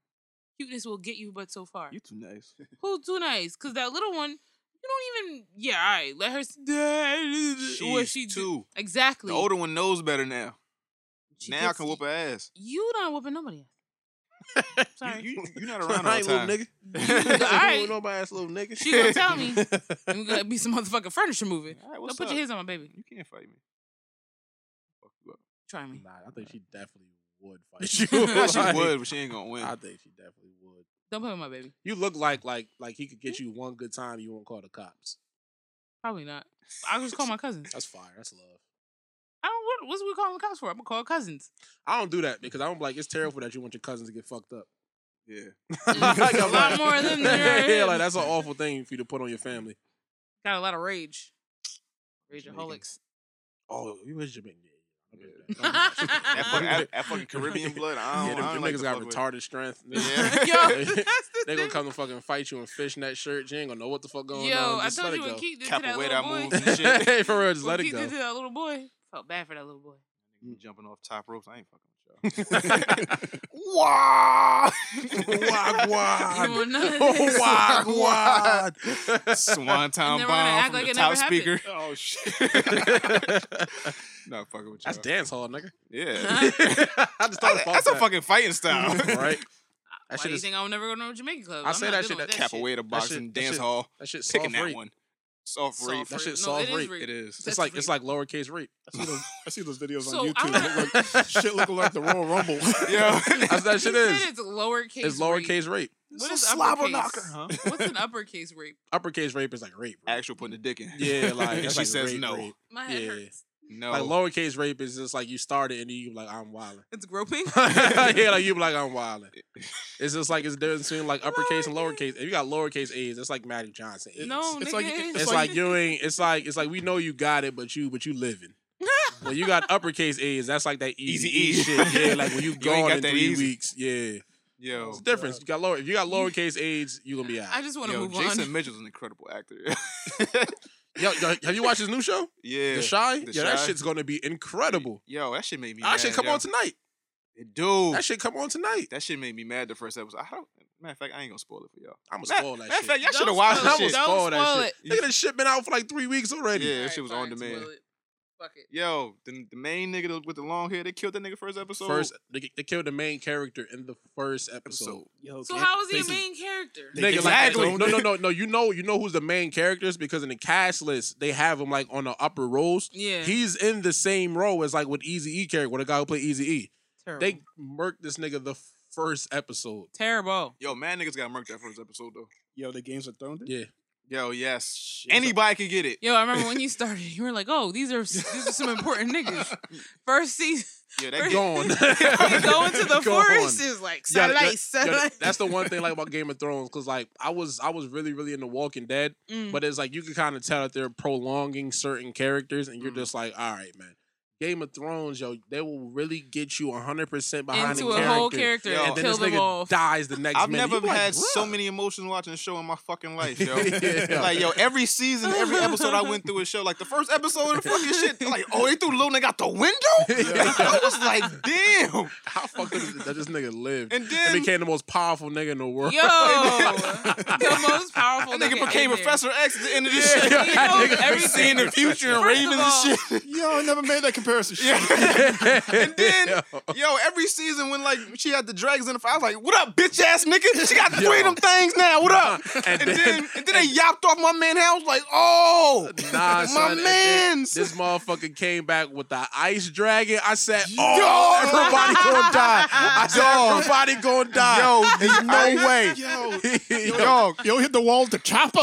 [SPEAKER 8] Cuteness will get you, but so far.
[SPEAKER 6] You too nice.
[SPEAKER 8] Who's too nice? Because that little one, you don't even. Yeah, all right. Let her. s- what
[SPEAKER 6] She's
[SPEAKER 8] she do-
[SPEAKER 6] two.
[SPEAKER 8] Exactly.
[SPEAKER 6] The older one knows better now. now I
[SPEAKER 8] gets-
[SPEAKER 6] can whoop her ass.
[SPEAKER 8] You not whooping nobody. else. Sorry.
[SPEAKER 6] You, you, you're not around all
[SPEAKER 7] Right,
[SPEAKER 6] the
[SPEAKER 7] little
[SPEAKER 6] time.
[SPEAKER 7] nigga.
[SPEAKER 8] All right.
[SPEAKER 7] Nobody ass little nigga.
[SPEAKER 8] She gonna tell me. I'm gonna be some motherfucking furniture moving.
[SPEAKER 6] right,
[SPEAKER 8] Don't
[SPEAKER 6] what's
[SPEAKER 8] put
[SPEAKER 6] up?
[SPEAKER 8] your hands on my baby.
[SPEAKER 6] You can't fight me.
[SPEAKER 8] Try me.
[SPEAKER 7] Nah, I think she definitely would
[SPEAKER 8] She
[SPEAKER 7] fight you. Like,
[SPEAKER 6] would, but she ain't gonna win.
[SPEAKER 7] I think she definitely would.
[SPEAKER 8] Don't play with my baby.
[SPEAKER 7] You look like like like he could get you one good time. You won't call the cops.
[SPEAKER 8] Probably not. I'll just call my cousins.
[SPEAKER 7] That's fire. That's love.
[SPEAKER 8] I don't. What, what's we calling the cops for? I'm gonna call cousins.
[SPEAKER 7] I don't do that because I'm like it's terrible that you want your cousins to get fucked up.
[SPEAKER 6] Yeah,
[SPEAKER 8] a lot more of them than there
[SPEAKER 7] yeah,
[SPEAKER 8] is.
[SPEAKER 7] like that's an awful thing for you to put on your family.
[SPEAKER 8] Got a lot of rage. Rageaholics.
[SPEAKER 7] Oh, you was Jamaican.
[SPEAKER 6] That, fuck, that, that fucking Caribbean blood. I
[SPEAKER 7] Yeah,
[SPEAKER 6] don't,
[SPEAKER 7] them,
[SPEAKER 6] I don't
[SPEAKER 7] them
[SPEAKER 6] like
[SPEAKER 7] niggas
[SPEAKER 6] to
[SPEAKER 7] got
[SPEAKER 6] fuck with.
[SPEAKER 7] retarded strength.
[SPEAKER 6] Yeah.
[SPEAKER 8] Yo,
[SPEAKER 7] they gonna come and fucking fight you in fishnet shirts. You ain't gonna know what the fuck going
[SPEAKER 8] Yo,
[SPEAKER 7] on.
[SPEAKER 8] I
[SPEAKER 7] Just
[SPEAKER 8] told
[SPEAKER 7] let
[SPEAKER 8] you
[SPEAKER 7] it
[SPEAKER 8] when
[SPEAKER 7] go.
[SPEAKER 8] Keith did to that little boy.
[SPEAKER 6] moves and shit.
[SPEAKER 7] hey, for real, just
[SPEAKER 8] When
[SPEAKER 7] let it
[SPEAKER 8] Keith
[SPEAKER 7] go.
[SPEAKER 8] did to that little boy. Felt bad for that little boy.
[SPEAKER 6] You jumping off top ropes. I ain't fucking with y'all. Wag
[SPEAKER 8] You don't want none of this.
[SPEAKER 6] wag.
[SPEAKER 7] wag.
[SPEAKER 8] And
[SPEAKER 6] Swanton
[SPEAKER 8] then we're gonna
[SPEAKER 6] bomb
[SPEAKER 8] act
[SPEAKER 6] from
[SPEAKER 8] like
[SPEAKER 6] the
[SPEAKER 8] it
[SPEAKER 6] top
[SPEAKER 8] never happened.
[SPEAKER 6] speaker.
[SPEAKER 5] Oh shit!
[SPEAKER 6] Not fucking with y'all.
[SPEAKER 7] That's dance hall, nigga.
[SPEAKER 6] Yeah.
[SPEAKER 7] I just thought
[SPEAKER 6] That's a fucking fighting style.
[SPEAKER 7] right.
[SPEAKER 8] Why
[SPEAKER 7] That
[SPEAKER 8] do
[SPEAKER 7] shit
[SPEAKER 8] you
[SPEAKER 7] is
[SPEAKER 8] think I'll never go to no Jamaican club?
[SPEAKER 7] I
[SPEAKER 8] I'm
[SPEAKER 7] say
[SPEAKER 8] not
[SPEAKER 7] that
[SPEAKER 8] dealing
[SPEAKER 7] shit, that-
[SPEAKER 8] with shit.
[SPEAKER 6] Capoeira, boxing,
[SPEAKER 7] that shit-
[SPEAKER 6] dance hall.
[SPEAKER 7] that shit
[SPEAKER 6] Picking
[SPEAKER 7] soft
[SPEAKER 6] that
[SPEAKER 7] rape.
[SPEAKER 6] one. Soft
[SPEAKER 8] Soft
[SPEAKER 6] rape.
[SPEAKER 8] rape.
[SPEAKER 7] That shit
[SPEAKER 8] No, it
[SPEAKER 7] soft
[SPEAKER 8] is
[SPEAKER 7] rape.
[SPEAKER 8] rape.
[SPEAKER 6] It is.
[SPEAKER 7] It's like it's like lowercase rape.
[SPEAKER 5] I see, those, I see those videos
[SPEAKER 8] So, I
[SPEAKER 5] on YouTube.
[SPEAKER 8] wanna-
[SPEAKER 5] Look like, shit looking like the Royal Rumble.
[SPEAKER 6] Yeah.
[SPEAKER 7] That's what that shit
[SPEAKER 8] He
[SPEAKER 7] is.
[SPEAKER 8] said it's lowercase.
[SPEAKER 7] It's
[SPEAKER 8] rape.
[SPEAKER 7] lowercase rape.
[SPEAKER 8] What
[SPEAKER 6] It's
[SPEAKER 8] is
[SPEAKER 6] a slobber
[SPEAKER 8] uppercase?
[SPEAKER 6] knocker, huh?
[SPEAKER 8] What's an uppercase rape?
[SPEAKER 7] Uppercase rape is like rape. rape.
[SPEAKER 6] Actual putting the dick in.
[SPEAKER 7] Yeah, like
[SPEAKER 6] she
[SPEAKER 7] that's like
[SPEAKER 6] says
[SPEAKER 7] rape,
[SPEAKER 6] no.
[SPEAKER 7] rape.
[SPEAKER 8] My head
[SPEAKER 7] yeah.
[SPEAKER 8] hurts.
[SPEAKER 6] No.
[SPEAKER 7] Like lowercase rape is just like you started and then you like I'm wilding.
[SPEAKER 8] It's groping.
[SPEAKER 7] yeah, like you be like I'm wilding. It's just like it's difference between like uppercase and lowercase. If you got lowercase A's, it's like Magic Johnson. A's.
[SPEAKER 8] no,
[SPEAKER 5] it's
[SPEAKER 8] nigga.
[SPEAKER 5] like-
[SPEAKER 7] It's, like, you ain't. It's like it's like we know you got it, but you but you living. when you got uppercase A's, that's like that easy,
[SPEAKER 6] Easy E.
[SPEAKER 7] E shit. Yeah, like when you
[SPEAKER 6] You ain't
[SPEAKER 7] gone
[SPEAKER 6] got
[SPEAKER 7] in
[SPEAKER 6] that
[SPEAKER 7] three
[SPEAKER 6] easy. Oh,
[SPEAKER 7] weeks. Yeah,
[SPEAKER 6] Yo.
[SPEAKER 7] it's difference. You got lower. If you got lowercase A's, you gonna be out.
[SPEAKER 8] I just want to
[SPEAKER 6] Yo,
[SPEAKER 8] move
[SPEAKER 6] Jason
[SPEAKER 8] on.
[SPEAKER 6] Mitchell's an incredible actor.
[SPEAKER 7] Yo, yo, have you watched his new show?
[SPEAKER 6] Yeah,
[SPEAKER 7] The Shy?
[SPEAKER 6] The
[SPEAKER 7] yeah, that
[SPEAKER 6] Chi.
[SPEAKER 7] shit's gonna be incredible.
[SPEAKER 6] Yo, that shit made me.
[SPEAKER 7] That shit
[SPEAKER 6] mad,
[SPEAKER 7] come
[SPEAKER 6] yo.
[SPEAKER 7] on tonight.
[SPEAKER 6] It do.
[SPEAKER 7] That shit come on tonight.
[SPEAKER 6] That shit made me mad the first episode. I don't. Matter of fact, I ain't gonna spoil it for y'all.
[SPEAKER 7] I'ma
[SPEAKER 6] Matter-
[SPEAKER 7] spoil that
[SPEAKER 6] matter of
[SPEAKER 7] shit.
[SPEAKER 6] fact, y'all
[SPEAKER 7] Don't
[SPEAKER 6] should have watched
[SPEAKER 7] spoil
[SPEAKER 6] that
[SPEAKER 7] it.
[SPEAKER 6] shit.
[SPEAKER 7] Don't
[SPEAKER 6] Spoil that
[SPEAKER 7] spoil
[SPEAKER 6] shit.
[SPEAKER 7] it. Nigga, this shit been out for like three weeks already.
[SPEAKER 6] Yeah, that shit was on demand.
[SPEAKER 8] spoil it. Fuck it.
[SPEAKER 6] Yo, the, the main nigga with the long hair, they killed that nigga first episode.
[SPEAKER 7] First, they, they killed the main character in the first episode.
[SPEAKER 8] So how is he a main character?
[SPEAKER 7] Nigga, exactly. no, no, no, no. You know, you know who's the main characters because in the cast list they have him like on the upper rows.
[SPEAKER 8] Yeah.
[SPEAKER 7] he's in the same row as like with Easy E character, with the guy who played Easy E.
[SPEAKER 8] Terrible.
[SPEAKER 7] They murked this nigga the first episode.
[SPEAKER 8] Terrible.
[SPEAKER 6] Yo, man, niggas got murked that first episode though.
[SPEAKER 5] Yo, the games are thrown.
[SPEAKER 7] Yeah.
[SPEAKER 6] Yo, yes. Anybody can get it.
[SPEAKER 8] Yo, I remember when you started, you were like, "Oh, these are these are some important niggas." First season,
[SPEAKER 6] Yeah,
[SPEAKER 8] that
[SPEAKER 7] gone.
[SPEAKER 8] we go into the
[SPEAKER 7] Gone.
[SPEAKER 8] forest is like
[SPEAKER 7] Yeah,
[SPEAKER 8] sunlight,
[SPEAKER 7] that- yeah,
[SPEAKER 8] sunlight.
[SPEAKER 7] that's the one thing like about Game of Thrones, because like I was I was really really into Walking Dead,
[SPEAKER 8] Mm.
[SPEAKER 7] but it's like you can kind of tell that they're prolonging certain characters, and you're
[SPEAKER 8] Mm.
[SPEAKER 7] just like, all right, man. Game of Thrones, yo, they will really get you 100 percent behind
[SPEAKER 8] Into
[SPEAKER 7] the
[SPEAKER 8] a
[SPEAKER 7] character,
[SPEAKER 8] whole character and
[SPEAKER 7] and then
[SPEAKER 8] kill
[SPEAKER 7] this
[SPEAKER 8] them
[SPEAKER 7] nigga
[SPEAKER 8] off.
[SPEAKER 7] dies the next
[SPEAKER 6] I've
[SPEAKER 7] minute.
[SPEAKER 6] never
[SPEAKER 7] You be like,
[SPEAKER 6] had so
[SPEAKER 7] bruh.
[SPEAKER 6] many emotions watching a show in my fucking life, yo.
[SPEAKER 7] Yeah.
[SPEAKER 6] Like, yo, every season, every episode I went through a show, like the first episode of the fucking shit, like, oh, they threw Lil Nigga out the window? I was like, damn.
[SPEAKER 7] How fucked up is it that this nigga lived
[SPEAKER 6] And
[SPEAKER 7] and
[SPEAKER 6] then-
[SPEAKER 7] became the most powerful nigga in the world?
[SPEAKER 8] Yo, the most powerful.
[SPEAKER 6] That nigga became
[SPEAKER 8] in there.
[SPEAKER 6] Professor X at the end of this
[SPEAKER 7] Yeah,
[SPEAKER 6] shit.
[SPEAKER 7] yo,
[SPEAKER 8] You that know nigga
[SPEAKER 6] every
[SPEAKER 8] everything.
[SPEAKER 6] seeing the future and
[SPEAKER 8] First
[SPEAKER 6] ravens
[SPEAKER 8] of
[SPEAKER 6] and
[SPEAKER 8] all-
[SPEAKER 6] shit.
[SPEAKER 5] Yo, I never made that comparison. Shit.
[SPEAKER 6] And then, yo, every season when like she had the dragons in the fire, I was like, "What up, bitch ass nigga? She got the three of them things now. What up?" And,
[SPEAKER 7] And
[SPEAKER 6] then,
[SPEAKER 7] then-
[SPEAKER 6] and then they yapped off my man house like, "Oh,
[SPEAKER 7] Nah,
[SPEAKER 6] my
[SPEAKER 7] son, and then
[SPEAKER 6] man's."
[SPEAKER 7] This motherfucker came back with the ice dragon. I said,
[SPEAKER 6] Yo.
[SPEAKER 7] "Oh, everybody gonna die." I said,
[SPEAKER 6] Yo.
[SPEAKER 7] "Everybody gonna die." Yo, there's no way.
[SPEAKER 6] Yo,
[SPEAKER 7] Yo.
[SPEAKER 6] yo,
[SPEAKER 5] Yo, hit the wall with the chopper.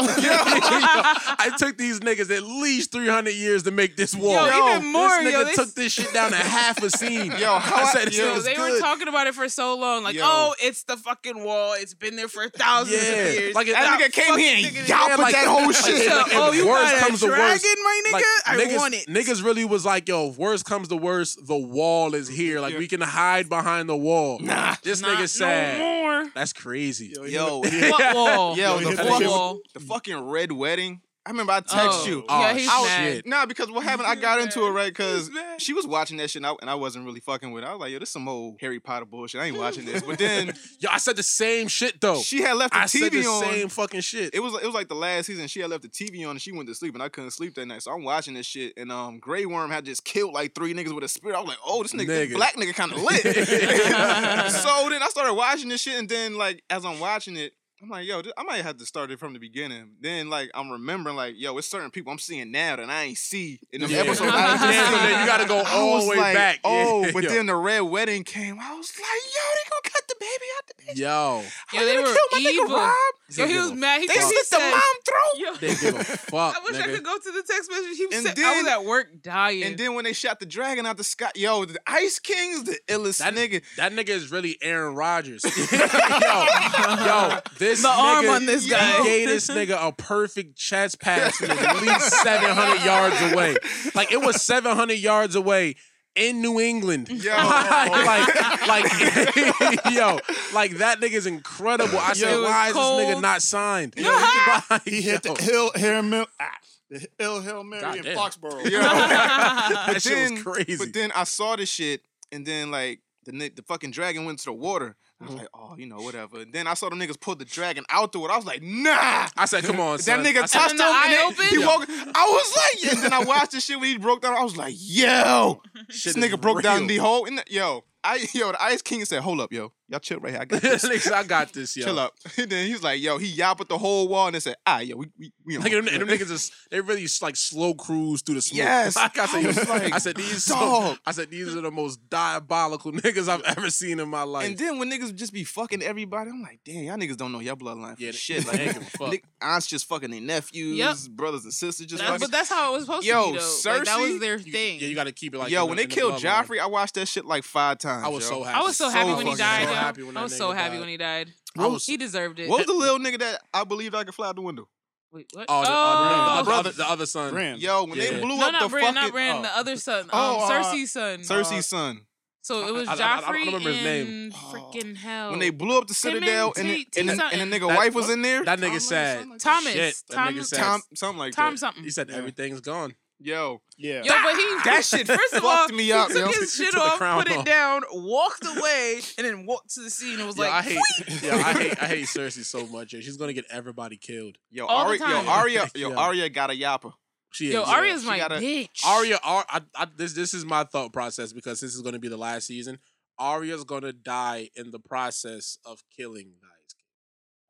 [SPEAKER 7] I took these niggas at least 300 years to make this wall.
[SPEAKER 8] Yo, even more,
[SPEAKER 7] this nigga
[SPEAKER 8] yo, they-
[SPEAKER 7] took this shit down to half a scene.
[SPEAKER 6] Yo, how
[SPEAKER 7] I
[SPEAKER 6] I-
[SPEAKER 7] said this
[SPEAKER 6] yo,
[SPEAKER 7] shit was
[SPEAKER 8] they
[SPEAKER 7] good.
[SPEAKER 8] were talking about it for so long, like,
[SPEAKER 6] Yo.
[SPEAKER 8] "Oh, it's the fucking wall. It's been there for thousands
[SPEAKER 7] Yeah.
[SPEAKER 8] of years."
[SPEAKER 7] Like, it-
[SPEAKER 6] that
[SPEAKER 8] That
[SPEAKER 6] nigga came
[SPEAKER 8] fucking
[SPEAKER 6] here
[SPEAKER 8] nigga
[SPEAKER 6] and
[SPEAKER 8] did
[SPEAKER 7] Yeah,
[SPEAKER 6] yapped with
[SPEAKER 7] like-
[SPEAKER 6] that whole
[SPEAKER 7] like,
[SPEAKER 6] shit.
[SPEAKER 8] So,
[SPEAKER 7] if
[SPEAKER 8] oh, you
[SPEAKER 7] worse
[SPEAKER 8] got a
[SPEAKER 7] comes to worse,
[SPEAKER 8] dragon, my nigga? I
[SPEAKER 7] niggas,
[SPEAKER 8] want it.
[SPEAKER 7] Niggas really was like, yo, if worse comes to worse, the wall is here. Like we can hide behind the wall. Nah, this
[SPEAKER 8] Not
[SPEAKER 7] nigga sad.
[SPEAKER 8] No more.
[SPEAKER 7] That's crazy.
[SPEAKER 6] Yo,
[SPEAKER 8] What wall?
[SPEAKER 6] yo,
[SPEAKER 5] Yo,
[SPEAKER 6] the,
[SPEAKER 5] hit that
[SPEAKER 6] fuck-
[SPEAKER 5] shit
[SPEAKER 8] with-
[SPEAKER 6] the fucking red wedding. I remember I text
[SPEAKER 8] Oh.
[SPEAKER 6] you.
[SPEAKER 8] Yeah, he's
[SPEAKER 6] I was-
[SPEAKER 8] mad.
[SPEAKER 6] Nah, because what happened? I got into it right because she was watching that shit, and I, and I wasn't really fucking with. it. I was like, "Yo, this some old Harry Potter bullshit. I ain't watching this." But then
[SPEAKER 7] Yo, I said the same shit though.
[SPEAKER 6] she had left the
[SPEAKER 7] Oh, I
[SPEAKER 6] TV
[SPEAKER 7] said the
[SPEAKER 6] on.
[SPEAKER 7] same fucking shit.
[SPEAKER 6] it was it was like the last season. She had left the TV on and she went to sleep, and I couldn't sleep that night. So I'm watching this shit, and um, Grey Worm had just killed like three niggas with a spear. I was like, oh, this nigga, this
[SPEAKER 7] Nigga.
[SPEAKER 6] black nigga, kind of lit. so then I started watching this shit, and then like as I'm watching it. I'm like, yo, I might have to start it from the beginning. Then, like, I'm remembering, like, yo, it's certain people I'm seeing now that I ain't see in the
[SPEAKER 7] Yeah.
[SPEAKER 6] episode. I ain't
[SPEAKER 7] Yeah,
[SPEAKER 6] seen.
[SPEAKER 7] yeah, you gotta go
[SPEAKER 6] I
[SPEAKER 7] all
[SPEAKER 6] was
[SPEAKER 7] the way
[SPEAKER 6] like,
[SPEAKER 7] back.
[SPEAKER 6] Oh,
[SPEAKER 7] Yeah,
[SPEAKER 6] but
[SPEAKER 7] yo.
[SPEAKER 6] then the red wedding came. I was like, yo, they gonna cut the baby out the bitch.
[SPEAKER 7] Yo,
[SPEAKER 8] Yo, they
[SPEAKER 6] gonna
[SPEAKER 8] were
[SPEAKER 6] kill my nigga
[SPEAKER 8] evil.
[SPEAKER 6] Rob?
[SPEAKER 8] Yo, he
[SPEAKER 7] They
[SPEAKER 8] was
[SPEAKER 7] give a
[SPEAKER 8] mad. He
[SPEAKER 6] They
[SPEAKER 8] said- he
[SPEAKER 6] slit the
[SPEAKER 8] said-
[SPEAKER 6] mom throat.
[SPEAKER 8] Yo,
[SPEAKER 7] they give a fuck,
[SPEAKER 8] I wish I
[SPEAKER 7] nigga.
[SPEAKER 8] could go to the text message. He
[SPEAKER 6] And
[SPEAKER 8] said, "I was
[SPEAKER 6] then-
[SPEAKER 8] at work dying."
[SPEAKER 6] And then when they shot the dragon out the sky, yo, the Ice King's the illest
[SPEAKER 7] That
[SPEAKER 6] nigga.
[SPEAKER 7] That nigga is really Aaron Rodgers. yo, yo, this
[SPEAKER 8] The arm
[SPEAKER 7] nigga-
[SPEAKER 8] on this guy.
[SPEAKER 7] He gave this nigga a perfect chest pass from at least 700 yards away. Like, it was 700 yards away in New England.
[SPEAKER 6] Yo.
[SPEAKER 7] like, like, yo, like, that nigga's incredible. I
[SPEAKER 8] Yo, it
[SPEAKER 7] said,
[SPEAKER 8] was
[SPEAKER 7] why is this
[SPEAKER 8] cold.
[SPEAKER 7] nigga not signed?
[SPEAKER 5] He hit the Hill Hail Mary, ah, the Hill Hail Mary in
[SPEAKER 7] Goddamn.
[SPEAKER 5] Foxborough.
[SPEAKER 6] Yo.
[SPEAKER 7] that
[SPEAKER 6] But
[SPEAKER 7] shit
[SPEAKER 6] then-
[SPEAKER 7] was crazy.
[SPEAKER 6] But then I saw this shit, and then like the ni- the fucking dragon went to the water. I
[SPEAKER 7] Mm-hmm.
[SPEAKER 6] was like, oh, you know, whatever. And then I saw the niggas pull the dragon out the water. I was like, nah.
[SPEAKER 7] I said, come on,
[SPEAKER 6] That
[SPEAKER 7] son. I
[SPEAKER 6] nigga
[SPEAKER 7] said,
[SPEAKER 6] touched
[SPEAKER 8] And
[SPEAKER 6] him
[SPEAKER 8] then the
[SPEAKER 6] and
[SPEAKER 8] eye
[SPEAKER 6] then he
[SPEAKER 8] opened?
[SPEAKER 6] woke. I was like, and then I watched this shit when he broke down. I was like, yo,
[SPEAKER 7] shit
[SPEAKER 6] this
[SPEAKER 7] is
[SPEAKER 6] nigga broke down
[SPEAKER 7] real.
[SPEAKER 6] the whole. And the, yo, I yo, the Ice King said, hold up, yo, y'all chill right here. I got this.
[SPEAKER 7] Niggas, I got this, yo.
[SPEAKER 6] Chill up. And then he's like, yo, he yapped at the whole wall and they said, ah, yo, we we we. on."
[SPEAKER 7] Like and them, and them niggas is they really s- like slow cruise through the smoke.
[SPEAKER 6] Yes.
[SPEAKER 7] like I said,
[SPEAKER 6] I was like,
[SPEAKER 7] I said these. some-
[SPEAKER 6] dog.
[SPEAKER 7] I said these are the most diabolical niggas I've ever seen in my life.
[SPEAKER 6] And then when niggas just be fucking everybody, I'm like, damn, y'all niggas don't know your bloodline for
[SPEAKER 7] Yeah, they-
[SPEAKER 6] shit.
[SPEAKER 7] they
[SPEAKER 6] Like,
[SPEAKER 7] give a fuck.
[SPEAKER 6] Nick, aunts just fucking their nephews,
[SPEAKER 8] Yep.
[SPEAKER 6] brothers and sisters just
[SPEAKER 8] That's-
[SPEAKER 6] fucking.
[SPEAKER 8] but that's how it was supposed
[SPEAKER 6] Yo,
[SPEAKER 8] to be. Though. Like, that
[SPEAKER 6] Cersei,
[SPEAKER 8] was their
[SPEAKER 7] You-
[SPEAKER 8] thing.
[SPEAKER 7] yeah, you got to keep it like.
[SPEAKER 6] yo,
[SPEAKER 7] in
[SPEAKER 6] when
[SPEAKER 7] the-
[SPEAKER 6] they
[SPEAKER 7] in the
[SPEAKER 6] killed
[SPEAKER 7] bloodline.
[SPEAKER 6] Joffrey, I watched that shit like five times.
[SPEAKER 7] I was
[SPEAKER 6] yo.
[SPEAKER 7] so happy.
[SPEAKER 8] I was so happy when
[SPEAKER 6] fucking
[SPEAKER 8] he died.
[SPEAKER 7] So
[SPEAKER 8] yo.
[SPEAKER 7] happy when
[SPEAKER 8] I
[SPEAKER 7] that
[SPEAKER 8] was so
[SPEAKER 7] nigga
[SPEAKER 8] happy
[SPEAKER 7] died.
[SPEAKER 8] when he died.
[SPEAKER 7] I was-
[SPEAKER 8] he deserved it.
[SPEAKER 6] What was the little nigga that I believed I could fly out the window?
[SPEAKER 8] Wait, what?
[SPEAKER 7] Oh, the,
[SPEAKER 8] oh,
[SPEAKER 7] uh, the, the, other, the other son.
[SPEAKER 5] Brand.
[SPEAKER 6] Yo, when they
[SPEAKER 7] Yeah.
[SPEAKER 6] blew
[SPEAKER 8] no,
[SPEAKER 6] up
[SPEAKER 8] not
[SPEAKER 6] the
[SPEAKER 8] Bran,
[SPEAKER 6] fucking
[SPEAKER 8] not Bran,
[SPEAKER 7] oh.
[SPEAKER 8] the other son, um,
[SPEAKER 6] Oh, uh,
[SPEAKER 8] Cersei's son.
[SPEAKER 6] Cersei's son.
[SPEAKER 8] So it was
[SPEAKER 6] I- I- I- I don't
[SPEAKER 8] Joffrey
[SPEAKER 6] remember his name.
[SPEAKER 8] in
[SPEAKER 7] Oh,
[SPEAKER 8] freaking hell.
[SPEAKER 6] When they blew up the
[SPEAKER 8] Tim and
[SPEAKER 6] Citadel and,
[SPEAKER 8] T-
[SPEAKER 6] the, and,
[SPEAKER 8] T
[SPEAKER 6] the, and the
[SPEAKER 8] something.
[SPEAKER 6] nigga wife was in there.
[SPEAKER 7] That nigga said
[SPEAKER 8] Thomas.
[SPEAKER 7] Shit, that
[SPEAKER 8] Tom-
[SPEAKER 7] nigga said
[SPEAKER 6] Tom- something like
[SPEAKER 8] Tom
[SPEAKER 7] that.
[SPEAKER 8] something.
[SPEAKER 7] He said everything's gone.
[SPEAKER 6] Yo.
[SPEAKER 5] Yeah.
[SPEAKER 8] Yo, but he
[SPEAKER 6] that shit
[SPEAKER 8] First of all,
[SPEAKER 6] fucked me up.
[SPEAKER 8] he took
[SPEAKER 6] yo.
[SPEAKER 8] his shit
[SPEAKER 7] Took the
[SPEAKER 8] off,
[SPEAKER 7] crown
[SPEAKER 8] put
[SPEAKER 7] off.
[SPEAKER 8] it down, walked away, and then walked to the scene and was
[SPEAKER 7] Yo,
[SPEAKER 8] like,
[SPEAKER 7] I hate,
[SPEAKER 8] "Phoing."
[SPEAKER 7] yo, I hate, I hate Cersei so much. yo. She's gonna get everybody killed.
[SPEAKER 6] Yo,
[SPEAKER 8] All the
[SPEAKER 6] Arya, yo,
[SPEAKER 8] time.
[SPEAKER 6] Arya, yo,
[SPEAKER 7] Yeah.
[SPEAKER 6] Arya got a yapper.
[SPEAKER 7] She is.
[SPEAKER 8] Yo, Arya's
[SPEAKER 6] She
[SPEAKER 8] my
[SPEAKER 6] gotta-
[SPEAKER 8] bitch.
[SPEAKER 7] Arya, Ar- I, I, this this is my thought process because this is going to be the last season. Arya's going to die in the process of killing the Ice King.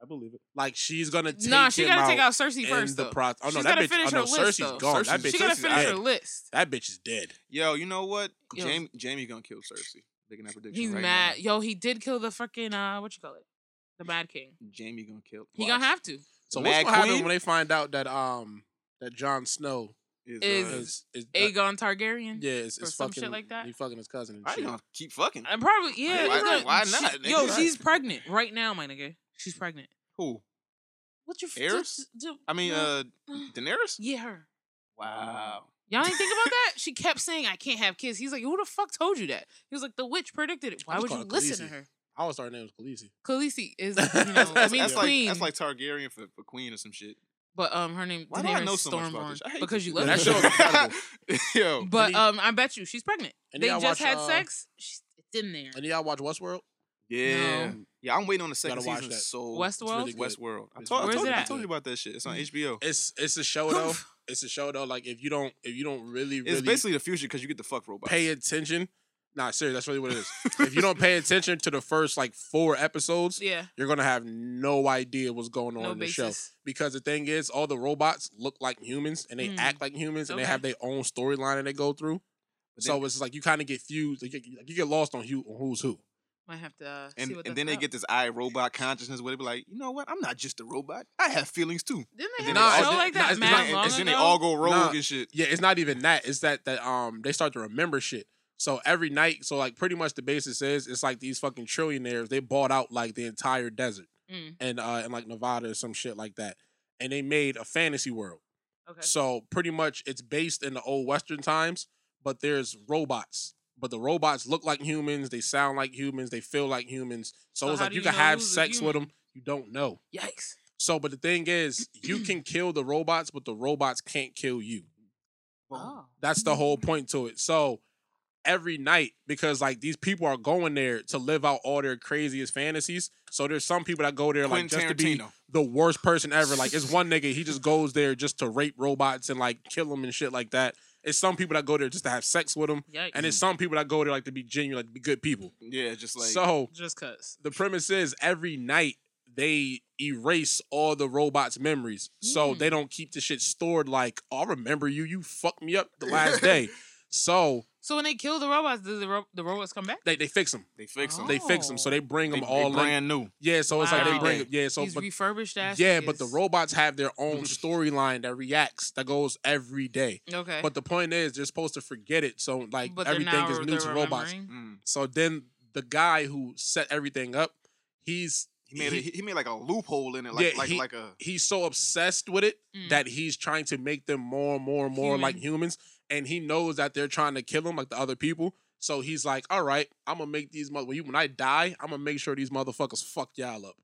[SPEAKER 5] I believe it.
[SPEAKER 7] Like she's going to take
[SPEAKER 8] Nah, she
[SPEAKER 7] him
[SPEAKER 8] gotta take out
[SPEAKER 7] in
[SPEAKER 8] Cersei first.
[SPEAKER 7] The
[SPEAKER 8] though.
[SPEAKER 7] pro- oh no,
[SPEAKER 8] She's
[SPEAKER 7] that
[SPEAKER 8] gotta
[SPEAKER 7] bitch.
[SPEAKER 8] finish
[SPEAKER 7] oh, no,
[SPEAKER 8] her list.
[SPEAKER 7] Cersei's
[SPEAKER 8] though.
[SPEAKER 7] gone. that
[SPEAKER 6] Cersei's-
[SPEAKER 7] bitch.
[SPEAKER 8] she gotta
[SPEAKER 7] Cersei's
[SPEAKER 8] finish her
[SPEAKER 7] dead.
[SPEAKER 8] list.
[SPEAKER 7] That bitch is dead.
[SPEAKER 6] Yo, you know what?
[SPEAKER 8] Yo.
[SPEAKER 6] Jamie, Jamie gonna kill Cersei. Making that prediction
[SPEAKER 8] He's
[SPEAKER 6] right
[SPEAKER 8] mad. Yo, he did kill the fucking uh, what you call it, the Mad King.
[SPEAKER 6] now. Jamie gonna kill.
[SPEAKER 8] He gonna have to.
[SPEAKER 7] So
[SPEAKER 6] Mad
[SPEAKER 7] what's going to happen
[SPEAKER 6] Queen?
[SPEAKER 7] when they find out that um that Jon Snow
[SPEAKER 6] Is,
[SPEAKER 8] Is-
[SPEAKER 6] uh,
[SPEAKER 7] is, is that-
[SPEAKER 8] Aegon Targaryen.
[SPEAKER 7] yeah is,
[SPEAKER 8] or
[SPEAKER 7] is
[SPEAKER 8] some
[SPEAKER 7] fucking
[SPEAKER 8] shit like that.
[SPEAKER 7] He fucking his cousin and
[SPEAKER 6] I
[SPEAKER 7] shit.
[SPEAKER 6] gonna keep fucking.
[SPEAKER 8] And probably yeah.
[SPEAKER 6] Why-
[SPEAKER 8] he's gonna-
[SPEAKER 6] why not,
[SPEAKER 8] she-
[SPEAKER 6] nigga?
[SPEAKER 8] yo,
[SPEAKER 6] Right.
[SPEAKER 8] she's pregnant right now, my nigga. She's pregnant.
[SPEAKER 6] Who?
[SPEAKER 8] What your
[SPEAKER 6] Aerys?
[SPEAKER 8] do-
[SPEAKER 6] I mean,
[SPEAKER 8] no.
[SPEAKER 6] uh, Daenerys.
[SPEAKER 8] yeah, her.
[SPEAKER 6] Wow.
[SPEAKER 8] Y'all ain't think about that? She kept saying, I can't have kids. He's like, Who the fuck told you that? He was like, The witch predicted it. Why
[SPEAKER 7] just
[SPEAKER 8] would
[SPEAKER 7] call
[SPEAKER 8] you
[SPEAKER 7] her
[SPEAKER 8] listen
[SPEAKER 7] Khaleesi.
[SPEAKER 8] to her?
[SPEAKER 7] I was her name was Khaleesi.
[SPEAKER 8] Khaleesi is, you know, I
[SPEAKER 6] That's,
[SPEAKER 8] mean,
[SPEAKER 6] that's
[SPEAKER 8] queen.
[SPEAKER 6] like that's like Targaryen for, for queen or some shit.
[SPEAKER 8] but um, her name,
[SPEAKER 6] Why do I
[SPEAKER 8] Daenerys
[SPEAKER 6] know so much about
[SPEAKER 8] Stormborn.
[SPEAKER 6] this? I hate
[SPEAKER 8] because
[SPEAKER 6] this
[SPEAKER 8] you
[SPEAKER 6] shit.
[SPEAKER 8] love
[SPEAKER 7] Yeah,
[SPEAKER 8] her.
[SPEAKER 7] that show was incredible.
[SPEAKER 6] Yo,
[SPEAKER 8] But
[SPEAKER 7] Any-
[SPEAKER 8] um, I bet you she's pregnant.
[SPEAKER 7] Any
[SPEAKER 8] They
[SPEAKER 7] y'all
[SPEAKER 8] just
[SPEAKER 7] watch,
[SPEAKER 8] had
[SPEAKER 7] uh,
[SPEAKER 8] sex. She's, it's in there.
[SPEAKER 7] And y'all watch Westworld?
[SPEAKER 6] yeah,
[SPEAKER 8] No.
[SPEAKER 6] yeah. I'm waiting on the second
[SPEAKER 7] Gotta watch
[SPEAKER 6] season.
[SPEAKER 7] that.
[SPEAKER 6] So
[SPEAKER 8] Westworld?
[SPEAKER 7] really good.
[SPEAKER 6] Westworld. I
[SPEAKER 7] It's
[SPEAKER 6] told, I,
[SPEAKER 8] really
[SPEAKER 6] told you,
[SPEAKER 8] good.
[SPEAKER 6] I told you about that shit. It's on HBO.
[SPEAKER 7] It's it's a show though. It's a show though. Like if you don't if you don't really
[SPEAKER 6] It's
[SPEAKER 7] really
[SPEAKER 6] basically the future because you get the fuck robots.
[SPEAKER 7] pay attention, nah, serious, that's really what it is. if you don't pay attention to the first like four episodes,
[SPEAKER 8] Yeah.
[SPEAKER 7] you're gonna have no idea what's going on
[SPEAKER 8] No
[SPEAKER 7] in the show.
[SPEAKER 8] basis.
[SPEAKER 7] Because the thing is, all the robots look like humans and they
[SPEAKER 8] Mm.
[SPEAKER 7] act like humans and they
[SPEAKER 8] Okay.
[SPEAKER 7] have their own storyline that they go through.
[SPEAKER 6] But
[SPEAKER 7] so it's like you kind of get fused. You get, you get lost on who on who's who.
[SPEAKER 8] Might have to uh, see
[SPEAKER 6] And,
[SPEAKER 8] what
[SPEAKER 6] and
[SPEAKER 8] that's
[SPEAKER 6] then they
[SPEAKER 8] about.
[SPEAKER 6] get this I robot consciousness where they be like, you know what? I'm not just a robot. I have feelings too.
[SPEAKER 8] Didn't they
[SPEAKER 6] And
[SPEAKER 8] have
[SPEAKER 6] then they
[SPEAKER 8] a
[SPEAKER 6] all-
[SPEAKER 8] show like
[SPEAKER 7] nah,
[SPEAKER 8] that
[SPEAKER 7] it's
[SPEAKER 8] mad
[SPEAKER 7] not-
[SPEAKER 8] long
[SPEAKER 6] and then they
[SPEAKER 8] ago?
[SPEAKER 6] all go rogue
[SPEAKER 7] Nah.
[SPEAKER 6] and shit.
[SPEAKER 7] Yeah, it's not even that. It's that that um they start to remember shit. So every night, so like pretty much the basis is it's like these fucking trillionaires. They bought out like the entire desert
[SPEAKER 8] Mm,
[SPEAKER 7] and uh in like Nevada or some shit like that, and they made a fantasy world.
[SPEAKER 8] okay.
[SPEAKER 7] So pretty much it's based in the old Western times, but there's robots. But the robots look like humans. They sound like humans. They feel like humans. So,
[SPEAKER 8] So
[SPEAKER 7] it's
[SPEAKER 8] how
[SPEAKER 7] like
[SPEAKER 8] do
[SPEAKER 7] you
[SPEAKER 8] you
[SPEAKER 7] can
[SPEAKER 8] know
[SPEAKER 7] have
[SPEAKER 8] who's a
[SPEAKER 7] sex with
[SPEAKER 8] human?
[SPEAKER 7] them. You don't know.
[SPEAKER 8] Yikes.
[SPEAKER 7] So, but the thing is, you can kill the robots, but the robots can't kill you.
[SPEAKER 8] Oh.
[SPEAKER 7] That's the whole point to it. So every night, because like these people are going there to live out all their craziest fantasies. So there's some people that go there like
[SPEAKER 6] Quentin
[SPEAKER 7] just to be
[SPEAKER 6] Tarantino.
[SPEAKER 7] the worst person ever. Like it's one nigga, he just goes there just to rape robots and like kill them and shit like that. It's some people that go there just to have sex with them,
[SPEAKER 8] Yikes.
[SPEAKER 7] and it's some people that go there like to be genuine, like to be good people.
[SPEAKER 6] Yeah, just Mm. like
[SPEAKER 7] so
[SPEAKER 8] Just cuz.
[SPEAKER 7] the premise is every night they erase all the robot's memories. So
[SPEAKER 8] Mm.
[SPEAKER 7] they don't keep the shit stored like, oh, I remember you. You fucked me up the last day. So
[SPEAKER 8] So when they kill the robots, does the, ro- the robots come back?
[SPEAKER 7] they, they fix them.
[SPEAKER 6] they fix them.
[SPEAKER 7] They fix them. So they bring
[SPEAKER 6] They,
[SPEAKER 7] them
[SPEAKER 6] they
[SPEAKER 7] all in.
[SPEAKER 6] brand new.
[SPEAKER 7] Yeah, so it's like they
[SPEAKER 8] Wow.
[SPEAKER 7] bring 'em- Yeah, so
[SPEAKER 8] These
[SPEAKER 7] but,
[SPEAKER 8] refurbished ass.
[SPEAKER 7] yeah, but the
[SPEAKER 8] niggas.
[SPEAKER 7] robots have their own storyline that reacts that goes every day.
[SPEAKER 8] Okay.
[SPEAKER 7] But the point is they're supposed to forget it. So like
[SPEAKER 8] Eh. But they're
[SPEAKER 7] everything
[SPEAKER 8] now-
[SPEAKER 7] is new
[SPEAKER 8] they're
[SPEAKER 7] to robots.
[SPEAKER 8] remembering?
[SPEAKER 6] Mm.
[SPEAKER 7] So then the guy who set everything up, he's
[SPEAKER 6] He made it, he, he made like a loophole in it, like
[SPEAKER 7] Yeah,
[SPEAKER 6] like
[SPEAKER 7] he-
[SPEAKER 6] like a
[SPEAKER 7] he's so obsessed with it
[SPEAKER 8] Mm.
[SPEAKER 7] that he's trying to make them more and more and more like humans. And he knows that they're trying to kill him like the other people. So he's like, all right, I'm gonna make these mother when, you- when I die, I'm gonna make sure these motherfuckers fuck y'all up.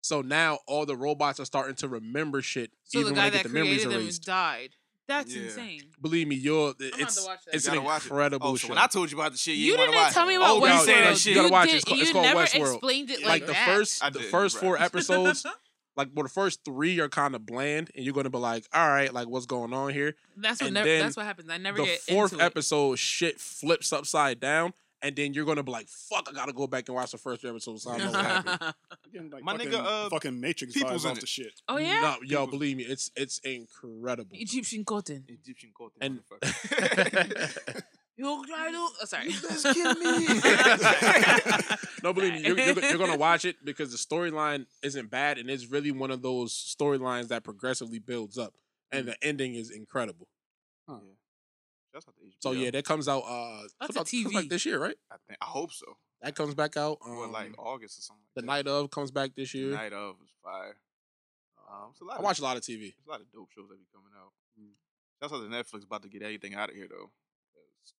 [SPEAKER 7] So now all the robots are starting to remember shit,
[SPEAKER 8] so
[SPEAKER 7] even when
[SPEAKER 8] the guy
[SPEAKER 7] they get
[SPEAKER 8] that
[SPEAKER 7] the memories
[SPEAKER 8] created them
[SPEAKER 7] erased.
[SPEAKER 8] died. That's
[SPEAKER 6] Yeah.
[SPEAKER 8] insane.
[SPEAKER 7] Believe me, you're
[SPEAKER 8] have to
[SPEAKER 7] it's
[SPEAKER 8] watch that.
[SPEAKER 7] it's
[SPEAKER 6] You
[SPEAKER 7] an
[SPEAKER 6] gotta watch it.
[SPEAKER 7] incredible
[SPEAKER 6] Oh, so
[SPEAKER 7] show.
[SPEAKER 6] when I told you about the shit, you,
[SPEAKER 8] You
[SPEAKER 6] didn't
[SPEAKER 8] didn't
[SPEAKER 6] wanna watch
[SPEAKER 8] tell
[SPEAKER 6] it.
[SPEAKER 8] me about
[SPEAKER 6] oh, you saying
[SPEAKER 8] Westworld.
[SPEAKER 6] that
[SPEAKER 7] You
[SPEAKER 6] shit.
[SPEAKER 7] gotta
[SPEAKER 8] You
[SPEAKER 7] watch it.
[SPEAKER 8] did-
[SPEAKER 7] It's called,
[SPEAKER 8] you
[SPEAKER 7] it's called
[SPEAKER 8] never
[SPEAKER 7] Westworld.
[SPEAKER 8] explained it
[SPEAKER 7] like
[SPEAKER 8] like
[SPEAKER 7] the
[SPEAKER 8] that.
[SPEAKER 7] first,
[SPEAKER 6] I
[SPEAKER 7] the
[SPEAKER 6] did,
[SPEAKER 7] first
[SPEAKER 6] right.
[SPEAKER 7] four episodes, like well, the first three are kind of bland, and you're gonna be like, all right, like what's going on here?
[SPEAKER 8] That's what
[SPEAKER 7] and
[SPEAKER 8] never
[SPEAKER 7] then
[SPEAKER 8] that's what happens. I never
[SPEAKER 7] the
[SPEAKER 8] get
[SPEAKER 7] fourth
[SPEAKER 8] into it.
[SPEAKER 7] episode shit flips upside down, and then you're gonna be like, "Fuck, I gotta go back and watch the first episode." So I don't know what happened.
[SPEAKER 5] Getting, like,
[SPEAKER 6] My
[SPEAKER 5] fucking,
[SPEAKER 6] nigga, uh,
[SPEAKER 5] fucking Matrix
[SPEAKER 6] People's
[SPEAKER 5] vibes
[SPEAKER 6] in
[SPEAKER 5] off
[SPEAKER 6] it.
[SPEAKER 5] the shit.
[SPEAKER 8] oh yeah?
[SPEAKER 7] no, yo, believe me, it's it's incredible.
[SPEAKER 8] Egyptian cotton.
[SPEAKER 6] Egyptian culture.
[SPEAKER 7] And-
[SPEAKER 6] motherfucker.
[SPEAKER 8] You try to oh sorry.
[SPEAKER 7] no, believe me, you're, you're, go- you're gonna watch it because the storyline isn't bad, and it's really one of those storylines that progressively builds up, and the ending is incredible.
[SPEAKER 6] That's not the HBO.
[SPEAKER 7] So yeah, that comes out. uh
[SPEAKER 8] That's
[SPEAKER 7] comes
[SPEAKER 8] a
[SPEAKER 7] out, comes
[SPEAKER 8] TV.
[SPEAKER 7] out this year, right?
[SPEAKER 6] I, think, I hope so.
[SPEAKER 7] That comes back out. Um,
[SPEAKER 6] What, like August or something.
[SPEAKER 7] the
[SPEAKER 6] like
[SPEAKER 7] night of comes back this
[SPEAKER 6] that.
[SPEAKER 7] year.
[SPEAKER 6] The night of was fire. Um, it's a lot
[SPEAKER 7] I
[SPEAKER 6] of-
[SPEAKER 7] watch a lot of TV.
[SPEAKER 6] There's a lot of dope shows that be coming out.
[SPEAKER 7] Mm.
[SPEAKER 6] That's how the Netflix about to get everything out of here though. 'cause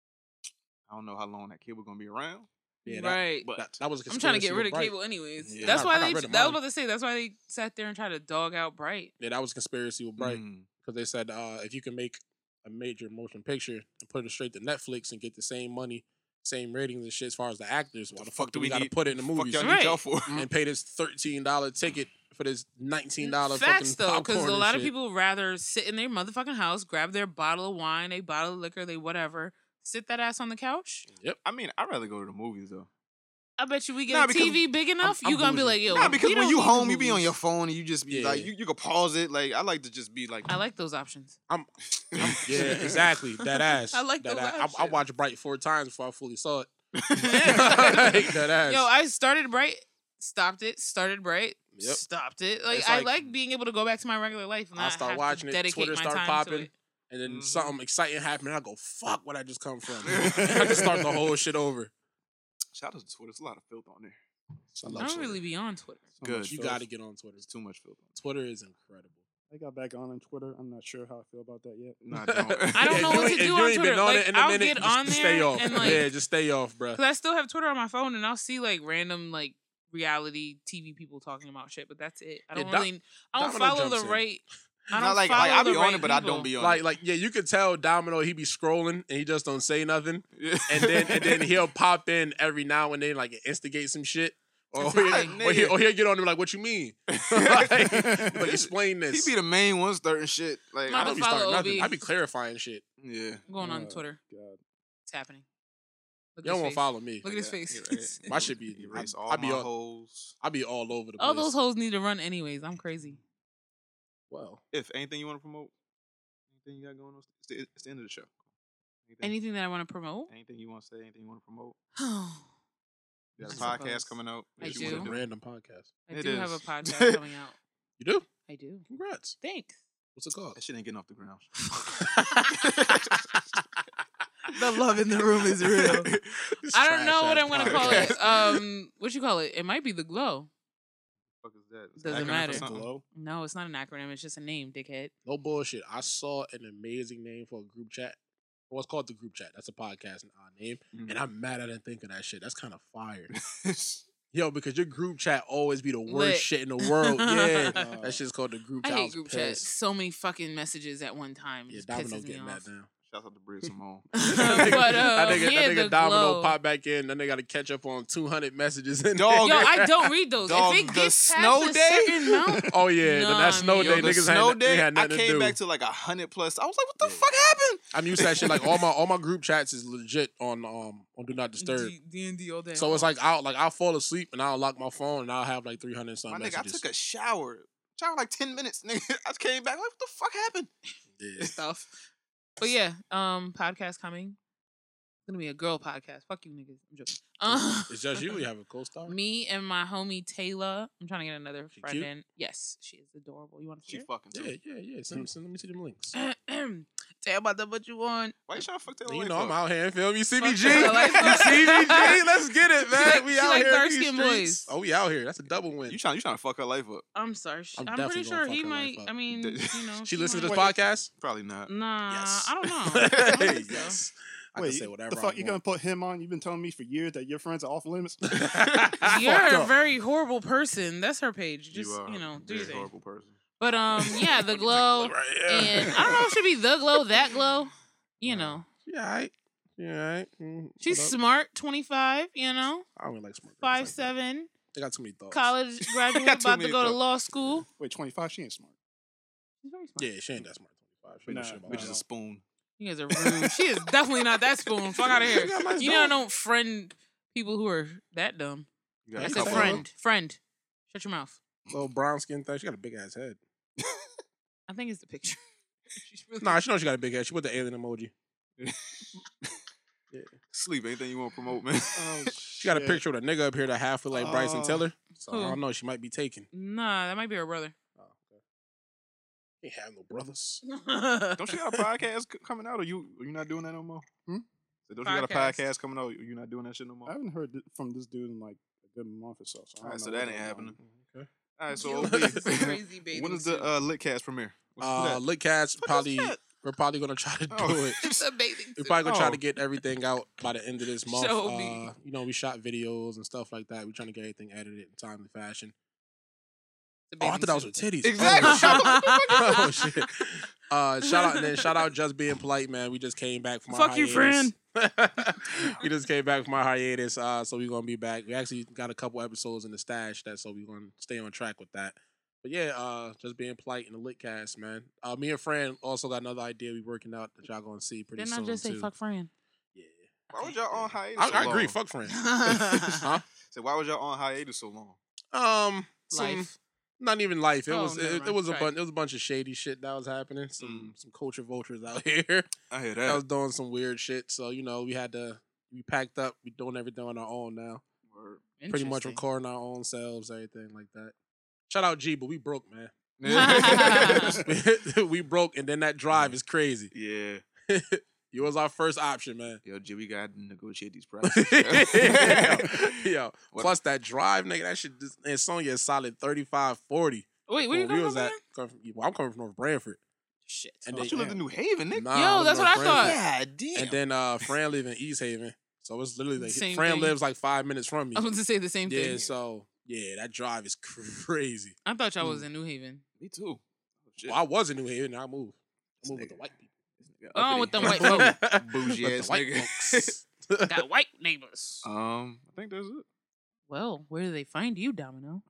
[SPEAKER 6] I don't know how long that kid was gonna be around.
[SPEAKER 7] Yeah, that-
[SPEAKER 8] right.
[SPEAKER 7] That, that was. a
[SPEAKER 8] I'm trying
[SPEAKER 7] conspiracy
[SPEAKER 8] to get rid
[SPEAKER 7] with
[SPEAKER 8] of
[SPEAKER 7] Bright.
[SPEAKER 8] cable anyways.
[SPEAKER 7] Yeah.
[SPEAKER 8] That's
[SPEAKER 7] I-
[SPEAKER 8] why
[SPEAKER 7] I got
[SPEAKER 8] they.
[SPEAKER 7] rid of
[SPEAKER 8] That was
[SPEAKER 7] mine.
[SPEAKER 8] about to say. That's why they sat there and tried to dog out Bright.
[SPEAKER 7] Yeah, that was conspiracy with Bright
[SPEAKER 6] Mm.
[SPEAKER 7] because they said uh, if you can make a major motion picture and put it straight to Netflix and get the same money, same ratings and shit as far as the actors, why the, fuck, do we, got to
[SPEAKER 6] need-
[SPEAKER 7] put it in the
[SPEAKER 6] the fuck
[SPEAKER 7] movies?
[SPEAKER 6] y'all need y'all for?
[SPEAKER 7] and pay this thirteen dollar ticket for this nineteen dollar fucking
[SPEAKER 8] Facts though,
[SPEAKER 7] popcorn
[SPEAKER 8] because a
[SPEAKER 7] and
[SPEAKER 8] lot of
[SPEAKER 7] shit.
[SPEAKER 8] people rather sit in their motherfucking house, grab their bottle of wine, a bottle of liquor, they whatever, sit that ass on the couch.
[SPEAKER 7] Yep.
[SPEAKER 6] I mean, I'd rather go to the movies though.
[SPEAKER 8] I bet you we get
[SPEAKER 6] Nah,
[SPEAKER 8] a
[SPEAKER 6] because
[SPEAKER 8] TV big enough, you gonna be like, yo,
[SPEAKER 6] Nah, because
[SPEAKER 8] we
[SPEAKER 6] when
[SPEAKER 8] don't
[SPEAKER 6] you
[SPEAKER 8] need the
[SPEAKER 6] home, you be on
[SPEAKER 8] movies.
[SPEAKER 6] your phone and you just be
[SPEAKER 7] Yeah.
[SPEAKER 6] like, you, you could pause it. Like I like to just be like,
[SPEAKER 8] I like those options.
[SPEAKER 7] I'm, Yeah, exactly. That ass.
[SPEAKER 8] I like
[SPEAKER 7] that.
[SPEAKER 8] those
[SPEAKER 7] ass. I, I watched Bright four times before I fully saw it. that ass.
[SPEAKER 8] Yo, I started bright, stopped it, started bright,
[SPEAKER 7] Yep.
[SPEAKER 8] stopped it. Like
[SPEAKER 7] It's
[SPEAKER 8] I
[SPEAKER 7] like-
[SPEAKER 8] like being able to go back to my regular life and
[SPEAKER 7] I
[SPEAKER 8] not
[SPEAKER 7] start
[SPEAKER 8] have
[SPEAKER 7] watching
[SPEAKER 8] to
[SPEAKER 7] it.
[SPEAKER 8] dedicate
[SPEAKER 7] Twitter
[SPEAKER 8] my
[SPEAKER 7] start
[SPEAKER 8] time to
[SPEAKER 7] popping,
[SPEAKER 8] it.
[SPEAKER 7] and
[SPEAKER 6] Mm-hmm.
[SPEAKER 7] then something exciting happened. and I go, "Fuck, where I just come from?" I just start the whole shit over.
[SPEAKER 6] shout out to Twitter. There's a lot of filth on there.
[SPEAKER 7] I
[SPEAKER 8] I don't really be on Twitter.
[SPEAKER 5] So much
[SPEAKER 6] Good.
[SPEAKER 7] You
[SPEAKER 5] filth.
[SPEAKER 7] got to get on Twitter.
[SPEAKER 6] It's too much filth.
[SPEAKER 7] Twitter is incredible.
[SPEAKER 5] I got back on on Twitter. I'm not sure how I feel about that yet.
[SPEAKER 6] No,
[SPEAKER 8] I don't
[SPEAKER 7] If
[SPEAKER 8] know
[SPEAKER 7] you ain't-
[SPEAKER 8] what to
[SPEAKER 7] if
[SPEAKER 8] do
[SPEAKER 7] you
[SPEAKER 8] on
[SPEAKER 7] ain't
[SPEAKER 8] Twitter.
[SPEAKER 7] Been on
[SPEAKER 8] Like,
[SPEAKER 7] it in a
[SPEAKER 8] I'll
[SPEAKER 7] minute,
[SPEAKER 8] get
[SPEAKER 7] just
[SPEAKER 8] on there
[SPEAKER 7] stay off.
[SPEAKER 8] and like,
[SPEAKER 7] yeah, just stay off, bro.
[SPEAKER 8] Cause I still have Twitter on my phone, and I'll see like random like reality TV people talking about shit, but that's it. I
[SPEAKER 7] Yeah,
[SPEAKER 8] don't
[SPEAKER 7] Dom-
[SPEAKER 8] really, I don't
[SPEAKER 7] Domino
[SPEAKER 8] follow
[SPEAKER 7] jumps
[SPEAKER 8] the
[SPEAKER 7] in.
[SPEAKER 8] right. I
[SPEAKER 6] Not
[SPEAKER 8] don't
[SPEAKER 6] like-
[SPEAKER 8] follow
[SPEAKER 6] like, I
[SPEAKER 8] the
[SPEAKER 6] be on it,
[SPEAKER 8] right
[SPEAKER 6] but I don't
[SPEAKER 8] people.
[SPEAKER 6] be on
[SPEAKER 7] like
[SPEAKER 6] it.
[SPEAKER 7] like yeah, you could tell Domino he be scrolling and he just don't say nothing, and then and then he'll pop in every now and then like instigate some shit. Or,
[SPEAKER 6] That's right,
[SPEAKER 7] he'll, or, he'll,
[SPEAKER 6] nigga.
[SPEAKER 7] or he'll get on him like, "What you mean? like, like, explain
[SPEAKER 6] He
[SPEAKER 7] this."
[SPEAKER 6] be the main one starting shit. Like
[SPEAKER 8] Might
[SPEAKER 6] I
[SPEAKER 8] as
[SPEAKER 6] don't be
[SPEAKER 8] well
[SPEAKER 6] starting
[SPEAKER 8] follow
[SPEAKER 6] nothing.
[SPEAKER 8] OB.
[SPEAKER 7] I be clarifying shit.
[SPEAKER 6] Yeah.
[SPEAKER 8] I'm going on
[SPEAKER 5] Oh,
[SPEAKER 8] Twitter.
[SPEAKER 5] God.
[SPEAKER 8] It's happening. Look at
[SPEAKER 7] Y'all
[SPEAKER 8] his
[SPEAKER 7] won't
[SPEAKER 8] face.
[SPEAKER 7] follow me.
[SPEAKER 8] Look at his
[SPEAKER 6] Yeah,
[SPEAKER 8] face.
[SPEAKER 6] you're right.
[SPEAKER 7] I should be.
[SPEAKER 6] Erase
[SPEAKER 7] I-
[SPEAKER 6] all
[SPEAKER 7] I be
[SPEAKER 6] my
[SPEAKER 7] all-
[SPEAKER 6] holes.
[SPEAKER 7] I be all over the place.
[SPEAKER 8] All those hoes need to run anyways. I'm crazy.
[SPEAKER 7] Well,
[SPEAKER 6] If anything you want to promote, anything you got going on, it's the, it's the end of the show.
[SPEAKER 8] Anything that I want to promote?
[SPEAKER 6] Anything you want to say, anything you want to promote.
[SPEAKER 8] I
[SPEAKER 6] You got a
[SPEAKER 8] I suppose.
[SPEAKER 6] podcast coming out.
[SPEAKER 8] I
[SPEAKER 6] that you wanna
[SPEAKER 8] do.
[SPEAKER 7] a random podcast.
[SPEAKER 6] It
[SPEAKER 8] do have a
[SPEAKER 6] is.
[SPEAKER 8] podcast coming out.
[SPEAKER 7] You do?
[SPEAKER 8] I do.
[SPEAKER 7] Congrats.
[SPEAKER 8] Thanks.
[SPEAKER 7] What's it called?
[SPEAKER 6] That shit ain't getting off the ground.
[SPEAKER 8] The love in the room is real. I don't know what I'm gonna call it.
[SPEAKER 7] Podcast.
[SPEAKER 8] Um, what you call it? It might be the glow.
[SPEAKER 6] fuck is that? It's an
[SPEAKER 8] Doesn't
[SPEAKER 6] acronym for
[SPEAKER 8] matter.
[SPEAKER 6] something.
[SPEAKER 5] Hello?
[SPEAKER 8] No, it's not an acronym. It's just a name, dickhead.
[SPEAKER 7] No bullshit. I saw an amazing name for a group chat. Well, it's called the group chat. That's a podcast uh, name,
[SPEAKER 8] Mm-hmm.
[SPEAKER 7] and I'm mad I didn't think of that shit. That's kind of fire, yo. Because your group chat always be the worst
[SPEAKER 8] Lit.
[SPEAKER 7] shit in the world. Yeah,
[SPEAKER 5] Uh,
[SPEAKER 7] that shit's called the group
[SPEAKER 8] I
[SPEAKER 7] chat.
[SPEAKER 8] hate
[SPEAKER 7] was
[SPEAKER 8] group chat.
[SPEAKER 7] pissed.
[SPEAKER 8] So many fucking messages at one time. It
[SPEAKER 7] Yeah,
[SPEAKER 8] just
[SPEAKER 7] Domino
[SPEAKER 8] pisses me
[SPEAKER 7] getting
[SPEAKER 8] off.
[SPEAKER 7] that down.
[SPEAKER 6] Shout out to Brig Simone.
[SPEAKER 8] but uh,
[SPEAKER 7] that nigga,
[SPEAKER 8] yeah,
[SPEAKER 7] that nigga
[SPEAKER 8] the
[SPEAKER 7] Domino
[SPEAKER 8] glow.
[SPEAKER 7] pop back in. Then they got to catch up on 200 messages. In
[SPEAKER 6] Dog,
[SPEAKER 8] Yo,
[SPEAKER 7] there.
[SPEAKER 8] I don't read those.
[SPEAKER 6] Dog,
[SPEAKER 8] if it
[SPEAKER 6] the
[SPEAKER 8] gets past
[SPEAKER 6] snow
[SPEAKER 8] a
[SPEAKER 6] day?
[SPEAKER 8] certain amount,
[SPEAKER 7] Oh yeah,
[SPEAKER 8] Nah,
[SPEAKER 7] the that snow
[SPEAKER 8] man.
[SPEAKER 7] day
[SPEAKER 6] Yo, the
[SPEAKER 7] niggas
[SPEAKER 6] snow
[SPEAKER 7] had, they
[SPEAKER 6] day,
[SPEAKER 7] had
[SPEAKER 6] I
[SPEAKER 7] nothing to
[SPEAKER 6] came
[SPEAKER 7] do.
[SPEAKER 6] back to like a hundred plus. I was like, what the fuck happened?
[SPEAKER 7] I'm used to that shit. Like all my all my group chats is legit on um on Do Not Disturb.
[SPEAKER 8] D and D all day.
[SPEAKER 7] So it's like I'll like I'll fall asleep and I'll lock my phone and I'll have like 300 and
[SPEAKER 6] My
[SPEAKER 7] something
[SPEAKER 6] nigga, I
[SPEAKER 7] messages.
[SPEAKER 6] took a shower. Shower like ten minutes, nigga. I came back like, what the fuck happened?
[SPEAKER 7] Yeah.
[SPEAKER 8] stuff. But yeah, um, podcast coming. It's gonna be a girl podcast. Fuck you, niggas. I'm joking. Uh,
[SPEAKER 7] It's just you. You have a co-star.
[SPEAKER 8] me and my homie Taylor. I'm trying to get another
[SPEAKER 7] She
[SPEAKER 8] friend
[SPEAKER 7] cute?
[SPEAKER 8] in. Yes, she is adorable. You want to
[SPEAKER 6] She
[SPEAKER 8] see her?
[SPEAKER 6] fucking
[SPEAKER 7] Yeah,
[SPEAKER 6] too.
[SPEAKER 7] yeah, yeah. Send, send, let me see them links.
[SPEAKER 8] Tell about the what you want.
[SPEAKER 6] Why you trying to fuck Taylor?
[SPEAKER 7] you
[SPEAKER 6] Lautner
[SPEAKER 7] know I'm
[SPEAKER 6] for?
[SPEAKER 7] out here and feel me, CBG.
[SPEAKER 8] Taylor Lautner.
[SPEAKER 7] CBG, let's get it, man.
[SPEAKER 8] like-
[SPEAKER 7] we
[SPEAKER 8] she
[SPEAKER 7] out here
[SPEAKER 8] like
[SPEAKER 7] in these
[SPEAKER 8] dark-skinned
[SPEAKER 7] streets.
[SPEAKER 8] boys.
[SPEAKER 7] Oh, we out here. That's a double win.
[SPEAKER 6] You trying you trying to fuck her life up?
[SPEAKER 8] I'm sorry. She,
[SPEAKER 7] I'm
[SPEAKER 8] I'm, pretty
[SPEAKER 7] definitely gonna
[SPEAKER 8] sure he
[SPEAKER 7] fuck her life
[SPEAKER 8] might.
[SPEAKER 7] up.
[SPEAKER 8] I mean, you know,
[SPEAKER 7] she listens to this
[SPEAKER 8] might-
[SPEAKER 7] podcast.
[SPEAKER 6] Probably not.
[SPEAKER 8] Nah,
[SPEAKER 7] Yes.
[SPEAKER 8] I don't know. I don't think so.
[SPEAKER 7] yes. I
[SPEAKER 5] Wait,
[SPEAKER 7] can say whatever
[SPEAKER 5] the fuck
[SPEAKER 7] I
[SPEAKER 5] you
[SPEAKER 7] want.
[SPEAKER 5] gonna put him on? You've been telling me for years that your friends are off limits.
[SPEAKER 8] You're a
[SPEAKER 7] up.
[SPEAKER 8] very horrible person. That's her page. Just you,
[SPEAKER 6] are
[SPEAKER 8] know,
[SPEAKER 6] a
[SPEAKER 8] do your
[SPEAKER 6] very
[SPEAKER 8] thing.
[SPEAKER 6] horrible person.
[SPEAKER 8] But um, yeah, the glow,
[SPEAKER 7] Right, yeah.
[SPEAKER 8] and I don't know if it should be the glow, that glow. You know,
[SPEAKER 7] Yeah, all right. Yeah, all right. Mm, what
[SPEAKER 8] she's
[SPEAKER 7] up?
[SPEAKER 8] smart, twenty five. You know,
[SPEAKER 7] I don't really like smart. girls
[SPEAKER 8] five
[SPEAKER 7] like that.
[SPEAKER 8] seven,
[SPEAKER 7] They got too many thoughts.
[SPEAKER 8] college graduate,
[SPEAKER 6] Got too
[SPEAKER 8] about to
[SPEAKER 6] many
[SPEAKER 8] go to
[SPEAKER 6] thoughts.
[SPEAKER 8] law school.
[SPEAKER 5] Wait, 25, she ain't smart.
[SPEAKER 8] She's very smart.
[SPEAKER 7] Yeah, she ain't that smart. Twenty-five. She ain't
[SPEAKER 5] Nah,
[SPEAKER 7] shit about
[SPEAKER 5] nah,
[SPEAKER 6] Which is
[SPEAKER 5] nah.
[SPEAKER 6] a
[SPEAKER 7] that.
[SPEAKER 6] spoon.
[SPEAKER 8] You guys are rude. she is definitely not that spoon. Fuck out of here.
[SPEAKER 7] got my
[SPEAKER 8] You know, I
[SPEAKER 7] dog.
[SPEAKER 8] don't friend people who are that dumb.
[SPEAKER 6] You
[SPEAKER 8] I
[SPEAKER 6] a
[SPEAKER 8] said
[SPEAKER 6] couple of them.
[SPEAKER 8] friend, friend. Shut your mouth.
[SPEAKER 7] Little brown skin thing. She got a big ass head.
[SPEAKER 8] I think it's the picture. She's really
[SPEAKER 7] Nah, she knows she got a big head. She put the alien emoji.
[SPEAKER 6] Sleep. Anything you want to promote, man?
[SPEAKER 7] She got a picture with a nigga up here that half look like Bryson
[SPEAKER 5] Oh.
[SPEAKER 7] Tiller. So
[SPEAKER 8] Who?
[SPEAKER 7] I don't know. She might be taken.
[SPEAKER 8] Nah, that might be her brother.
[SPEAKER 7] Oh, okay. Ain't have no brothers.
[SPEAKER 6] Don't you got a podcast c- coming out? Or you are you not doing that no more?
[SPEAKER 5] Hmm?
[SPEAKER 6] So don't you got a
[SPEAKER 8] Podcast.
[SPEAKER 6] podcast coming out? You not doing that shit no more?
[SPEAKER 5] I haven't heard th- from this dude in like a good month or so. so I
[SPEAKER 6] All
[SPEAKER 5] don't
[SPEAKER 6] right, so
[SPEAKER 5] know
[SPEAKER 6] that
[SPEAKER 5] what's
[SPEAKER 6] ain't
[SPEAKER 5] going
[SPEAKER 6] happening.
[SPEAKER 5] on.
[SPEAKER 7] Okay.
[SPEAKER 6] All right, so
[SPEAKER 8] Yo,
[SPEAKER 6] OB,
[SPEAKER 8] this is crazy
[SPEAKER 6] when
[SPEAKER 8] bathing
[SPEAKER 6] is the
[SPEAKER 8] suit.
[SPEAKER 6] uh, Litcast premiere? What's
[SPEAKER 7] Uh,
[SPEAKER 6] that?
[SPEAKER 7] Lit Cats
[SPEAKER 6] What is
[SPEAKER 7] probably
[SPEAKER 6] that?
[SPEAKER 7] We're probably gonna try to do
[SPEAKER 8] Oh,
[SPEAKER 7] it.
[SPEAKER 8] it's amazing
[SPEAKER 7] We're probably gonna try
[SPEAKER 8] too.
[SPEAKER 7] to get everything out by the end of this month.
[SPEAKER 8] Show
[SPEAKER 7] Uh,
[SPEAKER 8] me.
[SPEAKER 7] You know, we shot videos and stuff like that. We're trying to get everything edited in timely fashion. Oh, I thought that was with titties.
[SPEAKER 12] Exactly.
[SPEAKER 7] Oh, shit. Oh, shit. Uh, shout out and then shout out just being polite, man. We just came back from our
[SPEAKER 12] Fuck you,
[SPEAKER 7] hiatus. we just came back from our hiatus, uh, so we're gonna be back. We actually got a couple episodes in the stash, that so we're gonna stay on track with that. But yeah, uh, just being polite in the lit cast, man. Uh, me and Fran also got another idea we working out that y'all gonna see pretty
[SPEAKER 8] Didn't
[SPEAKER 7] soon
[SPEAKER 8] I just say
[SPEAKER 7] too.
[SPEAKER 8] fuck Fran?
[SPEAKER 6] Why was y'all on hiatus?
[SPEAKER 7] I,
[SPEAKER 6] so
[SPEAKER 7] I agree.
[SPEAKER 6] long?
[SPEAKER 7] Fuck Fran.
[SPEAKER 6] huh? So why was y'all on hiatus so long?
[SPEAKER 7] Um, some,
[SPEAKER 6] Life.
[SPEAKER 7] Not even life. It
[SPEAKER 6] Oh,
[SPEAKER 7] was
[SPEAKER 6] never
[SPEAKER 7] it, it
[SPEAKER 6] mind.
[SPEAKER 7] was a
[SPEAKER 6] Sorry.
[SPEAKER 7] bunch it was a bunch of shady shit that was happening. Some some culture vultures out here.
[SPEAKER 6] Mm. I hear
[SPEAKER 7] I
[SPEAKER 6] that.
[SPEAKER 7] was doing some weird shit. So you know we had to we packed up. We doing everything on our own now. Pretty much
[SPEAKER 6] Interesting.
[SPEAKER 7] recording our own selves, everything like that. Shout out G, but we broke, man. we broke, and then that
[SPEAKER 6] Mm.
[SPEAKER 7] drive is crazy. Yeah. You was our first option, man.
[SPEAKER 6] Yo, G, we gotta negotiate these prices.
[SPEAKER 7] yo,
[SPEAKER 6] What-
[SPEAKER 7] plus that drive, nigga, that shit just, and Sonya is solid 35, 40.
[SPEAKER 8] Wait, where you
[SPEAKER 7] When
[SPEAKER 8] coming
[SPEAKER 7] we was
[SPEAKER 8] from
[SPEAKER 7] at, coming from, well, I'm coming from North Branford.
[SPEAKER 8] Shit.
[SPEAKER 6] I thought you lived in New Haven, nigga.
[SPEAKER 7] Nah,
[SPEAKER 6] Yo,
[SPEAKER 7] I live
[SPEAKER 6] that's
[SPEAKER 7] in
[SPEAKER 6] what I
[SPEAKER 7] Branford.
[SPEAKER 6] thought. God damn.
[SPEAKER 7] And then uh, Fran live in East Haven. So it's literally like
[SPEAKER 8] Same
[SPEAKER 7] Fran
[SPEAKER 8] thing.
[SPEAKER 7] lives like five minutes from me.
[SPEAKER 8] I was about to say the same
[SPEAKER 7] yeah,
[SPEAKER 8] thing.
[SPEAKER 7] so yeah, that drive is crazy.
[SPEAKER 8] I thought y'all was
[SPEAKER 7] Mm.
[SPEAKER 8] in New Haven.
[SPEAKER 6] Me too. Oh,
[SPEAKER 7] Well, I was in New Haven. Now I moved. I moved with the white people.
[SPEAKER 8] Oh, with them white
[SPEAKER 7] folks.
[SPEAKER 8] folk.
[SPEAKER 6] Bougie
[SPEAKER 7] With the
[SPEAKER 6] ass
[SPEAKER 7] white
[SPEAKER 6] nigga.
[SPEAKER 7] folks.
[SPEAKER 8] Got white neighbors.
[SPEAKER 6] Um, I think that's it.
[SPEAKER 8] Well, where do they find you, Domino?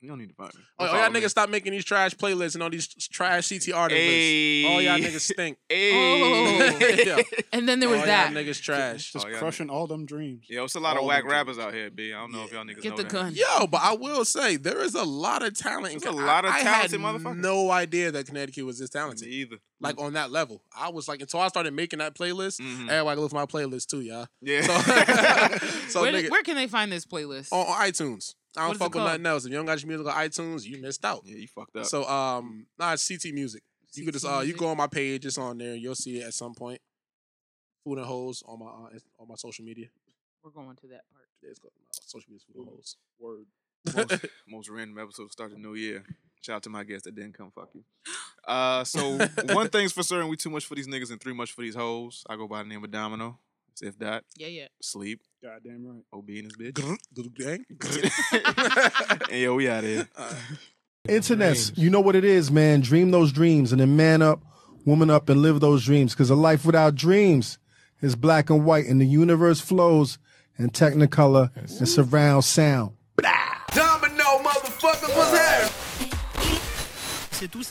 [SPEAKER 6] You don't need to find me.
[SPEAKER 7] Oh, y'all niggas stop making these trash playlists and all these trash CTR lists. All Oh, y'all
[SPEAKER 6] Ayy.
[SPEAKER 7] niggas stink.
[SPEAKER 8] Ayy.
[SPEAKER 7] Yeah.
[SPEAKER 8] And then there was
[SPEAKER 7] All
[SPEAKER 8] that.
[SPEAKER 7] Y'all niggas trash.
[SPEAKER 5] Just
[SPEAKER 6] Oh, yeah.
[SPEAKER 5] crushing all them dreams.
[SPEAKER 6] Yo, it's a lot of
[SPEAKER 5] All
[SPEAKER 6] whack
[SPEAKER 5] them
[SPEAKER 6] rappers out here, B. I don't know if y'all niggas know that.
[SPEAKER 7] Yo, but I will say there is a lot of talent. in
[SPEAKER 6] There's a
[SPEAKER 7] Con-
[SPEAKER 6] lot of
[SPEAKER 7] I- I had
[SPEAKER 6] talented motherfuckers.
[SPEAKER 7] No idea that Connecticut was this talented.
[SPEAKER 6] either.
[SPEAKER 7] Like on that level, I was like until I started making that playlist.
[SPEAKER 6] Mhm.
[SPEAKER 7] Everybody look for my playlist too, y'all.
[SPEAKER 6] Yeah.
[SPEAKER 7] So, so
[SPEAKER 8] where,
[SPEAKER 7] nigga, Oh,
[SPEAKER 8] where can they find this playlist?
[SPEAKER 7] on, on iTunes. I
[SPEAKER 8] What
[SPEAKER 7] don't
[SPEAKER 8] is
[SPEAKER 7] fuck
[SPEAKER 8] it
[SPEAKER 7] with
[SPEAKER 8] called?
[SPEAKER 7] nothing else. If you don't got your music on iTunes, you missed out.
[SPEAKER 6] Yeah, you fucked up.
[SPEAKER 7] So um, nah, it's CT Music. You could
[SPEAKER 6] CT
[SPEAKER 7] just uh, you
[SPEAKER 6] Music.
[SPEAKER 7] go on my page. It's on there. You'll see it at some point. Food and holes on my uh, Inst- on my social media.
[SPEAKER 8] We're going to that part.
[SPEAKER 7] It's called uh, social media food and holes.
[SPEAKER 5] Word.
[SPEAKER 6] most, most random episode to start the new year. Shout out to my guests that didn't come. Fuck you. Uh, so one thing's for certain: we too much for these niggas and three much for these hoes. I go by the name of Domino. It's if that.
[SPEAKER 8] Yeah, yeah.
[SPEAKER 6] Sleep.
[SPEAKER 5] Goddamn right.
[SPEAKER 6] Ob in his
[SPEAKER 7] Little gang.
[SPEAKER 6] bitch. and yo, we out of here.
[SPEAKER 13] Internets, you know what it is, man. Dream those dreams and then man up, woman up, and live those dreams. Because a life without dreams is black and white, and the universe flows in technicolor and surround sound.
[SPEAKER 12] Domino, motherfucker, what's happening? C'est tout.